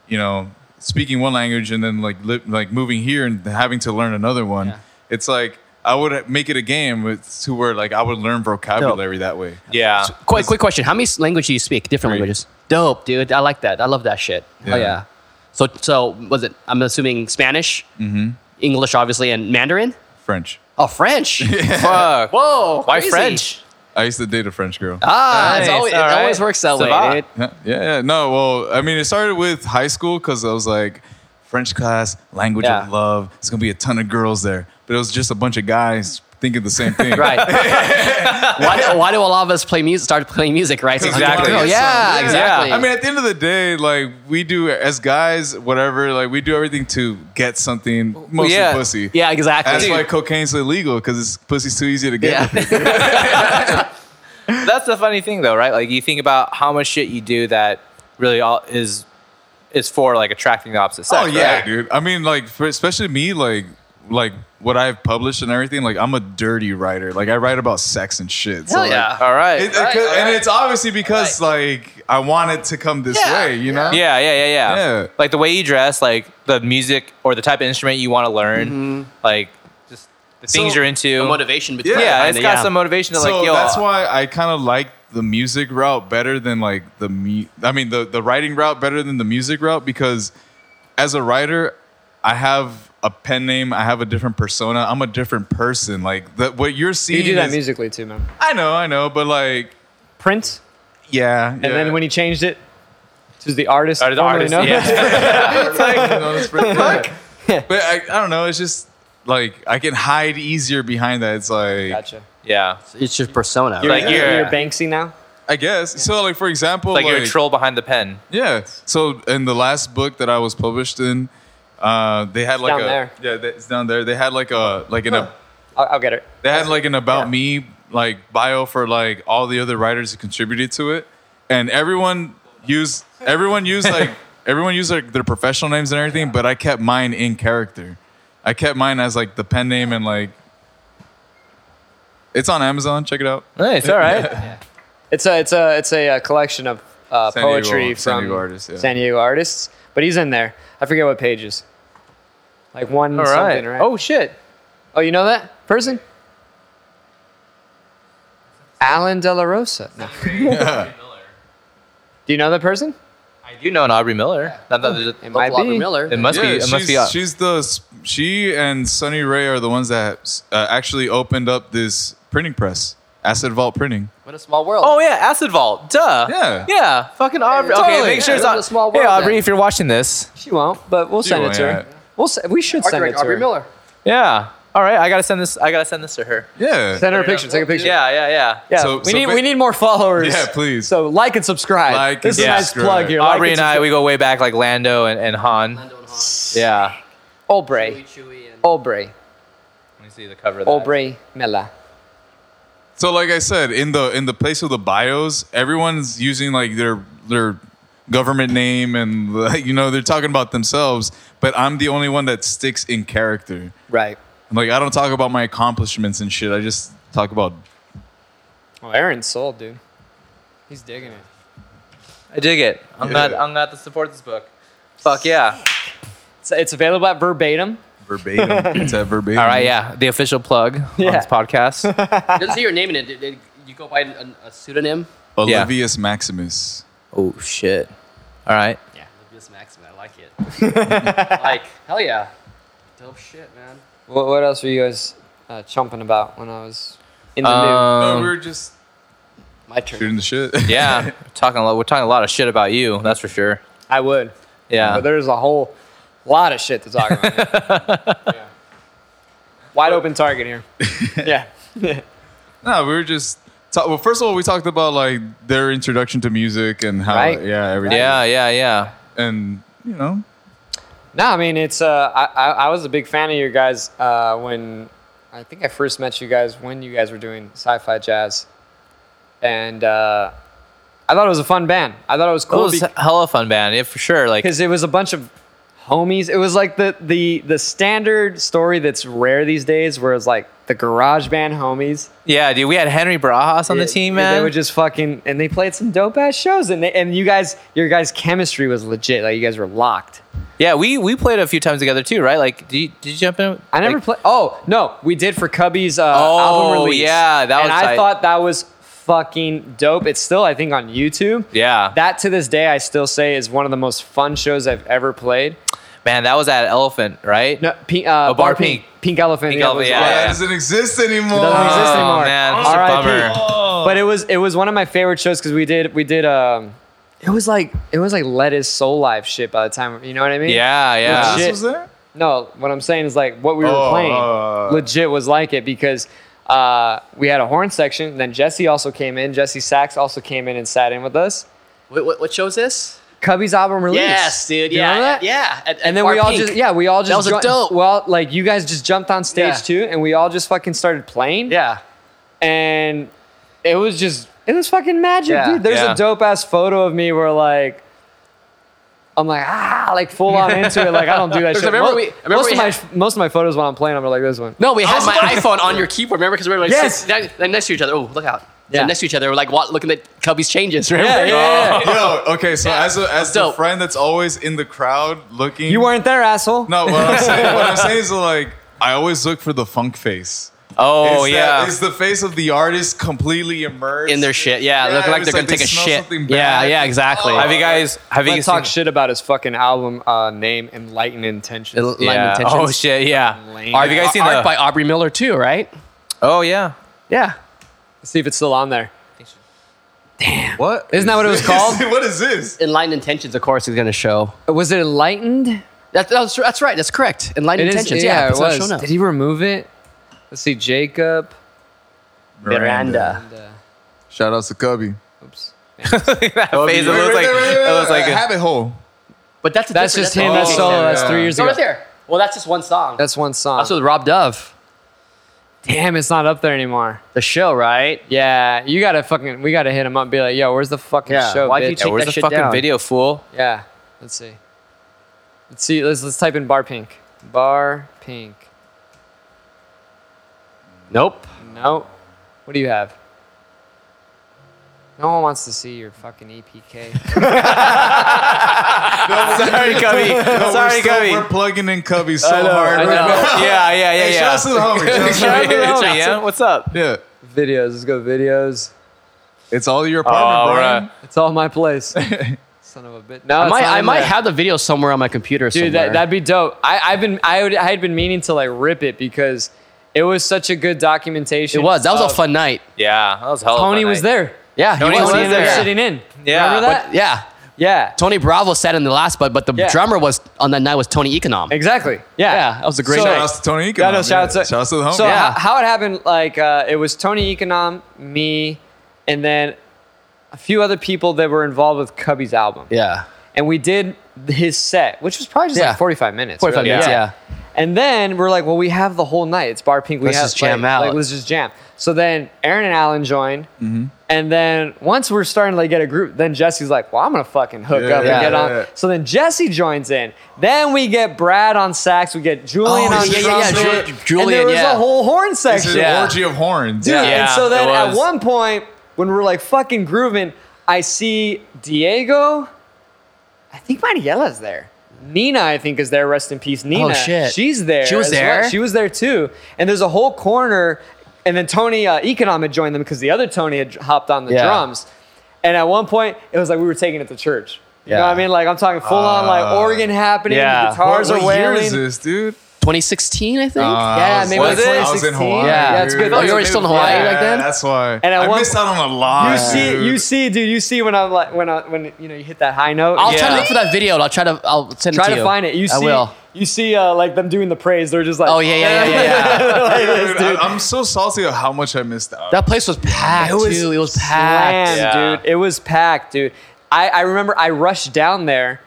S2: you know, speaking one language and then like li- like moving here and having to learn another one. It's like I would make it a game with, to where like I would learn vocabulary that way.
S3: Yeah.
S4: Quick, quick question. How many s- languages do you speak? Different
S2: Three.
S4: languages. Dope, dude. I like that. I love that shit.
S2: Yeah.
S4: Oh yeah. So, so was it? I'm assuming Spanish, mm-hmm. English, obviously, and Mandarin.
S2: French.
S4: Oh, French.
S3: Fuck.
S4: Whoa.
S3: Why
S4: crazy.
S3: French?
S2: I used to date a French girl.
S4: Ah,
S3: Nice,
S4: it's always,
S3: all
S4: it
S3: right.
S4: always works that
S3: Savant.
S4: way, dude.
S2: Yeah, yeah, yeah. No, well, I mean, it started with high school because I was like, French class, language
S4: Yeah.
S2: of love. It's gonna be a ton of girls there, but it was just a bunch of guys thinking the same thing.
S4: Right. why, do, why do a lot of us play music? Start playing music, right? So it's like,
S3: Exactly.
S4: oh, yeah,
S2: Yeah.
S4: exactly.
S2: I mean, at the end of the day, like we do as guys, whatever, like we do everything to get something, mostly
S3: yeah.
S2: pussy.
S4: yeah, exactly.
S2: That's why cocaine's illegal because it's pussy's too easy to get.
S4: yeah.
S3: That's the funny thing, though, right? Like you think about how much shit you do that really all is is for like attracting the opposite sex.
S2: Oh yeah,
S3: right?
S2: dude. I mean, like for, especially me, like like what I've published and everything. Like I'm a dirty writer. Like I write about sex and shit. so,
S4: Hell yeah.
S3: All right.
S2: It- it could- and it's obviously because like I want it to come this way, you know?
S3: Yeah, yeah, yeah, yeah,
S2: Yeah.
S3: Like the way you dress, like the music or the type of instrument you want to learn, like just the things
S2: So-
S3: you're into.
S4: The motivation. bet-
S2: Yeah,
S3: yeah,
S4: behind
S3: it's
S4: it,
S3: got
S4: yeah.
S3: some motivation to
S2: So
S3: like. Yo, uh,
S2: that's why I kind of like the music route better than like the me. I mean the the writing route better than the music route because as a writer, I have a pen name, I have a different persona, I'm a different person. Like the, what you're
S1: You
S2: seeing.
S1: do that
S2: is-
S1: musically too, man.
S2: I know, I know, but like
S1: Prince,
S2: yeah.
S1: and then when he changed it to the artist,
S3: Or the
S1: formerly
S3: artist,
S1: known-
S3: yeah.
S2: Fuck. But I, I don't know. It's just like I can hide easier behind that. It's like
S1: gotcha.
S3: yeah.
S4: It's your persona.
S3: You're-
S4: Right?
S3: Like
S1: Like you're, you're Banksy now.
S2: I guess. So like for example,
S3: Like, you're a troll behind the pen.
S2: Yeah. So in the last book that I was published in, uh, they had like
S1: down
S2: a
S1: there.
S2: yeah, that- it's down there. They had like a like an a,
S1: I'll, I'll get it.
S2: they had like an about me like bio for like all the other writers who contributed to it, and everyone used everyone used like everyone used like their professional names and everything, but I kept mine in character. I kept mine as like the pen name and like. It's on Amazon. Check it out.
S3: Nice. All right.
S1: It's a it's a it's a, uh collection of uh,
S2: San Diego-
S1: poetry from
S2: San Diego artists, yeah.
S1: San Diego artists, but he's in there. I forget what pages. Like one
S3: All right.
S1: something, right?
S3: Oh shit.
S1: oh, you know that person? Alan De La Rosa. No. Do you know that person?
S3: I do know an Aubrey Miller. Not that there's a-
S1: It might
S4: Robert
S1: be.
S4: Miller.
S3: it must be. It
S2: she's,
S3: must be. up.
S2: she's the s- she and Sunny Ray are the ones that uh, actually opened up this printing press, Acid Vault Printing.
S4: What a small world.
S3: Oh yeah, Acid Vault. Duh.
S2: Yeah.
S3: Yeah. Fucking Aubrey. okay,
S1: totally.
S3: make sure
S1: Yeah, it's
S3: it's on.
S1: a small
S3: hey
S1: world
S3: Aubrey,
S1: then.
S3: if you're watching this.
S1: She won't, but we'll send it
S2: won't,
S1: to her.
S2: yeah.
S1: We'll se- we should
S4: Art
S1: send it
S4: director
S1: to
S4: Aubrey
S1: her.
S4: Miller.
S3: Yeah. All right. I gotta send this. I gotta send this to her.
S2: Yeah.
S1: Send her a picture. Take a picture.
S3: Yeah. Yeah. Yeah.
S1: Yeah,
S2: So-
S1: we
S2: so
S1: need
S2: ba-
S1: we need more followers.
S2: Yeah, please.
S1: So like and subscribe.
S2: Like
S1: this
S2: and
S1: is a nice
S2: subscribe.
S1: plug here. Like
S3: Aubrey and I, we go way back, like Lando and, and Han. Yeah.
S1: Aubrey, Aubrey,
S3: Let me see the cover. Of that.
S1: Aubrey Miller.
S2: So like I said, in the in the place of the bios, everyone's using like their their government name and like, you know they're talking about themselves, but I'm the only one that sticks in character.
S1: Right.
S2: Like I don't talk about my accomplishments and shit. I just talk about
S1: Well, Oh, Aaron's sold, dude. He's digging it.
S3: I dig it. I'm glad.
S2: Yeah.
S3: I'm glad to support this book. Fuck yeah.
S1: It's, it's available at verbatim.
S2: verbatim. it's at verbatim.
S3: All right. Yeah. The official plug on
S1: Yeah.
S3: this podcast.
S4: It doesn't say your name in it. Did- did you go by a, a pseudonym?
S2: Olivius Maximus.
S3: oh shit. All right.
S4: Yeah, Olivius Maxim. I like it. like, hell yeah. Dope shit, man.
S1: What, what else were you guys uh, chumping about when I was in the
S3: Um,
S1: mood?
S2: No, Oh, we were just
S4: My turn.
S2: shooting the shit.
S3: Yeah. we're talking. A lot, we're talking a lot of shit about you. That's for sure.
S1: I would,
S3: Yeah.
S1: but there's a whole lot of shit to talk about. man. Wide open target here. yeah.
S2: No, we were just. Ta- well, first of all, we talked about like their introduction to music and how,
S1: Right.
S2: yeah, everything.
S3: Yeah. Yeah. Yeah.
S2: and you know,
S1: No, I mean it's. Uh, I, I I was a big fan of your guys uh, when I think I first met you guys when you guys were doing sci-fi jazz, and uh, I thought it was a fun band. I thought it was cool
S3: Cool. was hella fun band. Yeah, for sure. Like.
S1: because it was a bunch of homies. It was like the the the standard story that's rare these days, where it's like the garage band homies
S3: Yeah, dude. We had Henry Barajas on the
S1: Yeah,
S3: team,
S1: yeah,
S3: man.
S1: They would just fucking and they played some dope ass shows, and they, and you guys, your guys' chemistry was legit. Like you guys were locked.
S3: Yeah, we we played a few times together too, right? Like, did you, did you jump in?
S1: I never
S3: Like,
S1: played. Oh no, we did for Cubby's uh,
S3: Oh,
S1: album release.
S3: yeah, that
S1: and
S3: was
S1: I
S3: tight.
S1: thought that was fucking dope. It's still, I think, on YouTube.
S3: Yeah.
S1: that to this day, I still say is one of the most fun shows I've ever played.
S3: man, that was at Elephant, right?
S1: No, pink, uh,
S3: Oh, Bar
S1: Bar Pink, Pink Elephant.
S3: Pink
S1: yeah,
S3: Elephant,
S1: was-
S3: yeah,
S2: Wow,
S3: yeah.
S2: that doesn't exist anymore.
S1: Doesn't exist
S3: Oh,
S1: anymore.
S3: man, that's a
S1: R.I.P.
S3: bummer.
S1: But it was it was one of my favorite shows because we did we did um it was like it was like Lettuce Soul Live shit by the time you know what I mean?
S3: Yeah, yeah.
S1: Legit.
S2: This was there?
S1: No, what I'm saying is like what we were
S2: Oh,
S1: playing
S2: uh,
S1: legit was like it because uh, we had a horn section. Then Jesse also came in. Jesse Sachs also came in and sat in with us.
S4: What, what, what show's this?
S1: Cubby's album release.
S4: Yes, dude.
S1: Do you
S4: Yeah,
S1: remember that?
S4: yeah. At- at
S1: And then
S4: Bar
S1: we all
S4: Pink.
S1: just yeah we all just
S4: That was a
S1: jo-
S4: dope.
S1: Well, like you guys just jumped on stage
S4: Yeah.
S1: too, and we all just fucking started playing.
S4: yeah.
S1: and it was just it was fucking magic,
S4: Yeah.
S1: dude. There's
S3: Yeah.
S1: a dope ass photo of me where like I'm like ah, like full on into it. Like I don't do that shit.
S4: I remember
S1: Mo-
S4: we- I remember
S1: most
S4: we
S1: of my most of my photos when I'm playing, I'm like this one.
S4: No, we had my iPhone on your keyboard. Remember, because we were like
S1: Oh Yes.
S4: sitting down- like, next to each other. Oh, look out!
S1: Yeah.
S4: Yeah. next to each other, we're like what, looking at Cubby's changes. Remember?
S1: Yeah, yeah, yeah.
S2: Yo, okay, so as a as the
S4: dope.
S2: friend that's always in the crowd looking
S1: You weren't there, asshole.
S2: No, what I'm saying what I'm saying is like I always look for the funk face.
S3: Oh
S2: it's
S3: yeah.
S2: that, it's the face of the artist completely immersed
S4: Oh, In their shit. Yeah,
S2: Yeah,
S4: looking like
S2: it's
S4: they're
S2: like
S4: gonna
S2: they
S4: take a
S2: smell
S4: shit.
S2: something
S4: Yeah,
S2: bad.
S4: yeah, exactly.
S3: have you guys? Have you
S1: Let's
S3: guys
S1: talk
S3: seen-
S1: shit about his fucking album uh, name, Enlightened Intentions.
S4: Enlightened
S3: Yeah.
S4: Intentions.
S3: Oh shit. Yeah.
S1: Lame.
S3: Have you guys
S4: Ar-
S3: seen
S4: art
S3: the?
S4: by Aubrey Miller too? Right?
S3: Oh yeah.
S4: Yeah.
S1: Let's see if it's still on there.
S3: What?
S1: Isn't that what it was called?
S2: what is this?
S4: Enlightened Intentions, of course, is going to show.
S1: Was it Enlightened?
S4: That, that's, that's right. That's correct.
S1: It
S4: Enlightened
S1: is-
S4: Intentions. yeah,
S1: it
S4: it's not
S1: was.
S4: shown up.
S1: Did he remove it? Let's see, Jacob.
S4: Miranda.
S1: And, uh,
S2: Shout out to Cubby.
S1: oops.
S3: that face? It looks like. It looks like. a-
S2: habit hole.
S4: But that's a
S1: That's
S4: different-
S1: just him.
S2: Oh,
S1: That's solo.
S2: yeah.
S1: That's three years
S4: It's over
S1: ago.
S4: there. Well, that's just one song.
S1: That's one song.
S4: that's with Rob Dove.
S1: Damn, it's not up there anymore.
S4: The show, right?
S1: Yeah, you gotta fucking, we gotta hit him up and be like, yo, where's the fucking
S4: Yeah,
S1: show?
S4: why'd
S1: bitch?
S4: you
S3: Yeah,
S4: take
S3: where's
S4: that
S3: the
S4: shit
S3: fucking
S4: down.
S3: video, fool?
S1: Yeah, let's see. Let's see, let's, let's type in Bar Pink. Bar Pink.
S4: Nope.
S1: Nope. What do you have? No one wants to see your fucking E EPK.
S3: Sorry, Cubby.
S2: No,
S3: Sorry,
S2: we're, still-
S3: Cubby.
S2: we're plugging in Cubby so hard.
S1: I
S2: right
S1: know.
S2: now.
S3: Yeah, yeah, yeah,
S2: Hey,
S3: yeah.
S2: shout out to the homie. Shout out to the
S3: Shout out
S2: homie.
S3: to the
S4: Shout
S3: homie,
S4: out
S3: yeah? What's up?
S2: Yeah,
S1: videos, let's go videos.
S2: it's all your
S3: Oh,
S2: apartment, Brian.
S3: right.
S1: It's all my place. Son of a bitch. No, Oh,
S4: I
S1: it's
S4: might,
S1: not
S4: I
S1: in
S4: might
S1: there.
S4: have the video somewhere on my computer.
S1: Dude,
S4: somewhere.
S1: that, that'd be dope. I, I've been, I, would, I had been meaning to like rip it because it was such a good documentation.
S4: it was. That was
S1: of-
S4: a fun night.
S3: Yeah, that was hell. of a
S1: Tony
S3: night.
S1: was there.
S4: Yeah, he
S3: Tony
S1: He
S3: was
S1: was
S3: there.
S1: there
S3: Yeah.
S1: sitting in.
S3: Yeah.
S1: Remember that?
S4: But, yeah.
S1: yeah.
S4: Tony Bravo sat in the last, but but the
S1: Yeah.
S4: drummer was on that night was Tony Econom.
S1: Exactly. Yeah.
S4: Yeah, that was a great
S1: So-
S4: night.
S2: Shout out to Tony Econom.
S1: Yeah, no, shout out to,
S2: shout out to the homie.
S1: So
S4: Yeah.
S1: h- how it happened, like uh, it was Tony Econom, me, and then a few other people that were involved with Cubby's album.
S4: Yeah.
S1: And we did his set, which was probably just
S4: Yeah.
S1: like 45 minutes.
S4: 45 minutes, yeah.
S1: And then we're like, well, we have the whole night. It's Bar Pink. We
S4: Let's
S1: have,
S4: just jam
S1: like-
S4: out. Mm-hmm.
S1: like, let's just jam. So then Aaron and Alan joined. And then once we're starting to like get a group, then Jesse's like, well, I'm going to fucking hook
S2: Yeah,
S1: up
S2: yeah,
S1: and get
S2: yeah,
S1: on.
S2: yeah.
S1: So then Jesse joins in. Then we get Brad on sax. We get Julian
S2: Oh,
S4: uh,
S1: on
S2: yeah, yeah,
S1: drums.
S2: yeah, Ju-
S1: and there
S4: Julian,
S1: was
S4: yeah.
S1: a whole horn
S2: This is
S1: section.
S2: an
S4: Yeah.
S2: orgy of horns.
S1: Dude,
S3: Yeah,
S1: and so then
S3: it
S1: at
S3: was.
S1: one point, when we're like fucking grooving, I see Diego. I think Mariela's there. Nina, I think, is there. Rest in peace, Nina.
S4: Oh, shit.
S1: She's there.
S4: She was
S1: as well.
S4: there?
S1: She was there too. And there's a whole corner. And then Tony uh, Econom had joined them because the other Tony had hopped on the
S4: Yeah.
S1: drums. And at one point, it was like we were taking it to church. You know
S4: Yeah.
S1: what I mean? Like I'm talking full on, like
S2: Ah.
S1: organ happening,
S4: Yeah.
S1: the guitars
S2: what,
S1: are
S2: what year
S1: wailing.
S2: is this, dude?
S4: 2016, I think.
S2: Uh,
S1: Yeah,
S2: I was-
S1: maybe
S3: was
S1: like
S2: I was
S3: it?
S2: in
S1: 2016.
S2: Hawaii.
S4: Yeah.
S1: yeah, it's
S2: dude.
S1: good.
S4: Oh, you were still in Hawaii
S1: Yeah.
S4: back then?
S2: That's why.
S1: And
S2: And
S1: at
S2: I
S1: one
S2: missed
S1: point-
S2: out on a lot.
S1: You see,
S2: dude.
S1: you see, dude, you see when I'm like when I when you know you hit that high note.
S4: I'll
S1: Yeah.
S4: try to
S3: Yeah.
S4: look for that video. and I'll try to I'll send it
S1: try
S4: to
S1: to
S4: you.
S1: find it. You see,
S4: I will.
S1: you see, uh, like them doing the praise. They're just like,
S4: Oh yeah, yeah, yeah, yeah. yeah.
S1: like this,
S2: Dude, I-
S1: dude.
S2: I'm so salty of how much I missed out.
S4: that place was packed too. It was packed.
S1: slammed,
S3: Yeah.
S1: dude. It was packed, dude. I, I remember I rushed down there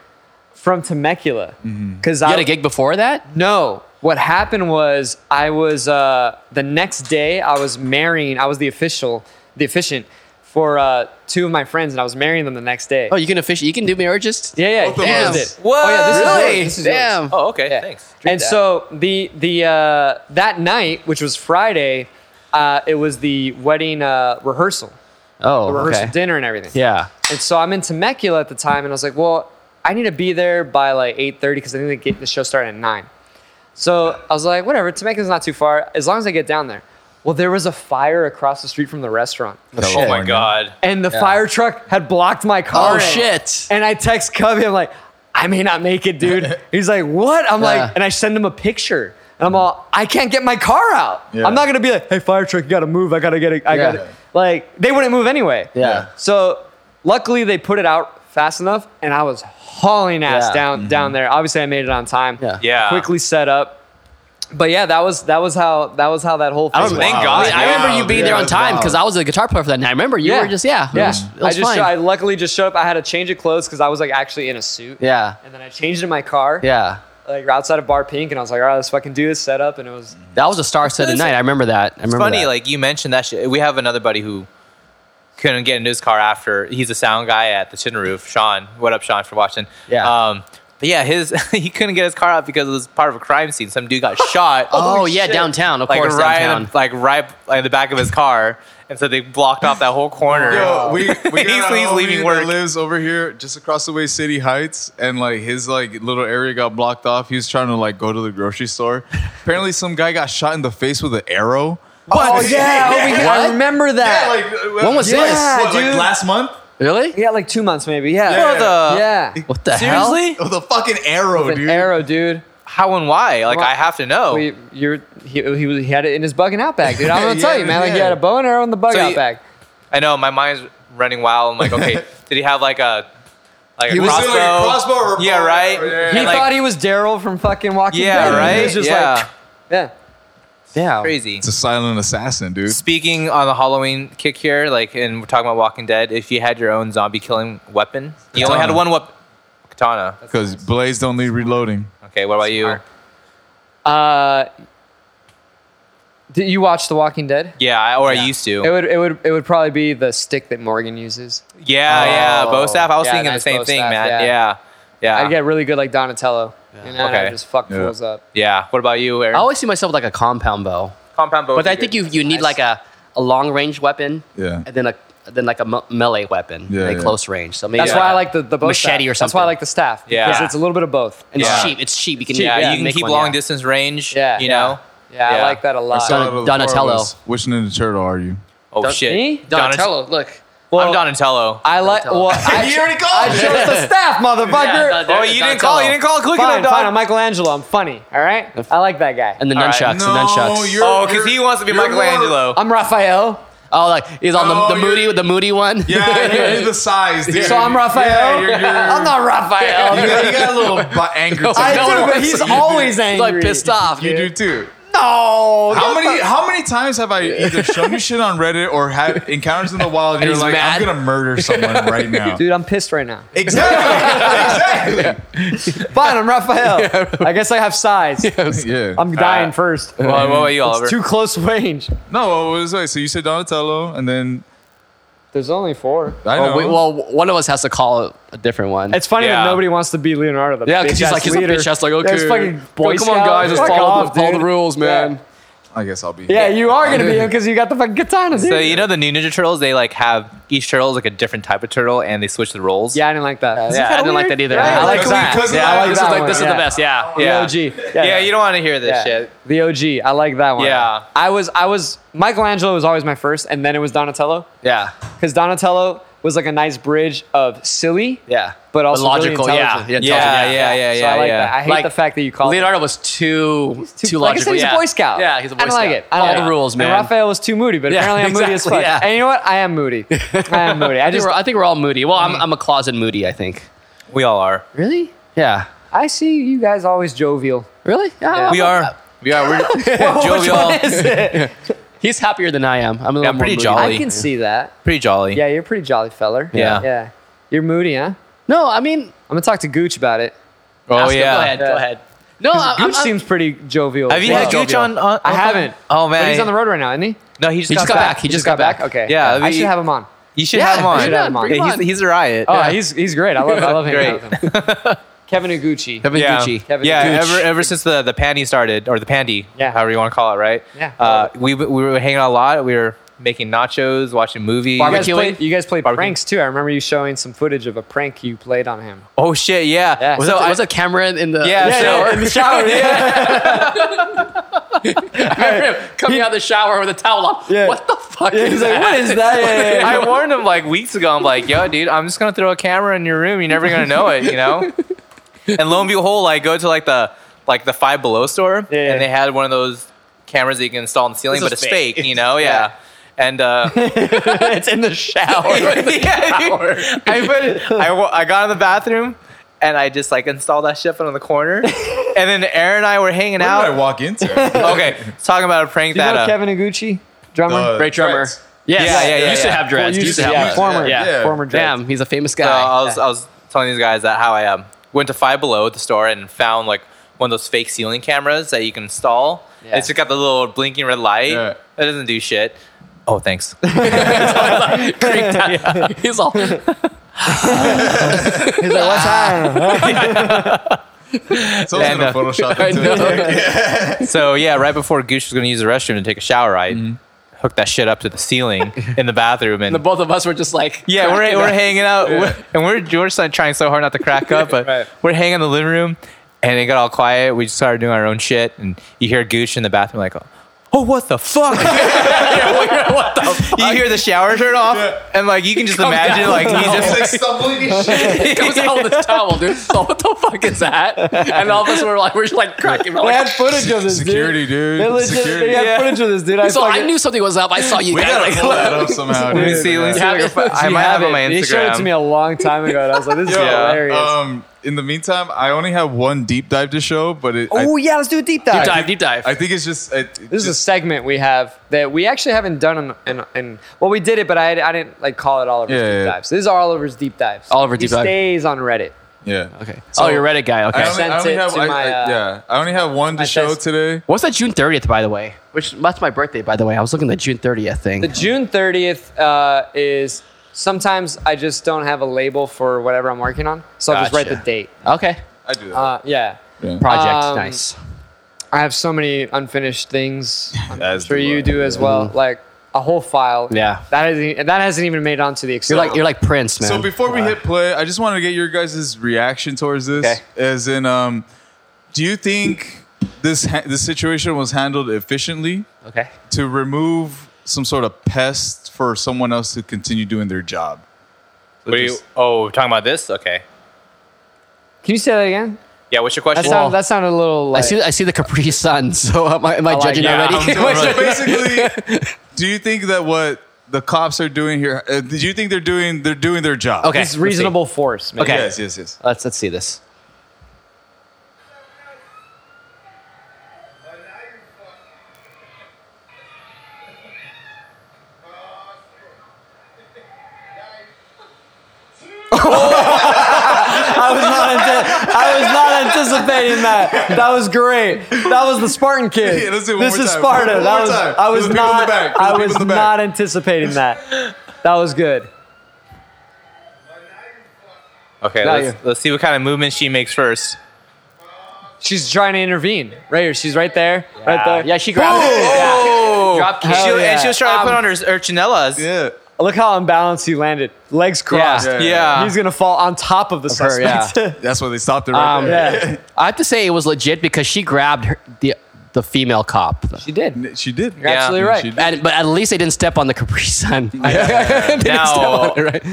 S1: from Temecula
S2: Mm-hmm.
S1: because
S4: You
S1: I
S4: had a gig before that?
S1: No, what happened was I was uh, the next day I was marrying. I was the official, the officiant for uh, two of my friends, and I was marrying them the next day.
S4: Oh, you can official. You can do marriages.
S1: yeah, yeah.
S2: Both of
S1: Damn.
S2: us.
S1: Did.
S3: What?
S1: Oh, yeah, this is
S4: Really?
S1: yours. This is yours.
S4: Damn.
S3: Oh, okay. Thanks.
S1: and so the the uh, that night, which was Friday, uh, it was the wedding uh, rehearsal,
S4: Oh,
S1: the rehearsal
S4: okay.
S1: dinner and everything.
S4: Yeah.
S1: And so I'm in Temecula at the time, and I was like, well, I need to be there by like 8:30 because I think the, ga- the show started at nine. So I was like, whatever, Temecula's not too far as long as I get down there. Well, there was a fire across the street from the restaurant,
S3: Oh my god.
S1: and the fire truck had blocked my car.
S4: Oh, shit.
S1: And I text Cubby, I'm like, I may not make it, dude. He's like, what? I'm
S4: Yeah.
S1: like, and I send him a picture. And I'm all, I can't get my car out.
S2: Yeah.
S1: I'm not gonna be like, hey, fire truck, you gotta move. I gotta get it. I
S4: Yeah.
S1: gotta like they wouldn't move anyway.
S4: Yeah.
S1: So luckily they put it out fast enough, and I was hauling ass
S4: Yeah.
S1: down down there. Obviously I made it on time.
S4: Yeah.
S3: Yeah.
S1: Quickly set up. But yeah, that was that was how that was how that whole thing.
S4: I remember,
S3: Thank
S4: Wow.
S3: God.
S4: I mean, I
S3: Yeah,
S4: remember you being
S2: yeah,
S4: there on
S2: that's
S4: time
S2: wild.
S4: because I was a guitar player for that night. Remember you were just yeah,
S1: yeah.
S4: It was, it
S1: I
S4: was
S1: just
S4: fine.
S1: I luckily just showed up. I had to change of clothes because I was like actually in a suit.
S4: yeah,
S1: And then I changed in my car.
S4: yeah.
S1: Like outside of Bar Pink, and I was like, all right, let's fucking do this setup. And it was
S4: That was a star-studded
S3: That's-
S4: night. I remember that. I remember
S3: It's funny,
S4: that.
S3: like you mentioned that shit. We have another buddy who couldn't get into his car after. He's a sound guy at the Chin Roof. Sean, what up, Sean, for watching?
S4: Yeah.
S3: Um, but yeah, his he couldn't get his car out because it was part of a crime scene. Some dude got shot.
S4: Oh, yeah, downtown. Of
S3: like
S4: course,
S3: right,
S4: downtown.
S3: In, like right in the back of his car, and so they blocked off that whole corner.
S2: Yo, we, we got
S3: He's-
S2: an
S3: he's
S2: homie
S3: leaving
S2: that
S3: work.
S2: lives over here, just across the way, City Heights, and like his like little area got blocked off. He was trying to like go to the grocery store. Apparently, some guy got shot in the face with an arrow.
S1: Oh yeah, oh, we- I
S4: What?
S1: remember that.
S2: Yeah, like, when
S4: was
S1: Yeah, this?
S2: What, like
S1: dude.
S2: last month?
S4: really?
S1: Yeah, like two months maybe. Yeah.
S2: Yeah.
S3: What the-
S1: yeah.
S4: What the hell?
S3: Seriously?
S2: With a fucking arrow,
S1: With an
S2: dude.
S1: arrow, dude.
S3: How and why? Like
S1: Well,
S3: I have to know.
S1: We, you're, he, he, was, he had it in his bug and out bag, dude. I'm gonna
S2: Yeah,
S1: tell you, man. Like he
S2: yeah.
S1: had a bow and arrow in the bug
S3: So
S1: out
S3: you-
S1: bag.
S3: I know my mind's running wild. I'm like, okay, did he have like a like a
S2: was
S3: crossbow?
S2: doing, like, a crossbow or a
S3: yeah,
S2: bow.
S3: right.
S2: Yeah.
S1: He
S3: And, like,
S1: thought he was Daryl from fucking Walking
S3: yeah,
S1: Dead.
S3: right.
S1: He was just
S3: yeah,
S1: like, yeah.
S4: Yeah.
S3: crazy.
S2: It's a silent assassin, dude.
S3: Speaking on the Halloween kick here, like, and we're talking about Walking Dead. If you had your own zombie killing weapon, you only
S2: Katana.
S3: had one weapon. Katana.
S2: Because blades don't need reloading.
S3: Okay, what about you?
S1: Smart. Uh, did you watch The Walking Dead?
S3: Yeah, I, or I
S1: Yeah.
S3: used
S1: It
S3: to.
S1: would, it would, it would probably be the stick that Morgan uses.
S3: Yeah, yeah,
S1: Oh.
S3: bow staff. I was
S1: Yeah,
S3: thinking
S1: nice
S3: the same
S1: bow
S3: thing,
S1: staff,
S3: man.
S1: yeah.
S3: Yeah, yeah,
S1: I'd get really good like Donatello, you know, and
S3: Ah. Okay.
S1: I'd just fuck
S2: Yeah.
S1: fools up.
S3: yeah. What about you, Aaron?
S4: I always see myself with, like a compound bow,
S3: compound bow.
S4: but
S3: would
S4: I
S3: be
S4: think
S3: good.
S4: you you need like a, a long range weapon,
S2: Yeah.
S4: and then a then like a me- melee weapon,
S2: Yeah,
S4: like
S2: yeah.
S4: close range. So maybe
S1: That's
S3: Yeah.
S1: why I like the, the bow
S4: Machete
S1: staff.
S4: or
S1: That's why I
S4: something.
S1: like the staff.
S3: Yeah.
S1: Because it's a little bit of both.
S4: and
S3: Yeah.
S4: it's cheap. It's cheap. You can
S3: Yeah,
S4: yeah,
S3: you can
S4: make
S3: keep
S4: one,
S3: long
S4: yeah.
S3: distance range.
S1: Yeah.
S3: you know.
S1: Yeah,
S3: Yeah.
S1: I like that a lot.
S4: Don-
S2: Out of the
S4: Donatello.
S2: four of us, Which Ninja Turtle are you?
S3: Oh
S4: Don-
S3: shit,
S1: Me?
S4: Donatello. Oh, Look.
S3: I'm Donatello.
S1: I like.
S4: Donatello.
S1: Well, I,
S2: You
S1: cho-
S2: already
S1: I
S2: called
S1: chose the staff, motherfucker.
S4: Yeah,
S3: oh, you didn't call. You didn't call. Click
S1: fine,
S3: on
S1: fine. I'm Michelangelo. I'm funny. All right. I like that guy.
S4: And the
S3: All right.
S4: nunchucks.
S2: No,
S4: the nunchucks.
S2: you're-
S3: Oh, because he wants to be
S2: You're more-
S3: Michelangelo.
S1: I'm Raphael.
S4: Oh, like he's on
S2: No,
S4: the, the
S2: you're-
S4: moody the moody one.
S2: Yeah, you're, you're the size, dude.
S1: So I'm Raphael.
S2: Yeah, you're, you're,
S1: I'm not Raphael.
S2: you, got, you got a little bu- angry.
S1: I
S2: temper.
S1: do, but he's always
S4: He's
S1: angry.
S4: like pissed off.
S2: You
S4: dude.
S2: do too.
S1: No.
S2: How many how many times have I either shown you shit on Reddit or had encounters in the wild? And you're
S4: he's
S2: like,
S4: mad?
S2: I'm gonna murder someone right now.
S1: Dude, I'm pissed right now.
S2: Exactly.
S1: Fine, I'm Raphael. I guess I have size.
S2: exactly. yeah.
S1: I'm dying
S3: right.
S1: first.
S3: Well, what about you, Oliver?
S1: It's too close range.
S2: no, well, what was it? So you said Donatello, and then
S1: There's only four.
S2: I know.
S4: Oh, we, well, one of us has to call a different one.
S1: It's funny
S3: Yeah.
S1: that nobody wants to be Leonardo. The
S4: yeah, because he's
S1: bitch-ass
S4: like he's
S1: leader.
S4: a bitch ass. Like
S1: Yeah,
S4: okay,
S1: it's fucking Boy
S4: come on
S1: Scout.
S4: guys, just
S1: Fuck
S4: follow,
S1: off,
S4: the, follow the
S1: dude.
S4: rules, man.
S2: I guess I'll be.
S1: Yeah, you are gonna be him because you got the fucking katana. Dude.
S3: So you know the new Ninja Turtles, they like have each turtle is like a different type of turtle, and they switch the roles.
S1: Yeah, I didn't like that.
S4: Yeah, I didn't like that either.
S1: Yeah,
S4: I
S1: I
S4: like
S1: like that.
S2: Because
S1: Yeah, I like
S4: this
S1: that
S4: is like
S1: one.
S4: this is
S1: Yeah.
S4: the best. Yeah,
S3: Yeah.
S1: The OG.
S3: Yeah, you don't want to hear this
S1: yeah.
S3: shit.
S1: The OG. I like that one.
S3: Yeah.
S1: I was I was Michelangelo was always my first, and then it was Donatello
S4: yeah,
S1: because Donatello was like a nice bridge of silly,
S4: yeah.
S1: but also really
S4: logical. yeah,
S1: intelligent.
S4: yeah,
S3: Yeah,
S4: intelligent,
S3: yeah, yeah, yeah.
S1: so I like
S3: yeah.
S1: that. I hate
S4: Like,
S1: the fact that you call
S4: Leonardo was too too,
S1: like I
S4: logical.
S1: said, he's
S4: yeah.
S1: a Boy Scout.
S4: Yeah, he's a Boy
S1: I don't
S4: Scout.
S1: like it. I
S4: Follow
S1: don't
S4: the
S1: like it.
S4: rules, man.
S1: And Raphael was too moody, but
S4: Yeah,
S1: apparently I'm moody as
S4: exactly,
S1: fuck.
S4: yeah.
S1: And you know what? I am moody. I am moody. I
S4: I think
S1: just Mm.
S4: we're- I think we're all moody. Well, I'm, I'm a closet moody. I think.
S3: We all are.
S1: really.
S4: Yeah.
S1: I see you guys always jovial.
S4: Really? Yeah.
S3: We are. We are. We're jovial.
S1: Which one is it?
S4: He's happier than I am. I'm a little more
S3: pretty
S4: moody.
S3: jolly.
S1: I can see that.
S3: Pretty jolly.
S1: Yeah, you're a pretty jolly feller.
S3: Yeah.
S1: Yeah. You're moody, huh?
S4: No, I mean.
S1: I'm gonna talk to Gooch about it.
S3: Oh
S4: ask him.
S3: yeah.
S4: Go ahead. Go
S1: Yeah.
S4: ahead. No, I, I'm,
S1: Gooch
S4: I'm-
S1: seems pretty jovial.
S3: Have you
S1: Yeah.
S3: had Gooch on, on?
S1: I
S3: on-
S1: haven't.
S3: Oh man,
S1: But he's on the road right now, isn't he?
S3: No, he just,
S4: He
S3: got,
S4: just got back. He just got back.
S1: Okay.
S3: Yeah,
S1: I
S3: we-
S1: should have him on.
S3: You should
S4: Yeah,
S3: have him on.
S4: you should have him on.
S3: Yeah, he's,
S4: Come on.
S3: he's a riot.
S1: Oh,
S3: yeah.
S1: he's he's great. I love I love him.
S3: Great.
S1: Kevin Iguchi.
S4: Kevin
S3: Yeah.
S4: Gucci.
S1: Kevin
S3: yeah,
S1: Gooch.
S3: ever ever since the the pandy started or the pandy,
S1: Yeah.
S3: however you want to call it, right?
S1: Yeah.
S3: Uh, we we were hanging out a lot. We were making nachos, watching movies.
S1: You guys,
S4: Barbecuing?
S1: played, you guys played
S3: Barbecuing.
S1: pranks too. I remember you showing some footage of a prank you played on him.
S3: Oh shit, yeah.
S1: Yeah.
S3: So
S4: was
S3: I,
S4: it- was a camera in the
S3: yeah, shower.
S1: in the shower. Yeah.
S4: coming out of the shower with a towel on?
S1: Yeah.
S4: What the fuck
S1: Yeah,
S4: is
S1: he's
S4: that?
S1: like, what is that? Yeah, yeah,
S3: I warned him like weeks ago. I'm like, yo, dude, I'm just gonna throw a camera in your room. You're never gonna know it, you know. And lo and behold, I go to like the like the Five Below store,
S1: Yeah, yeah.
S3: and they had one of those cameras that you can install on the ceiling,
S4: This
S3: but it's
S4: is
S3: fake,
S4: fake.
S3: you know. Yeah. And uh,
S1: yeah. it's in the shower.
S3: yeah, dude. I put it, I, wa- I got in the bathroom and I just like installed that shit on the corner. and then Aaron and I were hanging
S2: How did I
S3: out.
S2: walk into?
S3: Okay, talking about a prank
S1: You
S3: that
S1: know
S3: uh,
S1: Kevin Iguchi, drummer.
S4: Great drummer.
S2: Dreads.
S4: Yes.
S3: Yeah, yeah, yeah,
S4: Used to
S3: yeah.
S4: have dreads.
S1: Well,
S4: used to have
S1: yeah,
S4: dreads.
S1: former,
S4: Yeah.
S2: Yeah.
S1: former dreads.
S4: Damn, he's a famous
S3: So
S4: guy.
S3: I was I was telling these guys that how I um, went to Five Below at the store and found like one of those fake ceiling cameras that you can install.
S1: Yeah.
S3: It's just got the little blinking red light.
S2: Yeah.
S3: That doesn't do shit. Oh, thanks. yeah,
S4: He's all.
S1: He's like, what's happening?
S2: Someone's
S3: And,
S2: gonna
S3: uh,
S2: Photoshop
S4: I
S2: into
S4: know.
S2: it.
S3: So yeah, right before Gooch was gonna use the restroom to take a shower, I hooked that shit up to the ceiling in the bathroom and
S4: Mm-hmm. The both of us were just like.
S3: Yeah, we're,
S4: cracking
S3: we're
S4: up.
S3: hanging out, we're- and we're George's not trying so hard not to crack up, but
S1: Right.
S3: we're hanging in the living room, and it got all quiet. We just started doing our own shit, and you hear Gooch in the bathroom like, "Oh, what the fuck!" what the You hear the shower turn off, and like you can just imagine like he's
S2: It's
S3: just
S2: like stumbling and shit.
S4: He comes out with a towel, dude. So what the fuck is that? And all of us were like, we're just like cracking. We're
S1: They
S4: like,
S1: had footage of this
S2: Security, dude.
S1: Dude. They legit,
S2: Security.
S1: They had
S3: Yeah.
S1: footage of this dude. I
S4: so I
S1: fucking-
S4: knew something was up. I saw you
S2: We
S4: guys.
S2: gotta
S4: Like,
S2: pull that up somehow.
S3: Let me
S2: dude.
S3: see, let me
S2: Yeah.
S3: see. like,
S4: Yeah.
S3: I
S1: You
S3: might have it on my
S1: He showed it to me
S3: Instagram.
S1: a long time ago, and I was like, "This is
S2: Yo,
S1: hilarious."
S2: Um, in the meantime, I only have one deep dive to show, but it,
S1: oh
S2: I,
S1: yeah, let's do a deep dive.
S4: Deep dive, deep dive.
S3: Oh,
S2: I think it's just. It, it
S1: This is a
S2: just-
S1: segment we have that we actually haven't done in, in, in well, we did it, but I, I didn't like call it Oliver's
S2: Yeah,
S1: deep
S2: yeah, yeah.
S1: dives. This is Oliver's deep dives.
S4: Oliver
S1: He
S4: deep dive.
S1: stays on Reddit.
S2: yeah.
S4: okay.
S2: So-
S4: oh, you're a Reddit guy. Okay.
S2: I only,
S1: sent
S2: I only
S1: it
S2: have.
S1: to
S2: I,
S1: my,
S2: I-
S1: uh,
S2: yeah, I only have one to
S1: my
S2: show
S1: test.
S2: today.
S4: What's that June 30th, by the way? Which that's my birthday, by the way. I was looking at the June 30th thing.
S1: The June thirtieth uh, is sometimes I just don't have a label for whatever I'm working on, so I'll just write
S4: Gotcha.
S1: the date.
S4: okay.
S2: I do that.
S1: Uh, yeah,
S2: yeah.
S4: Project.
S1: Um,
S4: nice.
S1: I have so many unfinished things. I'm
S2: As
S1: sure
S2: do I,
S1: you do as well. Like a whole file.
S4: Yeah.
S1: that hasn't that hasn't even made onto the Excel.
S4: You're like you're like Prince, man.
S2: So before we hit play, I just wanted to get your guys' reaction towards this.
S4: Okay.
S2: As in, um, do you think this ha- this situation was handled efficiently
S4: Okay.
S2: to remove some sort of pest for someone else to continue doing their job?
S3: What do you- oh, we're talking about this? Okay.
S1: Can you say that again?
S3: Yeah, what's your
S1: That
S3: question?
S1: sounded, that sounded a little.
S4: I
S1: Like,
S4: see I see the Capri Sun. So am I, am I
S1: like
S4: judging
S1: it.
S4: already?
S3: Yeah,
S2: So, so basically, do you think that what the cops are doing here? Uh, do you think they're doing they're doing their job?
S4: Okay.
S1: It's reasonable force. Man.
S4: Okay.
S2: Yes. Yes. Yes.
S4: Let's let's see this.
S1: I was not. Anti- I was not anticipating that. That was great. That was the Spartan kid.
S2: Yeah, let's do it one
S1: this
S2: more
S1: is
S2: time.
S1: Sparta.
S2: One more
S1: that was.
S2: time.
S1: I was
S2: There's people in the
S1: not.
S2: back. There's
S1: I
S2: people
S1: was
S2: in the back.
S1: not anticipating that. That was good.
S3: okay,
S1: Not
S3: let's, let's see what kind of movement she makes first.
S1: She's trying to intervene. Right here. She's right there. Right there.
S4: Yeah, she grabbed it.
S3: Oh,
S4: Drop kick.
S3: She-
S1: Hell yeah.
S3: and she was trying to put
S1: Um,
S3: on her, her chinellas.
S2: Yeah.
S1: Look how unbalanced he landed. Legs crossed.
S2: Yeah.
S3: yeah.
S1: He's gonna fall on top of the
S4: her,
S1: suspect.
S2: That's why they stopped it right
S4: Um,
S2: there.
S1: yeah.
S4: I have to say it was legit because she grabbed her, the the female cop.
S1: She did. You're
S2: She did.
S1: absolutely
S3: Yeah.
S1: right.
S2: She did.
S4: And, but at least they didn't step on the Capri Sun.
S3: Now,
S4: it, right?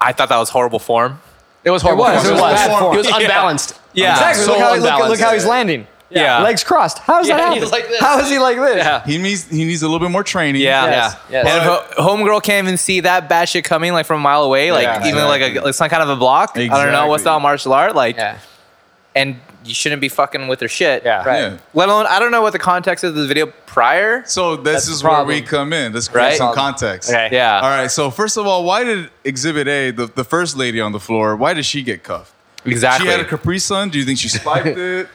S3: I thought that was horrible form.
S4: it was horrible.
S1: was. It was bad form.
S4: It was unbalanced.
S3: Yeah.
S1: Exactly.
S4: So
S1: look, how, look, look
S4: unbalanced.
S1: how he's landing.
S3: Yeah.
S1: Legs crossed. How does
S4: Yeah,
S1: that
S4: he's
S1: happen?
S4: like this.
S1: How is he like this?
S2: He needs he needs a little bit more training.
S3: Yeah.
S1: Yes,
S3: Yeah.
S1: yes.
S3: And if ho- homegirl can't even see that bad shit coming like from a mile away, like
S2: Yeah,
S3: even like a,
S2: exactly.
S3: like some kind of a block. I don't know what's
S2: Exactly.
S3: not martial art like,
S1: Yeah.
S3: and you shouldn't be fucking with her shit. Yeah.
S1: Right.
S2: Yeah.
S3: Let alone I don't know what the context of this video prior.
S2: So this
S1: That's
S2: is
S1: the
S2: where
S1: problem.
S2: we come in. Let's create
S3: Right?
S2: some context.
S4: Okay.
S3: Yeah.
S2: All right. So first of all, why did Exhibit A, the, the first lady on the floor, why did she get cuffed?
S3: Exactly.
S2: She had a Capri Sun. Do you think she spiked it?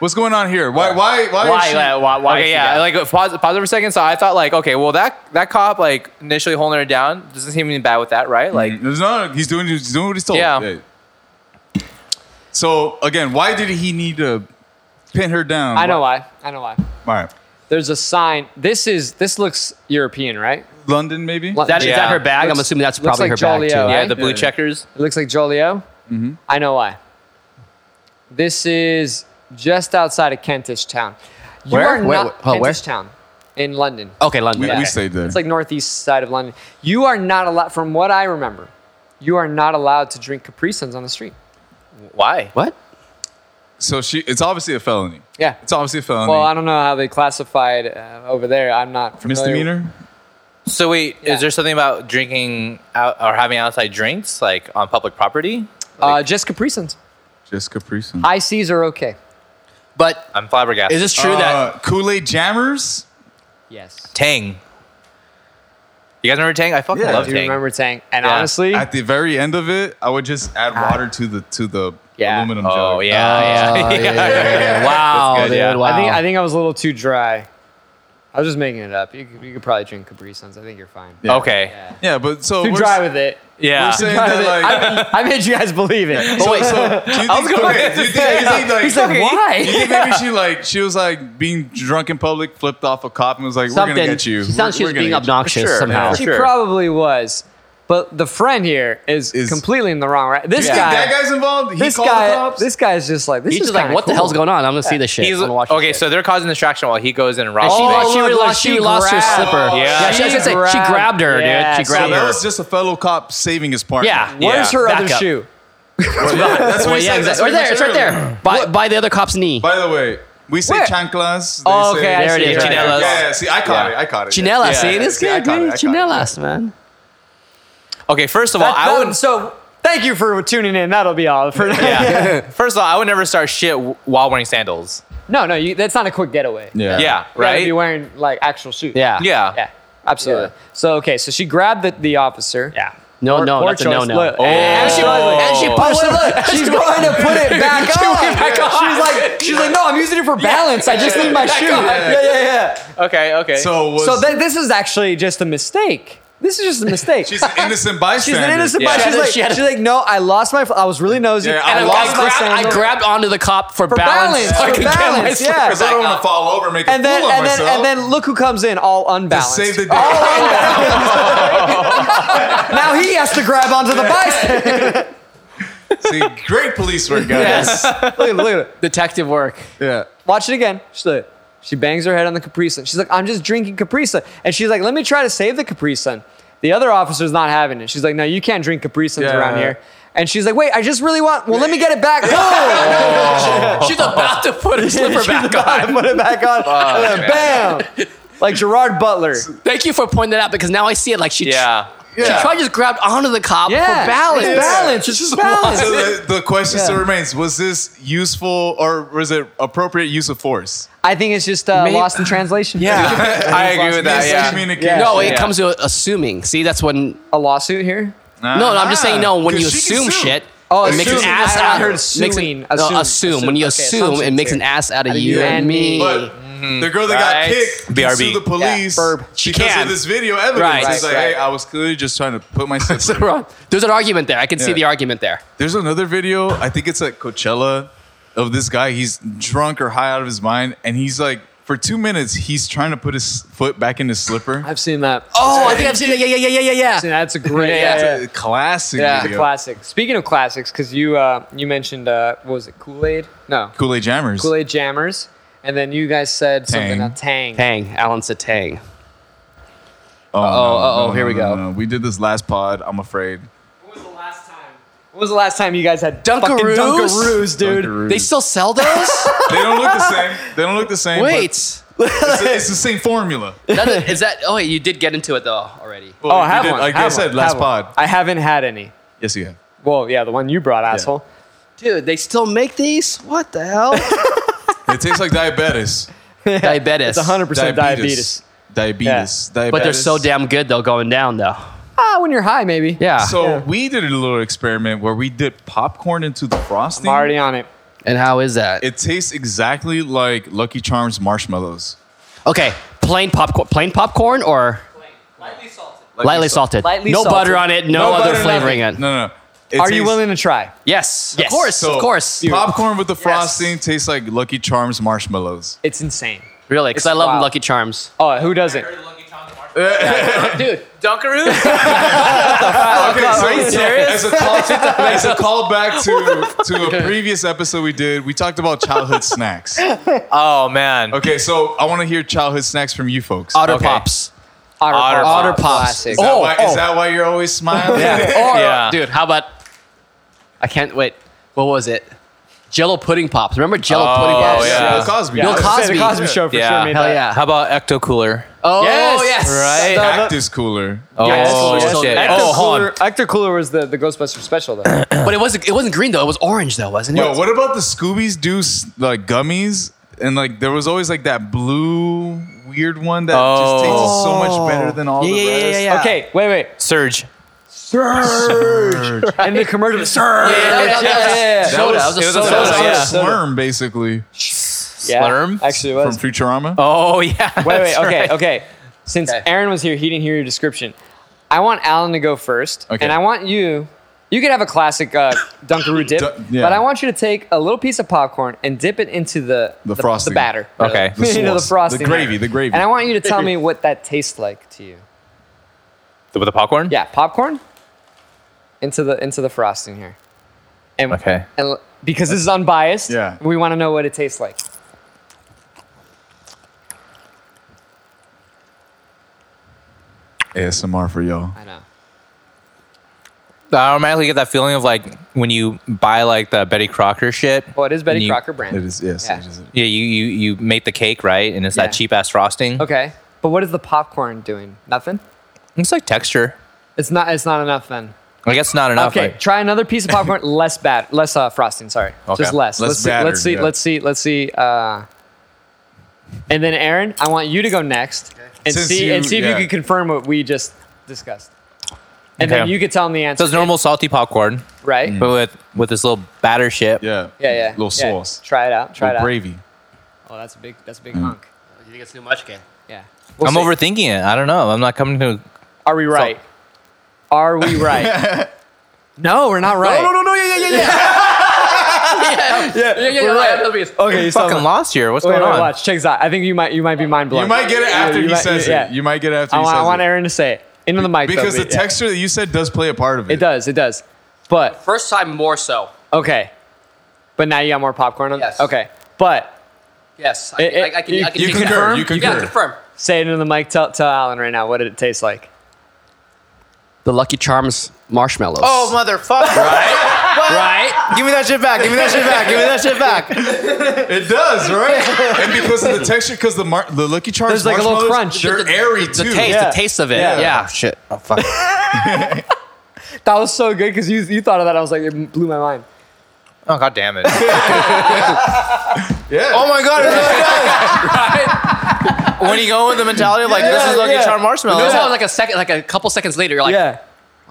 S2: What's going on here? Why? Why? Why? is
S4: Why?
S2: she-
S4: Why? Why? why
S3: okay, yeah. Like pause, pause for a second. So I thought like, okay, well that that cop like initially holding her down doesn't seem any bad with that, right? Like,
S2: Mm-hmm. There's no. He's doing. He's doing what he's told.
S3: Yeah.
S2: So again, why did he need to pin her down?
S1: I know why. I know why.
S2: All right.
S1: there's a sign. This is this looks European, right?
S2: London, maybe.
S1: Lo-
S4: That, Is
S3: Yeah.
S4: that her bag? I'm
S1: Looks-
S4: assuming that's
S1: looks
S4: probably
S1: like
S4: her bag too.
S1: Joliet,
S4: Yeah.
S3: Yeah,
S1: right?
S3: the blue
S2: Yeah.
S3: checkers.
S1: It looks like Joliet.
S2: Mhm.
S1: I know why. This is just outside of Kentish Town. You
S4: Where?
S1: are
S4: Where-
S1: not
S4: where- where?
S1: Kentish Town in London.
S4: Okay, London.
S2: we,
S1: Yeah.
S2: we stayed there.
S1: It's like northeast side of London. You are not allowed, from what I remember, you are not allowed to drink Capri Suns on the street.
S3: Why?
S4: What?
S2: so she. It's obviously a felony.
S1: Yeah.
S2: It's obviously a felony.
S1: Well, I don't know how they classified uh, over there. I'm not familiar.
S2: Misdemeanor.
S3: So wait,
S1: Yeah.
S3: is there something about drinking out or having outside drinks like on public property?
S1: Uh, just Capri Suns.
S2: Just Capri Sun.
S1: ICs are okay.
S4: But
S3: I'm flabbergasted.
S4: is this true that
S2: Uh, Kool Aid Jammers.
S1: Yes.
S3: Tang? You guys remember Tang? I fucking
S2: Yeah.
S1: I
S3: love
S1: do
S3: Tang.
S1: remember Tang. And
S3: Yeah.
S1: honestly,
S2: At the very end of it, I would just add water to the to the
S1: Ah. Yeah.
S2: aluminum
S3: Oh
S2: jug.
S3: yeah, yeah.
S4: yeah, uh, wow,
S3: That's good,
S4: dude,
S3: yeah. I
S4: wow.
S1: I think I think I was a little too dry. I was just making it up. You could, you could probably drink Capri Suns. I think you're fine.
S2: Yeah.
S3: Okay.
S1: Yeah.
S2: Yeah, but so
S1: Too
S2: we're,
S1: dry with it.
S3: Yeah.
S2: we're saying
S1: Dry with
S2: that
S1: it.
S2: like.
S1: I, I made you guys believe it.
S2: So, so do you think, okay, do you think, do you think, like,
S1: He's like,
S2: You
S1: why?
S2: think maybe she like she was like being drunk in public, flipped off a cop, and was like, "We're
S4: something
S2: gonna get you."
S4: she sounds she
S2: We're-
S4: was
S2: we're
S4: being
S2: gonna get you."
S4: obnoxious
S3: For sure,
S4: somehow.
S3: yeah.
S1: She
S3: Sure.
S1: probably was, but the friend here is,
S2: Is-
S1: completely in the wrong. Right? This
S2: You think
S1: guy,
S2: that guy's involved. He
S1: this
S2: called the
S1: guy,
S2: cops.
S1: this guy's just like this
S4: He's
S1: is
S4: just like,
S1: kinda
S4: what the hell's
S1: cool."
S4: going on? I'm gonna see this shit.
S3: He's
S4: I'm gonna watch this
S3: okay.
S4: shit. Oh,
S3: So they're causing distraction while he goes in and robs.
S4: And she,
S3: the
S1: like-
S4: she,
S1: look,
S4: realized
S1: look,
S4: she
S1: she
S4: lost her
S1: grabbed-
S4: slipper.
S3: Yeah.
S4: she, I should say, she
S1: grabbed-
S4: grabbed her,
S1: yeah,
S4: dude. She
S1: so
S2: so
S4: grabbed
S2: that
S4: her.
S2: was just a fellow cop saving his partner.
S4: Yeah.
S1: Where's
S3: Yeah.
S1: her
S4: Back
S1: other
S4: up.
S1: shoe?
S2: that's what
S4: Well,
S2: he
S4: yeah,
S2: said.
S4: exactly. Right there. It's right there. By, by the other cop's knee.
S2: By the way, we say
S1: Where?
S2: chanclas. They
S1: Oh,
S2: say-
S1: okay, I
S4: There it
S1: see
S4: is,
S1: right
S2: Yeah,
S1: there.
S3: Chinelas.
S2: Yeah, yeah, see, I caught it. I caught it.
S4: Chinelas,
S2: Yeah,
S4: see?
S2: yeah,
S4: This
S2: yeah, I
S4: guy,
S2: caught it,
S4: dude.
S2: I caught it.
S4: Chinelas, man.
S3: Okay, first of all,
S1: That-
S3: I
S1: that-
S3: would
S1: So thank you for tuning in. That'll be all for
S3: yeah. First of all, I would never start shit w- while wearing sandals.
S1: No, no, you, that's not a quick getaway.
S2: Yeah.
S3: Yeah,
S1: You gotta
S3: right?
S1: Be wearing like actual shoes.
S4: Yeah.
S3: yeah.
S1: Yeah, absolutely.
S4: Yeah.
S1: So okay, so she grabbed the, the officer.
S4: Yeah. No,
S1: Poor-
S4: no,
S1: poor
S4: that's a no,
S1: choice.
S4: no.
S1: Look,
S4: And
S1: and she-
S4: and she
S1: Oh,
S4: pushed
S1: wait, look, she's going to put it back on. She's like, she's like, no, I'm using it for balance. I just need my shoe. Yeah, yeah, yeah.
S3: Okay, okay.
S2: So was,
S1: So th- this is actually just a mistake. This is just a mistake.
S2: she's an innocent
S1: She's
S2: bystander.
S1: an innocent
S3: Yeah.
S1: yeah.
S3: She
S1: She's
S4: had a-
S1: like,
S4: she had a-
S1: she's like, no, I lost my. I was really nosy.
S2: Yeah,
S1: and
S2: I
S1: I
S2: lost
S1: lost, my
S4: I grabbed,
S1: sandal
S4: I grabbed onto the cop for,
S1: for balance.
S4: balance. so I
S1: for
S4: could get my
S1: balance,
S4: slipper
S1: yeah.
S2: Because I don't want to fall over, and make
S1: And
S2: a
S1: then
S2: fool of
S1: and then
S2: myself.
S1: and then look who comes in, all unbalanced.
S2: save the day.
S1: now he has to grab onto the bicycle.
S2: See, great police work, guys.
S4: Yes.
S1: look at look at it.
S4: Detective work.
S2: Yeah.
S1: Watch it again. She's like, she bangs her head on the Capri Sun. She's like, I'm just drinking Capri Sun. And she's like, let me try to save the Capri Sun. The other officer's not having it. She's like, no, you can't drink Capri Suns
S2: Yeah.
S1: around here. And she's like, wait, I just really want. Well, let me get it back. Boom!
S4: She's about to put her slipper
S1: She's
S4: back
S1: about to
S4: on.
S1: Put it back on. And then bam! Like Gerard Butler.
S4: Thank you for pointing that out because now I see it. Like she,
S3: yeah.
S4: she
S2: Yeah.
S4: probably just grabbed onto the cop
S1: Yeah,
S4: for balance.
S1: it's balance. It's just balance.
S2: So the, the question still
S1: Yeah.
S2: remains: Was this useful, or was it appropriate use of force?
S1: I think it's just uh,
S4: Maybe-
S1: lost in translation.
S3: I agree with that. Yeah.
S2: Miscommunication.
S1: Yeah.
S4: No, it
S3: Yeah.
S4: comes to assuming. See, that's when.
S1: a lawsuit here.
S2: Nah.
S4: No, no, I'm just saying. No, when
S2: 'Cause
S4: you
S2: Uh-huh. she can
S4: assume
S2: sue.
S4: shit,
S1: Oh,
S4: it makes an
S2: assume.
S4: ass
S2: I- I
S4: out.
S2: heard
S4: makes
S1: suing.
S4: an, no,
S1: Assume.
S4: assume.
S1: Assume.
S4: When you
S1: Okay,
S4: assume, it
S1: assumptions
S4: makes an
S1: here.
S4: ass out of
S1: Out of
S4: you and me. Mm-hmm.
S2: But the girl that got
S3: Right.
S2: kicked can
S3: BRB.
S2: sue the police
S1: Yeah, burb.
S2: She
S4: She
S2: because
S4: can.
S2: of this video evidence.
S4: Right.
S2: It's like,
S1: Right,
S2: hey,
S1: right.
S2: I was clearly just trying to put my
S4: So
S2: slipper.
S4: we're on- There's an argument there. I can see
S2: Yeah.
S4: the argument there.
S2: There's another video. I think it's at Coachella of this guy. He's drunk or high out of his mind, and he's like, for two minutes, he's trying to put his foot back in his slipper.
S1: I've seen that.
S4: Oh, I think I've seen it. Yeah, yeah, yeah, yeah, yeah,
S1: See, that's a great.
S4: Yeah,
S1: yeah, yeah.
S2: It's a classic
S4: Yeah.
S1: It's a
S2: video.
S1: classic. Speaking of classics, because you uh, you mentioned uh, what was it Kool Aid? No,
S2: Kool Aid Jammers.
S1: Kool Aid Jammers, and then you guys said something
S2: Tang.
S1: about Tang.
S4: Tang. Alan said Tang.
S2: Oh,
S4: uh-oh, here we go.
S2: We did this last pod. I'm afraid.
S1: When was the last time? When was the last time you guys had fucking
S4: Dunkaroos?
S1: Dunkaroos, dude?
S2: Dunkaroos.
S4: They still sell those?
S2: They don't look the same. They don't look the same. but
S4: Wait.
S2: it's, it's the same formula.
S4: That is, is that? Oh, wait, you did get into it though already.
S1: Oh, I
S2: You
S1: have
S2: did-
S1: one.
S2: Like I
S1: have
S2: said,
S1: one,
S2: last
S1: have one.
S2: pod.
S1: I haven't had any.
S2: Yes, you have.
S1: Well, yeah, the one you brought, asshole.
S4: Dude, they still make these? What the hell?
S2: It tastes like diabetes.
S4: Diabetes.
S1: It's 100 percent diabetes.
S2: Diabetes. Diabetes.
S4: But they're so damn good though, going down though.
S1: Ah, when you're high, maybe.
S4: Yeah.
S2: So
S1: Yeah.
S2: we did a little experiment where we did popcorn into the
S1: I'm
S2: frosting.
S1: already on it.
S4: and how is that?
S2: It tastes exactly like Lucky Charms marshmallows.
S4: okay, plain popcorn. Plain popcorn or lightly
S2: salt-
S4: salted.
S1: Lightly
S4: no
S1: salted.
S4: butter on it. No,
S2: No
S4: other
S2: butter,
S4: flavoring
S2: nothing.
S4: in.
S2: No, no. no. It
S1: Are you
S2: tastes-
S1: willing to try?
S4: Yes,
S1: Yes.
S4: Of course.
S2: so
S4: of course.
S2: Popcorn with the frosting tastes like Lucky Charms marshmallows.
S1: It's insane.
S4: Really, because I love
S1: wild.
S4: Lucky Charms.
S1: Oh, who doesn't?
S4: Dude,
S3: Dunkaroos?
S2: Okay, so,
S3: you
S2: so As
S3: serious?
S2: a call, as a callback to to a previous episode we did, we talked about childhood snacks.
S3: oh man.
S2: Okay, so I want to hear childhood snacks from you folks.
S4: Otter
S3: Okay.
S4: Pops.
S1: Otter,
S3: Otter
S1: Pops.
S4: Pops.
S1: Classic.
S2: Is that,
S4: Oh,
S2: why,
S4: oh.
S2: is that why you're always smiling?
S4: Or,
S3: Yeah.
S4: dude, how about? I can't wait. What was it? Jello pudding pops. Remember Jello
S3: Oh,
S4: pudding pops?
S3: yeah.
S2: Bill Cosby.
S4: Bill
S1: I was gonna say,
S4: Cosby.
S1: The Cosby Show for
S3: Yeah.
S1: sure. Made
S4: Hell
S1: that.
S4: yeah.
S3: How about Ecto Cooler?
S4: Oh
S1: Yes.
S4: yes,
S3: Right?
S2: Actus cooler.
S3: Oh,
S1: Yeah,
S4: Cooler.
S3: shit.
S4: Yes.
S1: Ecto
S3: Oh, hold
S1: Cooler,
S3: on.
S1: Ecto Cooler was the, the Ghostbuster special, though.
S4: But it wasn't. It wasn't green though. It was orange though, wasn't it?
S2: Yo, what about the Scooby's Doo s- like gummies? And like there was always like that blue weird one that
S1: Oh.
S2: just tastes so much better than all
S4: Yeah,
S2: the
S4: yeah, yeah,
S2: rest.
S4: yeah, yeah.
S1: Okay, wait, wait.
S3: Surge.
S1: And the commercial. Sir!
S4: Yeah, yeah, yeah, yeah.
S2: That
S4: Soda. That was a
S3: it was a
S4: soda.
S2: That was
S3: soda,
S2: like
S3: yeah.
S2: Slurm, basically
S3: Slurm?
S1: Actually, it
S2: from
S1: was.
S2: Futurama.
S3: Oh yeah.
S1: Wait, wait.
S3: that's
S1: Okay,
S3: right.
S1: okay. Since
S4: Okay.
S1: Aaron was here, he didn't hear your description. I want Alan to go first,
S2: Okay.
S1: and I want you. You can have a classic uh, Dunkaroo dip,
S2: Dun- yeah.
S1: but I want you to take a little piece of popcorn and dip it into the
S2: The frosting.
S1: the batter.
S3: Okay.
S1: the, you know, the
S2: sauce. The
S1: frosting,
S2: gravy, the gravy.
S1: and I want you to tell me what that tastes like to you.
S3: With the popcorn?
S1: Yeah, popcorn into the into the frosting here, and
S3: Okay.
S1: and l- because this is unbiased,
S2: Yeah.
S1: we want to know what it tastes like.
S2: ASMR for y'all.
S1: I know.
S3: I automatically get that feeling of like when you buy like the Betty Crocker shit.
S1: Well, Oh, it is Betty
S3: and you-
S1: Crocker brand.
S2: It is yes.
S1: Yeah.
S2: It is.
S3: Yeah, you, you you make the cake right, and it's
S1: Yeah.
S3: that cheap ass frosting.
S1: Okay, but what is the popcorn doing? Nothing.
S3: It's like texture.
S1: It's not. It's not enough then.
S3: I guess not enough.
S1: Okay,
S3: like-
S1: try another piece of popcorn. less bad. Less uh, frosting. Sorry,
S3: Okay.
S1: just less.
S2: Less
S1: let's, see,
S2: batter,
S1: let's see.
S2: yeah.
S1: Let's see. Let's see. Uh, and then Aaron, I want you to go next and
S2: Since
S1: see
S2: you-
S1: and see if
S2: yeah.
S1: you can confirm what we just discussed. And then
S3: Okay.
S1: you could tell them the
S3: so
S1: answer.
S3: it's normal salty popcorn,
S1: right?
S3: but with with this little batter shit.
S2: Yeah.
S1: Yeah, yeah.
S2: Mm. Little
S1: yeah.
S2: sauce.
S1: Try it out. Try it
S2: Little Mm.
S1: out.
S2: gravy.
S1: Oh, that's a big. That's a big hunk.
S4: You think it's too much? Okay.
S1: Yeah.
S3: I'm
S1: see.
S3: overthinking it. I don't know. I'm not coming to.
S1: Are we right? Are we right? no, we're not right.
S3: no, no, yeah, yeah, yeah. yeah.
S4: Yeah, yeah, yeah.
S1: we're right.
S3: Okay, you fucking lost here. What's
S1: Wait,
S3: going
S1: wait,
S3: on?
S1: watch. Check this out. I think you might. You might be mind blown.
S2: You might get it after he says it. You might get it after
S1: I
S2: he
S1: want,
S2: says
S1: I want
S2: it.
S1: Aaron to say it into the mic though,
S2: Because the
S1: but- yeah.
S2: texture that you said does play a part of it.
S1: It does. It does. But
S4: First time more so.
S1: okay. But now you got more popcorn. On,
S4: Yes.
S1: Okay. But
S4: Yes, I,
S1: It-
S4: can-
S1: it-
S4: I, I can.
S1: you-
S4: I can
S2: you
S4: take
S2: concur,
S4: That.
S2: you
S4: You gotta
S2: concur.
S4: confirm.
S1: say it into the mic. Tell, tell Alan right now. What did it taste like?
S4: The Lucky Charms marshmallows.
S3: Oh motherfucker! right? Right? Give me that shit back. Give me that shit back. Give me that shit back.
S2: It does, right? and because of the texture, because the mar- the Lucky Charms
S1: There's like a little
S2: marshmallows,
S1: crunch.
S2: They're
S4: The- the-
S2: airy
S4: the
S2: too.
S4: taste,
S1: Yeah.
S4: the taste of it.
S1: Yeah.
S4: Yeah.
S3: shit. Oh fuck.
S1: That was so good because you you thought of that. I was like, it blew my mind.
S3: Oh god damn it.
S2: Yeah.
S3: Oh my god, it really does. When you go with the mentality of like this is Lucky
S1: yeah.
S3: Charm
S4: It
S3: marshmallow.
S4: was only like a second, like a couple seconds later. You're like,
S1: yeah.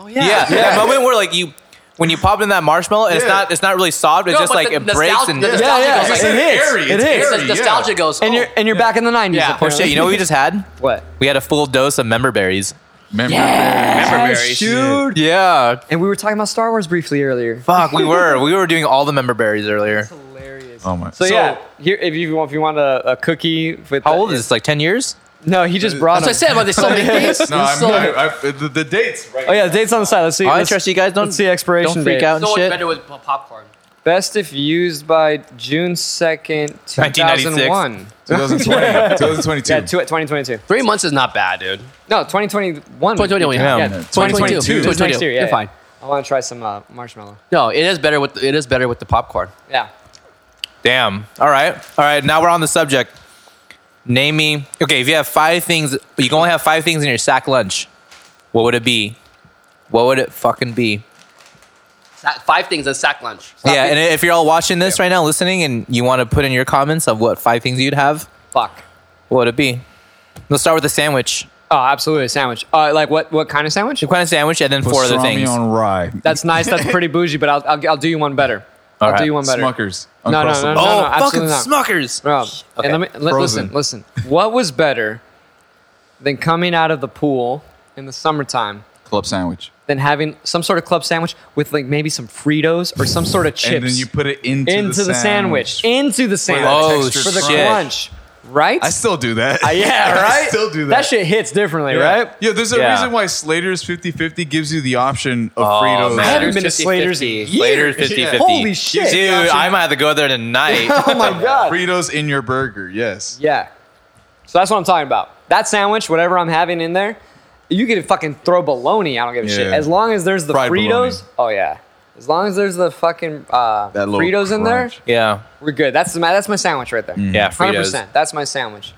S3: yeah. That moment where like you when you pop in that marshmallow, it's
S2: Yeah.
S3: not it's not really soft, it's
S4: No,
S3: just
S4: but
S3: like
S4: the
S3: it breaks
S4: nostalgia-
S3: and
S4: the
S3: yeah.
S1: Yeah.
S4: nostalgia
S1: Yeah.
S4: goes like-
S1: It hits.
S2: airy,
S1: It is.
S2: it's
S4: the
S2: airy,
S4: nostalgia
S2: yeah.
S4: goes.
S1: And
S4: oh.
S1: you're and you're back in the nineties.
S4: Yeah.
S3: Oh
S1: Apparently.
S3: shit, you know what we just had?
S1: what?
S3: We had a full dose of member berries.
S2: Remember-
S1: Yes, dude.
S3: Yeah.
S1: And we were talking about Star Wars briefly earlier.
S3: Fuck, we were. We were doing all the member berries earlier.
S1: Hilarious.
S2: Oh my.
S1: So, yeah, here if you want if you want a, a cookie with
S3: How
S1: the-
S3: old is this? Like ten years?
S1: No, he just brought
S4: That's what
S1: them.
S4: I said about there's so many things.
S2: No, I'm, I, I, the, the dates right.
S1: Oh yeah, dates on the side. Let's see.
S3: I'll
S1: let's-
S3: interest you guys. Don't
S1: let's see expiration
S3: Don't freak
S1: date.
S3: out and
S4: So much
S3: shit.
S4: better with po- popcorn.
S1: Best if used by June second, two thousand
S3: 1996.
S1: one.
S2: 2020, 2022.
S1: Yeah, two, 2022.
S4: Three months is not bad, dude.
S1: No, 2021.
S4: 2021,
S1: Yeah,
S4: yeah.
S1: 2022.
S4: 2022.
S1: It's next year, yeah,
S4: You're
S1: yeah.
S4: fine.
S1: I want to try some uh, marshmallow.
S4: No, it is better with it is better with the popcorn.
S1: Yeah.
S3: Damn. All right. All right. Now we're on the subject. Name me. Okay, if you have five things, you can only have five things in your sack lunch. What would it be? What would it fucking be?
S4: Sa- Five things in sack lunch.
S3: yeah, and if you're all watching this right now, listening, and you want to put in your comments of what five things you'd have,
S1: Fuck.
S3: what would it be? Let's start with the sandwich.
S1: Oh, absolutely. A sandwich. Uh, like what? What kind of sandwich?
S3: What kind of sandwich? And then four other
S2: Pastrami
S3: things.
S2: on rye.
S1: That's nice. That's pretty bougie, but I'll, I'll, I'll do you one better. I'll
S3: Alright.
S1: do you one better.
S2: Smuckers.
S1: No, no, no,
S2: Uncrustables.
S1: no.
S3: oh, fucking
S1: absolutely not.
S3: Smuckers.
S1: Rob, and let me let,
S2: Frozen.
S1: listen. Listen. What was better than coming out of the pool in the summertime
S2: Club sandwich.
S1: than having some sort of club sandwich with like maybe some Fritos or some sort of chips
S2: And then you put it into,
S1: into the, sandwich. into the sandwich
S3: Oh,
S1: for the
S3: shit.
S1: crunch. right?
S2: I still do that.
S1: Uh, yeah,
S2: I
S1: right.
S2: still do that.
S1: That shit hits differently,
S2: Yeah.
S1: right?
S2: Yeah, there's a
S3: Yeah.
S2: reason why Slater's 50-50 gives you the option of
S1: Oh,
S2: Fritos.
S1: I haven't
S3: Slater's
S1: been to Slater's in
S3: 50-50.
S1: years.
S3: Slater's 50
S2: Yeah.
S3: 50.
S1: Holy shit.
S3: Dude, I might have to go there tonight.
S1: oh my god.
S2: Fritos in your burger, yes.
S1: Yeah. So that's what I'm talking about. That sandwich, whatever I'm having in there, you can fucking throw bologna. I don't give a shit.
S2: Yeah.
S1: As long as there's the
S2: Fried
S1: Fritos. Oh yeah. As long as there's the fucking uh,
S2: That little
S1: Fritos in there,
S2: crunch. Mm-hmm.
S3: yeah.
S1: we're good. That's my that's my sandwich right there.
S3: Yeah,
S1: hundred
S3: Fritos.
S1: percent. That's my sandwich.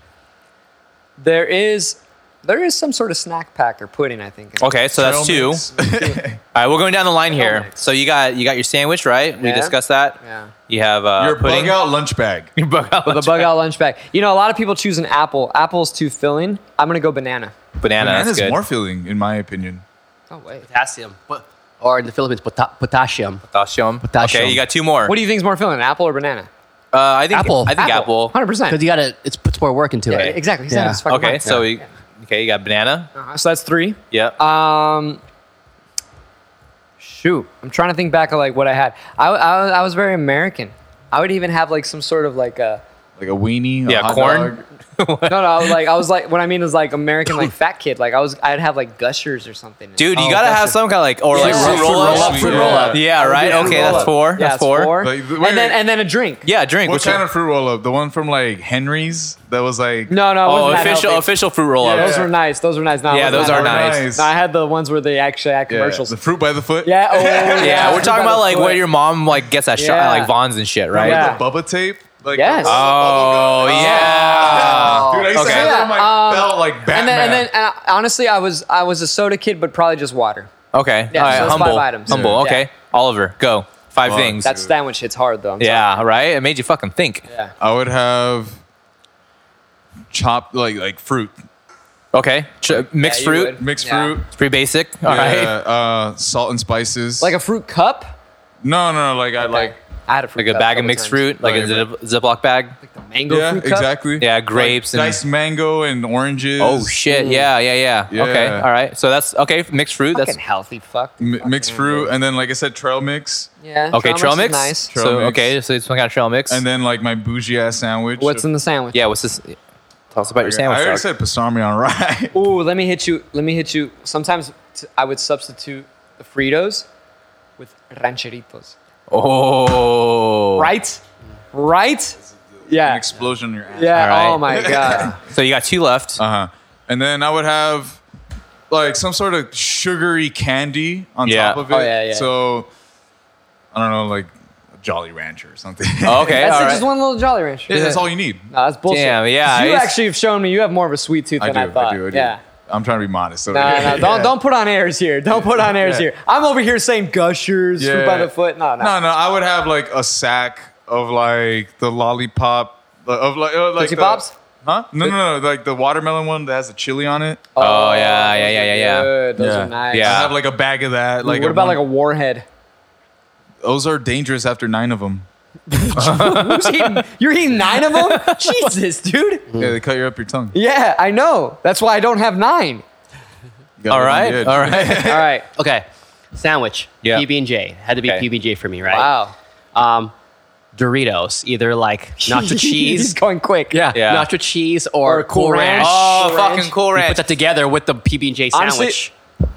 S1: There is there is some sort of snack pack or pudding, I think. in there.
S3: Okay, so that's
S2: Trail
S3: two.
S2: mix.
S3: All right, we're going down the line here.
S1: mix.
S3: So you got you got your sandwich, right? We
S1: Yeah.
S3: discussed that.
S1: Yeah.
S3: You have uh,
S2: Your
S3: pudding.
S2: bug out lunch bag.
S3: Your bug out.
S1: The bug out lunch bag. You know, a lot of people choose an apple. Apple's too filling. I'm gonna go banana.
S3: Banana.
S2: Bananas
S3: that's good.
S2: more filling, in my opinion.
S1: Oh wait.
S4: Potassium. But, or in the Philippines, pota- potassium.
S3: Potassium.
S4: Potassium.
S3: Okay, you got two more.
S1: What do you think is more filling, apple or banana?
S3: uh, I think
S4: Apple.
S3: I think apple.
S1: Hundred
S4: Because
S1: percent.
S4: you got to, it puts more work into it.
S1: Exactly.
S4: Yeah.
S1: exactly.
S3: Okay, so you, okay, you got banana.
S1: uh so that's three.
S3: Yep.
S1: Um, shoot, I'm trying to think back of like what I had. I, I, I was very American. I would even have like some sort of like a
S2: Like a weenie,
S3: Yeah,
S2: a hot
S3: corn.
S2: dog.
S1: no no I was like I was like what I mean is like American like fat kid like I was I'd have like gushers or something.
S3: Dude, you
S1: Oh,
S3: gotta have
S1: gushers.
S3: some kind of like or like
S1: Yeah.
S3: fruit
S1: Fruit
S3: roll
S2: roll-up,
S3: up.
S2: fruit roll-up.
S3: Yeah, right.
S1: Yeah,
S3: Okay,
S1: roll
S3: that's
S1: up.
S3: four.
S1: Yeah,
S3: That's
S1: it's
S3: four.
S2: Like, wait, wait.
S1: and then and then a drink.
S3: Yeah, drink.
S2: What
S3: Which
S2: kind
S3: one?
S2: of fruit roll up? The one from like Henry's that was like
S1: No no. it
S3: Oh,
S1: wasn't that
S3: official
S1: healthy.
S3: official fruit roll
S1: Yeah,
S3: up.
S1: Those were nice. Those were nice. No, it
S3: Yeah,
S1: wasn't
S3: those
S1: that
S3: are
S1: bad.
S3: nice.
S1: No, I had the ones where they actually had
S2: Yeah,
S1: commercials.
S2: The fruit by the foot.
S1: Yeah, oh, yeah.
S3: Yeah, we're talking about like where your mom like gets that shot
S1: Yeah.
S3: at like Vons and shit, right?
S2: With
S1: Yeah.
S2: the bubba tape. Like
S1: Yes.
S2: the
S3: Oh,
S2: bubble gum.
S3: yeah.
S2: Dude, I used
S3: Okay.
S2: to have that on my
S1: Yeah, um,
S2: belt like Batman.
S1: And then, and then uh, honestly, I was I was a soda kid, but probably just water.
S3: Okay.
S1: Yeah,
S3: All
S1: so
S3: right.
S1: that's
S3: Humble.
S1: five items.
S3: Humble.
S1: Yeah.
S3: Okay. Oliver, go. Five
S2: Fuck.
S3: things.
S1: That
S2: Dude.
S1: sandwich hits hard though. I'm
S3: yeah. Right. It made you fucking think.
S1: telling you.
S2: I would have chopped like like fruit,
S3: Okay. Ch- mixed
S1: you
S3: fruit.
S1: would.
S2: mixed
S1: Yeah.
S2: fruit.
S3: It's pretty basic. All right.
S2: yeah, Uh, salt and spices.
S1: Like a fruit cup.
S2: no, no, no. Like I like
S1: I had a fruit
S3: Like a
S1: cup
S3: bag of
S1: couple
S3: mixed
S1: times.
S3: fruit, like a
S2: Okay,
S3: zip- Ziploc bag.
S1: The mango
S2: yeah,
S1: fruit cup.
S2: exactly.
S3: Yeah, grapes
S2: like
S3: and-
S2: diced mango and oranges.
S3: Oh shit! Yeah, yeah, yeah,
S2: Yeah.
S3: Okay, all right. So that's okay. Mixed fruit.
S1: Fucking
S3: That's
S1: healthy. Fuck.
S3: Mm.
S2: M- mixed fruit, and then like I said, trail mix,
S1: Yeah.
S3: okay. Trail
S1: is
S3: mix.
S1: Nice.
S2: Trail
S3: so
S2: mix.
S3: okay, so it's some kind of trail mix.
S2: and then like my bougie ass sandwich.
S1: What's in the sandwich?
S3: yeah, what's this? Tell us about your
S2: I
S3: sandwich.
S2: already
S3: dog.
S2: said pastrami on rye.
S1: Ooh, let me hit you. Let me hit you. Sometimes t- I would substitute the Fritos with rancheritos.
S3: oh,
S1: Right. Right.
S2: An
S1: Yeah.
S2: explosion in your ass.
S1: Yeah.
S3: All right.
S1: Oh my god.
S3: So you got two left.
S2: Uh huh. And then I would have like some sort of sugary candy on
S3: Yeah.
S2: top of it.
S1: Oh, yeah, yeah.
S2: So I don't know, like a Jolly Rancher or something.
S3: okay,
S1: That's
S3: all right.
S1: just one little Jolly Ranch.
S2: Yeah, that's all you need.
S1: No, that's bullshit.
S3: Damn, yeah,
S1: You
S3: it's-
S1: actually have shown me you have more of a sweet tooth
S2: I
S1: than
S2: do,
S1: I thought.
S2: do, I do.
S1: Yeah.
S2: I'm trying to be modest. over
S1: No, no,
S2: here.
S1: don't
S2: Yeah.
S1: don't put on airs here. Don't put on airs
S2: Yeah.
S1: here. I'm over here saying gushers fruit
S2: Yeah.
S1: by the foot. No, no.
S2: No, no. I would have like a sack of like the lollipop of like uh, like
S1: Tootsie
S2: the-
S1: Pops?
S2: Huh? No, no, no. Like the watermelon one that has the chili on it.
S3: Oh, yeah, yeah, yeah, yeah, yeah.
S1: Good. Those
S2: Yeah.
S1: are nice.
S3: Yeah.
S2: I have like a bag of that. Like
S1: what about
S2: one-
S1: like a warhead?
S2: Those are dangerous after nine of them.
S1: Who's eating? You're eating nine of them? Jesus, dude.
S2: Yeah, they cut you up your tongue.
S1: Yeah, I know. That's why I don't have nine.
S3: All right, all right.
S1: All right.
S4: Okay. Sandwich.
S3: Yeah.
S4: PB and J. Had to be
S3: Okay.
S4: PB and J for me, right?
S1: Wow.
S4: Um, Doritos, either like nacho
S1: He's
S4: cheese.
S1: going quick.
S4: Yeah.
S3: Yeah.
S4: Nacho cheese or,
S1: Or Cool
S4: Cool Ranch.
S1: Ranch.
S3: Oh,
S1: Cool
S3: fucking
S1: Ranch.
S3: cool
S4: You
S3: ranch.
S4: put that together with the PB and J sandwich.
S1: Honestly-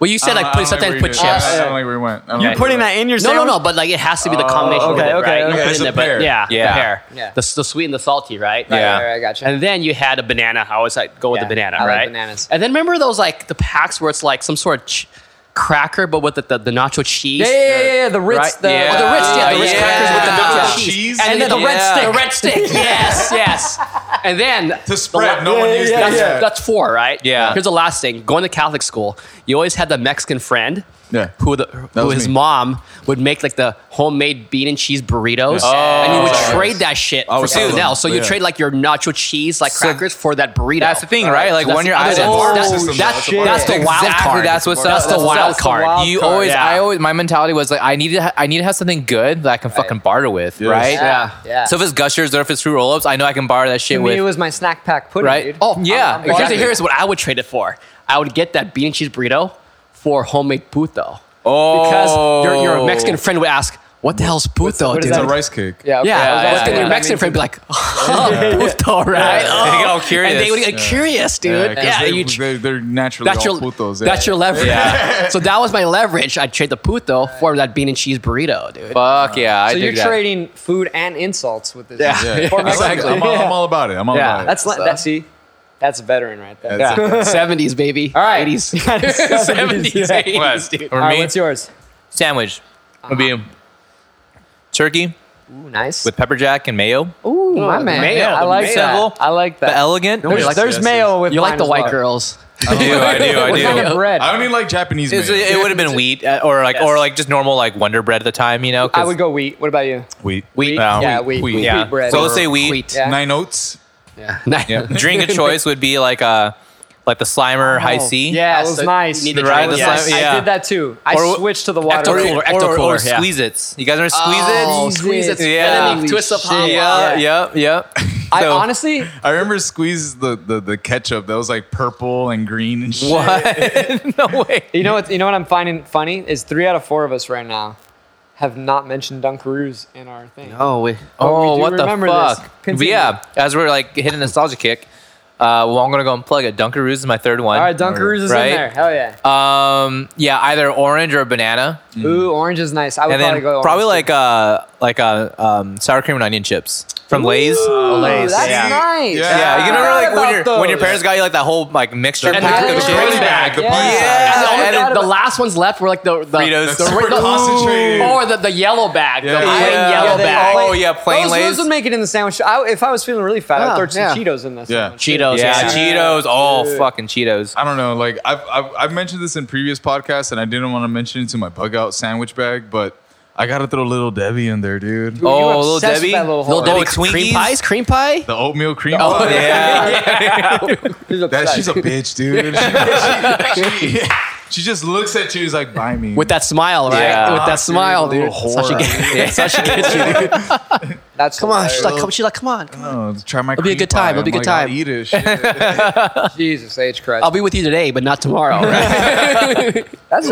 S4: well, you said like put, sometimes put chips.
S2: I
S1: Uh,
S2: don't like where you went. I don't
S4: You're
S2: like where
S1: Putting
S2: you went.
S1: that in your
S4: no, no,
S1: sandwich?
S4: no, but like it has to be the combination.
S1: Oh, okay,
S4: of it,
S1: okay,
S4: right? You
S1: okay.
S4: put it
S2: It's
S4: in
S2: a
S4: there, but-
S2: pear.
S4: yeah, the
S3: Yeah.
S4: pear.
S1: Yeah.
S4: The, the sweet and the salty, right?
S1: Right,
S3: Yeah.
S1: right, right, I gotcha.
S4: And then you had a banana. I always like, go with
S1: Yeah,
S4: the banana,
S1: I like
S4: right?
S1: bananas.
S4: And then remember those like the packs where it's like some sort of ch- cracker, but with the, the, the nacho cheese.
S1: yeah, yeah, yeah, yeah. The Ritz.
S4: Right?
S1: The,
S3: Yeah.
S4: Oh, the Ritz, yeah, the
S3: Yeah.
S4: Ritz crackers with the
S2: Yeah.
S4: nacho
S2: Yeah.
S4: cheese,
S2: Cheese.
S4: and then the red
S3: Yeah.
S4: stick, the red stick. Yes, yes. And then
S2: To spread,
S4: the
S2: no
S4: la-
S2: one
S1: Yeah,
S2: used
S1: yeah,
S2: that.
S4: that's, that's four, right?
S3: Yeah.
S4: Here's the last thing. Going to Catholic school, you always had the Mexican friend
S2: Yeah.
S4: who, the, who
S2: was
S4: his
S2: me.
S4: mom would make like the homemade bean and cheese burritos.
S3: Oh.
S4: and you would
S2: Always.
S4: trade that shit for
S2: Always.
S4: something
S2: Dude.
S4: else. So you
S2: Yeah.
S4: trade like your nacho cheese, like
S3: So-
S4: crackers for that burrito.
S3: That's the thing, right? Like
S4: So that's
S3: when
S4: the
S3: you're
S4: other
S3: out
S4: one.
S2: Oh,
S4: that's,
S2: system.
S4: that's,
S2: shit.
S4: that's the wild
S3: exactly,
S4: card.
S3: That's what's
S4: That's
S3: up.
S4: the wild
S3: up.
S4: card.
S3: You
S1: card.
S3: always,
S4: Yeah.
S3: I always, my mentality was like, I need to, I need to have something good that I can fucking barter with,
S2: Yes.
S3: right?
S1: Yeah. Yeah.
S3: So if it's gushers or if it's fruit roll-ups, I know I can borrow that shit
S1: To me,
S3: with.
S1: it was my snack pack pudding,
S3: Right?
S1: dude.
S4: Oh,
S3: Yeah,
S4: yeah.
S1: I'm- I'm
S4: Here's,
S3: exactly.
S4: here's what I would trade it for. I would get that bean and cheese burrito for homemade puto.
S3: oh,
S4: Because your, your Mexican friend would ask, what the hell's puto,
S1: what is
S4: dude?
S2: It's
S1: that?
S2: a rice cake.
S1: Yeah. okay.
S4: Yeah,
S1: I was
S4: I was
S1: asking
S4: thinking
S1: what
S4: your
S1: that
S4: Mexican
S1: means.
S4: friend would be like, oh, puto, right?
S3: They get all
S4: Oh. And they would
S3: curious.
S4: get curious, dude.
S2: 'cause
S4: Yeah,
S2: they,
S4: you tr-
S2: they, they're naturally
S4: that's
S2: all
S4: your
S2: putos. yeah.
S4: that's your leverage. so that was my leverage. I'd trade the puto for that bean and cheese burrito, dude.
S3: Fuck yeah, I
S1: So
S3: dig
S1: you're
S3: that.
S1: trading food and insults with this.
S4: Yeah.
S2: Yeah,
S1: For
S2: I like it.
S1: Mexico.
S2: I'm, all, I'm all about it. I'm all
S3: Yeah,
S2: about it.
S1: That's not, that's see, that's a veteran right there.
S2: That's it.
S4: Seventies, baby. All
S1: right.
S4: 80s,
S1: Seventies, yeah.
S4: 70s, 80s,
S3: Wes,
S4: dude.
S1: All
S3: Or
S1: right,
S3: me?
S1: what's yours?
S3: Sandwich would be turkey
S1: Ooh, nice.
S3: with pepper jack and mayo,
S1: Ooh, my man.
S3: Oh, mayo.
S1: I like
S3: Mayo.
S1: that. I like that.
S3: but elegant.
S1: there's
S2: likes
S1: there's
S2: yes,
S1: mayo
S2: yes.
S1: with
S4: You like
S1: mine
S4: the
S1: as
S4: white
S1: well.
S4: girls?
S3: I do, I do, I
S1: What
S3: do.
S1: kind of bread?
S2: I only like Japanese
S3: It's-
S2: mayo.
S3: it would have been wheat uh, or like or like just normal like Wonder Bread at the time, you know. 'cause
S1: I would go wheat. What about you?
S2: wheat.
S3: wheat.
S2: No,
S1: Yeah, wheat. Wheat,
S3: yeah.
S1: bread.
S3: So let's say wheat.
S4: Wheat.
S1: Yeah.
S2: Nine oats.
S4: Yeah.
S2: Yeah.
S3: Drink of choice would be like a like the Slimer High C.
S1: Yeah, it was
S4: so
S1: nice.
S4: you need to
S3: Right,
S1: It was
S3: that's
S1: nice.
S3: like-
S1: I
S3: yeah.
S1: did that too. I
S3: Or-
S1: switcooler, yeah. the
S3: Or,
S1: water.
S3: or,
S4: Ecto-cooler,
S3: or, or
S4: Ecto-cooler, yeah.
S3: squeeze it. You guys remember squeeze
S4: Oh,
S1: Squeeze
S4: squeeze
S1: it.
S4: it.
S3: Yeah.
S4: Yeah. Twist up
S3: it?
S4: hollow.
S3: Yeah,
S1: yeah.
S3: yep, yep.
S1: I
S3: So-
S1: honestly,
S2: I remember squeeze the, the, the ketchup that was like purple and green and shit.
S3: What? no way.
S1: you know what? You know what I'm finding funny is three out of four of us right now have not mentioned Dunkaroos in our thing.
S3: Oh wait.
S1: But
S3: Oh,
S1: we do
S3: what the
S1: remember this.
S3: fuck? But
S1: Continue.
S3: yeah, as we're like hitting a nostalgia kick, uh, well, I'm gonna go and plug it. Dunkaroos is my third one.
S1: All right, Dunkaroos is
S3: Right?
S1: in there. Hell yeah.
S3: Um, yeah, either orange or banana,
S1: Ooh, orange is nice. I would
S3: Um, and
S1: probably
S3: then
S1: go orange
S3: probably
S1: too.
S3: like uh like uh um sour cream and onion chips from Lay's. Oh,
S1: Ooh,
S3: Lay's,
S1: That's
S3: yeah.
S1: nice.
S2: Yeah.
S3: Yeah, you
S1: I
S3: can remember
S1: forgot
S3: like when,
S1: about
S3: your when your
S1: those.
S3: parents got you like that whole like mixture
S4: And
S3: pack
S4: the
S3: of
S4: little
S3: shit.
S2: green bag, the
S1: Yeah.
S2: blue
S3: Yeah.
S1: I
S3: And
S1: forgot
S4: The
S1: about-
S4: last ones left were like the the,
S3: Fritos.
S4: the,
S2: That's super
S4: the-
S2: concentrated.
S4: or the, the yellow bag,
S2: Yeah.
S4: the plain
S2: Yeah.
S4: yellow
S1: they-
S4: bag.
S3: Oh, yeah, plain
S1: those,
S3: Lay's.
S1: Those would make it in the sandwich. I, if I was feeling really fat, I'd
S4: Yeah,
S1: throw some
S4: yeah.
S1: Cheetos in this.
S2: Yeah.
S1: sandwich.
S4: Cheetos.
S3: Yeah,
S4: yeah.
S3: Cheetos. Oh, fucking Cheetos.
S2: I don't know. Like I've, I've I've mentioned this in previous podcasts, and I didn't want to mention it to my bug out sandwich bag, but I gotta throw little Debbie in there, dude.
S1: Ooh, you obsessed
S3: Oh, Little
S1: with
S3: Debbie?
S1: that Little
S4: Little
S1: hole.
S3: Debbie
S4: Debbie cream
S3: Twinkies?
S4: pies, cream pie.
S2: The oatmeal cream.
S3: Oh,
S2: pie.
S3: yeah.
S1: She's
S2: That
S1: obsessed.
S2: she's a bitch, dude. She, she, she just looks at you. She's like, buy me
S4: With that smile, right?
S3: Yeah.
S4: With that smile, dude.
S2: Little
S4: That's how she
S2: whore.
S4: gets- that's how she gets you.
S1: That's
S4: Come on,
S1: hilarious.
S4: she's like, come, she's like, come on, come on.
S2: Oh, try my. It'll
S4: be a good time, it'll be a good time.
S2: eat it. shit.
S1: Jesus H Christ.
S4: I'll be with you today, but not tomorrow. Right?
S1: that's a,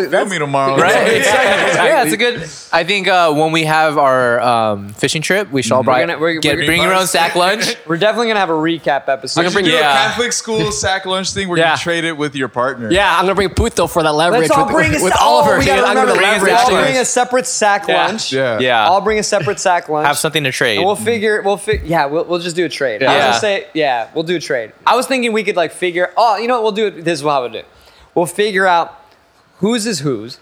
S2: Feel
S1: that's
S2: me tomorrow,
S3: Right? Yeah, it's a good. I think uh, when we have our um, fishing trip, we should all bring,
S1: gonna- we're-
S3: get,
S1: we're-
S3: bring your own sack lunch.
S1: We're definitely gonna have a recap episode.
S4: I'm gonna bring-
S2: Do a
S3: Yeah.
S2: Catholic school sack lunch thing where
S4: Yeah.
S2: you trade it with your partner.
S4: yeah, I'm gonna bring Puto for that leverage
S1: Let's all
S4: with,
S1: bring
S4: with,
S1: a
S4: with
S1: sa-
S4: Oliver.
S1: Oh, we
S4: dude.
S1: gotta
S4: I'm gonna
S1: remember
S3: bring
S4: leverage
S3: us
S1: I'll
S3: down.
S4: that.
S1: bring a separate sack lunch.
S2: Yeah.
S3: Yeah.
S1: I'll bring a separate sack lunch.
S3: have something to trade.
S1: And we'll figure. We'll fi- Yeah, we'll, we'll just do a trade. I was
S3: Yeah.
S1: gonna say. Yeah, we'll do a trade. I was thinking we could like figure. Oh, you know what? We'll do it. This is what I would do. We'll figure out whose is whose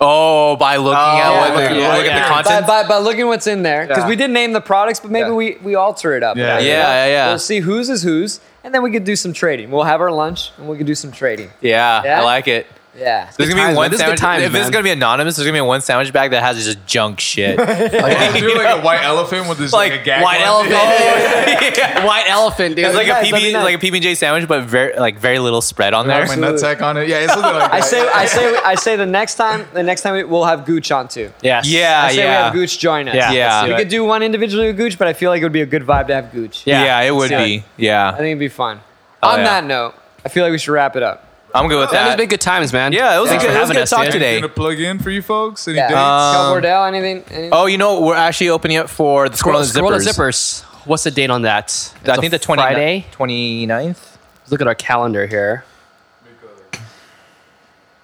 S3: oh, by looking at
S2: yeah,
S3: what the,
S2: yeah,
S3: look at
S2: yeah.
S3: the
S1: by,
S3: content.
S1: by, by looking what's in there because
S3: Yeah.
S1: we didn't name the products, but maybe
S2: Yeah.
S1: we we alter it up.
S2: Yeah.
S1: you
S2: Yeah,
S1: know?
S3: yeah, yeah.
S1: We'll see whose is whose, and then we could do some trading. We'll have our lunch and we could do some trading.
S3: yeah,
S1: Yeah?
S3: I like it.
S1: Yeah.
S3: There's gonna be
S4: times,
S3: one
S4: man. This is good
S3: sandwich.
S4: times,
S3: if this is
S4: man.
S3: gonna be anonymous, there's gonna be one sandwich bag that has just junk shit, like,
S2: I'll do like a white elephant with this like, a gag
S3: white
S2: on it.
S3: elephant.
S4: White elephant, dude.
S3: It's like
S1: Guys,
S3: a
S1: that'd be
S3: PB,
S1: nice.
S3: like a PB and J sandwich, but very like very little spread on there.
S2: Like my nutsack on it. Yeah, it's something like that.
S1: I say, I say, I say. The next time, the next time we, we'll have Gooch on too.
S4: Yes.
S3: Yeah,
S1: I say we
S3: yeah,
S1: have Gooch join us.
S4: Yeah.
S3: Yeah.
S1: we could do one individually with Gooch, but I feel like it would be a good vibe to have Gooch.
S3: yeah,
S4: Yeah.
S3: It would
S1: Yeah.
S3: be.
S1: I
S3: Yeah,
S1: think it'd be fun.
S3: Oh,
S1: On
S3: yeah.
S1: that note, I feel like we should wrap it up.
S3: I'm good with
S4: That
S3: that.
S4: has been good times, man.
S3: Yeah, it was a
S4: Thanks
S3: good, it was
S4: for
S3: a
S4: having
S3: good
S4: us,
S3: talk
S4: dude.
S3: today. Uh,
S2: Anything to plug in for you folks? Any
S1: Yeah.
S2: dates?
S1: Kel Bordell, anything? anything?
S3: Um, Oh, you know, we're actually opening up for the Squirrel and
S4: Squirrel
S3: Zippers.
S4: and zippers. What's the date on that?
S3: I
S4: It's
S3: think
S4: a
S3: the 20
S4: Friday.
S3: 29th.
S4: Let's look at our calendar here.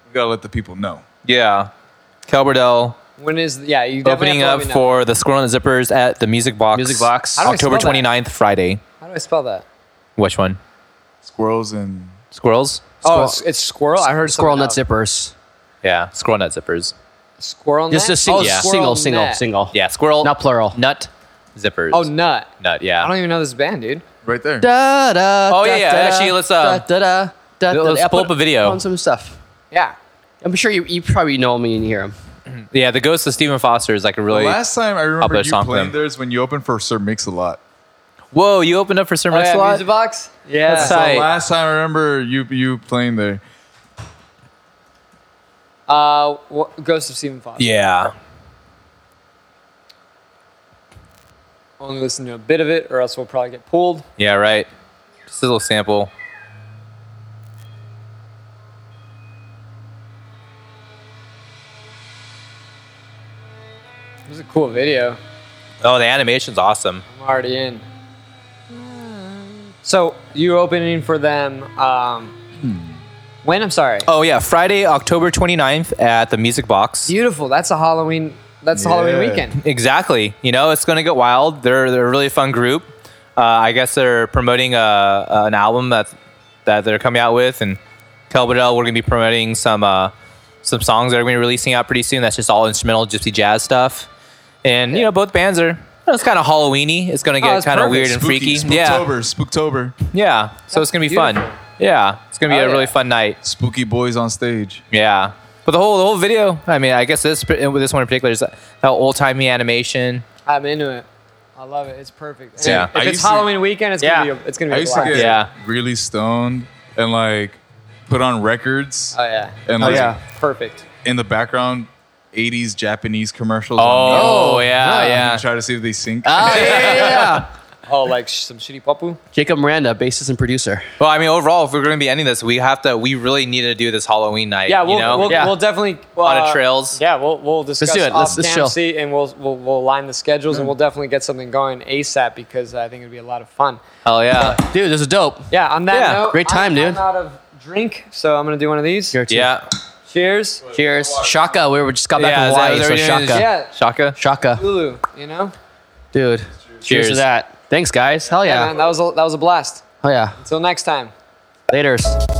S2: we gotta let the people know.
S3: Yeah. Cal Burdell
S1: when is? Yeah, you definitely
S3: opening
S1: have
S3: up
S1: to let me know.
S3: for the Squirrel and the Zippers at the Music Box.
S4: Music Box.
S1: How do I
S3: October
S1: spell that?
S3: 29th, Friday.
S1: How do I spell that?
S3: Which one?
S2: Squirrels and
S3: Squirrels?
S1: Oh,
S3: Squirrel-
S1: it's, it's
S3: Oh,
S1: squirrel. I heard
S4: Squirrel
S1: something
S4: Nut
S1: else.
S4: Zippers.
S3: yeah. Squirrel Nut Zippers.
S1: Squirrel nut.
S4: Just a
S1: oh,
S4: single, yeah.
S1: squirrel
S4: single, single,
S1: nut.
S4: single.
S3: Yeah. Squirrel.
S4: Not plural.
S3: Nut Zippers.
S1: Oh, nut.
S3: Nut,
S1: I don't
S3: yeah.
S1: even know this band, dude.
S2: right there.
S4: Da, da,
S3: Oh, yeah,
S4: da,
S3: yeah.
S4: da,
S3: Actually, let's, uh,
S4: da, da, da, da,
S3: let's
S4: da.
S3: pull
S4: Put-
S3: up a video.
S4: On some stuff.
S1: Yeah.
S4: I'm sure you, you probably know me and hear him.
S3: Yeah. The Ghost of Stephen Foster is like a really.
S2: Last time I
S3: I'll
S2: remember
S3: put
S2: you
S3: something.
S2: playing there is when you opened for Sir Mix a lot.
S3: Whoa, you opened up for Sir
S1: Oh,
S3: Mix
S1: yeah,
S3: a lot?
S1: Music box. Yeah.
S3: That's
S2: So
S3: Right.
S2: last time I remember you you playing there.
S1: uh, what, Ghost of Stephen Foster.
S3: Yeah.
S1: Only listen to a bit of it, or else we'll probably get pulled.
S3: Yeah, right. Just a little sample.
S1: was a cool video.
S3: Oh, the animation's awesome.
S1: I'm already in. So you're opening for them. Um,
S3: Hmm.
S1: When I'm sorry.
S3: Oh yeah, Friday, October 29th at the Music Box.
S1: Beautiful. That's a Halloween. That's
S2: Yeah.
S1: Halloween weekend.
S3: Exactly. You know, it's going to get wild. They're they're a really fun group. Uh, I guess they're promoting uh, an album that that they're coming out with, and Kel Bedell, we're going to be promoting some uh, some songs that are going to be releasing out pretty soon. That's just all instrumental gypsy jazz stuff, and you know, both bands are. you know, It's kind of Halloweeny. It's going to
S1: Oh,
S3: get
S1: it's
S3: kind of
S1: perfect.
S3: weird and
S2: Spooky,
S3: freaky. Yeah,
S2: Spooktober, Spooktober.
S3: yeah. So it's going to be fun.
S1: Beautiful.
S3: Yeah, it's going to be
S1: Oh,
S3: a really
S1: yeah.
S3: fun night.
S2: Spooky boys on stage.
S3: Yeah, but the whole the whole video. I mean, I guess this with this one in particular is that old timey animation.
S1: I'm into it. I love it. It's perfect. And
S3: Yeah.
S1: If
S2: I
S1: it's
S2: used to-
S1: Halloween weekend, it's
S3: Yeah.
S1: gonna be. A, it's gonna
S2: I
S1: be.
S2: used to
S1: blast.
S2: get
S3: Yeah.
S2: really stoned and like put on records
S3: Uh,
S1: Oh yeah.
S2: and like
S1: Perfect.
S2: in the background 80s Japanese commercials.
S3: Oh, yeah, yeah.
S2: And try to see if they sync.
S3: Oh, yeah, yeah, yeah.
S1: Oh, like sh- some shitty papu.
S4: Jacob Miranda, bassist and producer.
S3: well, I mean, overall, if we're going to be ending this, we have to. We really need to do this Halloween night.
S1: Yeah, we'll
S3: you know?
S1: we'll,
S4: Yeah.
S1: we'll definitely
S3: lot of
S1: uh,
S3: trails.
S1: Yeah, we'll we'll discuss
S4: do it. Let's-
S1: off
S4: let's
S1: cam
S4: chill.
S1: seat and we'll we'll we'll line the schedules and we'll definitely get something going ASAP because I think it'd be a lot of fun.
S3: Hell yeah.
S4: Dude, this is dope.
S1: Yeah, on that
S3: Yeah,
S1: note,
S4: great time,
S1: I'm,
S4: dude.
S1: I'm out of drink, so I'm gonna do one of these.
S4: Here, too.
S3: yeah.
S1: Cheers,
S4: Cheers. Shaka, we were just got back
S3: Yeah,
S4: from
S3: is that
S4: Hawaii,
S3: what
S4: so
S3: they're doing?
S4: Shaka.
S1: Yeah.
S3: Shaka.
S4: Shaka.
S1: Lulu. You know,
S4: Dude. Cheers. to
S3: Cheers.
S4: that. Thanks, guys. Hell
S1: yeah,
S4: yeah.
S1: man, that was a, that was a blast.
S4: Hell yeah.
S1: Till next time.
S4: Laters.